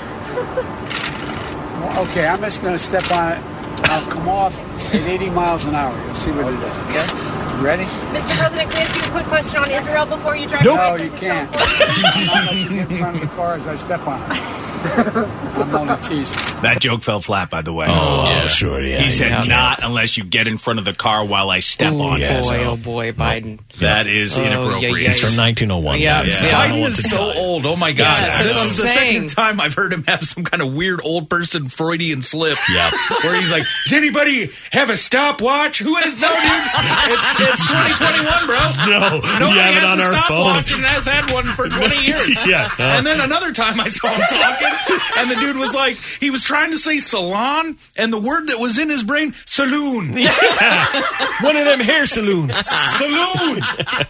Speaker 14: Well, Okay, I'm just going to step on it. I'll come off at 80 miles an hour. You'll see what it is, okay? You ready?
Speaker 8: Mr. President, can I ask you a quick question on Israel before you drive?
Speaker 14: No,
Speaker 8: your license
Speaker 14: you
Speaker 8: is
Speaker 14: can't.
Speaker 8: on board?
Speaker 14: I'm not going to get in front of the car as I step on it. I'm only teasing.
Speaker 3: That joke fell flat, by the way.
Speaker 5: Oh, oh, sure, yeah,
Speaker 3: He said,
Speaker 5: yeah.
Speaker 3: "Not unless you get in front of the car while I step
Speaker 4: Ooh,
Speaker 3: on
Speaker 4: boy,
Speaker 3: it." So
Speaker 4: oh boy, Biden.
Speaker 3: That is
Speaker 4: Oh, yeah,
Speaker 3: inappropriate.
Speaker 4: yeah,
Speaker 5: It's from 1901.
Speaker 4: Yeah,
Speaker 5: guys.
Speaker 4: yeah.
Speaker 5: I don't know
Speaker 7: Biden
Speaker 5: what
Speaker 7: is
Speaker 5: to
Speaker 7: so
Speaker 5: tell you.
Speaker 7: old. Oh my god!
Speaker 4: Yeah,
Speaker 7: this
Speaker 4: that's
Speaker 7: is the
Speaker 4: what I'm saying.
Speaker 7: second time I've heard him have some kind of weird old person Freudian slip. Yeah, where he's like, "Does anybody have a stopwatch? Who has no? Dude? It's it's 2021, bro.
Speaker 5: No,
Speaker 7: Nobody
Speaker 5: you have it
Speaker 7: has
Speaker 5: on
Speaker 7: a
Speaker 5: our
Speaker 7: stopwatch
Speaker 5: phone.
Speaker 7: and has had one for 20 years.
Speaker 5: Yeah.
Speaker 7: And then another time I saw him talking, and the dude was like, he was trying to say salon, and the word that was in his brain, saloon.
Speaker 5: One of them hair saloons.
Speaker 7: Saloon.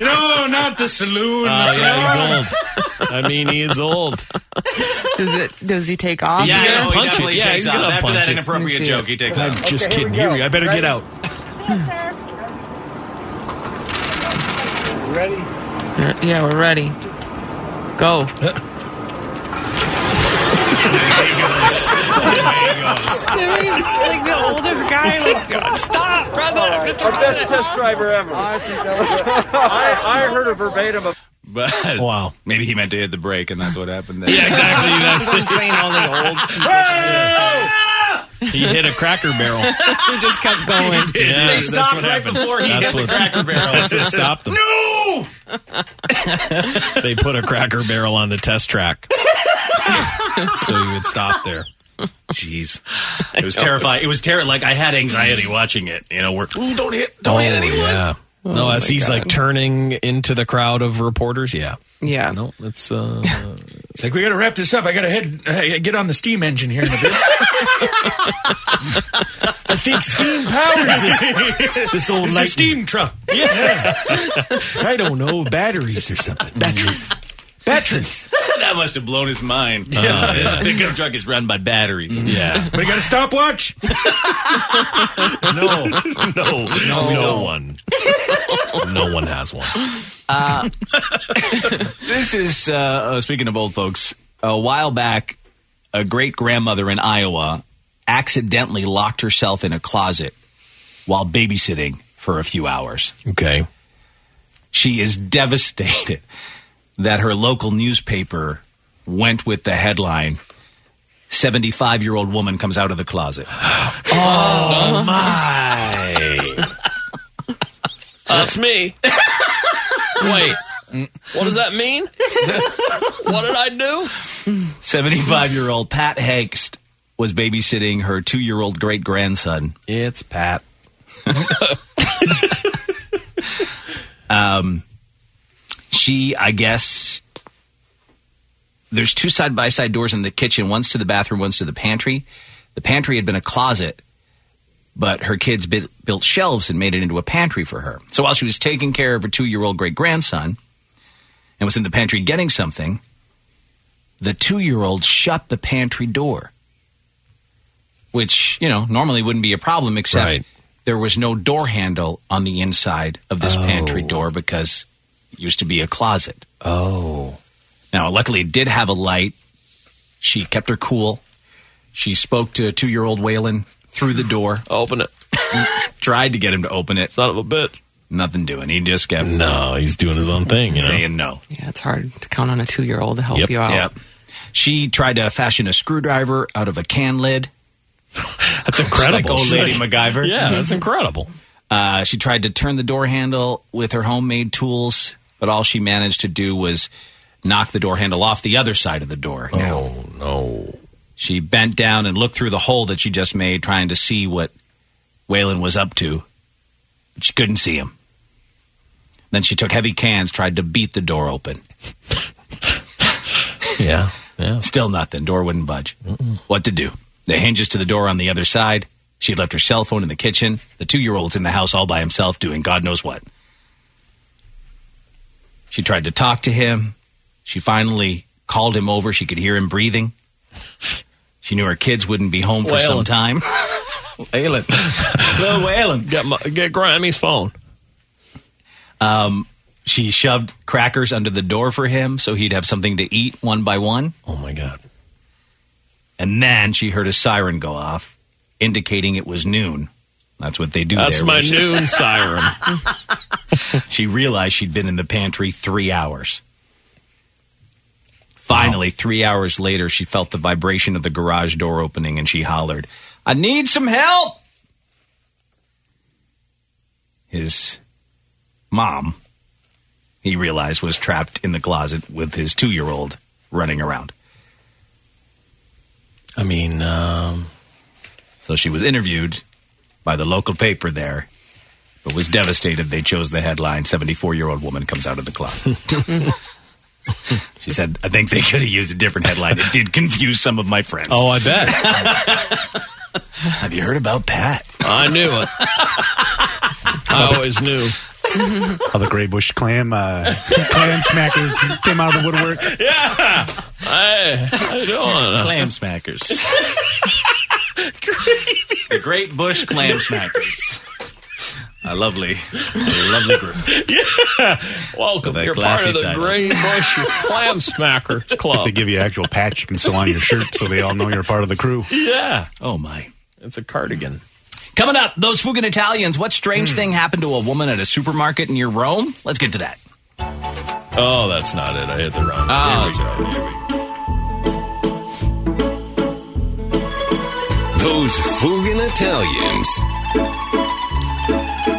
Speaker 7: No, not the saloon.
Speaker 5: Oh,
Speaker 7: the salon.
Speaker 5: yeah, he's old. I mean, he is old.
Speaker 4: Does it? Does he take off?
Speaker 3: Yeah,
Speaker 5: He's
Speaker 3: I
Speaker 5: gonna
Speaker 7: Oh,
Speaker 3: know, he
Speaker 5: punch it.
Speaker 3: definitely
Speaker 5: Yeah,
Speaker 3: takes
Speaker 5: he's
Speaker 3: off.
Speaker 5: gonna
Speaker 3: After
Speaker 5: punch
Speaker 3: that
Speaker 5: it.
Speaker 3: inappropriate
Speaker 4: Let's see
Speaker 3: joke, he takes
Speaker 5: I'm
Speaker 3: off.
Speaker 5: just
Speaker 14: Okay, here
Speaker 5: kidding.
Speaker 14: we
Speaker 5: Here
Speaker 14: go.
Speaker 5: we, I better get
Speaker 14: Ready?
Speaker 5: out.
Speaker 14: You ready?
Speaker 4: Yeah, we're ready. Go. I mean, like the oldest guy, like stop, brother, Mr. President.
Speaker 42: driver ever. I, I heard a verbatim of
Speaker 3: But
Speaker 5: Wow.
Speaker 3: maybe he meant to hit the brake, and that's what happened. There.
Speaker 5: Yeah, exactly.
Speaker 4: That's what I'm saying. All the old people
Speaker 5: He hit a cracker barrel.
Speaker 4: who just kept going.
Speaker 5: Yeah,
Speaker 3: they
Speaker 5: that's
Speaker 3: stopped
Speaker 5: what
Speaker 3: right
Speaker 5: happened.
Speaker 3: before he
Speaker 5: That's
Speaker 3: hit
Speaker 5: what-
Speaker 3: the cracker barrel.
Speaker 5: That's what stopped them.
Speaker 3: No!
Speaker 5: They put a cracker barrel on the test track. so you would stop there.
Speaker 3: Jeez, it was terrifying. It was terrible. Like I had anxiety watching it. You know, we're "Ooh, don't hit, don't hit anyone.
Speaker 5: Oh, Yeah. no, as
Speaker 4: my
Speaker 5: he's like
Speaker 4: God.
Speaker 5: turning into the crowd of reporters. Yeah.
Speaker 4: Yeah.
Speaker 5: No, that's uh
Speaker 7: It's like we got to wrap this up. I got to head uh, get on the steam engine here in a bit.
Speaker 5: I think steam powers this, this old
Speaker 7: It's a steam truck.
Speaker 5: I don't know, batteries or something. Batteries. Batteries.
Speaker 3: that must have blown his mind.
Speaker 5: Oh, Yeah.
Speaker 3: This pickup truck is run by batteries.
Speaker 5: Yeah.
Speaker 7: But you got a stopwatch.
Speaker 5: No. No. No, Oh, no one. No one has one.
Speaker 3: Uh, This is uh, uh, speaking of old folks. A while back, a great grandmother in Iowa accidentally locked herself in a closet while babysitting for a few hours.
Speaker 5: Okay.
Speaker 3: She is devastated that her local newspaper went with the headline 75 year old woman comes out of the closet.
Speaker 5: Oh, My. That's me. Wait. What does that mean? what did I do?
Speaker 3: 75 year old Pat Hegst was babysitting her two year old great grandson
Speaker 5: It's Pat.
Speaker 3: Um, she, I guess, there's two side by side doors in the kitchen. One's to the bathroom, one's to the pantry. The pantry had been a closet, but her kids bit, built shelves and made it into a pantry for her. So while she was taking care of her two year old great grandson and was in the pantry getting something, the two year old shut the pantry door, which, you know, normally wouldn't be a problem, except
Speaker 5: Right.
Speaker 3: there was no door handle on the inside of this pantry door because it used to be a closet.
Speaker 5: Oh.
Speaker 3: Now, luckily, it did have a light. She kept her cool. She spoke to two year old Waylon through the door,
Speaker 5: Open it.
Speaker 3: tried to get him to open it.
Speaker 5: Son of a bitch.
Speaker 3: Nothing doing. He just kept
Speaker 5: No, he's doing his own thing, you know.
Speaker 3: saying no.
Speaker 4: Yeah, it's hard to count on a two-year-old to help
Speaker 5: Yep.
Speaker 4: you out.
Speaker 3: Yep. She tried to fashion a screwdriver out of a can lid.
Speaker 5: That's incredible.
Speaker 3: Like old lady MacGyver. Mm-hmm.
Speaker 5: Yeah, that's incredible.
Speaker 3: Uh, she tried to turn the door handle with her homemade tools, but all she managed to do was knock the door handle off the other side of the door.
Speaker 5: Oh no!
Speaker 3: She bent down and looked through the hole that she just made, trying to see what Waylon was up to. But she couldn't see him. Then she took heavy cans, tried to beat the door open.
Speaker 5: Yeah. Yeah. Mm.
Speaker 3: Still nothing. Door wouldn't budge. What to do? The hinges to the door on the other side. She had left her cell phone in the kitchen. The two year old's in the house all by himself doing God knows what. She tried to talk to him. She finally called him over. She could hear him breathing. She knew her kids wouldn't be home for
Speaker 5: Waylon.
Speaker 3: some time. Waylon. Little Waylon.
Speaker 5: Get my, get Grammy's phone.
Speaker 3: Um, she shoved crackers under the door for him so he'd have something to eat one by one.
Speaker 5: Oh my god.
Speaker 3: And then she heard a siren go off, indicating it was noon. That's what they do.
Speaker 5: That's
Speaker 3: there.
Speaker 5: my noon siren.
Speaker 3: she realized she'd been in the pantry three hours. Finally, three hours later, she felt the vibration of the garage door opening and she hollered, I need some help. His mom, he realized, was trapped in the closet with his two year old running around.
Speaker 5: I mean, um,
Speaker 3: So she was interviewed by the local paper there, but was devastated they chose the headline 74 year old woman comes out of the closet. she said, I think they could have used a different headline. It did confuse some of my friends.
Speaker 5: oh, I bet.
Speaker 3: Have you heard about Pat?
Speaker 5: I knew it. I always knew.
Speaker 6: How the gray bush clam uh, clam smackers came out of the woodwork.
Speaker 5: Yeah. Hey, how you doing?
Speaker 3: Clam smackers. the Great Bush Clam Smackers. A lovely, a lovely group.
Speaker 5: Welcome.
Speaker 3: With a
Speaker 5: You're part
Speaker 3: classy
Speaker 5: of the
Speaker 3: title.
Speaker 5: Green Bush Clam Smacker
Speaker 6: If
Speaker 5: Club.
Speaker 6: they give you an actual patch you can sew on your shirt so they all know you're part of the crew.
Speaker 5: yeah.
Speaker 3: Oh, my.
Speaker 5: It's a cardigan.
Speaker 3: Coming up, those Fugan Italians. What strange
Speaker 5: Hmm.
Speaker 3: thing happened to a woman at a supermarket near Rome? Let's get to that.
Speaker 5: Oh, that's not it. I hit the wrong.
Speaker 3: Oh, that's
Speaker 5: Here we go.
Speaker 2: Those Fugan Italians.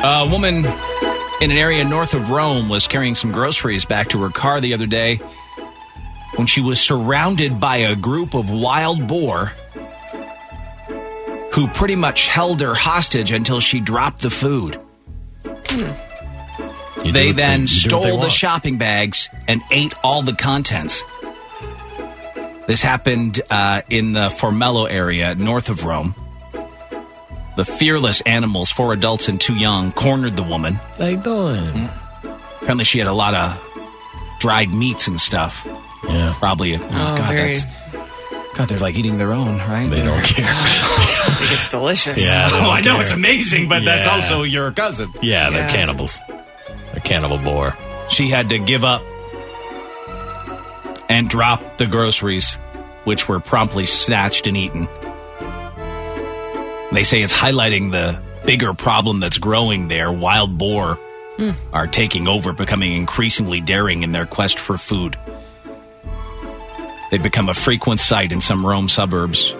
Speaker 3: A woman in an area north of Rome was carrying some groceries back to her car the other day when she was surrounded by a group of wild boar who pretty much held her hostage until she dropped the food.
Speaker 5: You do
Speaker 3: They
Speaker 5: what
Speaker 3: then
Speaker 5: you do what
Speaker 3: stole
Speaker 5: they
Speaker 3: the
Speaker 5: want.
Speaker 3: shopping bags and ate all the contents. This happened uh, in the Formello area, north of Rome. The fearless animals, four adults and two young, cornered the woman. Hmm.
Speaker 5: They doing?
Speaker 3: Apparently, she had a lot of dried meats and stuff.
Speaker 5: Yeah.
Speaker 3: Probably. Oh, God,
Speaker 4: very-
Speaker 3: that's. God, they're like eating their own, right?
Speaker 5: They don't care.
Speaker 4: It's delicious.
Speaker 5: Yeah. they
Speaker 3: Oh,
Speaker 5: don't
Speaker 3: I know
Speaker 5: care.
Speaker 3: it's amazing, but that's
Speaker 5: Yeah.
Speaker 3: also your cousin.
Speaker 5: Yeah, they're
Speaker 4: Yeah.
Speaker 5: cannibals. They're cannibal boar.
Speaker 3: She had to give up and drop the groceries, which were promptly snatched and eaten. They say it's highlighting the bigger problem that's growing there. Wild boar are taking over, becoming increasingly daring in their quest for food. They become a frequent sight in some Rome suburbs,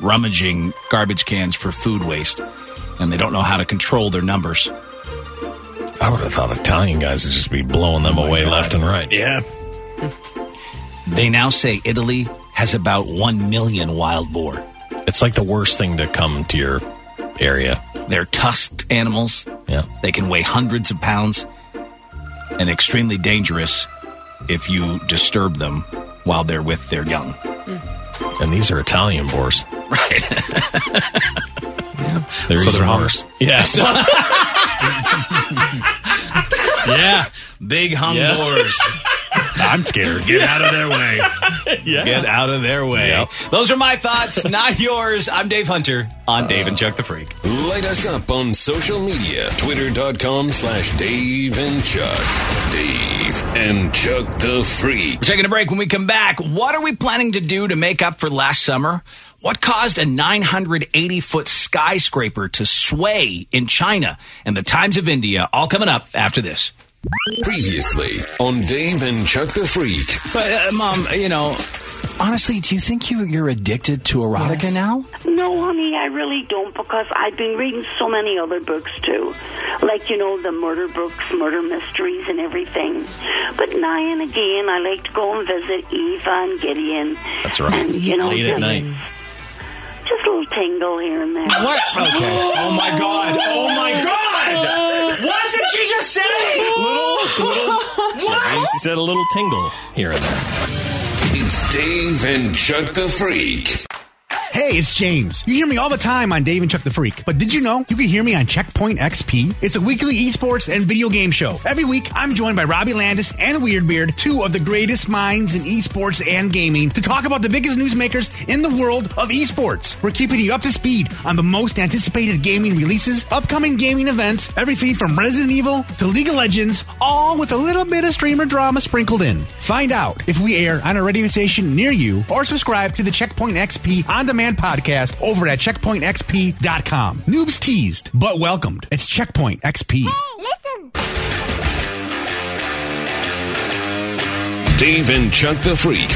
Speaker 3: rummaging garbage cans for food waste, and they don't know how to control their numbers.
Speaker 5: I would have thought Italian guys would just be blowing them
Speaker 3: Oh
Speaker 5: away left and right.
Speaker 7: Yeah.
Speaker 3: They now say Italy has about 1 million wild boar.
Speaker 5: It's like the worst thing to come to your area.
Speaker 3: They're tusked animals.
Speaker 5: Yeah.
Speaker 3: They can weigh hundreds of pounds and extremely dangerous if you disturb them while they're with their young.
Speaker 5: And these are Italian boars.
Speaker 3: Right.
Speaker 5: They're even worse. Yeah. so- yeah.
Speaker 3: Big hung
Speaker 5: Yeah.
Speaker 3: boars.
Speaker 6: I'm scared.
Speaker 3: Get out of their way. Get out of their way.
Speaker 5: Yep.
Speaker 3: Those are my thoughts, not yours. I'm Dave Hunter on Dave and Chuck the Freak.
Speaker 2: Light us up on social media. Twitter.com slash Dave and Chuck. Dave and Chuck the Freak.
Speaker 3: We're taking a break. When we come back, what are we planning to do to make up for last summer? What caused a 980 foot skyscraper to sway in China and the Times of India? All coming up after this.
Speaker 2: Previously on Dave and Chuck the Freak.
Speaker 50: But, uh, Mom, you know, honestly, do you think you, you're addicted to erotica now?
Speaker 9: No, honey, I really don't because I've been reading so many other books too. Like, you know, the murder books, murder mysteries, and everything. But now and again, I like to go and visit Eva and Gideon.
Speaker 50: That's right.
Speaker 9: And, you know, uh,
Speaker 50: Late at
Speaker 9: just,
Speaker 50: night.
Speaker 9: Just a little tingle here and there.
Speaker 50: What? Okay. Oh my God. Oh my God. What did she just say?
Speaker 8: Little, little. What? She said a little tingle here and there.
Speaker 2: It's Dave and Chuck the Freak.
Speaker 6: Hey, it's James. You hear me all the time on Dave and Chuck the Freak, but did you know you can hear me on Checkpoint XP? It's a weekly esports and video game show. Every week, I'm joined by Robbie Landis and Weird Beard, two of the greatest minds in esports and gaming, to talk about the biggest newsmakers in the world of esports. We're keeping you up to speed on the most anticipated gaming releases, upcoming gaming events, everything from Resident Evil to League of Legends, all with a little bit of streamer drama sprinkled in. Find out if we air on a radio station near you or subscribe to the Checkpoint XP on demand podcast over at checkpointxp.com. Noobs teased, but welcomed. It's Checkpoint XP.
Speaker 2: Dave and Chuck the Freak.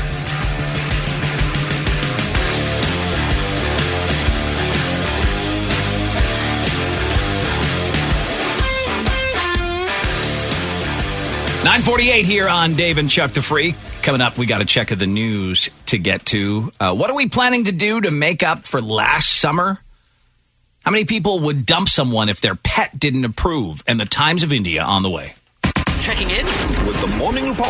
Speaker 3: Nine forty-eight here on Dave and Chuck the Free. Coming up, we got a check of the news to get to. Uh, what are we planning to do to make up for last summer? How many people would dump someone if their pet didn't approve? And the Times of India on the way.
Speaker 40: Checking in.
Speaker 3: With the morning report.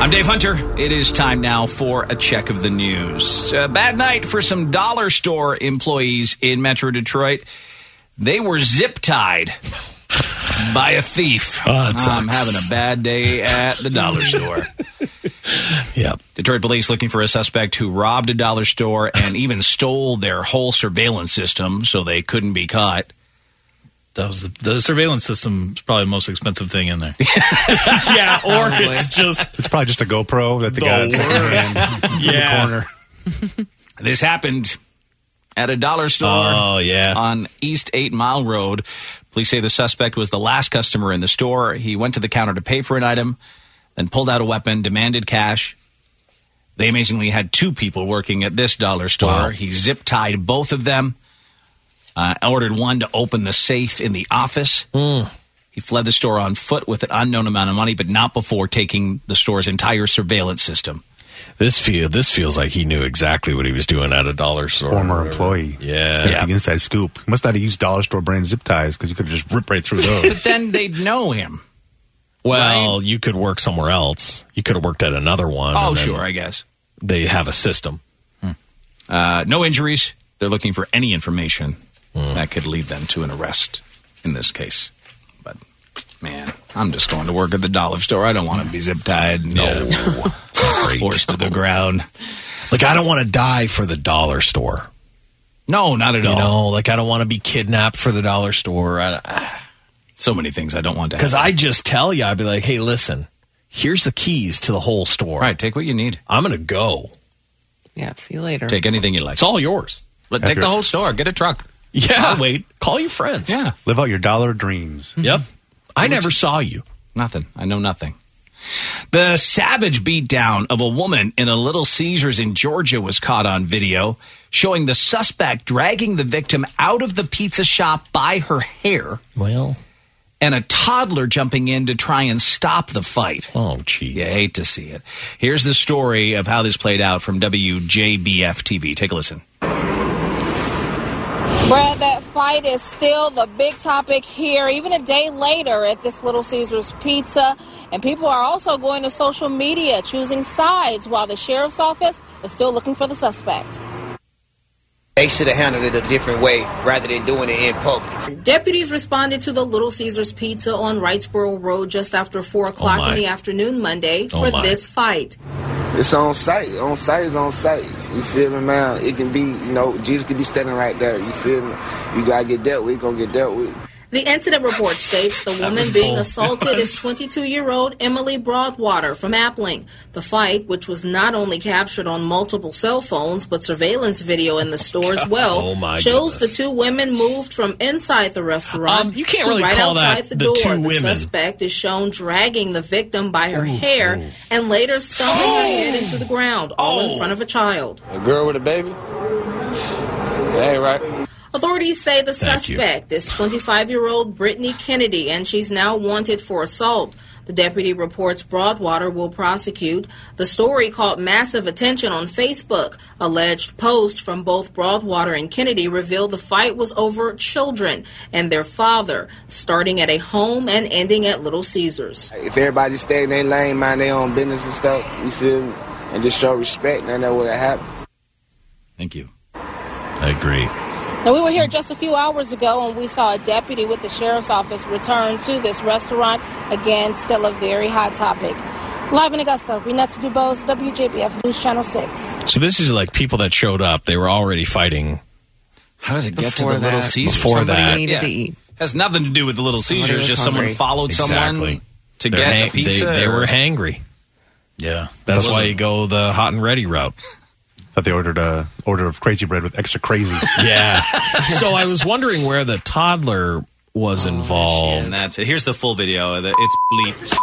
Speaker 3: I'm Dave Hunter. It is time now for a check of the news. A bad night for some dollar store employees in Metro Detroit. They were zip tied by a thief.
Speaker 51: Oh,
Speaker 3: I'm having a bad day at the dollar store.
Speaker 8: Yep.
Speaker 3: Detroit police looking for a suspect who robbed a dollar store and even stole their whole surveillance system so they couldn't be caught.
Speaker 51: That was the, the surveillance system is probably the most expensive thing in there.
Speaker 8: yeah, or
Speaker 51: Probably.
Speaker 8: it's just
Speaker 6: It's probably just a GoPro that the,
Speaker 51: The
Speaker 6: guy had sitting
Speaker 51: worst.
Speaker 6: in
Speaker 51: Yeah.
Speaker 6: the corner.
Speaker 3: This happened at a dollar store.
Speaker 51: Oh, yeah.
Speaker 3: On East 8 Mile Road. Police say the suspect was the last customer in the store. He went to the counter to pay for an item, then pulled out a weapon, demanded cash. They amazingly had two people working at this dollar store. He zip tied both of them, uh, ordered one to open the safe in the office.
Speaker 6: Hmm.
Speaker 3: He fled the store on foot with an unknown amount of money, but not before taking the store's entire surveillance system.
Speaker 5: This feel this feels like he knew exactly what he was doing at a dollar store.
Speaker 6: Former employee.
Speaker 5: Yeah.
Speaker 6: Got The inside scoop. Must not have used dollar store brand zip ties because you could have just ripped right through
Speaker 3: But
Speaker 6: those.
Speaker 3: then they'd know him.
Speaker 5: Well, you could work somewhere else. You could have worked at another one.
Speaker 3: Oh,
Speaker 5: and then
Speaker 3: sure, I guess.
Speaker 5: They have a system.
Speaker 3: Uh, no injuries. They're looking for any information
Speaker 5: Hmm.
Speaker 3: that could lead them to an arrest in this case. But man, I'm just going to work at the dollar store. I don't want to be zip tied. No, forced to the ground.
Speaker 5: Like I don't want to die for the dollar store.
Speaker 3: No, not at
Speaker 5: You
Speaker 3: all.
Speaker 5: know, like I don't want to be kidnapped for the dollar store. I,
Speaker 3: So many things I don't want to.
Speaker 5: Because
Speaker 3: happen.
Speaker 5: I just tell you, I'd be like, hey, listen, here's the keys to the whole store.
Speaker 3: right, take what you need.
Speaker 5: I'm going to go.
Speaker 4: Yeah, see you later.
Speaker 3: Take anything you like.
Speaker 5: It's all yours.
Speaker 3: But take the whole store. Get a truck.
Speaker 5: Yeah.
Speaker 3: I'll wait.
Speaker 5: Call your friends. Mm-hmm.
Speaker 3: Yeah,
Speaker 6: Live out your dollar dreams.
Speaker 5: Yep. I never saw you.
Speaker 3: nothing. I know nothing. The savage beatdown of a woman in a Little Caesars in Georgia was caught on video, showing the suspect dragging the victim out of the pizza shop by her hair
Speaker 5: Well,
Speaker 3: and a toddler jumping in to try and stop the fight.
Speaker 5: oh, geez.
Speaker 3: You hate to see it. Here's the story of how this played out from WJBF TV. Take a listen.
Speaker 40: Brad, that fight is still the big topic here, even a day later at this Little Caesars Pizza. And people are also going to social media, choosing sides, while the sheriff's office is still looking for the suspect.
Speaker 28: They should have handled it a different way rather than doing it in public.
Speaker 40: Deputies responded to the Little Caesars Pizza on Wrightsboro Road just after 4 o'clock
Speaker 28: Oh, my.
Speaker 40: in the afternoon Monday
Speaker 28: Oh
Speaker 40: for
Speaker 28: my.
Speaker 40: this fight.
Speaker 28: It's on site. On site is on site. You feel me, man? It can be, you know, Jesus could be standing right there. You feel me? You gotta get dealt with. You gonna get dealt with.
Speaker 40: The incident report states the woman being assaulted is 22 year old Emily Broadwater from Appling. The fight, which was not only captured on multiple cell phones but surveillance video in the store as well,
Speaker 5: Oh, my
Speaker 40: shows the two women moved from inside the restaurant
Speaker 5: Um, you can't
Speaker 40: to
Speaker 5: really
Speaker 40: right
Speaker 5: call that
Speaker 40: outside the,
Speaker 5: the
Speaker 40: door.
Speaker 5: two
Speaker 40: the
Speaker 5: women.
Speaker 40: suspect is shown dragging the victim by her hair and later stomping her head into the ground, all in front of a child.
Speaker 28: A girl with a baby? That ain't right.
Speaker 40: Authorities say the
Speaker 28: Thank you.
Speaker 40: suspect is 25 year old Brittany Kennedy, and she's now wanted for assault. The deputy reports Broadwater will prosecute. The story caught massive attention on Facebook. Alleged posts from both Broadwater and Kennedy revealed the fight was over children and their father, starting at a home and ending at Little Caesars.
Speaker 28: If everybody just stay in their lane, mind their own business and stuff, you feel me? And just show respect, none of that would have happened.
Speaker 3: Thank you.
Speaker 5: I agree.
Speaker 40: Now, we were here just a few hours ago and we saw a deputy with the sheriff's office return to this restaurant. Again, still a very hot topic. Live in Augusta, Renata Dubose, WJBF News Channel 6.
Speaker 5: So this is like people that showed up. They were already fighting.
Speaker 3: How does it get to
Speaker 5: Before
Speaker 3: the Little
Speaker 5: that.
Speaker 3: Caesars?
Speaker 5: Before Somebody that. needed to
Speaker 3: eat. Has nothing to do with the Little
Speaker 5: Somebody
Speaker 3: Caesars.
Speaker 5: was
Speaker 3: Just someone
Speaker 5: hungry.
Speaker 3: followed someone
Speaker 5: Exactly.
Speaker 3: to
Speaker 5: They're
Speaker 3: get
Speaker 5: hang-
Speaker 3: a pizza.
Speaker 5: They, they
Speaker 3: or-
Speaker 5: were hangry.
Speaker 7: Yeah,
Speaker 5: That's
Speaker 7: That
Speaker 5: why
Speaker 7: wasn't-
Speaker 5: you go the hot and ready route.
Speaker 6: That they ordered a order of crazy bread with extra crazy.
Speaker 5: Yeah. so I was wondering where the toddler
Speaker 3: Oh,
Speaker 5: was involved.
Speaker 3: And that's it. Here's the full video. The- It's bleeped.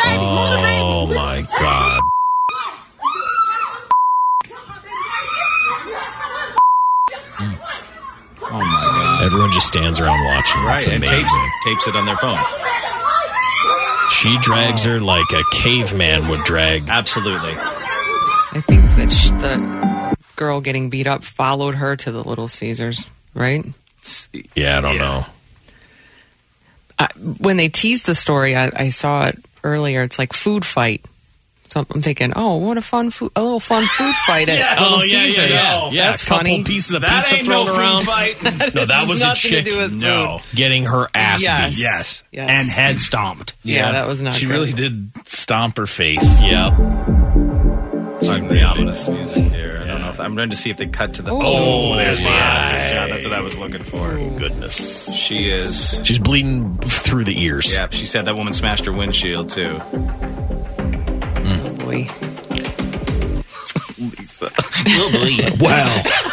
Speaker 5: Oh my god.
Speaker 3: Oh my god.
Speaker 5: Everyone just stands around watching. That's
Speaker 3: Right, and
Speaker 5: amazing.
Speaker 3: tapes it, tapes it on their phones.
Speaker 5: She drags her like a caveman would drag.
Speaker 3: Absolutely.
Speaker 4: I think that sh- the girl getting beat up followed her to the Little Caesars, right?
Speaker 5: Yeah, I don't know.
Speaker 4: I, when they teased the story, I, I saw it earlier. It's like food fight. So I'm thinking, oh, what a fun food, a little fun food fight at
Speaker 5: Yeah.
Speaker 4: Little
Speaker 5: Oh, yeah, yeah,
Speaker 4: Caesars.
Speaker 5: yeah. Yeah,
Speaker 4: that's
Speaker 5: a couple
Speaker 4: funny.
Speaker 5: pieces of That pizza ain't no thrown food around. fight. No, that
Speaker 4: has
Speaker 5: was a
Speaker 4: nothing to
Speaker 5: chick.
Speaker 4: do with
Speaker 5: No.
Speaker 4: food.
Speaker 5: Getting her ass
Speaker 4: Yes.
Speaker 5: beat.
Speaker 4: Yes. Yes. And
Speaker 3: head stomped.
Speaker 4: Yeah, that was not
Speaker 7: She
Speaker 4: good.
Speaker 7: really did stomp her face.
Speaker 5: Yeah.
Speaker 3: Really ominous music here. I don't know if I'm going to see if they cut to the. Oh, there's the after shot. That's what I was looking for.
Speaker 5: Oh, Goodness.
Speaker 3: She is.
Speaker 5: She's bleeding through the ears.
Speaker 3: Yep. She said that woman smashed her windshield too.
Speaker 4: Boy.
Speaker 3: Lisa. We'll believe.
Speaker 5: Wow.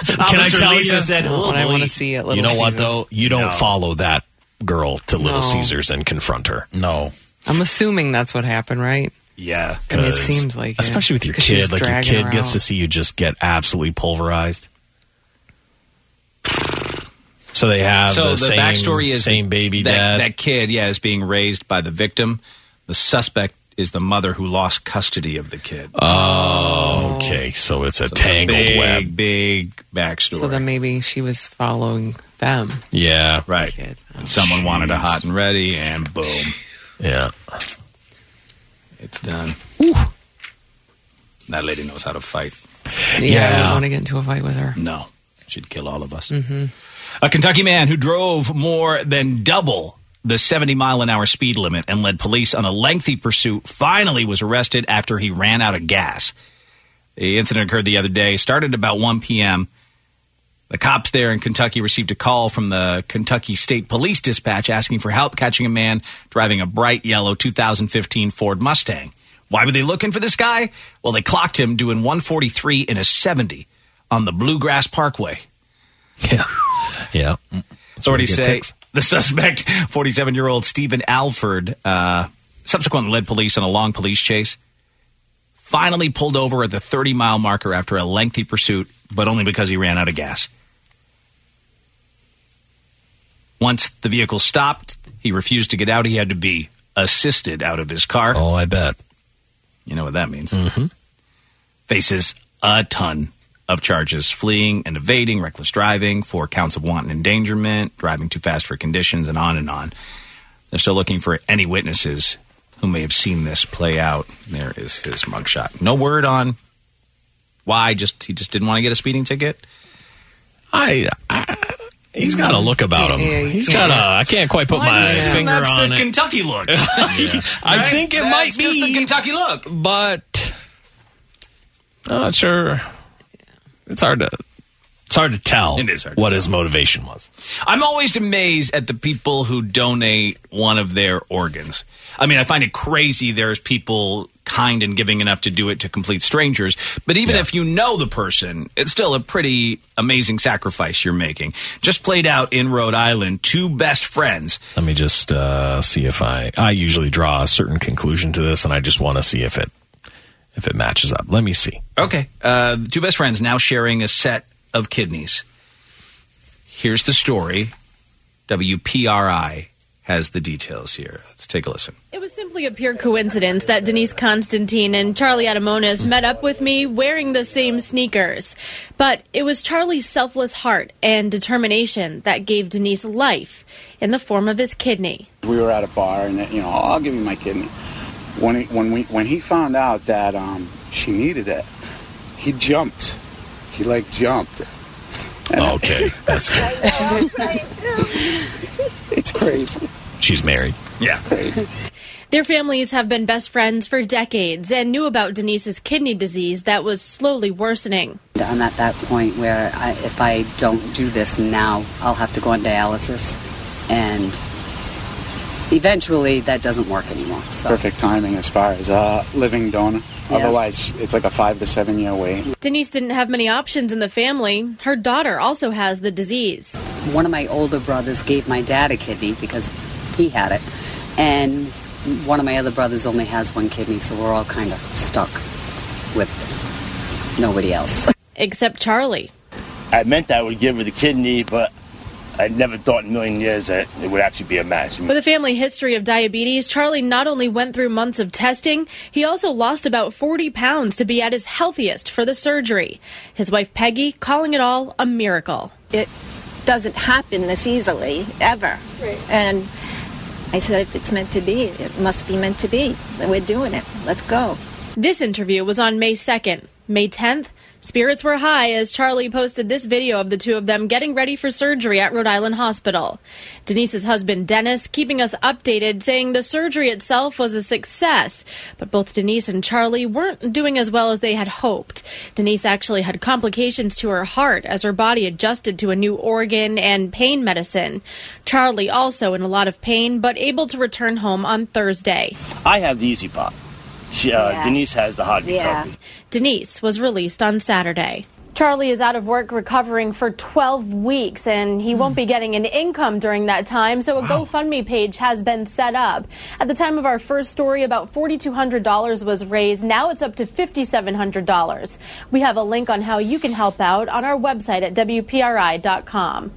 Speaker 5: Can I
Speaker 3: Officer
Speaker 5: tell
Speaker 3: Lisa
Speaker 5: you?
Speaker 3: said,
Speaker 4: Not what I
Speaker 3: "Holy."
Speaker 4: want to see at Little
Speaker 5: you know what
Speaker 4: Caesars.
Speaker 5: though? You don't
Speaker 3: No.
Speaker 5: follow that girl to Little
Speaker 4: No.
Speaker 5: Caesars and confront her.
Speaker 7: No.
Speaker 4: I'm assuming that's what happened, right?
Speaker 3: Yeah.
Speaker 4: I mean, it
Speaker 5: 'Cause-
Speaker 4: seems like it.
Speaker 5: especially with your
Speaker 4: 'Cause she
Speaker 5: kid,
Speaker 4: was
Speaker 5: like your
Speaker 4: dragging
Speaker 5: kid
Speaker 4: her
Speaker 5: gets
Speaker 4: out.
Speaker 5: to see you just get absolutely pulverized. So they have
Speaker 3: So
Speaker 5: the,
Speaker 3: the
Speaker 5: same,
Speaker 3: backstory is
Speaker 5: same baby
Speaker 3: that,
Speaker 5: dad.
Speaker 3: That kid, yeah, is being raised by the victim. The suspect is the mother who lost custody of the kid.
Speaker 5: oh, okay, so it's a tangled
Speaker 3: big,
Speaker 5: web.
Speaker 3: big backstory.
Speaker 4: So then maybe she was following them.
Speaker 5: Yeah,
Speaker 3: right.
Speaker 4: Kid.
Speaker 3: And someone wanted a hot and ready, and boom,
Speaker 5: yeah.
Speaker 3: it's done. That lady knows how to fight.
Speaker 4: Yeah, I
Speaker 5: Yeah.
Speaker 4: wouldn't want to get into a fight with her. Mm-hmm.
Speaker 3: No, she'd kill all of us. A Kentucky man who drove more than double the 70 mile an hour speed limit and led police on a lengthy pursuit finally was arrested after he ran out of gas. The incident occurred the other day, started about 1 p.m. The cops there in Kentucky received a call from the Kentucky State Police Dispatch asking for help catching a man driving a bright yellow 2015 Ford Mustang. Why were they looking for this guy? Well, they clocked him doing 143 in a 70 on the Bluegrass Parkway.
Speaker 5: Yeah.
Speaker 3: Authorities
Speaker 5: where you get
Speaker 3: say
Speaker 5: ticks.
Speaker 3: the suspect, 47 year old Stephen Alford, uh, subsequently led police on a long police chase. Finally pulled over at the 30 mile marker after a lengthy pursuit, but only because he ran out of gas. Once the vehicle stopped, he refused to get out. He had to be assisted out of his car.
Speaker 5: Oh, I bet. Mm-hmm.
Speaker 3: You know what that means. Faces a ton of charges fleeing and evading, reckless driving, four counts of wanton endangerment, driving too fast for conditions, and on and on. They're still looking for any witnesses who may have seen this play out. There is his mugshot. No word on why. Just he just didn't want to get a speeding ticket.
Speaker 5: I. I He's got a
Speaker 7: Mm.
Speaker 5: look about him.
Speaker 4: Yeah, you
Speaker 5: He's got a. I can't quite put my
Speaker 4: does-
Speaker 5: finger
Speaker 3: that's
Speaker 5: on
Speaker 3: the
Speaker 5: it.
Speaker 3: Kentucky look.
Speaker 5: I think it might be
Speaker 3: just the Kentucky look.
Speaker 5: but I'm not sure. It's Uh, hard to
Speaker 52: It's hard to tell
Speaker 3: It is hard to
Speaker 52: what his motivation was.
Speaker 3: I'm always amazed at the people who donate one of their organs. I mean, I find it crazy there's people kind and giving enough to do it to complete strangers. But even if you know the person, it's still a pretty amazing sacrifice you're making. Just played out in Rhode Island, two best friends.
Speaker 5: Let me just uh, see if I. I usually draw a certain conclusion to this, and I just want to see if it if it matches up. Let me see.
Speaker 3: Okay. Uh, two best friends now sharing a set of kidneys. Here's the story. WPRI has the details here. Let's take a listen.
Speaker 53: It was simply a pure coincidence that Denise Constantine and Charlie Adamonis met up with me wearing the same sneakers. But it was Charlie's selfless heart and determination that gave Denise life in the form of his kidney.
Speaker 42: We were at a bar, and you know, I'll give you my kidney. When he, when we when he found out that um, she needed it, he jumped. He like jumped.
Speaker 5: Okay, that's good.
Speaker 42: It's crazy.
Speaker 5: She's married.
Speaker 3: Yeah.
Speaker 53: Their families have been best friends for decades and knew about Denise's kidney disease that was slowly worsening.
Speaker 54: I'm at that point where I, if I don't do this now, I'll have to go on dialysis, and eventually that doesn't work anymore. So.
Speaker 42: Perfect timing as far as uh, living donor.
Speaker 54: Yeah.
Speaker 42: Otherwise, it's like a five to seven year wait.
Speaker 53: Denise didn't have many options in the family. Her daughter also has the disease.
Speaker 54: One of my older brothers gave my dad a kidney because he had it, and one of my other brothers only has one kidney, so we're all kind of stuck with nobody else.
Speaker 53: Except Charlie.
Speaker 36: I meant I would give her the kidney, but I never thought in a million years that it would actually be a match.
Speaker 53: With a family history of diabetes, Charlie not only went through months of testing, he also lost about 40 pounds to be at his healthiest for the surgery. His wife Peggy calling it all a miracle.
Speaker 9: It doesn't happen this easily ever. And I said, if it's meant to be, it must be meant to be. And we're doing it. Let's go.
Speaker 53: This interview was on May 2nd. May 10th, spirits were high as Charlie posted this video of the two of them getting ready for surgery at Rhode Island Hospital. Denise's husband, Dennis, keeping us updated, saying the surgery itself was a success, but both Denise and Charlie weren't doing as well as they had hoped. Denise actually had complications to her heart as her body adjusted to a new organ and pain medicine. Charlie also in a lot of pain, but able to return home on Thursday.
Speaker 36: I have the easy pop. She, uh,
Speaker 53: Yeah.
Speaker 36: Denise has the hard recovery.
Speaker 53: Denise was released on Saturday. Charlie is out of work recovering for 12 weeks, and he won't be getting an income during that time, so a GoFundMe page has been set up. At the time of our first story, about $4,200 was raised. Now it's up to $5,700. We have a link on how you can help out on our website at WPRI.com.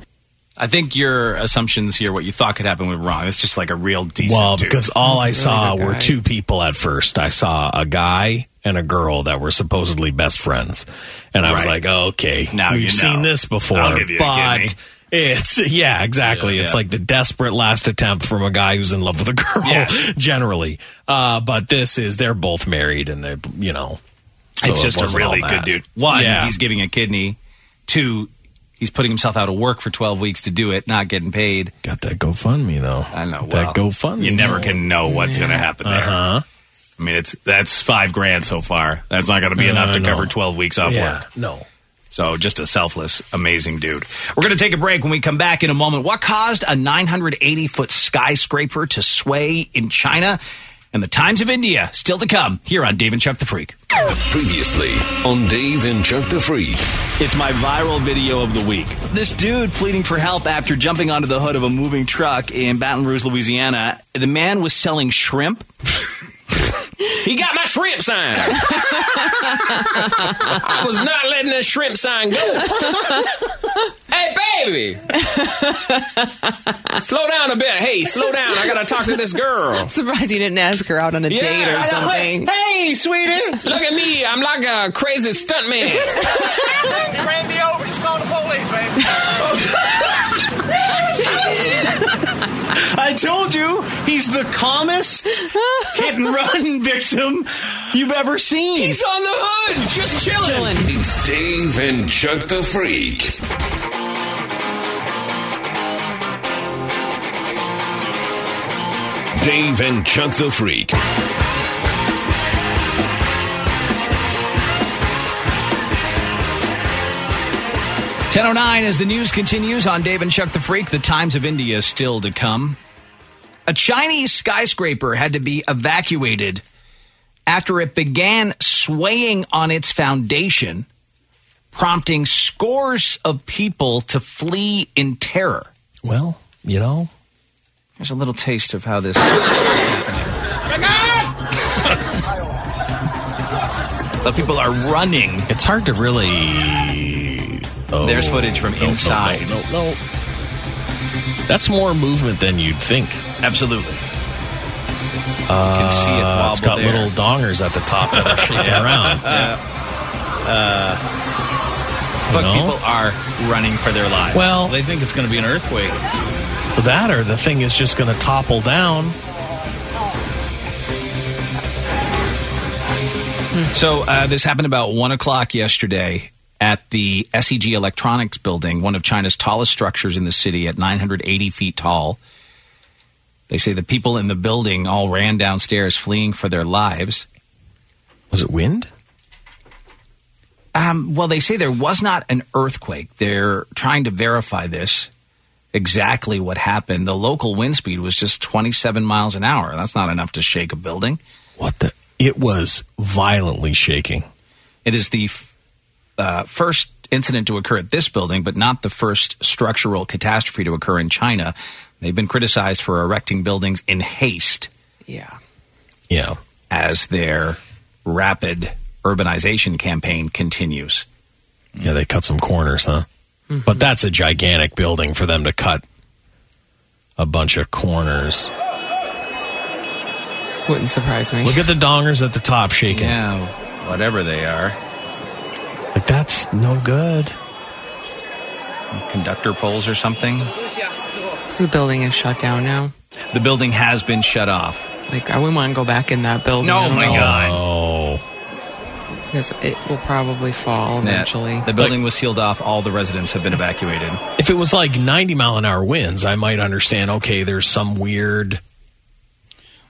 Speaker 3: I think your assumptions here, what you thought could happen, were wrong. It's just like a real decent.
Speaker 5: Well,
Speaker 3: dude.
Speaker 5: because all I saw were two people at first. I saw a guy and a girl that were supposedly best friends, and I was
Speaker 3: Right.
Speaker 5: like, okay,
Speaker 3: Now
Speaker 5: we've
Speaker 3: you
Speaker 5: seen
Speaker 3: know.
Speaker 5: this before,
Speaker 3: I'll give you a kidney.
Speaker 5: but. It's yeah, exactly. it's like the desperate last attempt from a guy who's in love with a girl. Generally, uh, but this is they're both married and they're you know. so
Speaker 3: it's
Speaker 5: it
Speaker 3: just a
Speaker 5: wasn't all
Speaker 3: really good
Speaker 5: that.
Speaker 3: dude. One,
Speaker 5: Yeah.
Speaker 3: he's giving a kidney. Two, he's putting himself out of work for 12 weeks to do it, not getting paid.
Speaker 5: Got that GoFundMe though.
Speaker 3: I know.
Speaker 5: That GoFundMe.
Speaker 3: You never can know what's going to happen there.
Speaker 5: Uh-huh.
Speaker 3: I mean, it's that's five grand so far. That's not going to be
Speaker 5: Uh,
Speaker 3: enough to
Speaker 5: no.
Speaker 3: cover 12 weeks off
Speaker 5: Yeah,
Speaker 3: work.
Speaker 5: No.
Speaker 3: So just a selfless, amazing dude. We're going to take a break when we come back in a moment. What caused a 980 foot skyscraper to sway in China and the times of India still to come here on Dave and Chuck the Freak.
Speaker 2: Previously on Dave and Chuck the Freak.
Speaker 3: It's my viral video of the week. This dude pleading for help after jumping onto the hood of a moving truck in Baton Rouge, Louisiana. The man was selling shrimp. he got my shrimp sign.
Speaker 8: I was not letting that shrimp sign go. hey, baby.
Speaker 4: Slow down a bit.
Speaker 8: Hey, slow down. I gotta talk to this girl.
Speaker 4: Surprised you didn't ask her out on a date or
Speaker 8: I-
Speaker 4: something.
Speaker 8: Hey, sweetie. Look at me. I'm like a crazy stuntman.
Speaker 55: He ran me over. He's calling the police, baby.
Speaker 3: I told you he's the calmest hit and run victim you've ever seen.
Speaker 8: He's on the hood, just chilling.
Speaker 2: It's Dave and Chuck the Freak. Dave and Chuck the Freak.
Speaker 3: 1009 as the news continues on Dave and Chuck the Freak, the times of India is still to come. A Chinese skyscraper had to be evacuated after it began swaying on its foundation, prompting scores of people to flee in terror.
Speaker 5: Well, you know,
Speaker 3: here's a little taste of how this is happening. But people are running.
Speaker 5: It's hard to really. Oh,
Speaker 3: There's footage from
Speaker 5: no, no,
Speaker 3: inside.
Speaker 5: No, no, no. That's more movement than you'd think.
Speaker 3: Absolutely.
Speaker 5: Uh,
Speaker 3: can see it wobble
Speaker 5: It's got
Speaker 3: there.
Speaker 5: little dongers at the top that are shaking around.
Speaker 3: Uh, But
Speaker 5: No.
Speaker 3: people are running for their lives.
Speaker 5: Well,
Speaker 7: They think it's going to be an earthquake.
Speaker 5: that or the thing is just going to topple down.
Speaker 3: So uh, this happened about one o'clock yesterday at the SEG Electronics Building, one of China's tallest structures in the city, at 980 feet tall. They say the people in the building all ran downstairs, fleeing for their lives.
Speaker 5: Was it wind?
Speaker 3: Um, well, they say there was not an earthquake. They're trying to verify this exactly what happened. The local wind speed was just 27 miles an hour. That's not enough to shake a building.
Speaker 5: What the? It was violently shaking.
Speaker 3: It is the f- uh, first incident to occur at this building, but not the first structural catastrophe to occur in China. They've been criticized for erecting buildings in haste
Speaker 4: Yeah.
Speaker 5: Yeah.
Speaker 3: as their rapid urbanization campaign continues.
Speaker 5: Yeah, they cut some corners, huh? But that's a gigantic building for them to cut a bunch of corners.
Speaker 4: Wouldn't surprise me.
Speaker 5: Look at the dongers at the top shaking.
Speaker 3: Yeah, whatever they are.
Speaker 5: Like that's no good.
Speaker 3: Conductor poles or something.
Speaker 4: This building is shut down now.
Speaker 3: The building has been shut off.
Speaker 4: Like, I wouldn't want to go back in that building. I
Speaker 3: No,
Speaker 4: don't
Speaker 3: my
Speaker 4: know,
Speaker 3: God.
Speaker 5: Oh,
Speaker 4: Because it will probably fall
Speaker 3: Yeah.
Speaker 4: eventually.
Speaker 3: The building was sealed off. All the residents have been evacuated.
Speaker 5: if it was like 90 mile an hour winds, I might understand. Okay, there's some weird.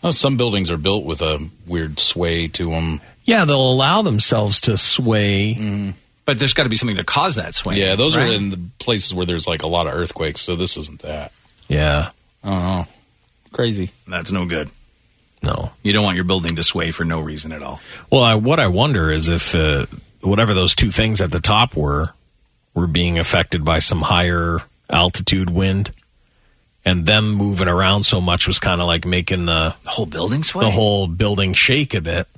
Speaker 7: Oh, some buildings are built with a weird sway to them.
Speaker 5: Yeah, they'll allow themselves to sway.
Speaker 3: But there's got to be something to cause that swing.
Speaker 7: Mm-hmm. Yeah, those are
Speaker 3: right?
Speaker 7: in the places where there's like a lot of earthquakes, so this isn't that.
Speaker 5: Yeah,
Speaker 7: Oh, crazy.
Speaker 3: That's no good.
Speaker 5: no.
Speaker 3: You don't want your building to sway for no reason at all.
Speaker 5: Well, I, what I wonder is if uh, whatever those two things at the top were were being affected by some higher altitude wind, and them moving around so much was kind of like making the
Speaker 3: The whole building sway.
Speaker 5: the whole building shake a bit.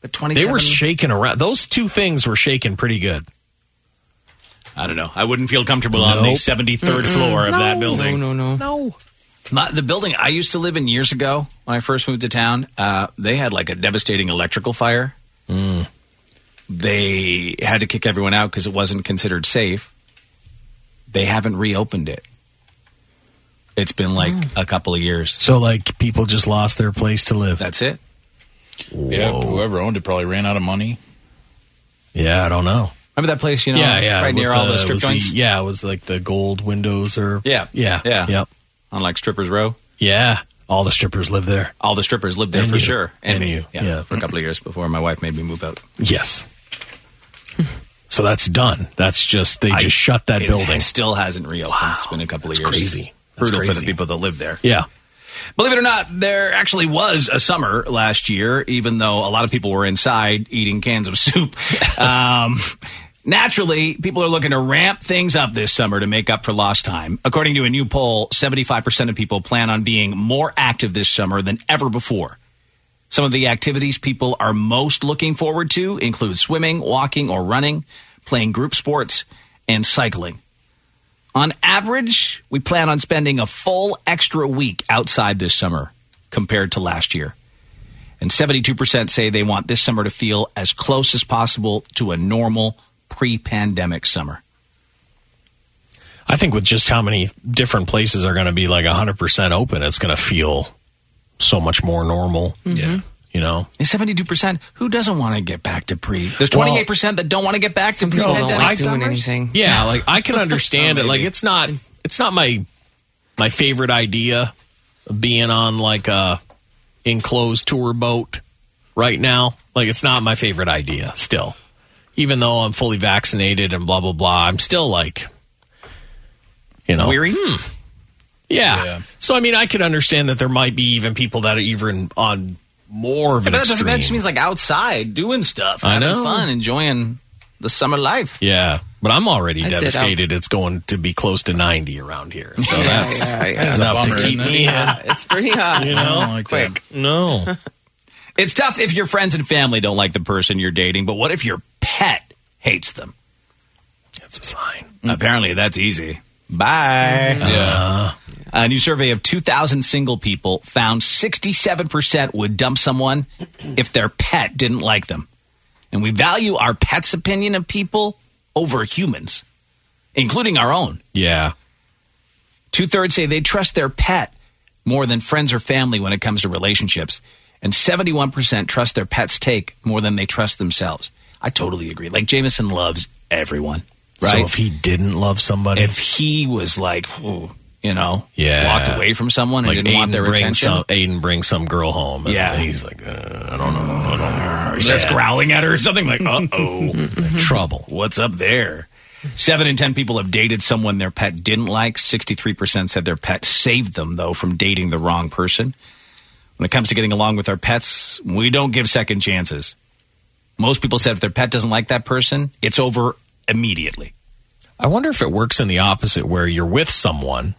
Speaker 3: But
Speaker 5: They
Speaker 3: 27.
Speaker 5: were shaking around. Those two things were shaking pretty good.
Speaker 3: I don't know. I wouldn't feel comfortable on the
Speaker 5: Nope.
Speaker 3: 73rd floor of that
Speaker 4: no,
Speaker 3: building.
Speaker 4: no, Oh, no.
Speaker 3: My, the building I used to live in years ago when I first moved to town, uh, they had like a devastating electrical fire.
Speaker 5: Mm.
Speaker 3: They had to kick everyone out because it wasn't considered safe. They haven't reopened it. It's been like
Speaker 5: Mm.
Speaker 3: a couple of years.
Speaker 5: So like people just lost their place to live.
Speaker 3: That's it.
Speaker 7: Yeah, whoever owned it probably ran out of money.
Speaker 5: Yeah, I don't know.
Speaker 3: Remember that place? You know,
Speaker 5: yeah, yeah,
Speaker 3: right near
Speaker 5: with
Speaker 3: all the strip
Speaker 5: was
Speaker 3: joints
Speaker 5: yeah, it was like the gold windows or
Speaker 3: Yeah.
Speaker 5: yeah,
Speaker 3: Yeah.
Speaker 5: yep,
Speaker 3: on like Strippers Row.
Speaker 5: yeah. All the strippers live there.
Speaker 3: All the strippers lived there
Speaker 5: And
Speaker 3: for
Speaker 5: you.
Speaker 3: sure,
Speaker 5: And
Speaker 3: me.
Speaker 5: you.
Speaker 3: yeah,
Speaker 5: Yeah.
Speaker 3: for a couple of years before my wife made me move out.
Speaker 5: Yes. so that's done. That's just they just shut that
Speaker 3: It
Speaker 5: building.
Speaker 3: still hasn't reopened. It's been a couple of years.
Speaker 5: crazy. That's
Speaker 3: Brutal for the
Speaker 5: crazy.
Speaker 3: people that live there.
Speaker 5: Yeah.
Speaker 3: Believe it or not, there actually was a summer last year, even though a lot of people were inside eating cans of soup. um, naturally, people are looking to ramp things up this summer to make up for lost time. According to a new poll, 75% of people plan on being more active this summer than ever before. Some of the activities people are most looking forward to include swimming, walking or running, playing group sports, and cycling. On average, we plan on spending a full extra week outside this summer compared to last year. And 72% say they want this summer to feel as close as possible to a normal pre pandemic summer.
Speaker 5: I think with just how many different places are going to be like 100% open, it's going to feel so much more normal. Yeah. You know?
Speaker 3: And 72%, who doesn't want to get back to pre? There's 28% that don't want to get back to
Speaker 4: Some
Speaker 3: pre
Speaker 4: people don't
Speaker 3: pandemic
Speaker 4: like doing
Speaker 3: summers.
Speaker 4: anything.
Speaker 5: Yeah, like I can understand it.
Speaker 3: Oh,
Speaker 5: Like it's not it's not my my favorite idea of being on like a enclosed tour boat right now. Like it's not my favorite idea still. Even though I'm fully vaccinated and blah blah blah, I'm still like You know, Hmm.
Speaker 3: Weary?
Speaker 5: Yeah. So I mean, I could understand that there might be even people that are even on more of
Speaker 3: but
Speaker 5: an
Speaker 3: that doesn't
Speaker 5: extreme.
Speaker 3: that just means like outside doing stuff,
Speaker 5: I
Speaker 3: having
Speaker 5: know.
Speaker 3: fun, enjoying the summer life.
Speaker 5: yeah, but I'm already
Speaker 3: I did, um,
Speaker 5: devastated. It's going to be close to 90 around here, so
Speaker 3: Yeah,
Speaker 5: that's
Speaker 3: yeah, yeah.
Speaker 5: that's enough
Speaker 3: Bummer,
Speaker 5: to keep
Speaker 3: isn't it?
Speaker 5: me.
Speaker 3: Yeah.
Speaker 4: It's pretty hot.
Speaker 5: You know, quick. No,
Speaker 3: It's tough if your friends and family don't like the person you're dating, but what if your pet hates them?
Speaker 5: That's a sign.
Speaker 3: Apparently, that's easy. Bye. Yeah. A new survey of 2,000 single people found 67% would dump someone if their pet didn't like them. And we value our pet's opinion of people over humans, including our own.
Speaker 5: Yeah.
Speaker 3: Two thirds say they trust their pet more than friends or family when it comes to relationships. And 71% trust their pet's take more than they trust themselves. I totally agree. Like, Jameson loves everyone, right?
Speaker 5: So if he didn't love somebody, Oh,
Speaker 3: if he was like, ooh, you know,
Speaker 5: Yeah.
Speaker 3: walked away from someone and
Speaker 5: like
Speaker 3: didn't want
Speaker 5: Aiden
Speaker 3: their
Speaker 5: brings
Speaker 3: attention,
Speaker 5: Some, Aiden brings some girl home. And
Speaker 3: Yeah.
Speaker 5: he's like, uh, I don't know. I don't know.
Speaker 3: he starts
Speaker 5: Yeah.
Speaker 3: growling at her or something like, uh oh,
Speaker 5: Trouble.
Speaker 3: what's up there? Seven in ten people have dated someone their pet didn't like. Sixty-three percent said their pet saved them though from dating the wrong person. When it comes to getting along with our pets, we don't give second chances. Most people said if their pet doesn't like that person, it's over immediately.
Speaker 5: I wonder if it works in the opposite where you're with someone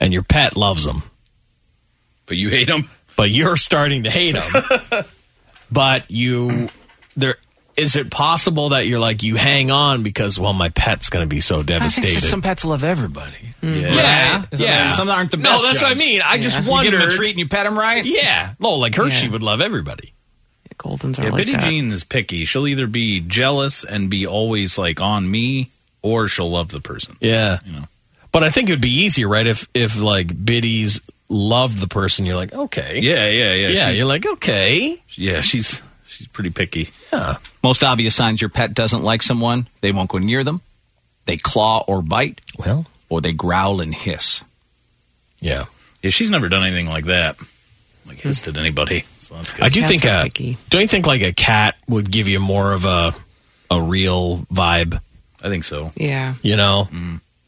Speaker 5: and your pet loves them,
Speaker 7: But you hate them?
Speaker 5: but you're starting to hate them. but you, there, is it possible that you're like, you hang on because, well, my pet's going to be so devastated?
Speaker 3: Some pets love everybody.
Speaker 5: yeah.
Speaker 3: Mm-hmm. Yeah.
Speaker 5: Yeah.
Speaker 3: Some aren't the best
Speaker 5: No, that's what I
Speaker 3: judge.
Speaker 5: mean. I just
Speaker 3: You give
Speaker 5: wondered.
Speaker 3: them a treat and you pet them right.
Speaker 5: Yeah. No, like Hershey
Speaker 4: Yeah.
Speaker 5: would love everybody.
Speaker 4: Goldens are
Speaker 7: Yeah,
Speaker 4: like
Speaker 7: Biddy
Speaker 4: that.
Speaker 7: Jean is picky. She'll either be jealous and be always like on me, or she'll love the person.
Speaker 5: Yeah. But I think it would be easier, right? If if like Biddy's loved the person, you're like, okay.
Speaker 7: Yeah, yeah, yeah.
Speaker 5: Yeah,
Speaker 7: she's,
Speaker 5: you're like, okay.
Speaker 7: yeah, she's she's pretty picky.
Speaker 3: Most obvious signs your pet doesn't like someone they won't go near them, they claw or bite,
Speaker 5: Well,
Speaker 3: or they growl and hiss.
Speaker 5: yeah.
Speaker 7: Yeah, she's never done anything like that. Like hissed at anybody. So that's good.
Speaker 5: I do
Speaker 4: Cats
Speaker 5: think
Speaker 4: are
Speaker 5: a
Speaker 4: picky.
Speaker 5: don't you think like a cat would give you more of a a real vibe?
Speaker 7: I think so.
Speaker 4: Yeah.
Speaker 5: You know,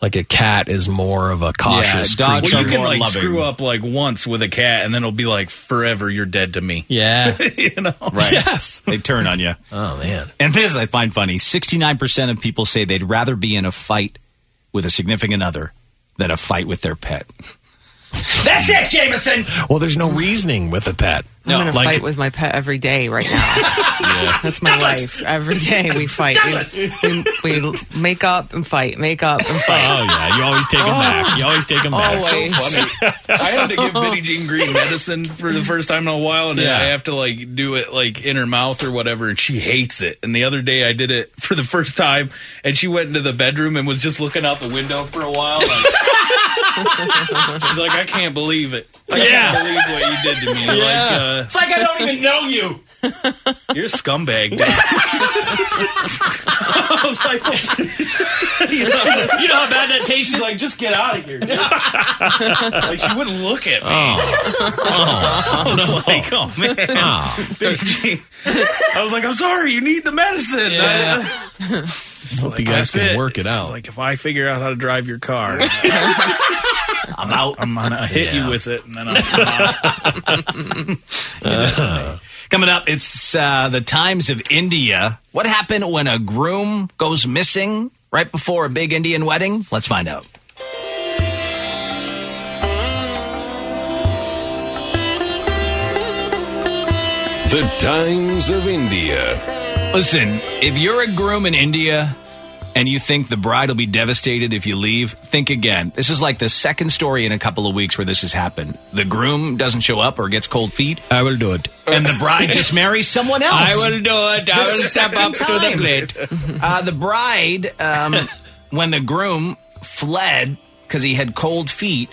Speaker 5: like a cat is more of a cautious
Speaker 3: Mm. Yeah, dogs
Speaker 5: creature.
Speaker 7: Well, you can
Speaker 3: more
Speaker 7: like
Speaker 3: loving.
Speaker 7: screw up like once with a cat, and then it'll be like forever. You're dead to me.
Speaker 5: yeah.
Speaker 7: you know,
Speaker 3: Right.
Speaker 5: Yes.
Speaker 3: They turn on you.
Speaker 5: uh, Oh man.
Speaker 3: And this I find funny 69% of people say they'd rather be in a fight with a significant other than a fight with their pet. That's it, Jameson!
Speaker 5: Well, there's no reasoning with a pet.
Speaker 4: I'm gonna
Speaker 5: like
Speaker 4: fight with my pet every day right now. That's my life. Every day we fight. We, we, we make up and fight. Make up and
Speaker 5: Oh
Speaker 4: fight.
Speaker 5: yeah, you always take them back. You always take them back.
Speaker 4: Oh. Always.
Speaker 7: I had to give Biddy Jean Green medicine for the first time in a while, and then
Speaker 5: Yeah.
Speaker 7: I have to like do it like in her mouth or whatever, and she hates it. And the other day I did it for the first time, and she went into the bedroom and was just looking out the window for a while. like- she's like, I can't believe it. I can't believe what you did to me. Like, uh, it's like I don't even know you. You're a scumbag. Dad. I was like, you, know, you know how bad that tastes. She's like, just get out of here. dude." like she wouldn't look at me.
Speaker 5: Oh.
Speaker 7: Oh. I was like, oh man. Big G. I was like, I'm sorry, you need the medicine. I-
Speaker 5: Hope you guys
Speaker 7: that's
Speaker 5: can
Speaker 7: it.
Speaker 5: work
Speaker 7: She's
Speaker 5: it out.
Speaker 7: like if I figure out how to drive your car, I'm out. I'm gonna hit you with it, and then I'm, out.
Speaker 3: Coming up, it's uh, the Times of India. What happened when a groom goes missing right before a big Indian wedding? Let's find out.
Speaker 2: The Times of India.
Speaker 3: Listen, if you're a groom in India and you think the bride will be devastated if you leave, think again. This is like the second story in a couple of weeks where this has happened. The groom doesn't show up or gets cold feet,
Speaker 5: I will do it.
Speaker 3: and the bride just marries someone else.
Speaker 5: do it.
Speaker 3: This is second time. Uh, the bride, um, when the groom fled because he had cold feet,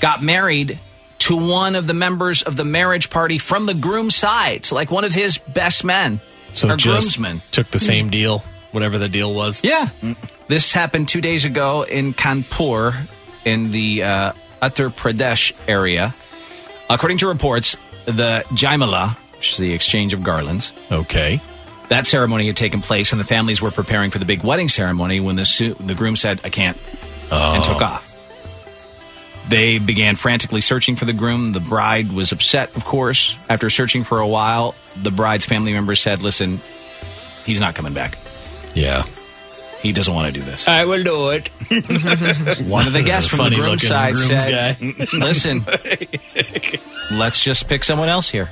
Speaker 3: got married to one of the members of the marriage party from the groom's side. So, like one of his best men
Speaker 5: So
Speaker 3: or
Speaker 5: just
Speaker 3: groomsmen.
Speaker 5: took the same deal, whatever the deal was.
Speaker 3: Hmm.
Speaker 5: Hmm.
Speaker 3: Yeah. This happened two days ago in Kanpur in the uh, Uttar Pradesh area. According to reports, the Jaimala, which is the exchange of garlands,
Speaker 5: Okay.
Speaker 3: that ceremony had taken place, and the families were preparing for the big wedding ceremony when the, su- the groom said, I can't. and took
Speaker 5: Oh.
Speaker 3: off. They began frantically searching for the groom. The bride was upset, of course. After searching for a while, the bride's family members said, Listen, he's not coming back.
Speaker 5: Yeah.
Speaker 3: He doesn't want to do this.
Speaker 5: I will do it.
Speaker 3: One of the guests from the groom's
Speaker 5: Funny-looking
Speaker 3: side
Speaker 5: groom's
Speaker 3: said,
Speaker 5: guy.
Speaker 3: "Listen, let's just pick someone else here."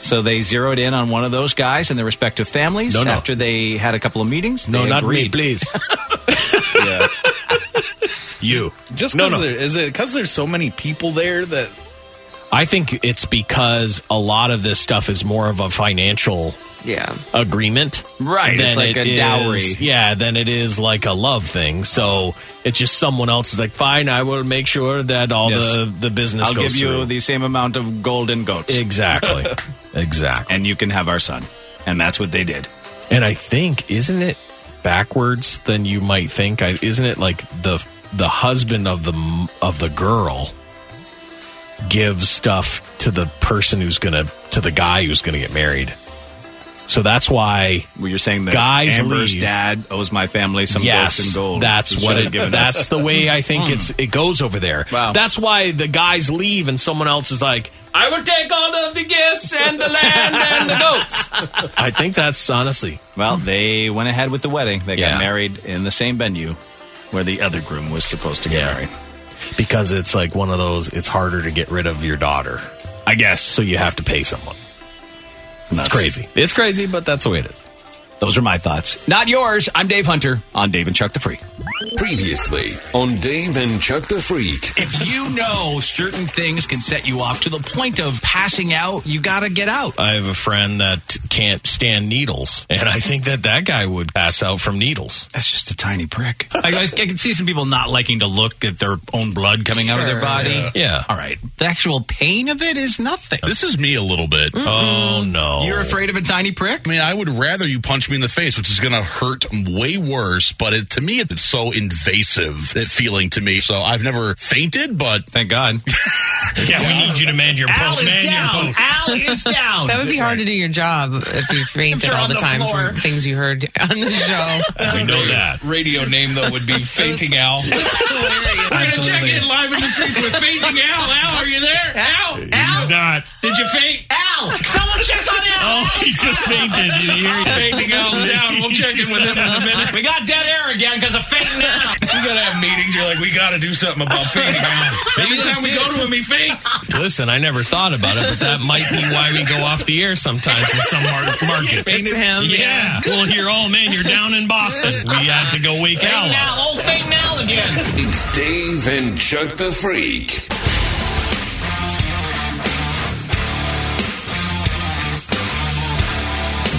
Speaker 3: So they zeroed in on one of those guys and their respective families.
Speaker 5: No, no.
Speaker 3: After they had a couple of meetings,
Speaker 5: No,
Speaker 3: they
Speaker 5: not me,
Speaker 3: agreed.
Speaker 5: please. you.
Speaker 8: Just
Speaker 5: No,
Speaker 8: because
Speaker 5: no.
Speaker 8: there is it because there's so many people there that
Speaker 5: I think it's because a lot of this stuff is more of a financial
Speaker 4: yeah
Speaker 5: agreement.
Speaker 3: Right, it's
Speaker 5: than
Speaker 3: like
Speaker 5: it
Speaker 3: a dowry.
Speaker 5: yeah, than it is like a love thing. So it's just someone else is like, fine, I will make sure that all
Speaker 3: Yes.
Speaker 5: the, the business
Speaker 3: I'll
Speaker 5: goes
Speaker 3: give you
Speaker 5: through.
Speaker 3: the same amount of golden goats,
Speaker 5: Exactly. exactly.
Speaker 3: and you can have our son. And that's what they did.
Speaker 5: And I think isn't it backwards than you might think? I, isn't it like the the husband of the m- of the girl gives stuff to the person who's gonna to the guy who's gonna get married. So that's why
Speaker 3: Well, you're saying that
Speaker 5: Guys
Speaker 3: Amber's
Speaker 5: leave.
Speaker 3: dad owes my family some goats
Speaker 5: yes,
Speaker 3: and gold.
Speaker 5: that's
Speaker 3: You
Speaker 5: what
Speaker 3: should
Speaker 5: it,
Speaker 3: have given
Speaker 5: that's
Speaker 3: us.
Speaker 5: the way I think it's it goes over there.
Speaker 3: Wow.
Speaker 5: That's why the guys leave and someone else is like, I will take all of the gifts and the land and the goats. I think that's honestly
Speaker 3: Well, they went ahead with the wedding. They
Speaker 5: Yeah.
Speaker 3: got married in the same venue where the other groom was supposed to get married.
Speaker 5: because it's like one of those it's harder to get rid of your daughter
Speaker 3: i guess so
Speaker 5: you have to pay someone
Speaker 3: Nuts.
Speaker 5: it's crazy it's crazy but that's the way it is
Speaker 3: Those are my thoughts. Not yours. I'm Dave Hunter on Dave and Chuck the Freak.
Speaker 2: Previously on Dave and Chuck the Freak.
Speaker 3: If you know certain things can set you off to the point of passing out, you got to get out.
Speaker 5: i have a friend that can't stand needles and i think that that guy would pass out from needles
Speaker 3: That's just a tiny prick. I, I can see some people not liking to look at their own blood coming out of their
Speaker 4: Sure,
Speaker 3: body.
Speaker 5: yeah
Speaker 3: All right. The actual pain of it is nothing.
Speaker 7: This is me a little bit.
Speaker 5: oh no
Speaker 3: You're afraid of a tiny prick?
Speaker 7: I mean, I would rather you punch me in the face, which is going to hurt way worse. But it, to me, it's so invasive that feeling to me. So I've never fainted, but
Speaker 3: Thank God.
Speaker 7: yeah, we need you to man your
Speaker 3: Al is down. Al is down.
Speaker 4: That would be hard to do your job if you fainted
Speaker 3: you're
Speaker 4: all
Speaker 3: on
Speaker 4: the,
Speaker 3: the
Speaker 4: time
Speaker 3: floor.
Speaker 4: from things you heard on the show.
Speaker 5: we know that
Speaker 8: radio name though would be Fainting Al.
Speaker 3: We're going to check in live in the streets with Fainting Al. Al, are you there? Al?
Speaker 7: He's not.
Speaker 3: Did you faint? Al! Someone check on Al!
Speaker 7: Oh, he just fainted. Did you hear?
Speaker 3: Fainting Al's down. We'll check in with him in a minute. We got dead air again because of fainting Al.
Speaker 8: We gotta have meetings. You're like, we gotta do something about fainting Al. Every time we go to him, he faints.
Speaker 5: listen i never thought about it but that might be why we go off the air sometimes in some mar- market
Speaker 4: It's him.
Speaker 5: yeah we'll hear oh man you're down in boston we have to go wake out
Speaker 3: old fainting Al again.
Speaker 2: It's Dave and Chuck the Freak.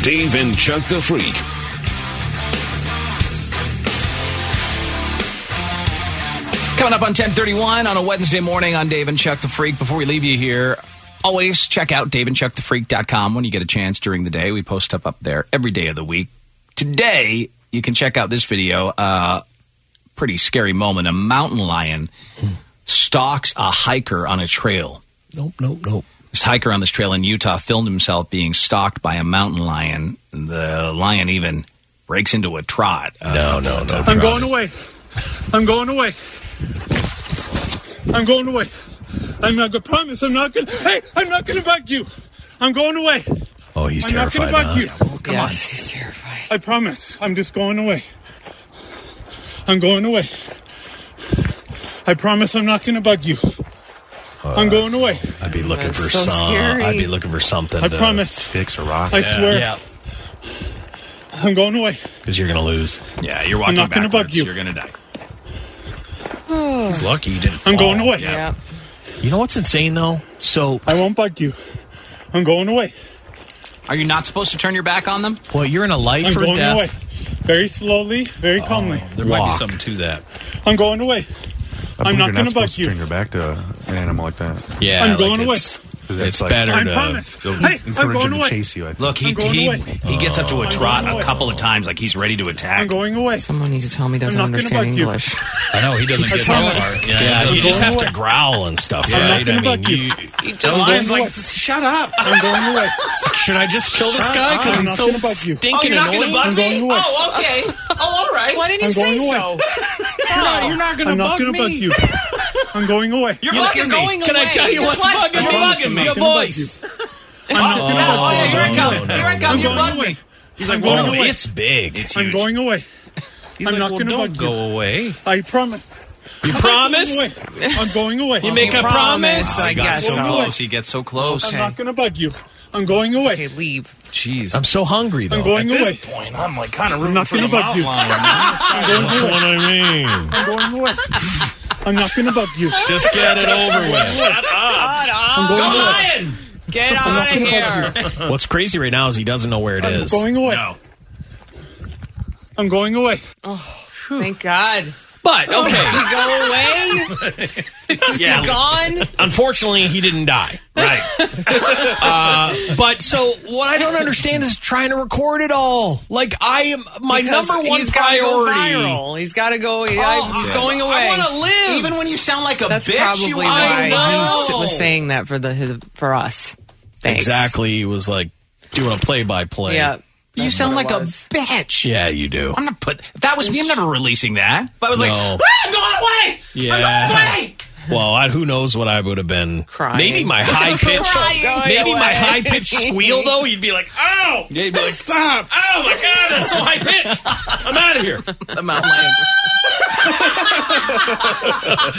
Speaker 2: Dave and Chuck the Freak.
Speaker 3: Coming up on 1031 on a Wednesday morning on Dave and Chuck the Freak. Before we leave you here, always check out daveandchuckthefreak.com when you get a chance during the day. We post up up there every day of the week. Today, you can check out this video. Uh, pretty scary moment. A mountain lion stalks a hiker on a trail.
Speaker 5: nope nope nope
Speaker 3: This hiker on this trail in Utah filmed himself being stalked by a mountain lion. The lion even breaks into a trot.
Speaker 5: no no no
Speaker 35: I'm going away. I'm going away. I'm going away. I'm not gonna promise I'm not gonna Hey, I'm not gonna bug you. I'm going away.
Speaker 5: oh he's
Speaker 35: I'm not
Speaker 5: terrified
Speaker 35: gonna bug
Speaker 5: huh?
Speaker 35: you.
Speaker 4: Come on. He's terrified.
Speaker 35: I promise. I'm just going away. I'm going away. I promise I'm not gonna bug you. I'm going away.
Speaker 5: I'd be looking
Speaker 4: That's
Speaker 5: for
Speaker 4: so
Speaker 5: some.
Speaker 4: scary.
Speaker 5: I'd be looking for something.
Speaker 35: I
Speaker 5: to
Speaker 35: promise.
Speaker 5: Fix a rock.
Speaker 35: I swear. I'm going away.
Speaker 5: because you're gonna lose.
Speaker 3: Yeah, you're walking
Speaker 35: not gonna
Speaker 3: backwards.
Speaker 35: bug you.
Speaker 3: You're going to die.
Speaker 4: Oh.
Speaker 5: He's lucky he didn't.
Speaker 35: I'm
Speaker 5: fall.
Speaker 35: going away.
Speaker 4: Yeah.
Speaker 5: You know what's insane though? So,
Speaker 35: I won't bug you. I'm going away.
Speaker 3: Are you not supposed to turn your back on them?
Speaker 5: well, you're in a life
Speaker 35: I'm
Speaker 5: or
Speaker 35: going
Speaker 5: death Oh,
Speaker 35: away. Very slowly, very calmly.
Speaker 8: There might
Speaker 5: walk.
Speaker 8: be something to that.
Speaker 35: I'm going away.
Speaker 6: I
Speaker 35: I'm not
Speaker 6: believe you're
Speaker 35: gonna
Speaker 6: not supposed
Speaker 35: bug
Speaker 6: to
Speaker 35: you.
Speaker 6: turn your back to an animal like that.
Speaker 5: Yeah,
Speaker 35: I'm
Speaker 5: like
Speaker 35: going away.
Speaker 5: it's,
Speaker 6: that's
Speaker 5: It's
Speaker 6: like-
Speaker 5: better
Speaker 35: I
Speaker 5: to.
Speaker 35: promise.
Speaker 6: They'll
Speaker 35: Hey, I'm
Speaker 6: encourage
Speaker 35: going
Speaker 6: them to
Speaker 35: away.
Speaker 6: chase you. I think.
Speaker 3: Look, he
Speaker 35: I'm going
Speaker 3: he,
Speaker 35: away.
Speaker 3: he gets up to a
Speaker 35: I'm
Speaker 3: trot
Speaker 35: going
Speaker 3: a
Speaker 35: away.
Speaker 3: couple of times, like he's ready to
Speaker 35: I'm
Speaker 3: attack.
Speaker 35: going away.
Speaker 4: Someone needs to tell me he doesn't
Speaker 35: I'm not gonna
Speaker 4: understand
Speaker 35: bug you.
Speaker 4: English.
Speaker 8: I know he doesn't get that far.
Speaker 5: Yeah, you just have to growl and stuff,
Speaker 35: I'm not
Speaker 5: right?
Speaker 35: gonna
Speaker 5: I mean,
Speaker 35: bug you.
Speaker 5: you,
Speaker 8: The lion's like, shut up.
Speaker 35: I'm going away.
Speaker 5: should I just kill this guy because
Speaker 35: I'm
Speaker 5: he's
Speaker 35: not
Speaker 5: so
Speaker 35: gonna bug you.
Speaker 5: stinking annoying?
Speaker 35: I'm going away.
Speaker 3: Oh, okay. Oh, all right.
Speaker 4: Why didn't you
Speaker 35: I'm
Speaker 4: say
Speaker 35: going
Speaker 4: so?
Speaker 5: You're not, you're not gonna
Speaker 35: I'm not
Speaker 5: bug
Speaker 35: gonna
Speaker 5: me.
Speaker 35: bug you. I'm going away.
Speaker 5: You're bugging me. Can I tell you what's bugging
Speaker 35: I'm
Speaker 5: me?
Speaker 35: not gonna
Speaker 5: Your
Speaker 35: bug
Speaker 5: voice.
Speaker 35: you.
Speaker 5: Oh,
Speaker 35: I'm not gonna
Speaker 5: oh,
Speaker 35: bug
Speaker 5: yeah,
Speaker 35: you.
Speaker 5: here I come. Here I come.
Speaker 35: I'm
Speaker 5: You
Speaker 35: going
Speaker 5: bugged
Speaker 35: away.
Speaker 5: me.
Speaker 35: He's like, "Whoa, it's
Speaker 5: big. Oh, It's
Speaker 35: I'm going away.
Speaker 5: He's
Speaker 35: I'm
Speaker 5: like,
Speaker 35: not
Speaker 5: well,
Speaker 35: gonna
Speaker 5: don't
Speaker 35: bug
Speaker 5: go
Speaker 35: you.
Speaker 5: away.
Speaker 35: I promise.
Speaker 5: You
Speaker 35: I'm
Speaker 5: promise?
Speaker 35: going away. I'm going away.
Speaker 5: You make a promise?
Speaker 3: I got so
Speaker 35: I'm going away.
Speaker 3: close. He gets so close.
Speaker 35: I'm not gonna bug you. I'm going away. Okay,
Speaker 4: leave.
Speaker 5: Jeez. I'm so hungry though.
Speaker 35: I'm going
Speaker 5: At
Speaker 35: away.
Speaker 5: this point, I'm like kind of
Speaker 35: I'm
Speaker 5: rooting
Speaker 35: not
Speaker 5: for the
Speaker 35: gonna bug
Speaker 5: mountain
Speaker 35: you.
Speaker 5: lion.
Speaker 35: I'm going
Speaker 5: That's
Speaker 35: away.
Speaker 5: what I mean.
Speaker 35: I'm going away. I'm not gonna bug you.
Speaker 5: Just get it over with.
Speaker 35: Shut
Speaker 4: up.
Speaker 35: I'm going away.
Speaker 4: Get
Speaker 35: I'm
Speaker 4: out
Speaker 35: not
Speaker 4: of
Speaker 35: gonna
Speaker 4: here.
Speaker 35: bug you.
Speaker 5: What's crazy right now is he doesn't know where it
Speaker 35: I'm
Speaker 5: is.
Speaker 35: going away. I'm going away.
Speaker 4: Oh, thank God.
Speaker 5: But okay,
Speaker 4: Does he go away? Is he gone?
Speaker 5: Unfortunately, he didn't die. Right. uh, but so what I don't understand is trying to record it all. Like I am my
Speaker 4: Because
Speaker 5: number one
Speaker 4: he's gotta go
Speaker 5: priority.
Speaker 4: viral. He's got to go.
Speaker 3: Oh,
Speaker 4: I- Oh, he's
Speaker 5: I-
Speaker 4: going
Speaker 5: Oh, I
Speaker 4: away.
Speaker 5: wanna live.
Speaker 3: Even when you sound like a
Speaker 4: That's
Speaker 3: bitch,
Speaker 4: probably
Speaker 3: you
Speaker 4: why
Speaker 3: I
Speaker 4: he
Speaker 3: know.
Speaker 4: was saying that for the his, for us. Thanks.
Speaker 5: Exactly. He was like doing a play by play.
Speaker 4: Yeah.
Speaker 3: You
Speaker 4: That's
Speaker 3: sound
Speaker 4: what
Speaker 3: like
Speaker 4: it
Speaker 3: a
Speaker 4: was.
Speaker 3: bitch.
Speaker 5: Yeah, you do.
Speaker 3: I'm not put. If that was me, I'm never releasing that. If I was like,
Speaker 35: Oh.
Speaker 5: No.
Speaker 3: "Ah, I'm going away.
Speaker 5: Yeah.
Speaker 3: I'm going away.
Speaker 5: Well, I, who knows what I would have been?
Speaker 4: Crying.
Speaker 5: Maybe my high pitch. Maybe my high pitched squeal though. You'd be like, ow! Yeah, you'd be like, stop! Oh my god, that's so high pitched. I'm out of here.
Speaker 3: The mountain lion.
Speaker 5: I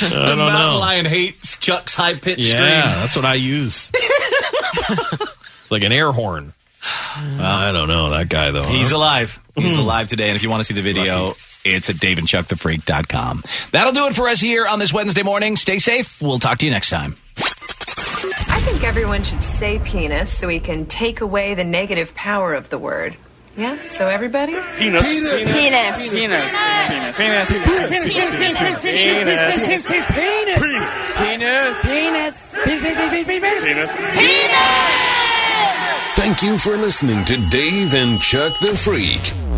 Speaker 5: don't
Speaker 3: the mountain
Speaker 5: know.
Speaker 3: lion hates Chuck's high pitched
Speaker 5: Yeah,
Speaker 3: scream.
Speaker 5: that's what I use. it's like an air horn. I don't know that guy though.
Speaker 3: He's
Speaker 5: huh? Hmm.
Speaker 3: alive. He's alive today. And if you want to see the video, it's at daveandchuckthefreak.com. That'll do it for us here on this Wednesday morning. Stay safe. We'll talk to you next time.
Speaker 8: I think everyone should say penis so we can take away the negative power of the word. Yeah? So everybody?
Speaker 9: Penis. Penis.
Speaker 8: Penis.
Speaker 9: Penis. Penis. Penis. Penis. Penis. Penis.
Speaker 2: Thank you for listening to Dave and Chuck the Freak.